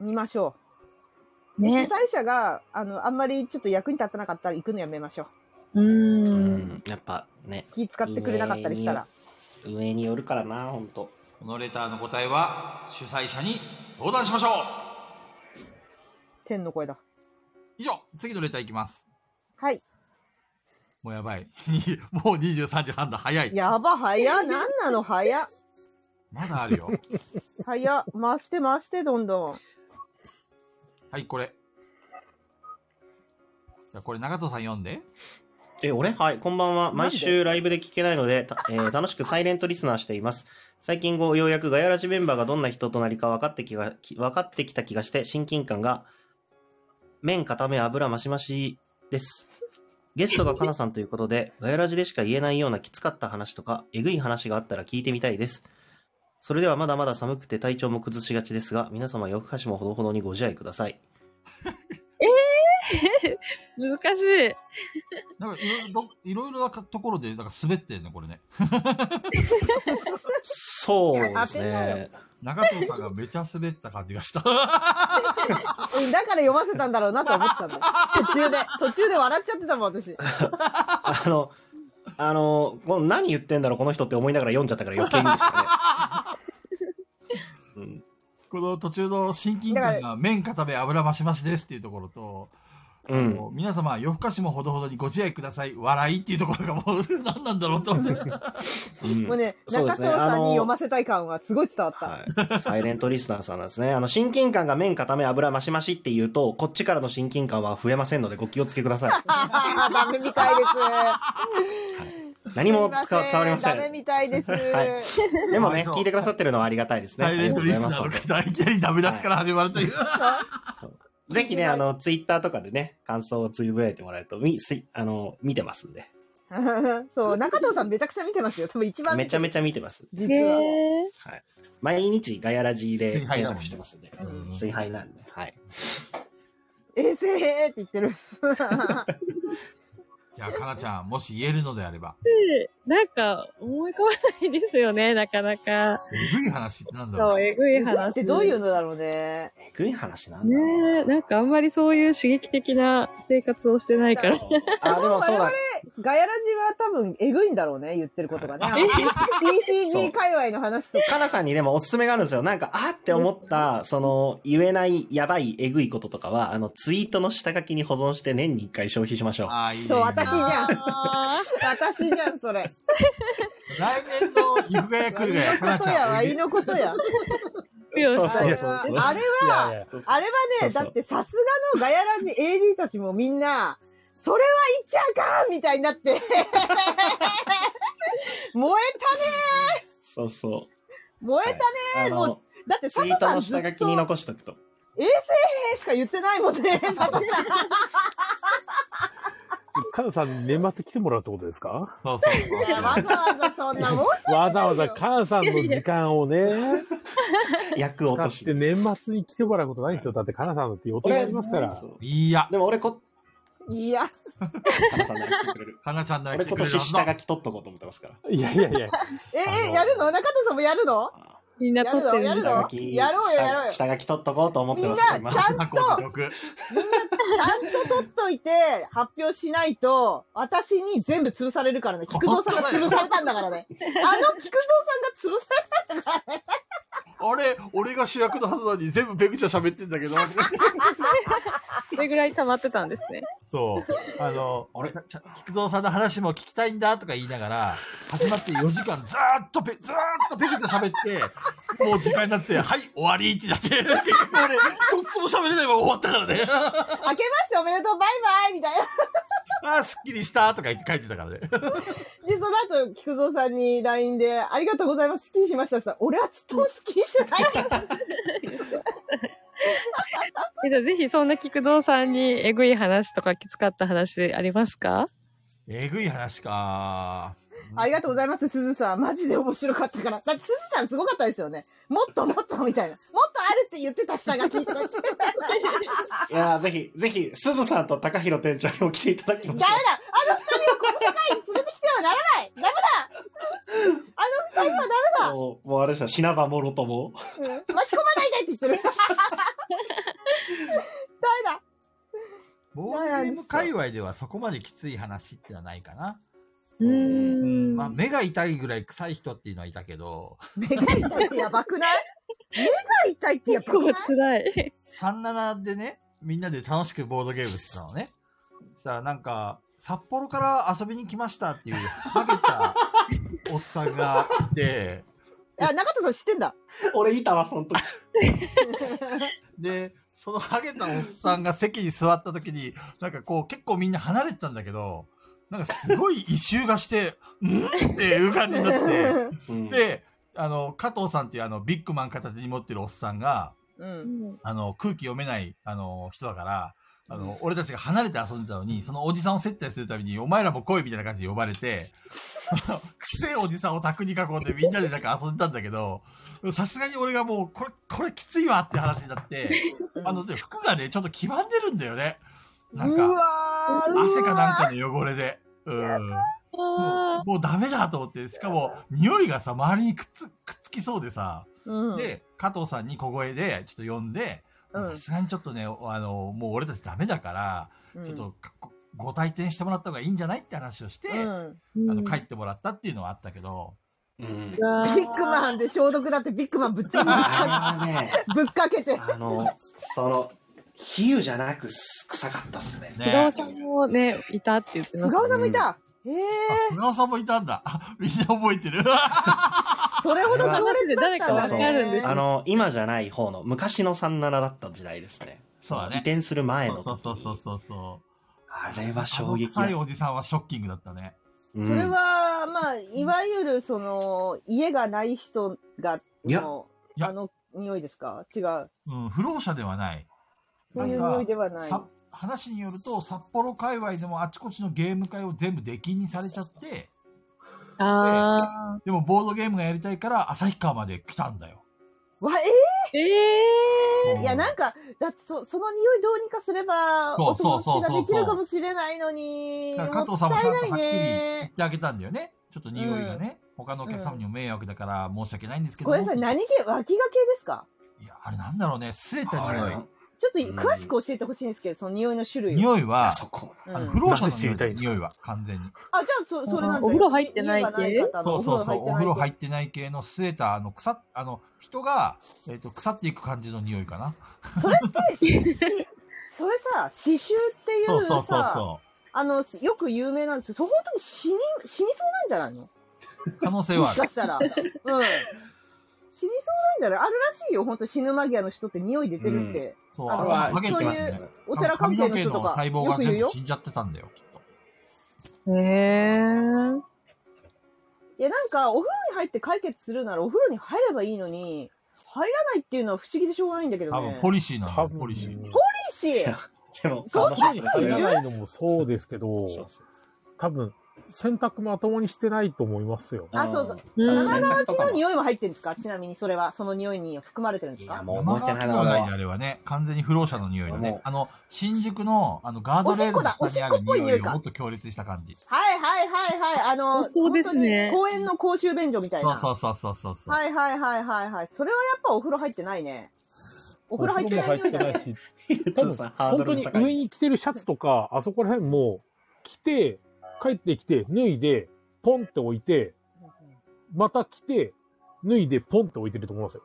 D: みましょう。
E: ね
D: 主。催者が、あの、あんまりちょっと役に立たなかったら行くのやめましょう。
E: う。
C: うんん。やっぱね、
D: 気使ってくれなかったりしたら。
C: 運営によるからな、ほんと。
A: このレターの答えは、主催者に相談しましょう
D: 天の声だ。
A: 以上、次のレターいきます。
D: はい。
A: もうやばい。 もう23時半だ、早い。
D: やば、早。なんなの、早。
A: まだあるよ。
D: 早。回して回して、どんどん。
A: はい、これ。じゃあこれ、長藤さん読んで。
C: え、俺はい、こんばんは。毎週ライブで聞けないので、たえー楽しくサイレントリスナーしています。最近後、ようやくガヤラジメンバーがどんな人となりか分かってきが、き分かってきた気がして、親近感が、麺固め油増し増しです。ゲストがかなさんということで、ガヤラジでしか言えないようなきつかった話とか、えぐい話があったら聞いてみたいです。それではまだまだ寒くて体調も崩しがちですが、皆様夜更かしもほどほどにご自愛ください。
E: 難しい。
A: なんかいろいろ、いろいろなところで、なんか滑ってるね、これね。
C: そうで
D: 当
C: す
D: てなよ
C: ね。
A: 長藤さんがめちゃ滑った感じがした。
D: うんだから読ませたんだろうなと思ってたの。途中で、途中で笑っちゃってたもん、私。
C: あの、あの、この何言ってんだろう、この人って思いながら読んじゃったから余計にでしたね。うん、
A: この途中の親近感が麺固め油増し増しですっていうところと、
C: うん
A: もう皆様夜更かしもほどほどにご自愛ください笑いっていうところがもう何なんだろう と思って
C: うん
D: もうね、
C: そうで
D: 中
C: すね
D: 川
C: あ
D: さんに
C: の
D: 読ませたい感はすごい伝わった。
C: はい、サイレントリスナーさんなんですね。あの、親近感が麺固め油増し増しって言うと、こっちからの親近感は増えませんのでご気をつけくだ さい。
D: あーダメみたいです。
C: 何も使わ
D: すい
C: 伝わりませ
D: ダメ
C: ん。
D: みたいです。
C: はいでもね、
A: そう
C: 聞いてくださってるのはありがたいですね。
A: サイレントリスナ
C: あ
A: ー
C: り
A: の
C: がとうござい
A: 方いきなりダメ出しから始まるという、
C: ますぜひね、あの、ツイッターとかでね、感想をつぶやいてもらえると、み、すい、あの、見てますんで。
D: そう、中藤さんめちゃくちゃ見てますよ。多分一番
C: め
D: 見
C: ちゃ
D: てる。
C: めちゃ見てます。
E: へ
D: 実は。
E: え。
C: はい。毎日ガヤラジで
A: 追敗
C: 検
A: だもんね
C: 索してますんで。
A: うん
C: 追敗なんで。はい。
D: 衛星って言ってる。
A: じゃあかなちゃんもし言えるのであれば
E: なんか思い浮かばないですよね、なかなか。
A: えぐい話ってなんだろ
E: そうう、えぐい
D: っ
E: 話。
D: てどういうのだろうね。
C: えぐい話なんだな。
E: ねえ、なんかあんまりそういう刺激的な生活をしてないから。
C: あ、でもそうだ。
D: ガヤラジは多分えぐいんだろうね、言ってることがね。あの TCG 界隈の話とか。
C: かなさんにでもおすすめがあるんですよ。なんか、あーって思った、その、言えない、やばい、えぐいこととかは、あの、ツイートの下書きに保存して年に一回消費しましょう。
A: ああいいね
D: そう、
A: いいね
D: 私じゃん。
E: あ
D: 私じゃん、それ。
A: 来年のイフガヤ来るがやかな
D: こと
A: ち
D: や、
A: ゃ
D: わ
A: んえ
D: い
A: ぐい
D: のことや。
E: ーよ
C: そう
E: し
D: あ
C: そう
D: れ
C: そう
D: は
C: そう。、
D: あれ
B: いやい
D: は、
B: や、
D: あれは
C: そう
D: ね、
C: そう
D: だってさすがのガヤラジ AD たちもみんな、それは言っちゃあかんみたいにな って。燃え
C: そうそ
D: た、燃え
C: う。
D: た
C: あ
D: ね、もう。
C: の、
D: だって佐
C: ツイ
D: 藤
C: ート
D: さん
C: の
D: ずっ
C: 下
D: と
C: 書きに残しとくと。
D: 衛生兵しか言ってないもん ね、佐藤さん。
B: カナさん年末来てもらうってことですか
A: そうそうそう
D: いやわざわざそんな申し訳ないよ
B: わざわざカナさんの時間をね、
C: 役落
B: 使
C: と
B: っ。
C: して
B: 年末に来てもらうことないんですよ。だってカナさんだって予定がありますから
C: そ。う
A: いや
C: でも俺こ、
D: いや、
C: かなさんなら来てく れる。
A: かなちゃんなら
C: 俺
A: 来て
C: 今
A: くれる
C: 年
A: はずだ
C: 下書き取っとこうと思ってますから。
B: いやいやいや、
D: え、
C: あ
D: え、
C: の
D: やるの中藤さんもやるの
E: みんな撮ってる
D: やる
E: ん
D: ぞ
E: だ。
C: 下書き、
D: やろうよやろうよ
C: 下下書き取っとこうと思って
D: みん
C: ま
D: な、
C: すか
D: ちゃ
C: ら
D: んと、
C: 今
D: ちゃん
A: 過去記録
D: と取っといて、発表しないと、私に全部潰されるからね。菊蔵さんが潰されたんだか らね。あの菊蔵さんが潰され
A: あれ俺が主役のはずなのに全部ペグちゃん喋ってんだけど
E: それぐらい溜まってたんですね。
A: そう。あの、
C: あれ
A: ちゃちゃ菊蔵さんの話も聞きたいんだとか言いながら、始まって4時間ずーっとペ、ずーっとペグちゃん喋って、もう時間になって、はい、終わりってなって、結局俺、一つも喋れないまま終わったからね。
D: 明けましておめでとう、バイバイみたいな。
A: あー、すっきりしたとか言って書いてたからね。
D: で、その後、菊蔵さんに LINE で、ありがとうございます、スッキリしましたって言ったら俺はちっともスッキリしてないけど。
E: えじゃあぜひそんな菊蔵さんにえぐい話とかきつかった話ありますか
A: えぐい話か
D: ありがとうございます、すずさん。マジで面白かったから。だってすずさんすごかったですよね。もっともっとみたいな。もっとあるって言ってた下書きとか言って
C: いやーぜひ、ぜひ、すずさんと高弘店長にも来ていただきまし
D: ダ
C: ょ
D: メだあの二人をこの世界に連れてきてはならないダメだあの二人は
C: う。もう、もうあれでしょ、品場もろとも。
D: ダメだ、うん巻き込まないでって言ってる。 ダメだ
A: ボードゲーム界隈ではそこまできつい話ってのはないかな。
E: う
C: ー
E: ん。
A: まあ、目が痛いぐらい臭い人っていうのはいたけど、
D: 目が痛いってやばくない目が痛いってやば
E: 結
D: くな
E: 構
D: い
E: 辛い。
A: 37でね、みんなで楽しくボードゲームしてたのね。そしたらなんか、札幌から遊びに来ましたっていう、ハゲ たおっさんがいて、
D: あ、中田さん知ってんだ。
C: 俺いたわ、その時。
A: で、そのハゲたおっさんが席に座った時に、なんかこう結構みんな離れてたんだけど、なんかすごい異臭がして、んっていう感じになって、
C: うん
A: で、あの、加藤さんっていうあの、ビッグマン片手に持ってるおっさんが、
D: うん。
A: あの、空気読めない、あの、人だから、あの、俺たちが離れて遊んでたのに、そのおじさんを接待するために、お前らも来いみたいな感じで呼ばれて、 あのくせえおじさんを卓に囲んでみんなでなんか遊んでたんだけど、さすがに俺がもう、これ、これきついわって話になって、あの、で服がね、ちょっと黄ばんでるんだよね。なん
D: う
A: か、
D: わー
A: 汗かなんかの汚れで。うん。も
E: あ
A: うもうダメだと思って、しかも、匂いがさ、周りにくっつ、くっつきそうでさ、
D: うん
A: で、加藤さんに小声で、ちょっと呼んで、
D: う
A: さ
D: ん
A: すがにちょっとね、あの、もう俺たちダメだから、
D: うん
A: ちょっとかこご退店してもらった方がいいんじゃないって話をして、
D: うん。
A: あの、帰ってもらったっていうのはあったけど、
C: うん。
D: ビッグマンで消毒だってビッグマンぶっちゃぶ
C: あれはね、
D: っかけて。
C: あの、その、比喩じゃなく、臭かったっすね。
E: 不動
A: ね。
E: さんもね、いたって言ってます。
D: 菅尾さんもいた。ええ
A: あ村尾さんもいたんだ。 あみんな覚えて る。
D: それほど強烈だったんだ
E: 誰かわかるんです
D: ね
E: よ。
C: あの、今じゃない方の、昔の37だった時代ですね。
A: そうだね
C: 移転する前
A: そう
C: の。
A: そうそうそうそうそう。
C: あれは衝撃
A: あの臭いおじさんはショッキングだったね。
C: うん
D: それは、まあ、いわゆる、その、家がない人が、
C: いや
D: の
A: いや
D: あの匂いですか違う。
A: うん、不老者ではない。
D: そういう匂いではない。
A: さ話によると、札幌界隈でもあちこちのゲーム会を全部出禁にされちゃって、
E: あ
A: でもボードゲームがやりたいから旭川まで来たんだよ。
D: わ、
E: ー。え
D: えーいや、なんか、だってそ、その匂いどうにかすれば、
A: そ
D: お
A: うそう
D: 友
A: そうそう
D: 達ができるかもしれないのに、
A: だから加藤
D: もっ
A: さんも
D: た
A: ちゃん
D: い
A: とは
D: ない
A: っきり言っ
D: ね。
A: てあげたんだよね。ちょっと匂いがね、他のお客様にも迷惑だから申し訳ないんですけど。
D: ごめんなさい、何系、脇が系ですか
A: いや、あれなんだろうね、擦れた
C: あれ
A: 匂い
C: は。
D: ちょっと詳しく教えてほしいんですけど、その匂いの種類を。
A: 匂い
C: あ
A: は、
C: そこ。
D: うん
A: あの、
D: あ、
A: 不
D: じ
A: 老者の匂
B: なんで知
A: い
B: りた
A: だ
B: いんですか
A: 匂いは、完全に。
D: ゃあ、そ、それなんだよ
E: お風呂入ってない系
D: 家がない方の
A: そうそうそう、お風呂入
D: っ
A: ってない系のスエター、あの、腐っ、あの、人が、えっ、と、腐っていく感じの匂いかな。
D: それさ、刺繍ってい
A: そうそ
D: う
A: うそう
D: さ、
A: そ。
D: あの、よく有名なんですよ。そこのとこ死に、死にそうなんじゃないう
A: 可能性
D: のも
A: はあ
D: し
A: る
D: か。したら。うん。死にそうなんじゃないあるらしいよ。本当死ぬ間際の人って匂い出てるって。
A: そう、
D: あ
A: あ
D: の
A: れはハゲてます
D: そうい
A: ね
D: う。お寺
A: 髪
D: 関係
A: の
D: の
A: 毛
D: 人と
A: の
D: か、
A: 細胞
D: よ
A: が
D: く言
A: 全
D: う
A: 部
D: よ
A: 死。んじゃってたんだよ、きっと。
E: ー。えー。
D: いや、なんか、お風呂に入って解決するならお風呂に入ればいいのに、入らないっていうのは不思議でしょうがないんだけど
A: 多
D: ね。
A: 分、ポリシーなんだ
B: 多
A: よ、
B: 分、
A: ポリシー。
D: 嬉しい
C: でも、
D: そん
C: あの
D: な人いる
B: 入らないのもそうですけど、
C: そうそう
B: 多分、洗濯まともにしてないと思いますよ。
D: あそうそう
E: うん
D: 生乾きの
C: い。
D: 匂いも入ってるんですかちなみにそれは、その匂いに含まれてるんで
C: い
D: す
C: や、
D: か
C: もう
A: 生
C: 覚え
A: 乾
C: てな
A: き
C: い
A: で
C: な、
A: は
C: 俺
A: ない
C: は
A: ね、あれはね。完全に不老者の匂いだ
C: も
A: ね
C: う。
A: あの、新宿の、あの、ガードレールの下にあ
D: おしっこだおし
A: る
D: っこっぽい
A: 匂
D: 匂
A: い
D: い
A: を
D: か
A: もっと強烈にした感じ。
D: はいはいはいはい。あの、
E: 本当ですね
D: 本当に公園の公衆便所みたい
A: そ
D: な。
A: うそうそうそうそうそう。
D: はいはいはいはいはい。それはやっぱお風呂入ってないね。お
B: お
D: 風呂入ってない
B: 風
D: 匂い
B: 呂
D: だ
B: も入って
D: ね。
B: ないし、
C: ゆずさんハード
B: 本当
C: ルの
B: に
C: 高い
B: 上に着てるシャツとか、あそこら辺も、着て、帰ってきて、脱いで、ポンって置いて、また着て、脱いで、ポンって置いてると思いますよ。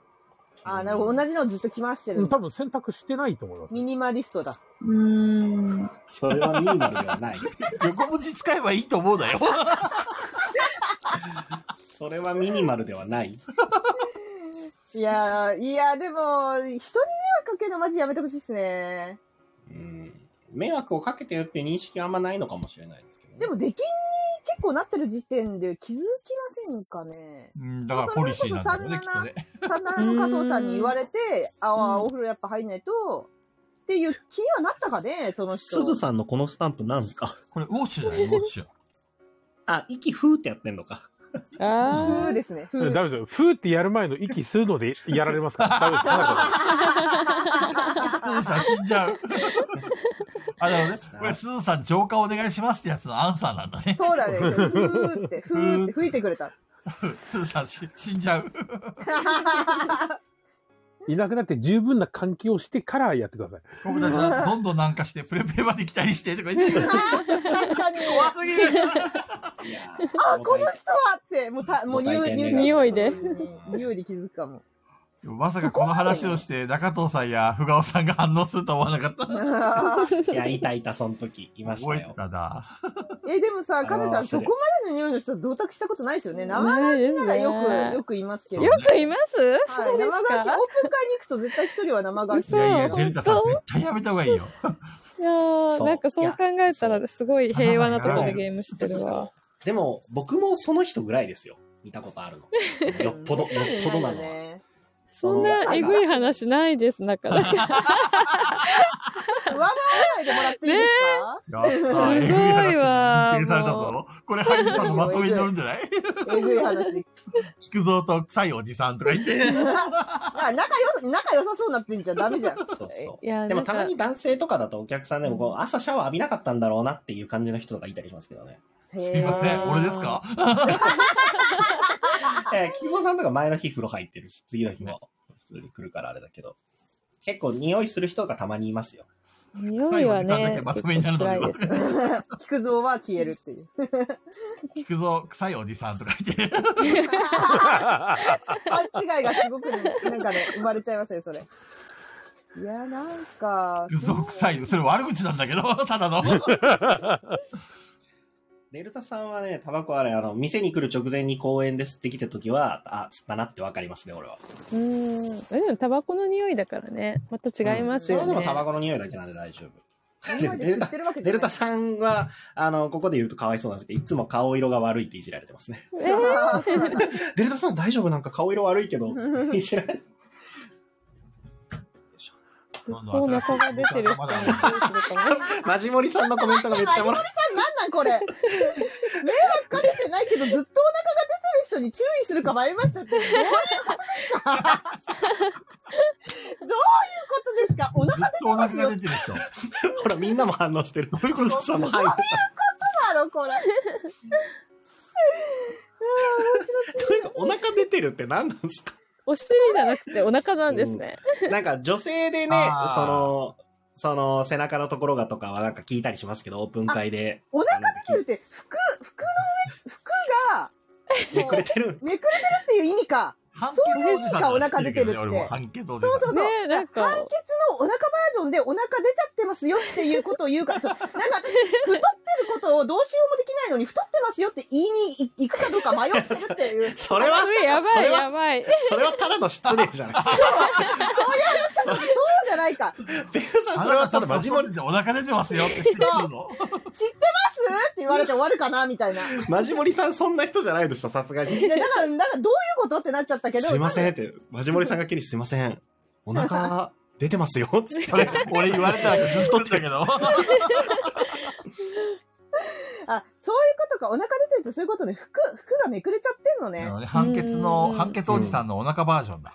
D: あー、なるほど。同じのをずっと着回してる。
B: 多分洗濯してないと思います。
D: ミニマリストだ。
E: うーん。
C: それはミーマルではない。
A: 横文字使えばいいと思うだ よ。
C: それはミニマルではない。
D: いやー、いやー、でも、人に迷惑かけるのマジやめてほしいっすね。
C: うん迷惑をかけてるって認識あんまないのかもしれないですけどね。
D: でも、出禁に結構なってる時点で気づきませんかね。
A: うん、だからポリシーなんだろうね、
D: そ
A: き
D: れ
A: っ
D: ことそ
A: ね。
D: 三男の加藤さんに言われて、ああ、お風呂やっぱ入んないと、っていう気にはなったかね、その
C: す
D: 人。
C: ずさんのこのスタンプなんですか
A: これ、ウォッシュだよ、ウォッシ ュ。
C: あ、息ふーってやってんのか。
E: あ
D: 風
E: ー。
D: ですね、
B: ダメ
D: 風。
B: ですよ。ふーってやる前の息吸うのでやられますから。ダメです。
A: スーさん死んじゃう。あ、でもね、これ、スーさん浄化お願いしますってやつのアンサーなんだね。
D: そうだね、ふーって、ふーって吹いてくれ た。
A: スーさんし死んじゃう。
B: いなくなって十分な換気をしてからやってください。
A: 僕たちはどんどんなんかして、プレプレまで来たりして、とか言って、
D: 確かに。
A: 怖すぎる。
C: いや
D: あ、この人はって、もうた、もう匂い、匂い
E: ね
D: で。
E: 匂いで
D: 匂いで気づくかも。
A: まさかこの話をして、中藤さんやふがおさんが反応するとは思わなかった。
C: いや、いたいた、その時。いました
A: 覚えて
C: よ。
A: たな。
D: え、でもさ、かなちゃ
C: あー
D: ん、そこまでの匂いの人は同卓したことないですよね。生
E: な
D: 乾
E: いで
D: き
E: す
D: な
E: ね
D: らよく、よく言いますけど。
E: よくいます
D: は
E: そ
D: い、
E: うで
D: 生
E: す
D: 乾き、オープン
E: か
D: 会に行くと絶対一人は生乾
A: い
D: き
E: 嘘。
A: やいや、デルタさん
E: 本当
A: 絶対やめた方がいいよ。
E: いやー
C: そう
E: なんかそう考えた
C: いや
E: らすごい平和なとこでゲームしてるわ。
C: でも、僕もその人ぐらいですよ。見たことあるの。 よっぽど、よっぽどなのは。
D: ね。
E: そんなえぐい話ないです、なかな か。
D: 上回らないでもらっていいですか
A: やったす
E: すごいわ
A: 認定されたぞ。これ、ハイジさんのまとめに乗るんじゃない
D: えぐ い話。
A: 菊蔵と臭いおじさんとか言って。
D: あ仲良さ、仲良さそうになってんじゃん。ダメじゃん。
C: そうそ
E: いや
C: う。で
E: な
C: も
E: んか
C: たまに男性とかだとお客さんでもこう、朝シャワー浴びなかったんだろうなっていう感じの人とかいたりしますけどね。
A: すいませ
D: へ
A: ん、
D: ー
A: 俺ですか
C: えー、菊蔵さんとか前の日風呂入ってるし、次の日も普通に来るからあれだけど。結構匂いする人がたまにいますよ。
E: 匂い
A: 最後
E: は
A: にさだ
E: ね
A: け、まとめになるので
E: 辛い
A: は
E: ですね。
D: 菊蔵は消えるっていう。
A: 聞くぞ、臭いおじさんとか言って。
D: 勘違いがすごく、なんかね、生まれちゃいますね、それ。いや、なんか、
A: くぞ、臭い。それ悪口なんだけど、 ただの。
C: デルタさんはね、タバコはね、あの、店に来る直前に公園で吸ってきた時は、あ、吸ったなってわかりますね、俺は。
E: うーん。でもタバコの匂いだからね、また違います
C: それ
E: よ
C: でも
E: ね。
C: タバコの匂いだけなんで大丈夫。
D: みんなで知ってるわけじ
C: デ
D: ゃ
C: ル
D: な
C: タ
D: い。
C: さんは、あの、ここで言うとかわいそうなんですけど、いつも顔色が悪いっていじられて ますね。
E: えー
C: デルタさん大丈夫なんか顔色悪いけ ど、いじられ
E: ずっとお腹が出てる。
A: まだあ
C: マジモリさんのコメントがめっちゃもらって
D: なんなんこれ。迷惑かけてないけど、ずっとお腹が出てる人に注意するか迷いましたって。どういうことですかどういうことですかお
A: のずっ
D: 腹
A: とお腹が出てる人。
C: ほら、みんなも反応してる。どういうことさんも入る。
D: だろ、これ。
C: お腹出てるって何なんですか
E: お尻じゃなくてお腹なんですね。
C: なんか女性でね
A: あ、ー
C: その、その背中のところがとかはなんか聞いたりしますけど、オープン会で。
D: お腹
C: 出
D: 出てるって、服、服の上、服が、
C: めくれて る。
D: めくれてるっていう意味か。
A: 判決おじさんとか知ってるけどね、
D: そういう人が
A: 俺も
D: お腹出てるって
A: 判決おじ
D: そう
A: さ
D: そ
A: ん。
D: うそう。
E: ねえな
D: 判
E: ん
D: 決
E: か
D: のお腹バージョンでお腹出ちゃってますよっていうことを言うから、そうなんか私、太ってることをどうしようもできないのに、太ってますよって言いに行くかどうか迷ってるっていう。
C: それは、
E: や
C: そ
E: ば
C: れ
E: い
C: は
E: やばい。
C: それはただの失礼じゃない ですか。
D: そうじゃないか。知っ
C: ペ
D: て
C: グさん、そ
A: あ
C: れ
A: れ
C: は
A: はち
C: た
A: ょっ
C: だ
A: と
C: マ
A: マ
C: ジ
A: ジ
C: モ
A: モ
C: リ、
A: リでお腹出てますよって指摘するぞ。
D: ますって言われて終わるかなみたいな。で
C: マジモリさんそんな人じゃないでしょ、さすがに。
D: だから、だからどういうことってなっちゃったけど。
C: すいませんって、マジモリさんがきりすいません。お腹出て ますよ、つって。
A: 俺、 俺言われたら傷つくんだけ ど。
D: あ、そういうことか。お腹出てるってそういうことね。服、服がめくれちゃってんの
A: な
D: ね
A: るほ。どね判決の、
E: うん
A: 判決おじさんのお腹バージョンだ。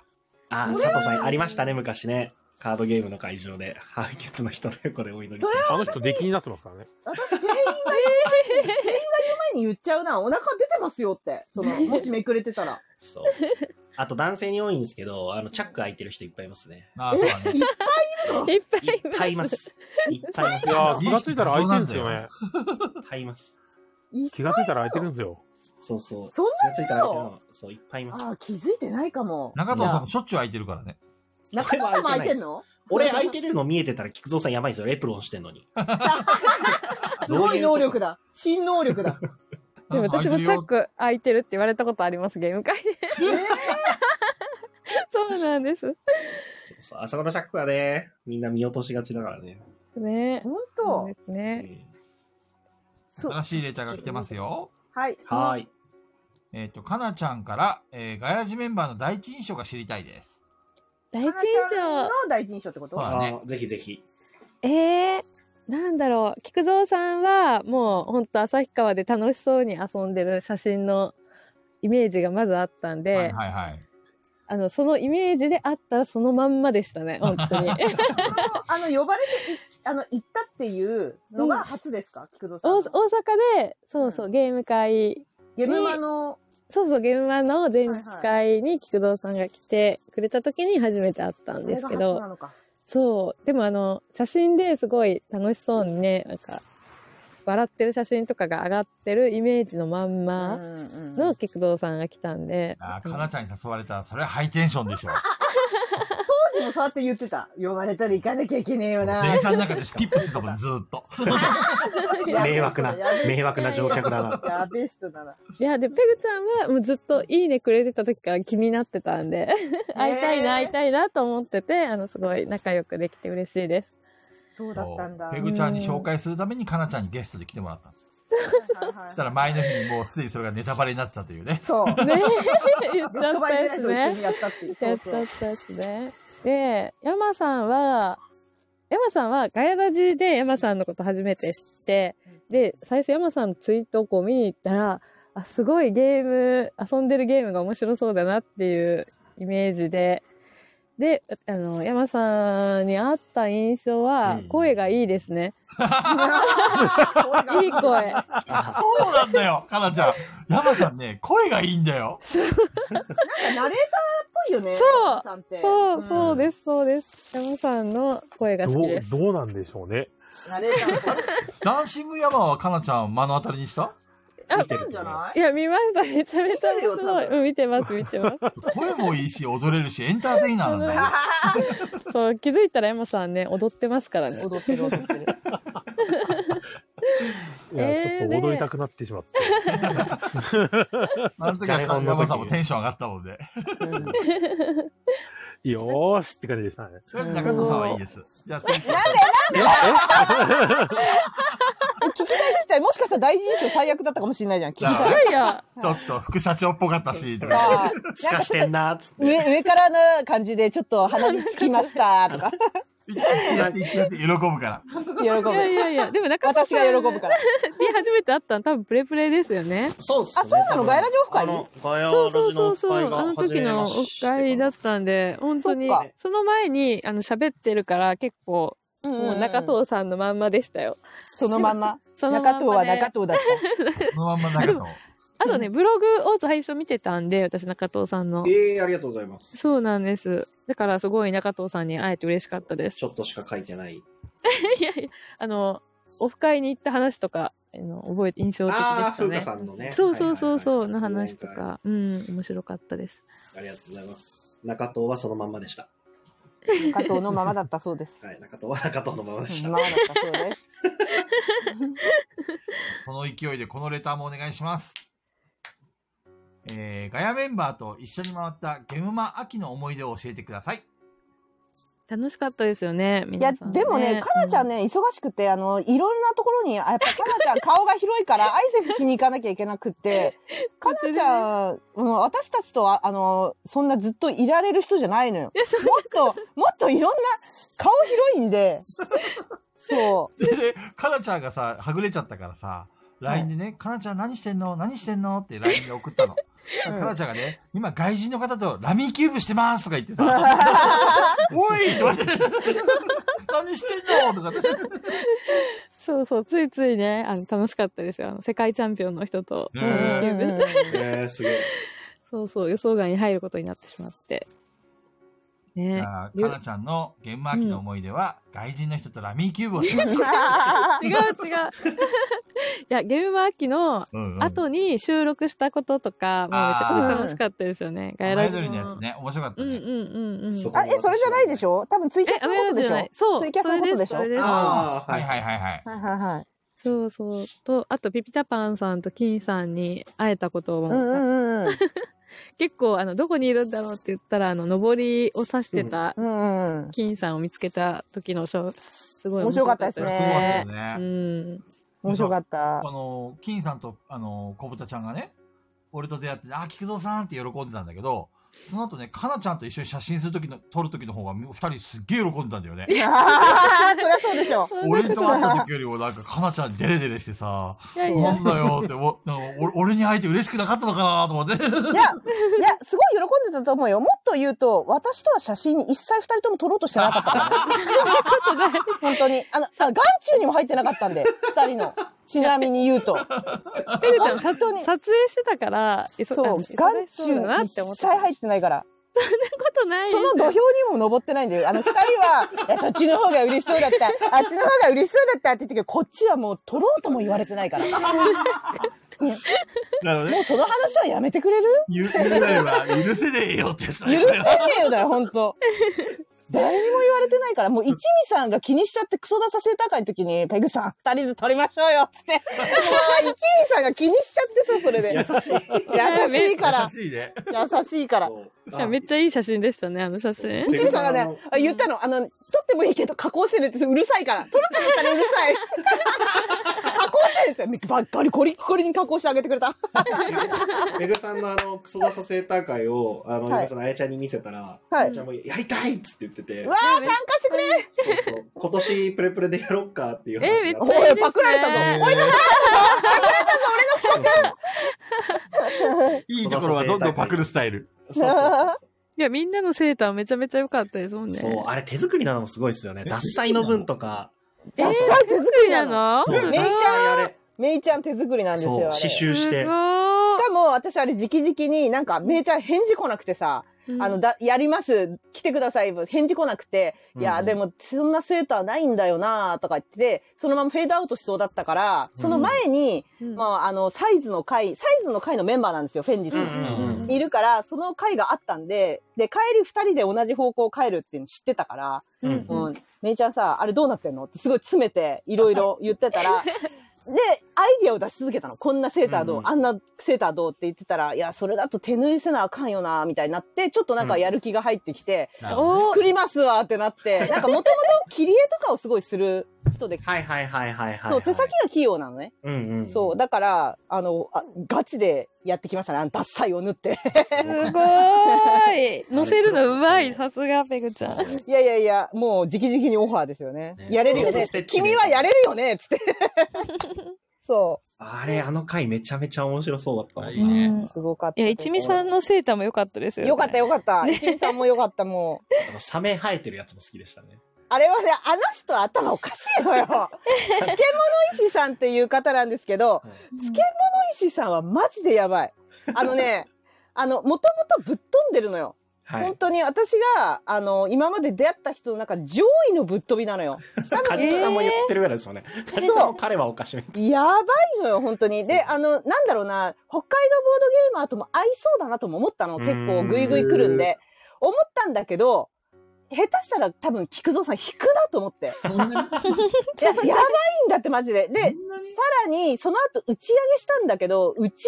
C: あ、佐藤さんありましたね、昔ね。カードゲームの会場で、判決の人の横でお祈りする。
B: あの人出禁になってますからね。
D: 私、全員が、全員が言う前に言っちゃうな。お腹出てますよって。その、もしめくれてたら。
C: そう。あと男性に多いんですけど、あの、チャック開いてる人いっぱいいますね。
A: ああ、そうだね。
E: いっぱ
C: いっぱい
E: い
C: い
E: い
C: ま。
E: ます
C: いっぱいいます。
B: いやー、
A: い
B: 気
A: や
B: がついたら開いてるんですよね。
C: いっぱいいます。
B: 気がついたら開いてるんですよ。
C: そうそう。
D: そ
C: 気
D: んな
C: がついたら開いてるの。そう、いっぱいいます。
D: ああ、気づいてないかも。
A: 中藤さんもしょっちゅう空いてるからね。
D: 中野さんも開いてんの
C: 俺開いてるの見えてたら、菊蔵さんやばいですよ。レプロンしてんのに。
D: すごい能力だ。新能力だ。
E: でも私もチャッ
A: ク。
E: ク開いてるって言われたことあります、ゲーム会で。そうなんです。
C: そうそう。あそこのチャックはね、みんな見落としがちだからね。
E: ね
D: 本当
E: そうです
C: う
E: ね。
C: ん
D: そう。
A: 新しいレターが来てますよ。
D: はい。
C: はーい。
A: えっ、と、かなちゃんから、えー、ガヤジメンバーの第一印象が知りたいです。
E: 第一
D: 花
E: 印
D: ちゃんの
E: 象。
D: 第一印象ってこと
A: はい
C: あ
A: ね
C: ーぜひぜひ。
E: えー、なんだろう。菊蔵さんは、もう、ほんと、旭川で楽しそうに遊んでる写真のイメージがまずあったんで、
A: はいはいはい。
E: あの、そのイメージであったらそのまんまで したね、本当に。
D: あの、あの呼ばれてい、あの、行ったっていうのが初ですか菊蔵さ
E: 大
D: ん
E: 大阪
D: の。
E: で、そうそうう、ゲーム会、
D: ゲムマの、
E: そうそう、ゲームマンの前日会に菊蔵さんが来てくれた時に初めて会ったんですけ
D: これが初
E: ど
D: な、のか
E: そう、でもあの、写真ですごい楽しそうにね、なんか、笑ってる写真とかが上がってるイメージのまん
D: うん
E: ま
D: うんうん
E: の菊蔵さんが来たんで、
A: あーかなちゃんに誘われたら、それはハイテンションでしょ。
D: 当時もそうやって言ってた。呼ばれたら行かなきゃいけねえよな。
A: 電車の中でスキップしてたもん、ず ーっと。
C: 迷惑な
D: やべえ、人
C: 迷惑な乗客だな。
D: やべえ人だな。
E: いや、で、ペグちゃんはもうずっといいねくれてた時から気になってたんで、会いたいな、会いたいなと思ってて、あの、すごい仲良くできて嬉し いです。
D: そうだったんだ。
A: ペグちゃんに紹介するために、かなちゃんにゲストで来てもらったんです。
D: はいはいはい
A: そしたら前の日にもうすでにそれがネタバレになってたというね。
D: そう。
E: ね言っちゃ
D: ド
E: っ
D: バ
E: た
D: イ
E: や
D: デ
E: つ
D: ーと一緒
E: ね
D: に。やったっていう。
E: や
D: そ
E: っ
D: う
E: ち
D: そ
E: ゃっ
D: う。
E: たやつね。で、山さんは、山さんはガヤラジで山さんのこと初めて知って、で、最初山さんのツイートをこう見に行ったら、あ、すごいゲーム、遊んでるゲームが面白そうだなっていうイメージで、で、あの、山さんに会った印象は
C: うん、
E: 声がいいですね。い い声。
A: そうなんだよ、かなちゃん。山さんね、声がいいんだよ。
D: ナレーターっいよね。
E: そう
D: さんって
E: そう、そうです、そうです。山さんの声が好きです。
B: どう、どうなんでしょうね。
D: ナレーター
A: ダンシング山はかなちゃん目の当たりにした
D: 見てるんじゃない
E: いや、見ました。めちゃめちゃ
D: 見てるよ
E: 面白い。
D: 多分
E: うん見てます、見てます。
A: 声もいいし、踊れるし、エンターテイナーなんだよ。
E: そう、気づいたら山さんね、踊ってますからね。
D: 踊ってる踊ってる。
B: いや、
E: えー
B: ちょっと踊
E: ね
B: りたくなってしまって。
A: あの時は山さんもテンション上がったもんで。
B: よーしって感じでしたね。
A: 中田さんはいいです。じゃあ、テンション
D: 聞きたいもしかしたら大臣賞最悪だったかもしれないじゃん。聞きたい。
E: いやいや、
A: ちょっと副社長っぽかったし、とか。
D: さあ
C: すかしてんなーっつって。
D: 上上からの感じでちょっと鼻につきましたとか
A: やってやって喜ぶから。
D: 喜
E: いやい
D: ぶ。
E: やいや、でも中田
D: 私
E: さん
D: が喜ぶから。
E: に初めて会ったの多分プレプレですよね。
C: そうっすね。
D: あそうなの
C: 多分
D: ガイラジオフ会
C: あのガイラジ
E: そうそ
C: の
E: うそう
C: オフ
E: そう
C: 会。が
E: あの時のオフ会だったんで、本当に
D: そっか、
E: その前に、あの、喋ってるから結構、もう中藤さんのまんまでしたよ。
D: そのまんま。
E: そのまんまで
D: 中藤は中藤だっ
A: そのまんま中の。
E: あとね、ブログを最初見てたんで、私中藤さんの。
C: ええー、ありがとうございます。
E: そうなんです。だからすごい中藤さんに会えて嬉しかったです
C: ち。ょっとしか書いてない。
E: いやいや、あの、オフ会に行った話とか、あの覚えて、印象的で
C: ああー、風
E: した
C: 花
E: ね。
C: さんのね。
E: そうそうそうそう、
C: はいは
E: の
C: いはい
E: 話と。か、うん、面白かったです。
C: ありがとうございます。中藤はそのまんまでした。
D: た。 中藤のままだったそうです。
C: はい、中藤は中藤のままでし
D: ま
C: た。
D: まだった そうです。
A: この勢いでこのレターもお願いします。えー、ガヤメンバーと一緒に回ったゲムマ秋の思い出を教えてください。
E: 楽しかったですよね、
D: いや
E: 皆さん、
D: でもね、かなちゃんね、忙しくて、あの、いろんなところに、あやっぱかなちゃん顔が広い から、挨拶しに行かなきゃいけなくって、かなちゃん、うん私たちとは、あの、そんなずっといられる人じゃないのよ。
E: いや、そ
D: もっ と、もっといろんな、顔広いんで、そう。
A: で、かなちゃんがさ、はぐれちゃったからさ、LINE でね、かなちゃん何してんの何してんのって LINE で送ったの。
D: うん
A: かなちゃんがね、今外人の方とラミーキューブしてますとか言ってさ、おいとか言って、何してんのとかって。
E: そうそう、ついついね、あの、楽しかったですよ。あの、世界チャンピオンの人と、
A: ね
E: ラミーキューブ
D: うん うんうん
C: えー、すごい。
E: そうそう、予想外に入ることになってしまって。ね
A: あーかなちゃんの現場期の思い出は、外人の人とラミーキューブをしま した。
E: 違う違う。 いや、ゲームマーキの
A: うんうん
E: 後に収録したこととか、もうめちゃくちゃ楽しかったですよね。ガヤ
A: ア
E: ラ
A: イ
E: ジ
A: ド
E: の
A: ルのやつね、面白かった
E: うんうん
A: ね。
E: うんうん。
C: そこ
D: あ、え、それじゃないでしょ多分ツイキャ
E: え、
D: ス
E: ア
D: の
E: メ
D: こ
E: ラ
D: とで
E: ジじ
D: し
E: ゃない
D: ょ。
E: そう。
D: ツイキャスのことでしょ
E: それすそれす
C: ああ、
A: は
C: はいい
A: は
C: はいい。
A: はいはい。
D: はいはいはい。
E: そうそう。と、あと、ピピタパンさんと金さんに会えたことも、
D: うんうんうん。
E: 結構、あの、どこにいるんだろうって言ったら、あの、上りを指してた
D: うんうん。
E: 金さんを見つけた時のショー、すごい
D: 面白かったで
A: そ
D: す
A: れすご
D: ね
A: かったね。
E: うん。
D: 面白かった
A: あ。の、金さんと、あの、小豚ちゃんがね、俺と出会って、あ、菊蔵さんって喜んでたんだけど、その後ね、かなちゃんと一緒に写真するときの、撮るときの方が、二人すっげえ喜んでたんだよね。
D: ああ、そりゃそうでしょ。
A: 俺と会った時よりもなんか、かなちゃんデレデレしてさ、
E: いやい
A: な
E: や、
A: んだよって、おなんか俺俺に会えて嬉しくなかったのかなと思って。
D: いや、いや、すごい喜んでたと思うよ。もっと言うと、私とは写真一切二人とも撮ろうとしてなかったからね。本当に。あの、さ、眼中にも入ってなかったんで、二人の。ちなみに言うと。
E: ペグちゃんさ
D: 本当に
E: 撮影してたから、いそ
D: そう、
E: あの
D: 眼
E: 忙しそうだ
D: 中
E: な
D: に
E: って思
D: 一切
E: ってた
D: 入ってないから。
E: ことないです
D: そ
E: よ
D: の土俵にも登ってないんだよ。あの、二人は、い や、そっちの方が嬉しそうだった。あっちの方が嬉しそうだったって言ってるけど、こっちはもう取ろうとも言われてないから。
A: なるほど
D: もう
A: ね。
D: その話はやめてくれる
A: 言う言うなれば許せねえよってさ
D: 許せねえよだよ、ほん と。誰にも言われてないから、もう一味さんが気にしちゃってクソダサセーター会の時に、ペグさん、二人で撮りましょうよっつ って。もう一味さんが気にしちゃってさ、それで。優しい。優しいから。
A: 優しいね。
D: 優しいから。
E: いやめっちゃいい写真でしたね、あの写真。
D: 一味さんがね、あ言ったの、あの、撮ってもいいけど加工してるってうるさいから。撮るってなったらうるさい。加工してるってばっかりコリッコリに加工してあげてくれた。
C: めぐさんのあの、クソダサ生態会を、あの、
D: はい
C: ゆうさんのあやちゃんに見せたら、
D: はい
C: あやちゃんも、やりたいっつって言ってて
D: うわ、ー参加してくれ
C: そうそう、今年プレプレでやろっかっていう
E: え
C: 話
E: めっ
C: に
E: ち
C: なっ
E: ゃ
C: て。
E: い
D: お
E: いです、ね。
D: いパクられたぞ
E: ね
C: 俺の
A: いいところはどんどんパクるスタイル。
C: そうそう
E: いや、みんなのセーターめちゃめちゃ良かったですもんね。
C: そうそう。あれ手作りなのもすごいですよね。脱菜の分とか。
E: えー、
D: そう
E: 手作りなの
C: そう、脱
D: めっちゃ
C: 菜あれ。
D: めいちゃん手作りなんですよ。
C: そう、
D: あれ
C: 刺繍して。
E: すご
D: しかも私あれ直々になんかめいちゃん返事来なくてさ、あの、だ、やります。来てください。返事来なくて、いや、でも、そんなセーターないんだよなとか言って、そのままフェードアウトしそうだったから、その前に、
F: うん
D: まあ、あの、サイズの会、サイズの会のメンバーなんですよ、フェンディスの。
C: うん
D: いるから、その会があったんで、で、帰り二人で同じ方向を帰るっていうの知ってたから、
C: うん
D: うん、めいちゃんさ、あれどうなってんのってすごい詰めて、いろいろ言って たら、で、アイディアを出し続けたの。こんなセーターどう、
C: うん
D: あんなセーターどうって言ってたら、いや、それだと手縫いせなあかんよな、みたいになって、ちょっとなんかやる気が入ってきて、
A: なるほど
F: お
D: 作りますわって なって、なんかもともと切り絵とかをすごいする人で、
C: はいはいはいはいはい。
D: そう、手先が器用なのね。
C: うんうん。
D: そう、だから、あの、あガチでやってきましたね。あの、ダッサいを縫って。
F: すごーい乗せるのうまいさすがペグちゃん
D: いやいやいや、もう直々にオファーですよね。
C: ね
D: やれるよ
C: クロ
D: ね
C: スステッ。チで
D: 君はやれるよねっ つって。そ
C: あれ、あの回めちゃめちゃ面白そうだったわ。
A: はいいうね
F: ん
D: う。すごかった。
F: いや一味さんのセーターも良かったですよね
D: よかったよ かった。一味さんもよかった、もう。
C: あのサメ生えてるやつも好きでしたね。
D: あれはね、あの人頭おかしいのよ。漬物医師さんっていう方なんですけど、漬物医師さんはマジでやばい。あのね、あの、もともとぶっ飛んでるのよ。
C: は
D: 本
C: い。
D: 当に私が、あの、今まで出会った人の中、上位のぶっ飛びなのよ。
C: カジキさんも言ってるぐらいですよね。カジキさんも彼はおかしめ。
D: やばいのよ、本当に。で、あの、なんだろうな、北海道ボードゲーマーとも合いそうだなとも思ったの。結構グイグイ来るんで。思ったんだけど、下手したら多分菊蔵さん引くなと思 って。
A: そんなに
D: いや、やばいんだってマジで。で、さらにその後打ち上げしたんだけど、打ち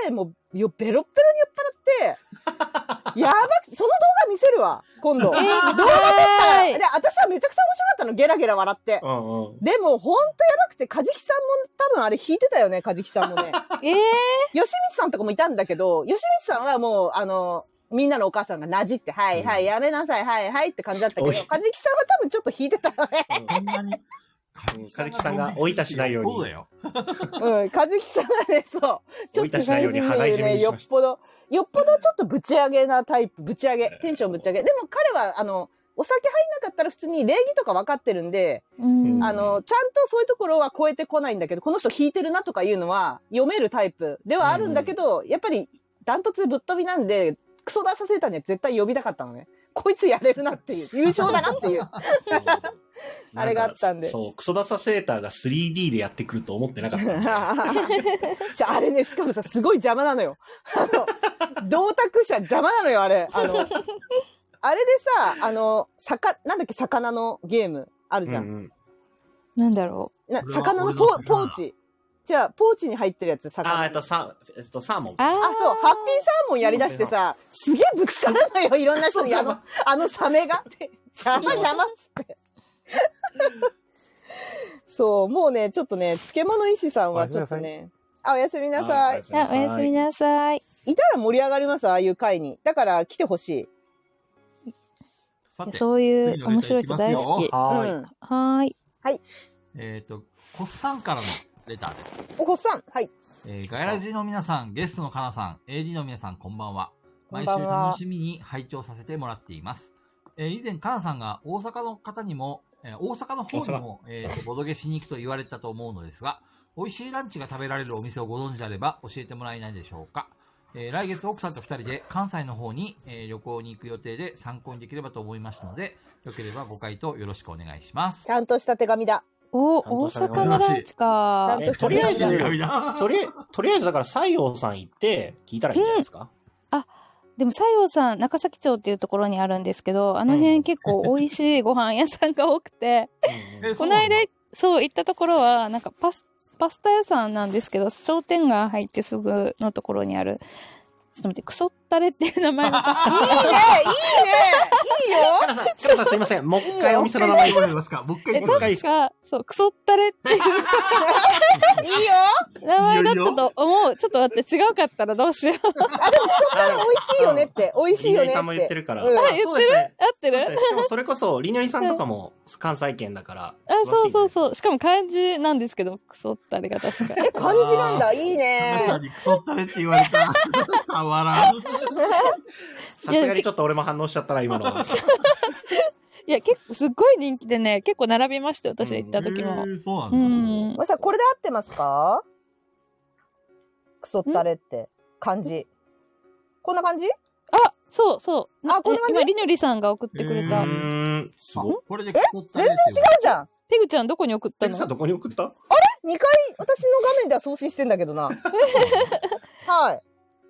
D: 上げでもうよベロッベロに酔っ払 って、やばく、その動画見せるわ、今度。動画撮ったら
F: は
D: で
F: い、
D: 私はめちゃくちゃ面白かったの、ゲラゲラ笑って
C: う。んうん。
D: でも、ほんとやばくて、カジキさんも多分あれ弾いてたよね、カジキさんもね。
F: えー
D: 吉光さんとかもいたんだけど、吉光さんはもう、あの、みんなのお母さんがなじって、はいはい、やめなさい、はいはいって感じだったけど、
C: おい
D: カジキさんは多分ちょっと弾いてたよね。
A: そ んなに
C: カジキさんが追い出しないように
A: そうだよ。
D: うん、カジキさんはね、そう。
C: 追い出しないように羽交い締めにし
D: よ
C: ま
D: っ
C: した。
D: ぽど、よっぽどちょっとぶち上げなタイプ、ぶち上げ、テンションぶち上げ。でも彼は、あの、お酒入んなかったら普通に礼儀とか分かってるんで、
F: うん
D: あの、ちゃんとそういうところは超えてこないんだけど、この人弾いてるなとかいうのは読めるタイプではあるんだけど、やっぱりダントツでぶっ飛びなんで、クソ出させたには絶対呼びたかったのね。こいつやれるなっ ていう、優勝だなっていう。 あれがあったんで
C: そう、クソダサセーターが 3D でやってくると思ってなかったんで。
D: しあれね、しかもさ、すごい邪魔なのよ。あの、銅鐸者邪魔なのよ、あれ。あの、あれでさ、あの、さか、なんだっけ、魚のゲームあるじゃん。
C: うんうん
F: なんだろ
D: な
A: これは
D: 魚の
A: 俺
D: ポ
A: の魚
D: ポーチ。じゃあ、ポーチに入ってるやつ、魚
C: あ
D: の。
C: ー、えっと、サえっとサーモン
F: う。あ
D: あ、そう、
F: あ
D: ハッピーサーモンやりだしてさ、すげえぶつかる のよ、いろんな人に。あの、あのサメが。って邪魔邪魔っつって。そう、もうね、ちょっとね、漬物医師さんはちょっとね、あ、おやすみなさい。
F: あおやすみ
C: さ
F: なさい
D: いたら盛り上がります、ああいう会に。だから来てほしい。
A: さて、
F: そういう面白い人大好き
C: い。はーい。
D: うん。
F: はーい
A: えっ、と、コッサンからのレターです。
D: おこっさん、はい。
A: えーガヤラジの皆さん、ゲストのかなさん、AD の皆さん、こんばんは。
D: こん
A: 毎
D: ば
A: 週
D: んは
A: 楽しみに拝聴させてもらっています。えー以前、かなさんが大阪の方にも、えー大阪の方にも、えーと、ボドゲしに行くと言われたと思うのですが、美味しいランチが食べられるお店をご存知であれば教えてもらえないでしょうか。えー来月奥さんと二人で関西の方に、えー旅行に行く予定で参考にできればと思いましたので、よければご回答よろしくお願いします
D: ち。ゃんとした手紙だ。
F: お
C: ちゃんと
F: 大阪
C: したね
F: のランチか
D: ちゃん
C: えとりあえず、
A: 手紙だ
C: とりあえず、とりあえずだから西洋さん行って聞いたらいいんじゃないですか。
F: でも西洋さん中崎町っていうところにあるんですけどあの辺結構美味しいご飯屋さんが多くて
A: えそ
F: こ
A: う
F: の
A: なんだ
F: 間そう行ったところはなんかパスパスタ屋さんなんですけど商店街入ってすぐのところにあるちょっと待ってクソったれっていう名前の
D: いいね、いいね、いいよ。
C: カナさん、カナさんすいません。もう一回お店の名前
A: もう一回言って もらえますかもう一回
F: え
A: 言ってもらえますか
F: 確かそうクソったれっていう
D: いいよ。
F: 名前だったと思うちょっと待って違うかったらどうしよう
D: 美味しいよねって、美味しいよね
C: りのり
D: って。
C: さんも言ってるから。
D: うん
C: あそうですね
F: 合って
C: そう
F: る
C: ですね。しかもそれこそ、りのりさんとかも関西圏だから。
F: あそうそう
C: う。
F: そうしかも漢字なんですけどクソったれが確か
D: え、漢字なんだ。いいね。
A: 何にクソったれって言われた。たまらん。
C: さすがにちょっと俺も反応しちゃったな、今の。
F: いや結構すっごい人気でね結構並びまして私行った時も
A: えーそうな
F: うん
A: だ。
F: ん
D: まさん、これで合ってますかクソったれって、漢字。こんな感じ
F: あ
E: そうそう。な
D: あこんな感じ
E: え今、りのりさんが送ってくれ
A: う
E: た。
A: ー
C: ん。
A: すごい。これで聞こった
D: 全然違うじゃん
E: ペグちゃんどこに送った
C: ペグさん
E: の
C: どこに送った
D: 2回私の画面では送信してんだけど なはい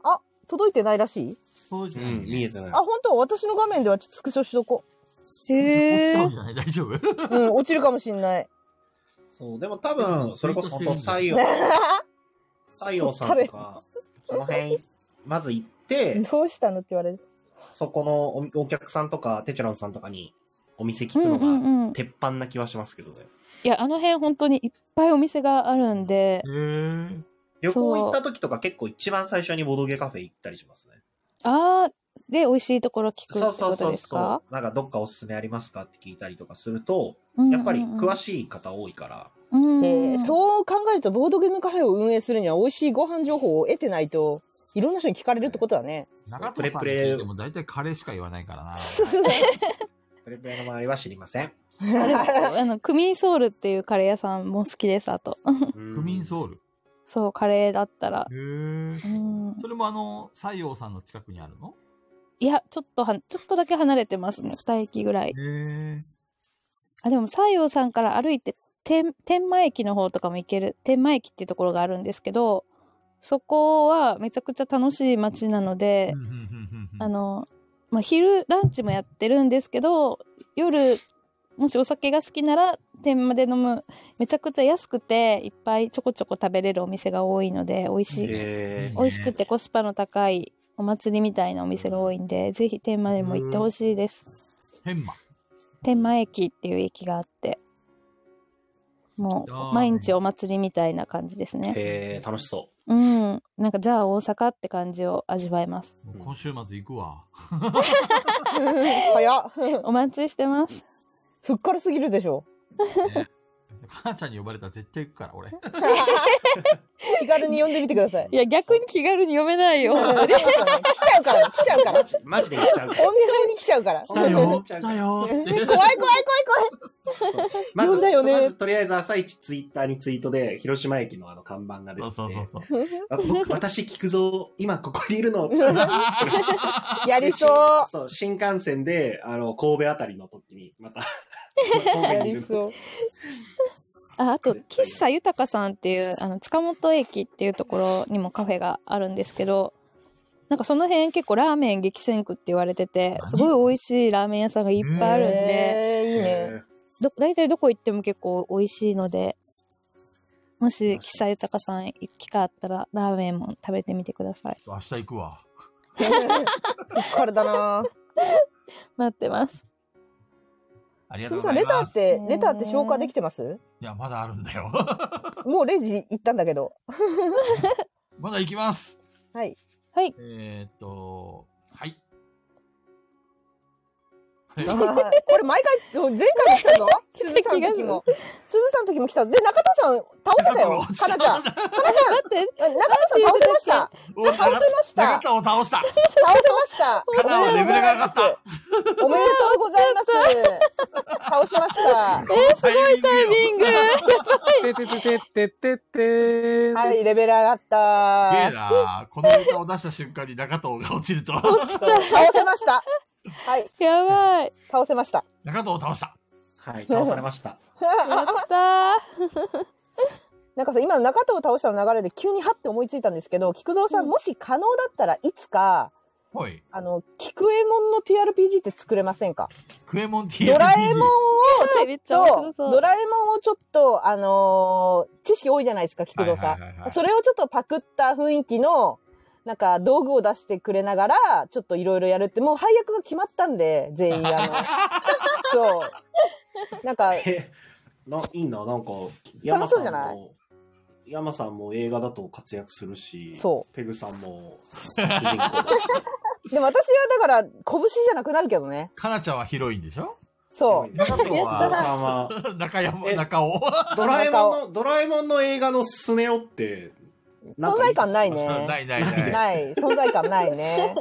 D: あ届いてないらしい
A: そうじゃん。
C: うん、見えてない
D: あ。本当私の画面ではちょっとスクショしとこ
A: 落ち
E: へ
A: た
E: ー
A: んじゃない 大丈夫
D: ううん落ちるかもしんない
C: そう、でも多分、それこそ本当、採用、採用さんとか、その辺、まず行って、
D: どうしたのって言われる
C: そこのおお客さんとか、テチュランさんとかにお店聞
E: う
C: く
E: ん
C: の
E: う
C: が、
E: んうん。
C: 鉄板な気はしますけどね。
E: いや、あの辺本当にいっぱいお店があるんで、
A: へー。
C: 旅行行った時とか結構一番最初にボドゲカフェ行ったりしますね。
E: あー、で、美味しいところ聞く
C: そう
E: って
C: そう
E: こ
C: そ
E: と
C: う
E: ですか
C: そう。なんかどっかおすすめありますかって聞いたりとかすると、
E: や
C: やっぱり詳
E: し
C: しい方多いから、
D: え
E: い
D: ーそう考えるとボードゲームカフェを運営するには美味しいご飯情報を得てないといろんな人に聞かれるってことだ ね。
A: 長藤さんって言っても大体カレーしか言わないからな。
C: プレプレの周りは知りません。
E: あのクミンソウルっていうカレー屋さんも好きですあと
A: クミンソウル。
E: そうカレーだったら
A: へえ。
E: うん
A: それもあの、西洋さんの近くにあるの
E: いやちょっとはちょっとだけ離れてますね2駅ぐらい
A: へえ。
E: あでも西洋さんから歩いて天天満駅の方とかも行ける天満駅っていうところがあるんですけどそこはめちゃくちゃ楽しい街なので、
A: うんうんうんうん
E: あの、まあ、昼ランチもやってるんですけど夜もしお酒が好きなら天まで飲むめちゃくちゃ安くていっぱいちょこちょこ食べれるお店が多いので美味しい、
C: え
E: 美味しくてコスパの高いお祭りみたいなお店が多いんでぜひ天満でも行ってほしいです、
A: 天満。
E: 天満駅っていう駅があっても
A: いやー
E: う毎日お祭りみたいな感じです
C: ー、
E: ね
C: えー、楽しそ
E: うんなんかザ・大阪って感じを味わ えます
A: もう今週末行く わ。
D: 早っ
E: お待ちしてます
D: ふっからすぎるでしょ。
A: ね母ちゃんに呼ばれたら絶対行くから、俺。
D: 気軽に呼んでみてください。
E: いや逆に気軽に読めないよ
D: 来ちゃうから、来ちゃう
C: う。
D: か
C: マ
D: ら。
C: ジマジで行っちゃうから
D: 本当に来ちゃうから。
A: 来
D: 怖い
A: たよ来たよって。
D: 怖い怖い怖い。
C: ま
D: 呼
C: ず、
D: んだよね
C: まずとりあえず朝一ツイッターにツイートで、広島駅のあの看板が出
A: そう
C: てき
A: そうそう
C: て、
A: そう。
C: あ僕、私聞くぞ、今ここにいる の。
D: やりそう。
C: そう、新幹線で、あの、神戸あたりの時に、ま た、神
D: や
C: 戸にい
D: り
C: るの。
D: そう。
E: ああと喫茶豊さんっていうあの塚本駅っていうところにもカフェがあるんですけどなんかその辺結構ラーメン激戦区って言われてて
A: 何
E: すごい美味しいラーメン屋さんがいっぱいあるんで
D: えー、いいね。
C: え
E: ど大体どこ行っても結構美味しいのでもし喫茶豊さん行く機会あったらラーメンも食べてみてください
A: 明日行くわ。
D: ふっからだな。
E: 待ってます
A: ありが
D: ふ
A: とう
D: う
A: ござ
D: さん、
A: い
D: レター
A: ま
D: っ
A: す。
D: て、レターって消化できてます
A: いや、まだあるんだよ。
D: もうレジ行ったんだけど。
A: まだ行きます。
D: はい。
E: はい
A: えーっと、はい。
D: これ毎回、前回も来たの鈴さんの時 も。鈴さんの時も来た。で、中藤さん倒せたよ。かなちゃん。かなち
E: 待って
D: ゃん、中藤さん倒せました。
A: お
D: 倒せました
A: 中田を倒した。
D: 倒せました。
A: 肩は眠れなかった。
D: おめでとうございます。倒しました。
A: えすごいタイミン グよ。
B: ててててててて
D: はい、レベル上がっ
A: すげえ
D: た。
A: なこのネタを出した瞬間に中藤が落ちる と。
D: 倒せました。はい、
E: やばいや
D: 倒せました。
A: 中藤を倒した。
C: はい、倒されました。
E: ったー
D: なんかさ、今の中藤を倒したの流れで急にハッて思いついたんですけど、菊蔵さん、もし可能だったらいつか、
A: ほい。
D: あの、菊右衛門の TRPG って作れませんか
A: クエモン T。
D: ドラえもんを
E: めっち
D: ち
E: ゃ面
D: ょ
E: 白
D: っ
E: そ
D: と、
E: う
D: ドラえもんをちょっと、あのー知識多いじゃないですか、菊蔵さん。
A: はいはいはいはい
D: それをちょっとパクった雰囲気の、なんか道具を出してくれながら、ちょっといろいろやるって、もう配役が決まったんで、全員、 あの、そう。なんか、
C: え ないいな、なんか、
D: 楽しそうじゃない
C: も、山さんも映画だと活躍するし、
D: そ
C: ペグさんも、主人公だし。
D: う。でも私はだから、拳じゃなくなるけどね。
A: かなちゃんはヒロインでしょ
D: そう。
C: 中藤 は、
A: 中山、
C: え
A: 中尾。
C: ドラえもんの、ドラえもんの映画のスネ夫って、
D: 存在感ない ね。
A: ないないない。
D: ない。存在感ないね。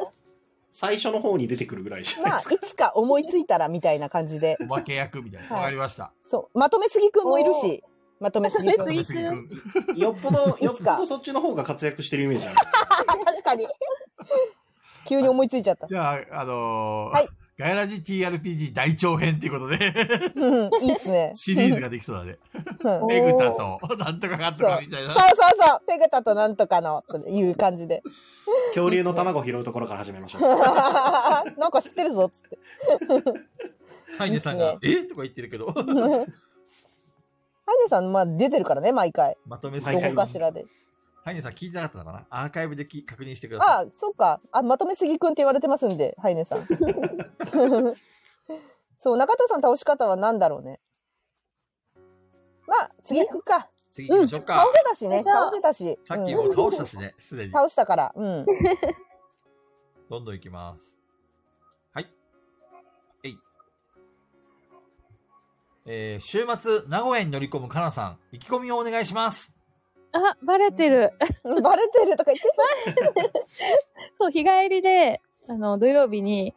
C: 最初の方に出てくるぐらいじゃない
D: ま
C: で
D: あ
C: すか。、
D: いつか思いついたらみたいな感じで。
A: お化け役みたいな。
D: はい
A: わかりました。
D: そう。まとめすぎくんもいるし、まとめすぎくん。
E: 次行く
A: 次行く
C: よっぽど、
D: い
C: よっ
D: つ
C: ぽ
D: か
C: どそっちの方が活躍してるイメージある。
D: あ確かに。急に思いついちゃった。
A: じゃあ、あのー
D: はい
A: ガイラジ TRPG 大長編っていうことで、
D: うん、いいっすね。
A: シリーズができそうだね。
D: うん
A: ペグタと、 なんとかかんとかみたいな
D: そう。そうそう、ペグタとなんとかのという感 じで。
C: 恐竜の卵拾うところから始めましょう。
D: なんか知ってるぞっつって。
A: ハイネさんが、えとか言ってるけど、
D: ハイネさん、まあ出てるからね、毎回。
A: まとめす
D: ど
A: ぎ
C: 毎回
D: こかしらで。
A: ハイネさん聞いてなかったのかなアーカイブでき確認してください。
D: あ、そっか。あ、まとめすぎくんって言われてますんで、ハイネ さん。そう、中藤さん倒し方は何だろうね。まあ、次行くか。
A: 次行きましょうか
D: 倒。せたしね。
E: じゃあ
D: 倒せたし。
A: さっき
D: うん
A: もう倒したしね、すでに。
D: 倒したから。うん。
A: どんどん行きます。はい。えい。えー、週末、名古屋に乗り込むかなさん、意気込みをお願いします。
E: あ、バレてる。
D: バレてるとか言って
E: そう、日帰りで、あの、土曜日に、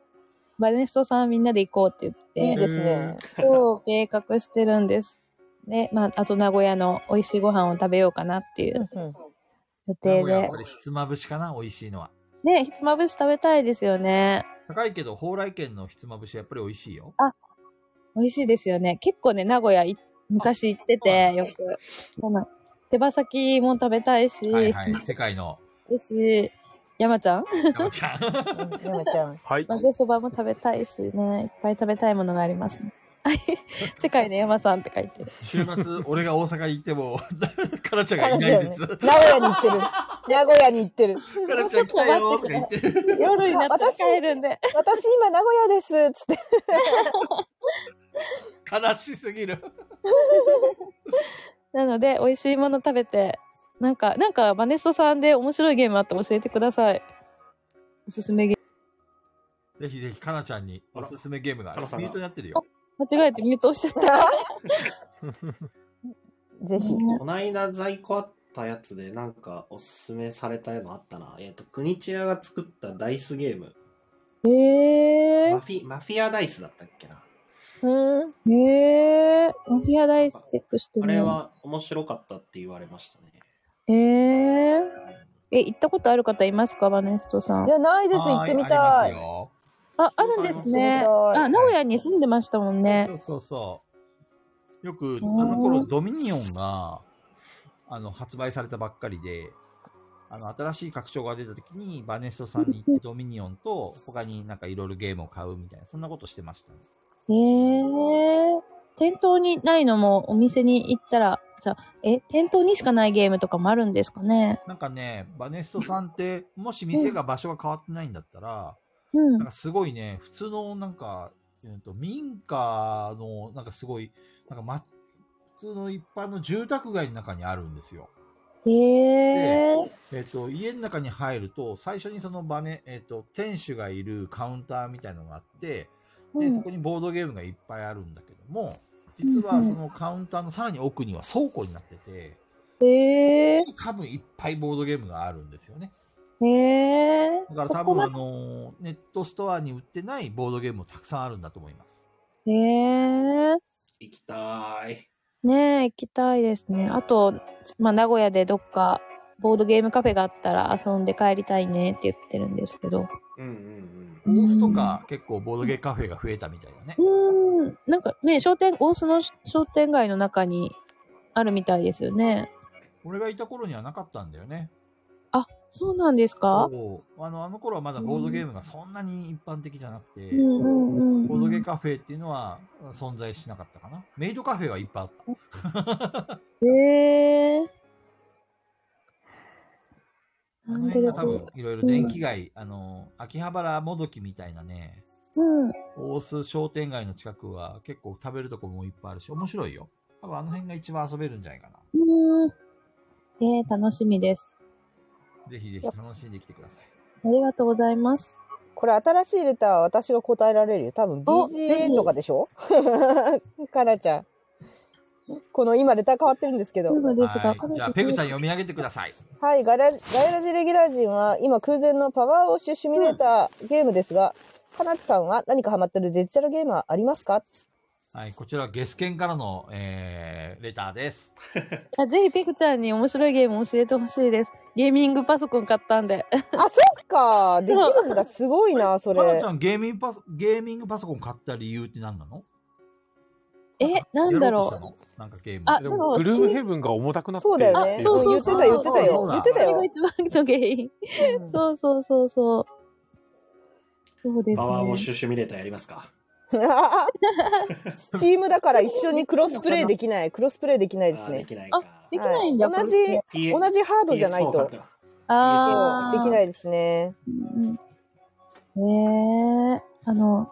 E: バネストさんみんなで行こうって
D: い
E: 言
D: い
E: って、
D: ですね。
E: そう計画してるんです。で、まあ、あと名古屋の美味しいご飯を食べようかなっていう
D: うんうん
E: 予
A: 名
E: 定
A: 古屋は
E: で
A: こ。れひつまぶしかな、美味しいのは。
E: ね、ひつまぶし食べたいですよね。
A: 高いけど、蓬莱県のひつまぶしはやっぱり美味しいよ。
E: 美味しいですよね。結構ね、名古屋い昔行ってて、よく。そうなん手羽先も食べたいし、
A: はいはい。世界の
E: ですし、山ちゃん
A: 山ちゃん。
D: うん山ちゃん。
B: はい。
E: 混ぜそばも食べたいしね、いっぱい食べたいものがありますね。 はい世界の山さんって書いてる。
A: 週末、俺が大阪行っても、 か なちゃんがいないです。
D: 名古屋に行ってる。名古屋に行ってる。
A: かなちゃん来たよーとか言って。
E: 夜になったら帰るんで。
D: 私今名古屋です。つって。
A: 悲しすぎる。
E: なので、美味しいもの食べて、なんか、なんか、バネストさんで面白いゲームあって教えてください。おすすめゲー
A: ぜひぜひ、かなちゃんにおすすめゲームがある
C: かな。さん
A: ミ
C: が
A: ュートになってるよ。
E: ム。間違えてミュート押しちゃっ
D: ぜひ。
C: こないだ在庫あったやつで、なんかおすすめされたのあったな。えっ、と、国千谷が作ったダイスゲーム。
E: た。え
C: マフィ、マフィアダイスだったっけな。
D: うん。
E: ー、えー、マフィアダイスチェックして
C: あ
E: み
C: れ
E: よう
C: は面白かったって言われましたね。
E: えー、え、行ったことある方いますかバネストさん
D: い。や、ないです。行ってみたい。
A: は
E: あ、あるんですね。
D: 行ってみたい
E: あ、名古屋に住んでましたもん
A: あります
E: ね。
A: よ。そうそうそう。よく、あの頃、ドミニオンが、あの、発売されたばっかりで、あの、新しい拡張が出た時に、バネストさんに行って、ドミニオンと、他になんかいろいろゲームを買うみたいな、そんなことしてましたね。
E: へえー。店頭にないのもお店に行ったら、じゃあえ、店頭にしかないゲームとかもあるんですかね
A: なんかね、バネストさんって、もし店が場所が変わってないんだったら、
E: う
A: なん
E: ん。
A: かすごいね、普通のなんか、うん、と民家の、なんかすごい、なんか、ま、普通の一般の住宅街の中にあるんですよ。
E: へえー。
A: えっ、と、家の中に入ると、最初にそのバネ、えっ、と、店主がいるカウンターみたいのがあって、
E: う
A: で、そ
E: ん
A: こにボードゲームがいっぱいあるんだけども、実はそのカウンターのさらに奥には倉庫になってて、
E: へえ
A: 多分いっぱいボードゲームがあるんですよね。
E: ー。へえ
A: だか
E: ー。
A: ら
E: そ
A: 多
E: こ
A: 分あ
E: まで。
A: の、ネットストアに売ってないボードゲームもたくさんあるんだと思います。
E: へえー。
C: 行きたい。
E: ねえ、行きたいですね。あと、まあ、名古屋でどっか、ボードゲームカフェがあったら遊んで帰りたいねって言ってるんですけど。
C: うんうんうん。
A: オースとか結構ボードゲームカフェが増えたみたいだね。
E: うーん、なんかね、商店、大須の商店街の中にあるみたいですよね。
A: 俺がいた頃にはなかったんだよね。
E: そうなんですか
A: そうあのあの頃はまだボードゲームがそんなに一般的じゃなくて、
E: うんうん
A: ボー
E: う
A: ド
E: ん。
A: ゲー
E: へ
A: ムカフェっていうのは存在しなかったかな。メイドカフェはいっぱいあった。
E: えー。
A: あの
E: なんで
A: 辺
E: だ
A: が多
E: ろ
A: 分
E: う。
A: いろいろ電気街、あの、秋葉原もどきみたいなね、
E: うん。
A: 大須商店街の近くは結構食べるとこもいっぱいあるし、面白いよ。多分あの辺が一番遊べるんじゃないかな。
E: うん。えー、楽しみです。
A: ぜひぜひ楽しんできてください。
E: ありがとうございます。
D: これ新しいレターは私が答えられるよ。多分
E: おぜ
D: BGA
E: ひ
D: とかでしょ かなちゃん。この今レター変わってるんですけど
E: そう。なんですが、
A: はい、じゃあ、ペグちゃん読み上げてください。
D: はい、ガラガイラジレギュラー陣は今空前のパワーウォッシュシミュレーターゲームですが、かなちさんは何かハマってるデジタルゲームはありますか
A: はい、こちら、ゲスケンからの、えー、レターです。
E: あぜひピクちゃんに面白いゲーム教えてほしいです。ゲーミングパソコン買ったんで。
D: あ、そっか。できるんだ。すごいな、そ
A: かな
D: れ
A: ちゃ。ん、ゲーミングパソ、ゲーミングパソコン買った理由って何なの
E: え、なんだろう。
A: うなんかゲーム。
E: あ
B: で
E: で
B: も
E: も
B: グルームヘブンが重たくなって
D: そうだよね。
E: あ
B: ってい
E: そうそう
D: 言ってた、言ってた
A: そう
D: よ。
A: だ
D: 言って
E: そ
D: た
E: れ
D: よ
E: が。一番の原因。
D: うん
E: そうそうそうそう。そうです
C: パワーウォッシ
E: ね。
C: ュシミュレーターやりますか。
D: スチームだから一緒にクロスプレイできない。クロスプレイできないです
C: あーで
D: ね。
C: きないか。
E: できないんだ。
D: はい
E: これって
C: 同
D: 同じハードじゃないと。そう
E: ああ。
D: できないですね。
E: うん。ねえ。あの、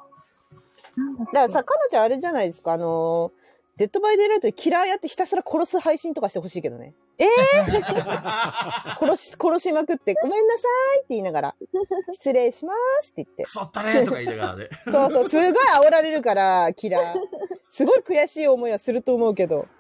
E: なんだ
D: だ
E: っけ
D: からさ、かなちゃんあれじゃないですか。あのー、デッドバイデイライトでキラーやってひたすら殺す配信とかしてほしいけどね。
E: え
D: 殺し、 殺しまくって、ごめんなさいって言いながら、失礼しますって言って
A: く。そったねーとか言いながらね。
D: そうそう、すごい煽られるから、キラー。すごい悔しい思いはすると思うけど。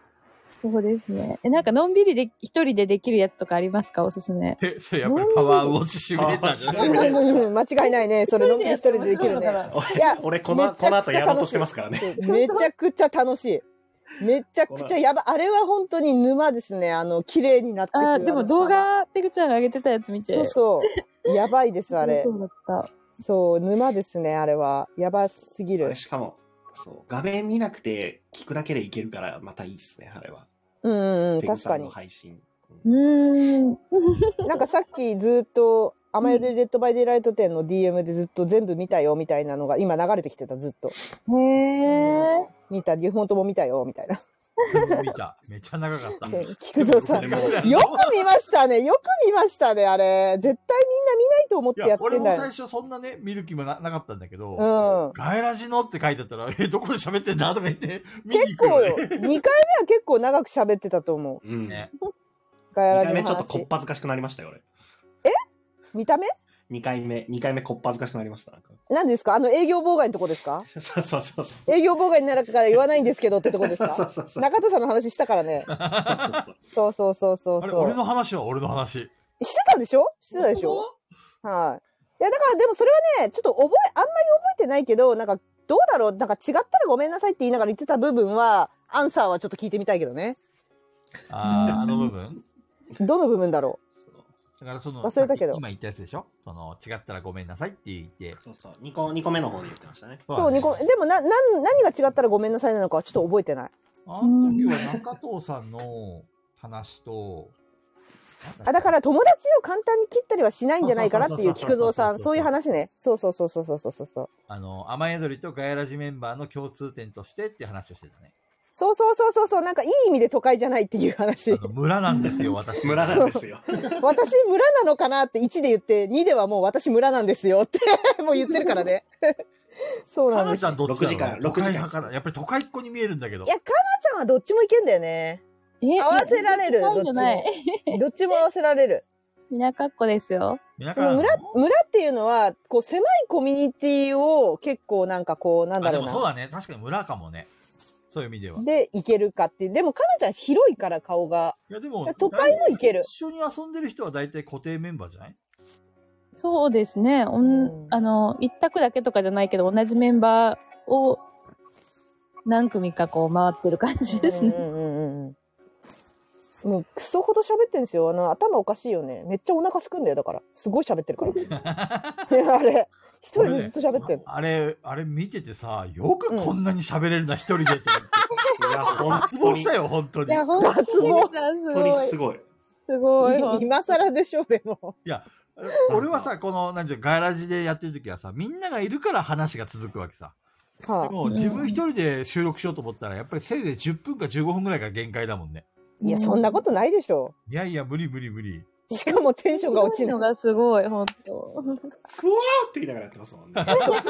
E: そうですね。え、なんかのんびりで、一人でできるやつとかありますかおすすめ。
A: え、それやっぱりパワーウォッチシミュレーターじゃ
C: パワーウォッ
A: ない
C: シ
D: うん間違いないね。それのんびり一人でできるね。いや
C: 俺、この、この後やろうとしてますからね。
D: めちゃくちゃ楽しい。めちゃくちゃやばい。あれは本当に沼ですね。あの、綺麗になってく
E: あ
D: る。
E: ー、でも
D: の
E: 動画、ペグちゃんが上げてたやつ見て。
D: そうそう。やばいです、あれ
E: そ。うだった。
D: そう、沼ですね、あれは。やばすぎ
C: あ
D: る
C: れ。しかも、そう、画面見なくて聞くだけでいけるから、またいいっすね、あれは。
D: うんうんうん、
C: ペグ
D: 確
C: さ
D: か
C: んの
D: に。
C: 配信。
E: うーん。
D: なんかさっきずっと、アマヨデデッドバイデイライト店の DM でずっと全部見たよみたいなのが今流れてきてた、ずっと。
E: へえ。
D: 見た、両方とも見たよみたいな。
A: 見た。めっちゃ長かった。
D: 菊蔵さ
C: で
D: ん。よ
C: も
D: く見ましたね。よく見ましたね、あれ。絶対みんな見ないと思っ
A: い
D: てや
A: や
D: っ、
A: 俺
D: てん
A: も
D: だ
A: 最
D: よ。
A: 初そんなね、見る気もななかったんだけど、
D: うん。
A: ガエラジのって書いてあったら、え、どこで喋ってんだとか言って、見に
D: 結
A: 行く
D: 構
A: よ、
D: よ。
A: ね。
D: 2回目は結構長く喋ってたと思う。
C: うん。
A: ね
D: ガヤ
C: 2
D: ラ
C: 回
D: ジ
C: 目
D: の
C: ちょっとこ
D: 話
C: っ。ぱずかしくなりましたよ、俺。
D: 見た目
C: 2回目、2回目こっぱずかしくなりました、なんか。
D: 何ですかあの営業妨害のとこですか
C: そうそうそうそ
D: 営業妨害になるから言わないんですけどってとこ
C: う。
D: です
C: そうそう
D: か
C: そうそう。
D: 中田さんの話したからね。
C: そうそう
D: そうそうそうそう
A: あれ、
D: そ
A: 俺
D: う。
A: の話は俺の話。
D: してたでしょしてたでしょはい。いや、だからでもそれはね、ちょっと覚え、あんまり覚えてないけど、なんかどうだろうなんか違ったらごめんなさいって言いながら言ってた部分は、アンサーはちょっと聞いてみたいけどね。
A: ああ、あの部分
D: どの部分だろ
C: そう
A: だからその、
D: 忘れたけど
A: さっき今言ったやつでしょその、違ったらごめんなさいって言って。
C: そうそう。2個、二個目の方に言ってましたね。
D: うそう、ニコ、でもな、なん、何が違ったらごめんなさいなのかはちょっと覚えてない。
A: あの時は中藤さんの話と、
D: あ、だから友達を簡単に切ったりはしないんじゃないかなっていう菊蔵さん。そういう話ね。そうそうそうそうそうそうそうそう。
A: あの、雨宿りとガヤラジメンバーの共通点としてって話をしてたね。
D: そうそうそうそうそう、なんかいい意味で都会じゃないっていう話。
A: あの村なんです よ、私。
C: 村なんですよ。
D: 私村なのかなって1で言って、2ではもう私村なんですよって、 もう言ってるからね。そう
A: か
D: なん
A: な
D: です。
A: ちゃんどっちだろう
C: 6時間
A: 都
C: 6時間
A: 会派かなやっぱり都会っ子に見えるんだけど。
D: いや、かなちゃんはどっちもいけんだよね。
E: え
D: 合わせられる。
E: な
D: ど
E: い
D: っ
E: じゃ
D: ち
E: ない
D: も。。どっちも合 わせられる。
E: 田舎っ子ですよ。
A: 村
D: その村、村っていうのは、こう狭いコミュニティを結構なんかこう、なんだ
A: あ、で
D: ろう
A: もそう
D: な。
A: だね。確かに村かもね。そういう意味では。い
D: で、いけるかって。でも、かなちゃん広いから顔が。
A: や、でも、
D: 都会もいける。
A: 一緒に遊んでる人は大体固定メンバーじゃない
E: そうですね。お
D: うん
E: ん、あの、一択だけとかじゃないけど、同じメンバーを何組かこう回ってる感じですね。
D: うんうんうんうんもうクソほど喋ってんですよあの頭おかしいよねめっちゃお腹すくんだよだからすごい喋ってるから あれ一人でずっと喋ってる、
A: あれ、あれ見ててさ、よくこんなに喋れるな、一人でって。
C: い や、本
A: 熱
C: 当
A: 望
C: に、
A: したよ、本当
E: い
A: に。い
E: や、ほんと
D: 脱毛
E: す
C: 本当
E: ご
C: に
E: い
C: す。ごい。
E: すごい。
D: い今更でしょでも
A: や、俺はさ、この、なんていうのガヤラジでやってる時はさ、みんながいるから話が続くわけさ。で
D: は
A: も、自分一人で収録しようと思ったら、やっぱりせいぜい10分か15分ぐらいが限界だもんね。
D: あ、いやそんなことないでしょ
A: いやいや、無理無理無理。
D: しかもテンションが落ち
E: る
D: な
E: の
D: い
E: がすごい、本当。
C: ふわーって言いながらやってますもんね。
D: だってふ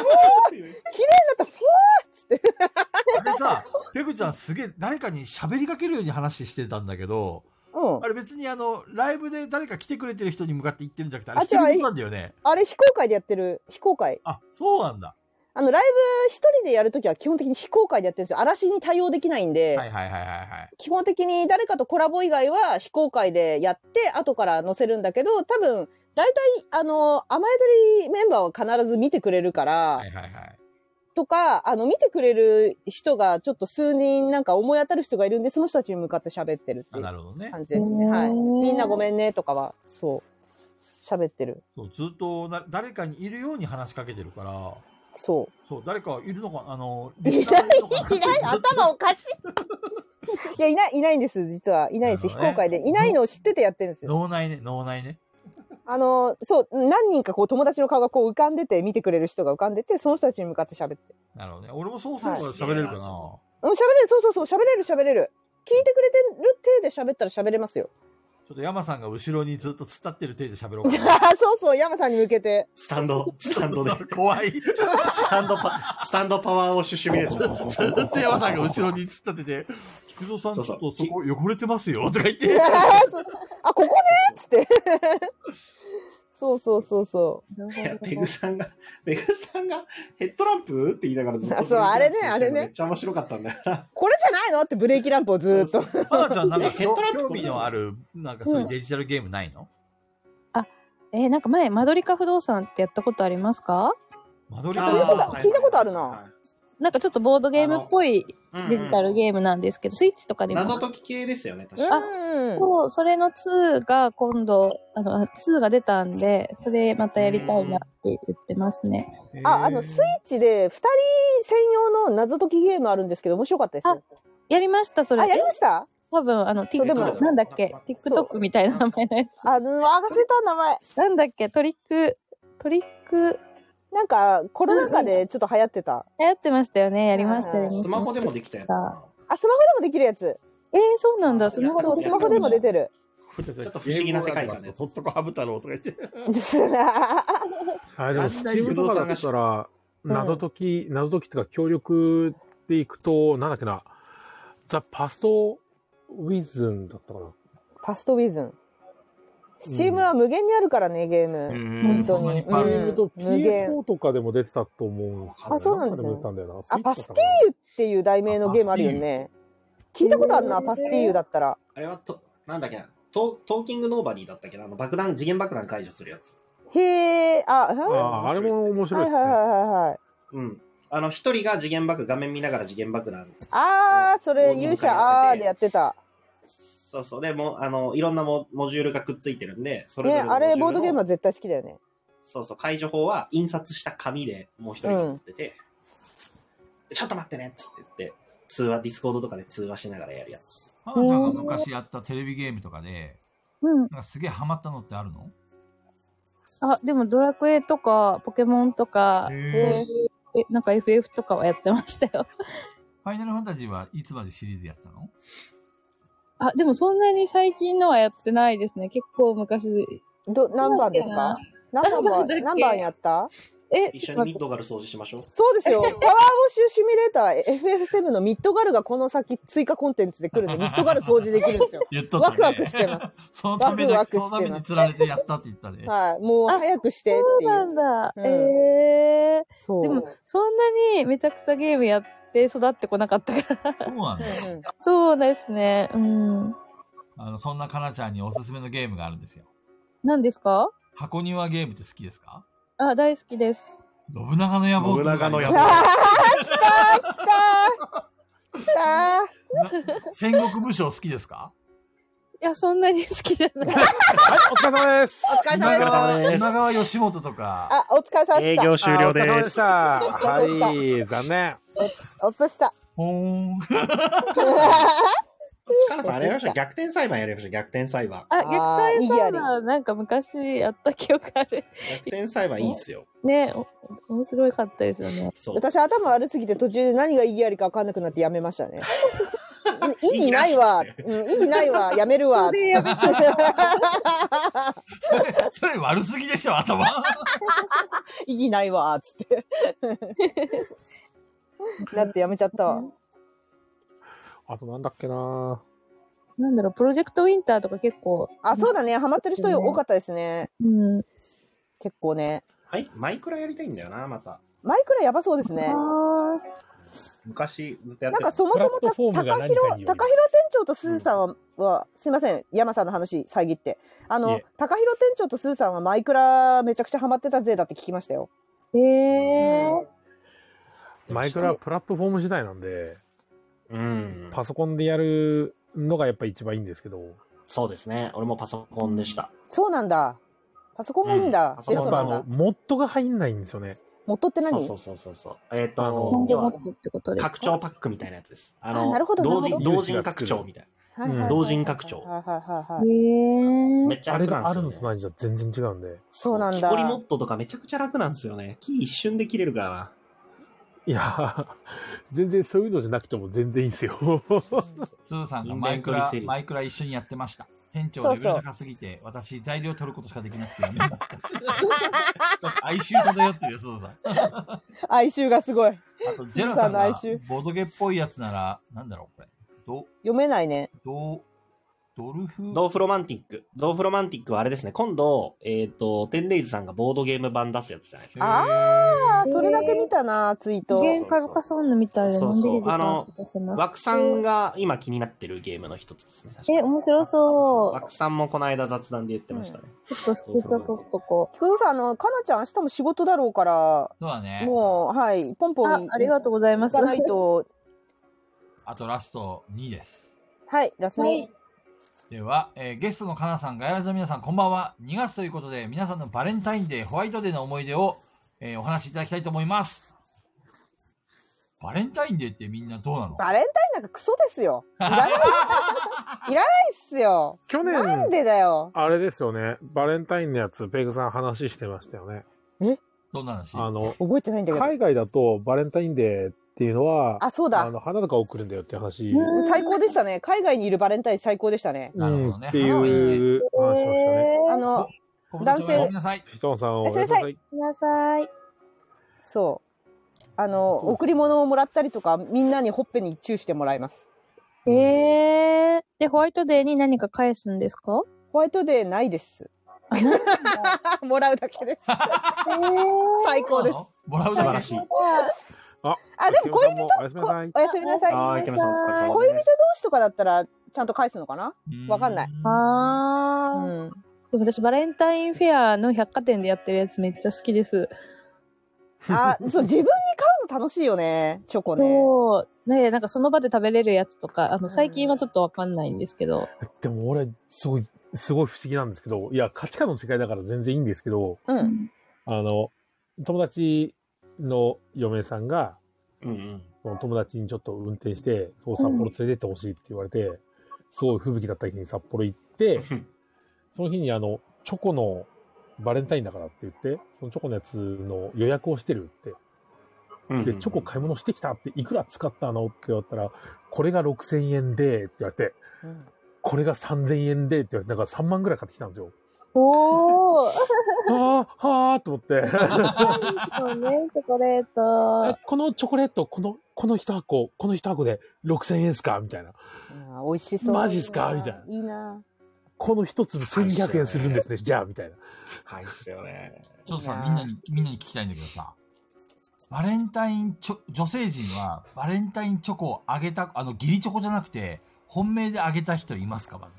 A: あれ さ、ペグちゃんすげえ、誰かに喋りかけるように話してたんだけど、
D: わうん
A: あれ別にあの、ライブで誰か来てくれてる人に向かって言ってるんじゃなくて、あれ
D: あ
A: 一人言ったんだよね。
D: あれ非公開でやってる非公開
A: あ、そうなんだ。
D: あのライブ一人でやるときは基本的に非公開でやってるんですよ嵐に対応できないんで、
A: はいはいはいはいはい。
D: 基本的に誰かとコラボ以外は非公開でやって、後から載せるんだけど、多分、大体、あの、甘えどりメンバーは必ず見てくれるから、
A: はいはいはい。
D: とか、あの、見てくれる人が、ちょっと数人なんか思い当たる人がいるんで、その人たちに向かって喋ってるって
A: あ
D: いう
A: なるほどね。
D: 感じですね。
E: おー
D: はい。みんなごめんねとかは、そう、喋ってる。
A: そうずっとな誰かにいるように話しかけてるから、
D: そ
A: そう、誰かいるのか、あの、
D: いない
A: リスナーるのか
D: う。いない
A: ずっと
D: 頭おか しいいや、いない、いないんです、実は。いないです。
A: な
D: 非
A: るほどね
D: 公開で。いないのを知っててやってるんですよ。
A: 脳内ね、脳内ね。
D: あの、そう、何人かこう友達の顔がこう浮かんでて、見てくれる人が浮かんでて、その人たちに向かって喋って。
A: なるほどね。俺もそうすれば喋れるかな。
D: うん、喋れる、そうそうそう、喋れる、喋れる。聞いてくれてる手で喋ったら喋れますよ。
A: ちょっと山さんが後ろにずっと突っ立ってる手で喋ろうか な。
D: あそうそう、山さんに向けて。
C: スタンド、スタンドで、
A: 怖い。
C: スタンドパ、スタンドパワーウォッシュシミュレーション。
A: ずっと山さんが後ろに突っ立ってて、菊蔵さんち
C: そ
A: ょ
C: う
A: っ
C: そう
A: とそこ汚れてますよ、とか言っ
D: あ
A: て。
D: そうあ、ここねっつって。 そうそうそうそ
C: いやペグさんが、ペグさんがヘッドランプって言いながらずっと。
D: あそうあれねあれね
C: めっちゃ面白かったんだよ
D: う。これじゃないのってブレーキランプをずーっと。
A: まなちゃんなんか
C: ヘッドラップ
A: 興味のある、なんかそういうデジタルゲームないの
E: えーなんか前、マドリカ不動産ってやったことありますか
A: 間取り
C: な。
D: そういうこと
A: さん
D: 聞いたことあるな
C: は
E: なんかちょっとボードゲームっぽい
C: いはい
E: デジタルゲームなんですけど、スイッチとか
C: う
E: で
C: ん
E: も。
C: 謎解き系ですよね、確か
D: うん。
E: そう、それの2が今度、あの、あ2が出たんで、それまたやりたいなって言ってますね。
D: あ、あの、スイッチで2人専用の謎解きゲームあるんですけど、面白かったですよ。
E: やりました、それ
D: あ、。やりました
E: 多分、あの、ティ
D: そうで
E: ッ
D: も
E: ク、なんだっけ、
D: そう
E: TikTok みたいな名前のやつ。
D: あの、あ忘れた名前。
E: なんだっけ、トリック、トリック、
D: なんか、コロナ禍でちょっと流行ってた。
E: 流行ってましたよね。やりましたよ
D: はい
E: ね。
C: に。スマホでもできたやつか
D: あ、スマホでもできるやつ。
E: えー、そうなんだ。
C: そ
E: ス
C: う
E: マホ
D: そう、
E: で
D: スマホでも出
E: て
D: てる。
A: ちょ
C: っと不思議な世界観ね
A: そっとこハブ太郎とか言って。
B: あでも、スチームとかだったら、
D: ん
B: 謎解き、謎解きとか協力でいくと、なんだっけな、ザ・パスト・ウィズンだったかな。
D: パストウィズン。スチームは無限にあるからね、ゲーム。
A: うん
D: 本当に。
A: そんなにいっぱいあ
B: え
A: る
B: っと、
D: うん無限
B: PS4 とかでも出てたと思うんですよね
D: あそうなんで
B: かで
D: すね
B: も出てたんだよな。
D: あパステ
B: ィー
D: っていう題名のゲームあるよね。聞いたことあるな、パスティーユだったら。
C: あれはと、なんだっけな。トートーキングノーバディだったっけど、あの爆弾、次元爆弾解除するやつ。
D: へー、あ、
B: あ
D: は
B: あ、あれも面
D: い
B: 白
D: はい
B: で
D: いはい
B: すね。
D: はいはい。
C: うん。あの、一人が次元爆、画面見ながら次元爆弾。
D: あー、それ、勇者あーでやってた。
C: そうそう。で、もうあの、いろんなモモジュールがくっついてるんで、それぞ
D: ね、
C: れの
D: あれ、ボ
C: モジュ
D: ード
C: ルの
D: ゲームは絶対好きだよね。
C: そうそう、解除法は印刷した紙でもう一人が持ってて、ちょっと待ってねっつって言って、通話、ディスコードとかで通話しながらやるやつ。
A: 花ちゃんが昔やったテレビゲームとかで、
E: うん。
A: なんかすげえハマったのってあるの
E: あ、でもドラクエとか、ポケモンとか、
A: へ
E: え、なんか FF とかはやってましたよ。
A: ファイナルファンタジーはいつまでシリーズやったの
E: あ、でもそんなに最近のはやってないですね。結構昔。
D: ど、何番ですか何番は
E: 何番だっけ
D: 何番やった
E: え、
C: 一緒
E: ちょっ
C: にミ
E: と
C: ッドガル掃除しましょう。
D: そうです よ。パワーウォッシュシミュレーター FF7 のミッドガルがこの先追加コンテンツで来るん で、ミッドガル掃除できるんですよ。
A: 言っとった
D: ワ
A: ね。
D: クワクしてま
A: そのためだ
D: ワ
A: け、
D: ク
A: そ
D: ワ
A: のた
D: クしてます
A: めに釣られてやったって言ったね
D: す。。はい。もう早くしてってい
E: な
D: う。
E: んだ。
D: うん
E: え
D: そ
E: ー、
D: う。
E: でもそんなにめちゃくちゃゲームやって育ってこなかったから。
A: そうなんだ。
D: うんうん
E: そうですね。うん。
A: あの、そんなかなちゃんにおすすめのゲームがあるんですよ。
E: 何ですか
A: 箱庭ゲームって好きですか
E: あ、大好きです。
A: 信長の野望
C: 信長の野
D: あ
C: 望
D: ー来たー来たー来た
A: 戦国武将好きですか
E: いや、そんなに好きじゃ ない。
B: はい、お疲れ様です。
D: ーお疲れ様でした。
A: 今川義元とか、
D: あ、お疲れ様でし
C: 終
D: た。
B: あお疲れ様でした。はい、残念。
D: お疲れ様でした。
A: ほーん。
C: カナさん、あれやりました逆転裁判やりました逆転裁判。
E: あ、
D: あ
E: 逆転
D: 意義あ
E: さん
D: り
E: はなんか昔やった記憶ある。
C: 逆転裁判いいっすよ。
E: ね、お面白かったですよね。
C: そう。
D: 私頭悪すぎて途中で何が意義ありか分かんなくなってやめましたね。意義 ないわ。うん、意義ないわ。やめるわ。つって
A: それ悪すぎでしょ、頭。
D: 意義ないわ。つ って。なってやめちゃったわ。
B: あとなんだっけな
E: なんだろう、プロジェクトウィンターとか結構、
D: あ、そうだね。ハマってる人多かったですね。
E: うん。
D: 結構ね。
C: はい、マイクラやりたいんだよな、また。
D: マイクラやばそうですね。
E: あ
C: 昔ずっとやっ
D: な
C: て
D: ん
C: た
D: かそもそも
B: プラッ
D: た
B: トフォームが
D: 高
B: 何か
D: 広高
B: により
D: 広店長とすずさんは、はすいません山さんの話遮ってあ
B: い
D: の
B: え
D: 高広店長とすずさんはマイクラめちゃくちゃハマってたぜだって聞きましたよ
E: ーえー。
B: マイクラはプラットフォーム時代なんで、
C: うん。
B: パソコンでやるのがやっぱ一番いいんですけど、
C: そうですね。俺もパソコンでした。
D: そうなんだ。パソコンがいいん
C: うん
D: だ
C: パ。ソ
D: え
C: コン
D: そ
B: や
D: う
B: っぱ
D: な
B: あ
D: んだ
B: の、。モッドが入んないんですよね。
D: 元って
C: そう
D: 何
C: そうそうそうそう。えっ、
B: あ
C: と
B: の、
F: 本業持ってってことですか
C: 拡張パックみたいなやつです。あ
D: あ
C: の、
D: なるほど
C: 同
D: な
C: 人
D: るほ
B: ど
C: 同人拡張みたい
D: はいはいはいはい
C: 同人拡張
D: はいはいはいはい
F: へ
C: な。
F: ー
C: めっちゃ
B: あれ
C: 楽なん
B: が
C: で
B: あ
C: す
B: る
C: よ、
B: の
C: ね。
B: とないじゃ全然違うんで。
D: そうなんだ
C: 木こりモッドとかめちゃくちゃ楽なんですよね。キー一瞬で切れるからな。
B: いや、 全然そういうのじゃなくても全然いいんですよ。
A: すずさんが
C: 人間
A: マイク
C: 取り
A: ラ
C: 整理、し
A: マイクラ一緒にやってました。店長
D: そう
A: レベ
D: そう
A: ル高すぎて、私材料取ることしかできなくてやめました。 哀愁漂ってるよ、すずさん。あ
D: 哀愁がすごい。
A: と、ジェラさんが
D: すずさんの哀
A: ボドゲっぽいやつなら、なんだろう、これ。ど、
D: 読めないね。
A: ど、ドルフ
C: ドーフロマンティック。ドーフロマンティックはあれですね。今度、えっ、と、テンデイズさんがボードゲーム版出すやつじゃないですか。
D: あ
A: あ
D: ーそれだけ見たな、ツイー
F: 次
D: ト。
F: 元カルカソンヌみたいで
C: そ
F: の
C: うん
F: び
C: そう
F: り時間
C: あの
F: を過ごせます。
C: 枠さんが今気になってるゲームの一つですね。確か
F: え、面白そう。
C: 枠さんもこの間雑談で言ってましたね。
F: ちょっとステッカー取っとこ
D: 菊野さん、あの、かなちゃん明日も仕事だろうから、
A: そうだね。
D: もう、はい、ポン
F: う。
D: ポ
F: あ
D: ン、
F: ありがとうございま
D: 行
F: す。
D: かないと、
A: あとラスト2です。
D: はい、ラス
F: はい
D: に。
A: では、えーゲストのかなさん、ガヤラジの皆さん、こんばんは。2月ということで、皆さんのバレンタインデー、ホワイトデーの思い出を、えーお話しいただきたいと思います。バレンタインデーってみんなどうなの
D: バレンタインなんかクソですよ。いらないっす。いらないっすよ。
B: 去
D: なん
B: 年、
D: でだよ。
B: あれですよね、バレンタインのやつ、ペグさん話してましたよね。
A: どんな話
B: あの、
D: 覚えてないんだけど。
B: 海外だとバレンタインデーっていうのは、
D: あ、そうだ
B: あ。の、花とか送るんだよって話、
D: 最高でしたね。海外にいるバレンタイン最高でしたね。
A: なるほどね
B: っていう話をしましたね。
D: あ
F: え
D: の、
A: 小室さん
D: 男性
A: ごめんなさい。
B: ひとんさんを
D: え先生
B: い。
F: ー、なさい。
D: そう。あの、
B: そう
D: 贈り物をもらったりとか、みんなにほっぺにチューしてもらいます。
F: えー、で、ホワイトデーに何か返すんですか
D: ホワイトデーないです。 もらうだけです。
F: えー、
D: 最高です。
A: もらう
C: 素晴
A: だ
C: ら
A: け
C: しい。
D: あ、でも恋人
B: 人おやすみなさい
D: お。やすみなさい。
C: あー、
D: 同
C: 池村さんお疲れ様です。
D: 恋人士とかだったら、ちゃんと返すのかなわかんない。う
F: あー、
D: ん。
F: でも私バレンタインフェアの百貨店でやってるやつめっちゃ好きです。
D: あ、そう、自分に買うの楽しいよね。チョコね。
F: そう。ねなんかその場で食べれるやつとか、あの、最近はちょっとわかんないんですけど。
B: でも俺、すごい、すごい不思議なんですけど、いや、価値観の違いだから全然いいんですけど、
D: うん。
B: あの、友達の嫁さんが、
C: うんうん。
B: その友達にちょっと運転して、そう札幌連れてってほしいって言われて、すごい吹雪だった日に札幌行って、その日にあの、チョコのバレンタインだからって言って、そのチョコのやつの予約をしてるって。
C: うん
B: で、チョコ買い物してきたって、いくら使ったのって言われたら、これが6000円で、って言われて、これが3000円で、って言われて、なんか3万ぐらい買ってきたん ですよ。
F: おー、
B: はあ、はあ、と思って。
F: そうね、チョコレート。
B: このチョコレート、この、この一箱、この一箱で6000円ですかみたいな。
D: あ美味しそう。
B: マジっすかみたいない
D: いな。
B: この一粒1200円するんですね、じゃあ、みたいな。
C: 高いっすよね。
A: ちょっとさ、みんなに、みんなに聞きたいんだけどさ、バレンタインチョ、女性陣は、バレンタインチョコをあげた、あの、義理チョコじゃなくて、本命であげた人いますか、まず。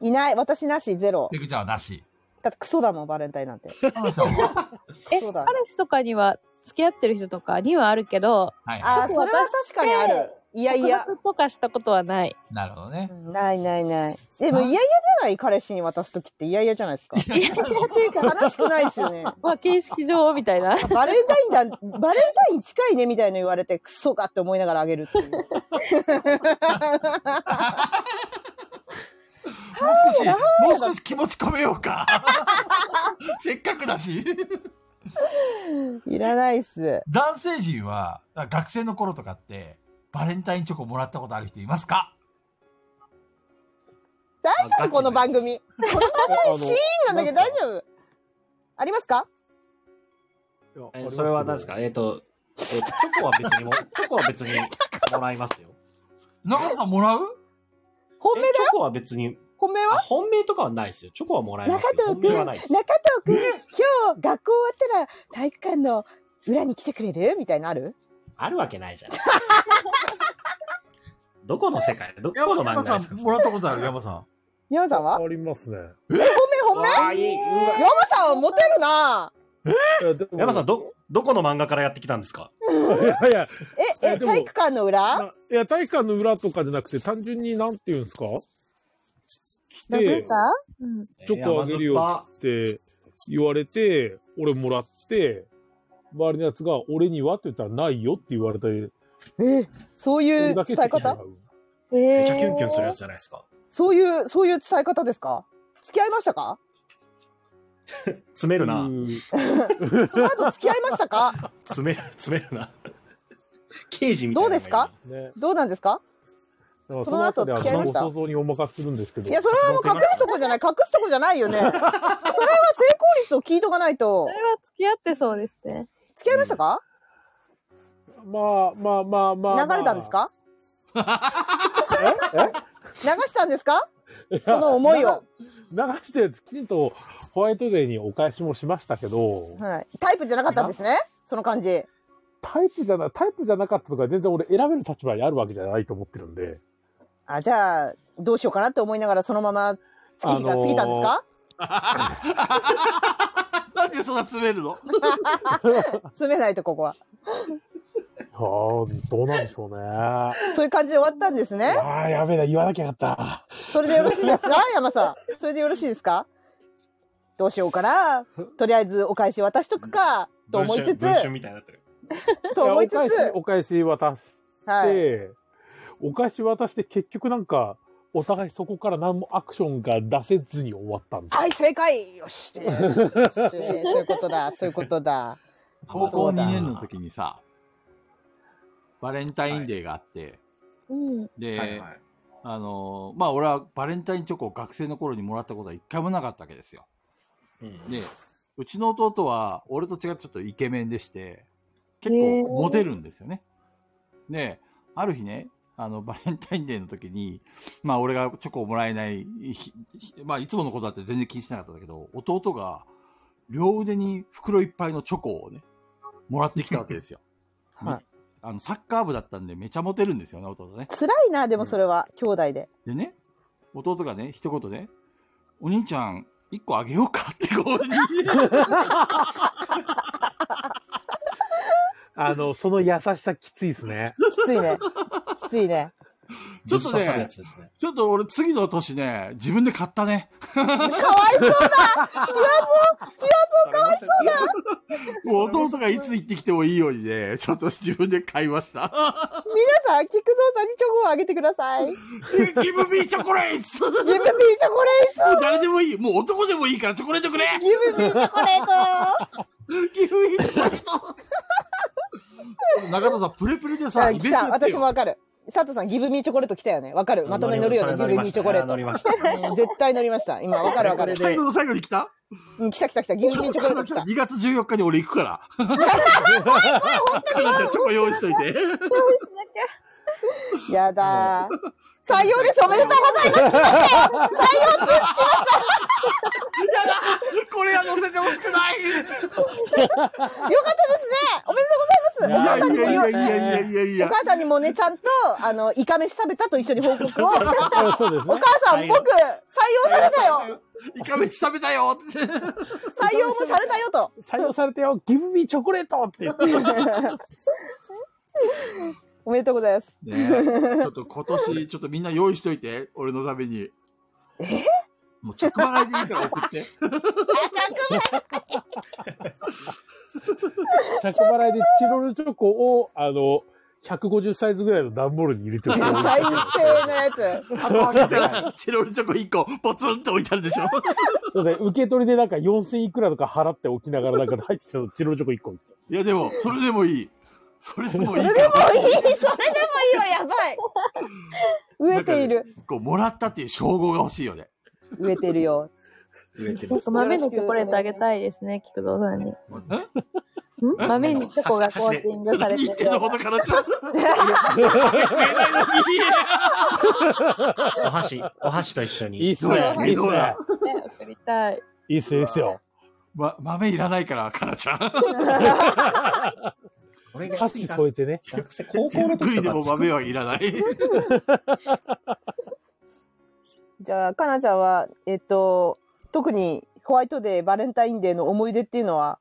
D: いない。私なし、ゼロ。
A: ペグちゃんはなし。
D: だってクソだもん、バレンタインなんて。
A: あの人は
F: え、
D: そうだ
F: 彼氏とかには、付き合ってる人とかにはあるけど、
A: はい
D: あ
A: は
D: ー、それは確かにある。いやいや。
F: 告白とかしたことはない。
A: い。なるほどね
D: う。んないないない。でも、
A: あ
D: いやいやじゃない彼氏に渡すときっていやいやじゃないですか。
F: いや、いや、というか、
D: 悲しくないですよね。
F: まあ、形式上、みたいな。
D: バレンタインだ、バレンタイン近いねみたいの言われて、クソかって思いながらあげるっていう。
A: もう少し、もう少し気持ち込めようか。 せっかくだし。
D: いらないっす。
A: 男性陣は、学生の頃とかって、バレンタインチョコもらったことある人いますか
D: 大丈夫この番組。この番
B: あの
D: 組シーンなんだけど大丈夫ありますか
B: いやあり
C: え
B: ますけど
C: それは何ですかえっ、と、え ーチョコは別にも、チョコは別にもらいますよ。
A: 中田さんもらう
D: 本命
C: え
D: だ
C: チョコは別に、
D: 本命
C: あ
D: は
C: 本命とかはないですよ。チョコはもらいま
D: 中
C: すけど、
D: 藤
C: 本
D: く
C: 命
D: ん、
C: は
D: 中
C: ないで
D: 藤
C: す。
D: くん、今日学校終わったら体育館の裏に来てくれるみたいなのある
C: あるわけないじゃん。どこの世界どこの
A: 山
C: 漫画
A: 田
C: です
A: さ
C: か
A: んもらったことある山さん。
D: 山さんは
B: ありますね。
D: 本命本命
C: あいい、うわ
D: 山さんはモテるな
C: 山さん、
B: ん
C: ど、どこの漫画からやってきたんですか
B: いやいや、
D: え、え、
B: えでも
D: 体育館の裏
B: ないや、体育館の裏とかじゃなくて、単純になんて言うんですか来
D: ラブレ
B: て、
D: タ
B: チョコあげるよっつって言われて、俺もらって、周りのやつが、俺にはって言ったら、ないよって言われて、
D: ーえ、そうい
B: 俺
D: う
B: だけ
D: 伝
B: って
D: え
B: 言っちゃ
D: 方
B: う。
C: め
F: め
C: っちゃキュンキュンするやつじゃないですか。
D: そういう、そういう伝え方ですか付き合いましたか
C: 詰めるな。
B: うん
D: その後付き合いまし たか
C: 詰める、 詰めるな。刑事みたいなのがいいな。
D: ど
B: ね、
D: どうなんですか
B: だから
D: そ
B: そ
D: の
B: の
D: 後
B: 後では
D: 付き合いました
B: 想像にお任せするんですけど
D: いや、それはもう隠すとこじゃない、隠すとこじゃない よね。それは成功率を聞いとかないと。
F: それは付き合ってそうですね。
D: 付き合いましたか、
B: まあまあまあまあ、まあ、
D: 流れたんで すか
B: ええ
D: 流したんですかその思いを。
B: 流してきちんとホワイトデーにお返しもしましたけど、
D: はい。タイプじゃなかったんですねその感じ。
B: タイプじゃなタイプじゃなかったとか全然俺選べる立場にあるわけじゃないと思ってるんで
D: あ、じゃあ、どうしようかなって思いながらそのまま月日が過ぎたんですか、
A: なんでそんな詰めるの
D: 詰めないとここは。
B: あーどうなんでしょうねあ
D: そういう感じで終わったんですね。
B: ーやべえな言わなきゃよかっ
D: それでよろしいですか山さん。それでよろしいですかどうしようかな。とりあえずお返し渡しとくか。と思いつ
C: 文春文春
D: つ、
C: みたいになってる。
B: た
D: と思いつ
B: やお返し
D: つ、
B: お返し渡して、
D: はい。
B: お返し渡して結局なんかお互いそこから何もアクションが出せずに終わったんです
D: はい、正解よしよしそういうことだ、そういうことだ。
A: 高校
D: そうだ
A: 2年の時にさ、バレンタインデーがあって、
F: うん。
A: で、
C: はいはい。
A: あのーまあ俺はバレンタインチョコを学生の頃にもらったことは一回もなかったわけですよ。
C: うん
A: で、うちの弟は俺と違ってちょっとイケメンでして、結
F: へ
A: 構
F: ー
A: モテるんですよね。で、ある日ね、あの、バレンタインデーの時に、まあ俺がチョコをもらえない日、ひまあいつものことだって全然気にしてなかったんだけど、弟が両腕に袋いっぱいのチョコをね、もらってきたわけですよ。
D: はい
A: あの、サッカー部だったんでめちゃモテるんですよね、弟ね。
D: 辛いな、でもそれは、兄弟で。
A: でね、弟がね、一言ね、お兄ちゃん、一個あげようかってこうに
B: あのその優しさきついですね
D: きついね。きついね。
A: ちょっとね
C: ぶ刺さるやつですね。
A: ちょっと俺次の年ね、自分で買ったね。
D: かわいそうだ
B: かわいそうだ
A: もう弟がいつ行ってきてもいいようにね、ちょっと自分で買いました。
D: 皆さん、菊蔵さんにチョコをあげてください。ギ
A: ギブミーチョコレート
D: ブミーチョコレート
A: 誰でもいい。もう男でもいいからチョコレート くれ
D: ギブミーチョコレート
A: ギブミーチョコレート中田さん、プレプレでさ、
D: あ
A: イベン
D: 来
A: トや
D: た、
A: って
D: 私も
A: よ。
D: わかる。佐藤さん、ギブミーチョコレート来たよね。わかる。まとめに乗るよね、ギ
C: 乗
D: ブ
C: り
D: ミ
C: まし
D: ー
C: た
D: チョコレー
C: 乗
D: ト
C: り。ましたね。
D: うん絶対乗りました。今、わかるわかる。
A: 最後の最後に来た
D: うん来た来た来た、ギブミーチョコレート来た。
A: 2月14日に俺行くから。 かなちゃんチョコ用意しといて。
D: やだー。採用です、おめでとうございます。採用通知来ました
A: これは載せてほしくない。
D: よかったですね。おめでとうございます。お母さんにもよ
A: いやいやいやいやい
D: お
A: や。
D: 母さんにもね、ちゃんと、あの、イカ飯食べたと一緒に報 告 を。お母
B: そうそうですね
D: さん、僕、採用されたよ。
A: イカ飯食べたよって。
D: 採用もされたよと。
B: 採用されたよ、ギブミーチョコレートって言って。
D: おめでとうございます。
A: ねえちょっと今 年、ちょっとみんな用意しといて、俺のために。えもう着払いでいいから送 って。
B: 着払いでチロルチョコを、あの、150サイズぐらいの段ボールに入れてる。
D: 最低のやつ。
A: チロルチョコ1個、ポツンって置いてあるでしょ。
B: そうで、受け取りでなんか4000いくらとか払っておきながらなんか入ってきたのチロルチョコ1個。
A: いや、でも、それでもいい。それでもいい
D: そ
A: か
D: れでも
A: ら。
D: いい、それでもいいわ、やばい。飢えている。
A: こう、もらったっていう称号が欲しいよね。
D: 飢えているよ。
C: 植えてる
F: なんか豆のチョコレートあげたいですね、菊蔵さんに。ん
A: え
F: 豆にチョコがコーティングされ
A: 何
F: て
A: 言って
F: る
A: んの、
F: よ
A: ほ
F: うな
A: どかなちゃ ん。
C: お箸、お箸と一緒
B: いいっ
C: に。
B: すね。いいっ
A: ど
B: す
A: うや
B: ね。
F: ね、送りたい。
B: いいっすよ、いいっすよ。
A: ま、豆いらないから、かなちゃん。
C: 俺が
B: 箸添えてね。
C: 学生、高
A: 手
C: 校の
A: 作
C: 時
A: り
C: と
A: で
C: か
A: も豆はいらない。
D: じゃあ、かなちゃんは、えっと、特にホワイトデー、バレンタインデーの思い出っていうのは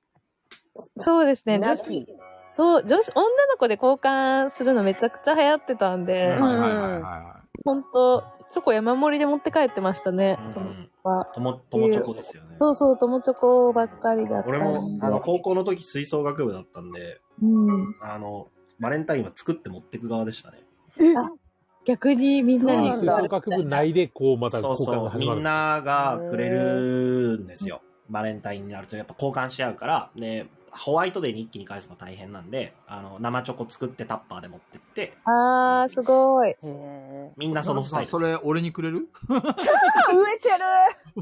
F: そうですね。女
D: な
F: 子、
D: き
F: そう、女子、女の子で交換するのめちゃくちゃ流行ってたんで、
A: はいはいはいは
F: 本当チョコ山盛りで持って帰ってましたね、その
C: ん、
F: は。
C: とも、ともチョコですよね。
F: そうそう、友チョコばっかりだったんで
C: 俺も、あの、高校の時吹奏楽部だったんで、
F: うん。
C: あの、バレンタインは作って持ってく側でしたね。
F: 逆にみんな
D: そう
F: に
D: な
B: 吹
D: んだ
B: 奏楽部内で、こう、また
C: そう
B: 交換
C: そ
B: が
C: う、
B: 始
C: み
B: ま
C: ん
B: る。
C: ながくれるんですよ。バレンタインになると、やっぱ交換し合うから、で、ホワイトデーに一気に返すの大変なんで、あの、生チョコ作ってタッパーで持ってって、
F: あー、すごい。
D: へ
C: みん
A: い。
C: なそのスタイル。
A: それ、俺にくれる
D: ー植えて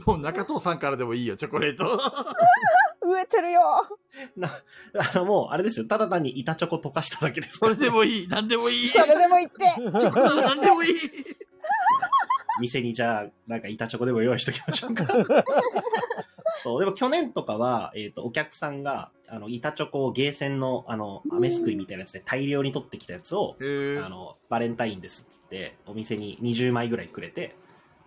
A: もう中藤さんからでもいいよ、チョコレート。
D: る植えてるよ
C: な、あの、もう、あれですよ。ただ単に板チョコ溶かしただけです
A: そ
C: から
A: れでも いい、なんでもいい。
D: それでも言って
A: チョコならなんでも いい。
C: 店にじゃあ、なんか板チョコでも用意しときまし ょうか。そう、でも去年とかは、えっ、と、お客さんが、あの、板チョコをゲーセンの、あの、アメすくいみたいなやつで大量に取ってきたやつを、
A: え
C: あの、バレンタインですって、お店に20枚ぐらいくれて、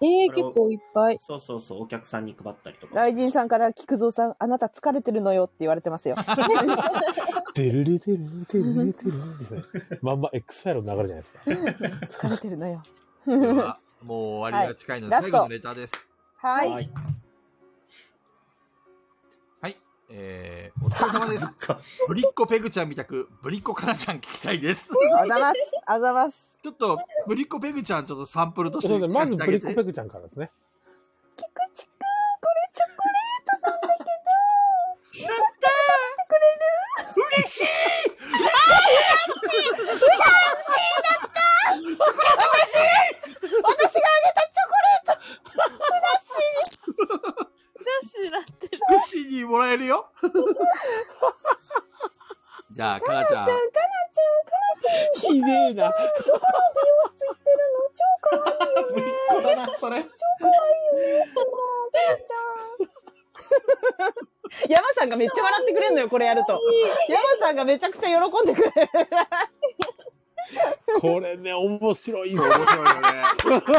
F: えー、
C: これを
F: 結構いっぱい。
C: そうそうそう、お客さんに配ったりとか。
D: 雷神さんから菊蔵さんあなた疲れてるのよって言われて ますよ
B: てるるてるるてるるてるるですね。まんま X ファイルの流れじゃないですか。
D: 疲れてるのよ
A: ではもう終わりが近いので、
D: はい
A: 最後のレターです。
D: はい
C: はい。
A: はい。えー、お疲れ様です
C: な。 んか
A: ぶりっこペグちゃんみたく、ぶりっこかなちゃん聞きたいです。
D: あざますあざます
A: ちょっと、ぶりっこペグちゃんちょっとサンプルとして
B: そうね、
A: 聞
B: ま
A: か
B: ず
A: せてあ
B: ブ
A: げ
B: リ
A: て
B: コペグちゃんからですね。
D: 菊池くんこれチョコ
A: 福祉にもらえるよ。じゃあ、かなちゃん
D: ちゃん。かなちゃんか
B: 綺麗な。
D: なついてるの超可愛い
C: ぶりっ子だな、それ。
D: ヤマさんがめっちゃ笑ってくれるのよ、これやると。ヤマさんがめちゃくちゃ喜んでくれる。
B: これね、面白いです
A: 面
B: よ
A: 白いよ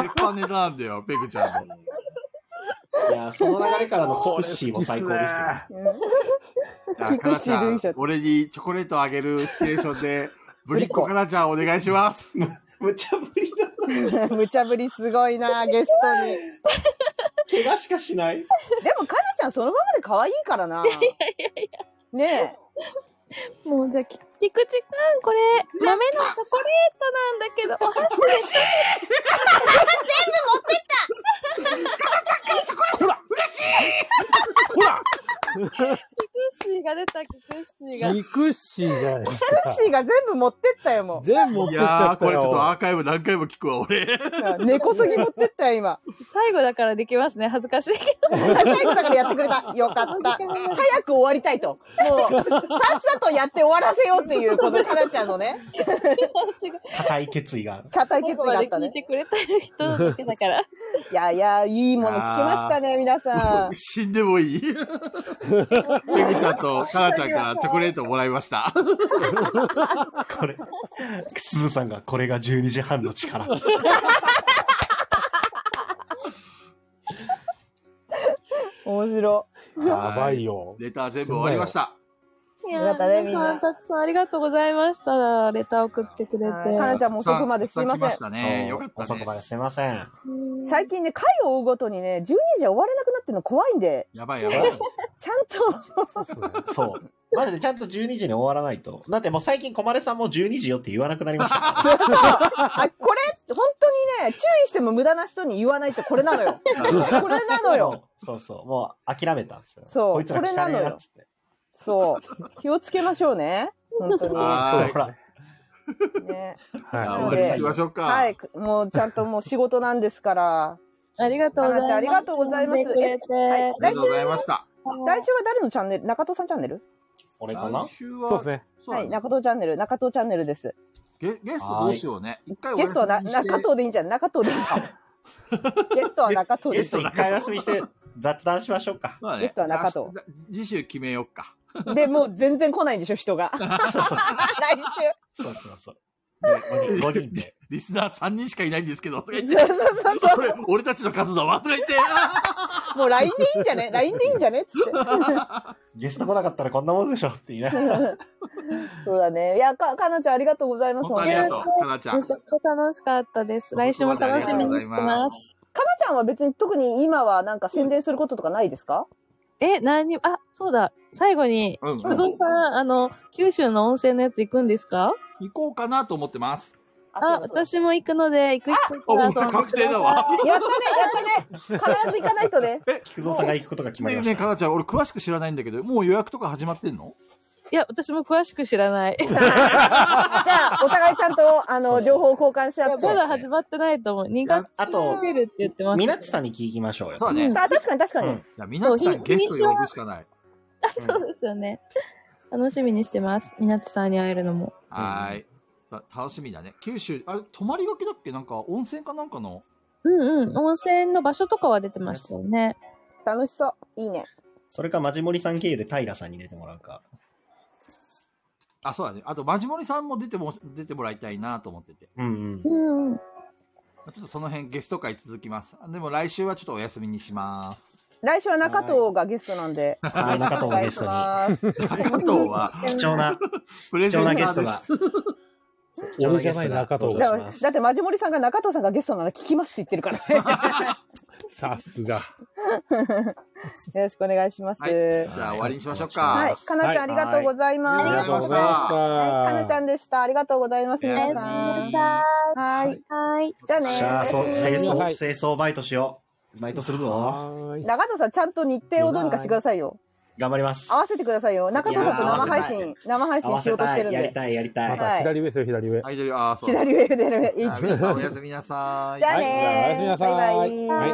A: ね。鉄板ネタなんだよ、ペグちゃんの。
C: いや、その流れからのコクシーも最高ですけど。
A: じゃあ、かなちゃん、俺にチョコレートあげるシチュエーションで、ぶりっこかなちゃんお願いします。
C: むちゃぶりだ。
D: 無茶ぶりすごいな、ゲストに。で
C: 怪我しかしない。
D: も、かなちゃんそのままで可愛いからな。ね
F: もうじゃあ、き菊池くん、これ、豆のチョコレートなんだけど、お箸で。
B: ほら
F: 菊池が出た、菊池が。
B: ミクシーじゃないですか
D: え。。クッシーが全部持ってったよ、も
B: 全部持っ
A: い
B: てっち
A: や
B: ゃ
A: ー、
B: った
A: こ
B: よ。
A: れちょっとアーカイブ何回も聞くわ、俺。
D: う。根こそぎ持ってったよ、今。
F: 最後だからできますね、恥ずかしいけど。
D: あ最後だからやってくれた。よかった。早く終わりたいと。もう、さっさとやって終わらせようっていう、このかなちゃんのね、
F: 違う
C: 固い決意が。
D: 固い決
F: 最
D: 意
F: 後
D: が
F: ま
D: あっ
F: で
D: た
F: 聞
D: ね
F: い。てくれてる人だけだから。
D: いやいや、いいもの聞きましたね、皆さん。
A: 死んでもいい。ペグちゃんとかなちゃんからチョコレートもらいました。
C: これ。すずさんが、これが12時半の力。
D: 面白。
B: やばいよ。
A: レター全部終わりました。
F: い
D: よかった
F: 皆
D: ねみんな
F: さたくさんありがとうございました。レター送ってくれて。
D: はいかなちゃんも遅くまですいません
A: たくさ来ましたね。よかった
C: 遅くま
A: ね。
C: ですいません。
F: うん
D: 最近ね、回を追うごとにね、12時は終われなくなってるの怖いんで、
A: やばいやばい。
D: ちゃ んと
B: そうっすね
C: そう。マジでちゃんと12時に終わらないと。だってもう最近、小丸さんも12時よって言わなくなりましたから。
D: そうそうあ、これ、本当にね、注意しても無駄な人に言わないってこれなのよ。これなのよ。
C: そうそう。もう諦めたんですよ。
D: そう
C: こいつら汚
D: これ
C: ね
D: な
C: え
D: の
C: な
D: よ
C: っつって。
D: そう。気をつけましょうね。本当に。
A: は
C: そ
A: ー
C: う、
A: い
C: ほ。ら。
D: ね、
A: じゃあ
B: は
A: 終わりにしましょうか。
D: はい。もうちゃんともう仕事なんですから。
F: ありがとうございます。
D: かなちゃんありがとうございます
F: 呼んでくれて
D: はい
A: ありがとうございました。
D: 来週は誰のチャンネル中藤さんチャンネル
C: 俺かな
A: 来週
B: い。
A: は、
B: そうですね。
A: そう
D: は
A: だ
D: い。
A: ね
D: 中藤チャンネル、中藤チャンネルです。
A: ゲゲストどうしようね。一回お
D: ゲストはな
A: 休みして
D: 中藤でいいんじゃん。中藤でい いんじゃん。ゲストは中藤
C: ゲ
D: で
C: ス
D: す
C: ト。一回お休みして雑談しましょうか。
A: まあね
D: ゲストは中藤
A: 明日次週決めよっか。
D: で、もう全然来ないんでしょ、 人が。来
C: そうそうそう。5人 ,5 人で。
A: リスナー3人しかいないんですけど、とか言っ
D: 週。
A: て
D: そうそうそうそう
A: こ。れ、 俺たちの数だわ、とか言って。
D: もう LINE でいいんじゃね ?LINE でいいんじゃねつって。
C: ゲスト来なかったらこんなもんでしょって言いながら。
D: そうだね。いや、か、かなちゃんありがとうございます。
A: 本当あ
D: か
A: り
D: な
A: がとう、かなちゃ
E: め
A: ん
E: ち。ゃくちゃ楽しかったです。来週も楽しみにしてます。
D: ちゃんは別に特に今はなんか宣伝することとかないですか
E: え、何にもあ、そうだ。最後に、
A: うん、
E: 菊蔵さん、あの、九州の温泉のやつ行くんですか
A: 行こうかなと思ってます。
E: あ、
D: そうだそ
E: 私も行くので、行く人
A: お
E: いたらと思って
A: 確定だわ。
D: うだやったね、やったね。必ず行かないとね。
C: 菊蔵さんが行くことが決まり
A: ね
C: ま
A: ね
C: し
A: え、か
C: た。
A: なちゃん、俺詳しく知らないんだけど、もう予約とか始まってんの
E: いや、私も詳しく知らない。い
D: じゃあ、お互いちゃんと、あ
C: そう
D: の、
C: そう
D: 情報交換し合
E: や
D: っ
E: ま
D: て。
E: だ始まってないと思う。2月
C: あと
E: に出るって言ってます。
C: みなっちさんに聞きましょうよ。
A: そうだね。
E: うん
A: じ
D: あ、確かに確か
C: う
D: に。
C: ん
A: ゃあ、みなちさ
E: そ
A: ん
E: う
A: ゲスト呼ぶしかない。
E: そうですよね。楽しみにしてます。みなっちさんに会えるのも。
A: はーい。さ楽しみだね。九州、あれ、泊まりがけだっけなんか、温泉かなんかの
E: うんうん。温泉の場所とかは出てましたよね。
D: 楽しそう。いいね。
C: それか、まじもりさん経由で平さんに出てもらうか。
A: あ、そうだね。あと、マジモリさんも出ても、出てもらいたいなと思ってて。
C: うん うん。
E: うんうん。
A: ちょっとその辺ゲスト会続きます。でも来週はちょっとお休みにしま
D: 来週は中藤がゲストなんで。
C: はい、中藤をゲストに。
D: に。
A: す。中藤は、
C: 貴重な、
A: プレ
C: 貴
A: ゼンタ
C: 重な
A: ー
C: ゲスト
A: で
C: が
A: す。。
C: 貴重なゲストが登場
D: だか
C: し
D: ら
C: ます。
D: だって、マジモリさんが中藤さんがゲストなら聞きますって言ってるからね。
B: さすが。
D: よろしくお願いします。
A: はい
D: はい。
A: じゃあ終わりにしましょうか。
D: はい、かなちゃんありがとうござい
A: あ
D: ま
A: り
D: す。
A: がとうございました
D: はい、かなちゃんでした。ありがとうございます、皆
A: ありがとうござい
D: さ
A: まし。
D: んはい。
E: はい。
D: じゃあね。
C: じゃあ、そう、清
B: ごめんなさ
C: 掃、
B: い
C: 清掃バイトしよう。バイトするぞ。
B: はーい。
D: 中藤さん、ちゃんと日程をどうにかしてくださいよ。
C: 頑張ります。
D: 合わせてくださいよ。中藤さんと生配
C: いや
D: 信、生配
C: 合
D: 信
C: わ
D: し
C: せ
D: ようとしたてるん
C: い、やり
D: で。
C: たい、やりた
B: ま
C: い。
B: た左上ですよ、左上。
A: アイドル、あー、そう。
D: 左上でる。
A: あ皆さんおやすみなさーい。
D: じゃあ
B: はいじゃあおや
D: ね
B: すみ
D: ー。
B: なさい
D: バイバイ。
B: はい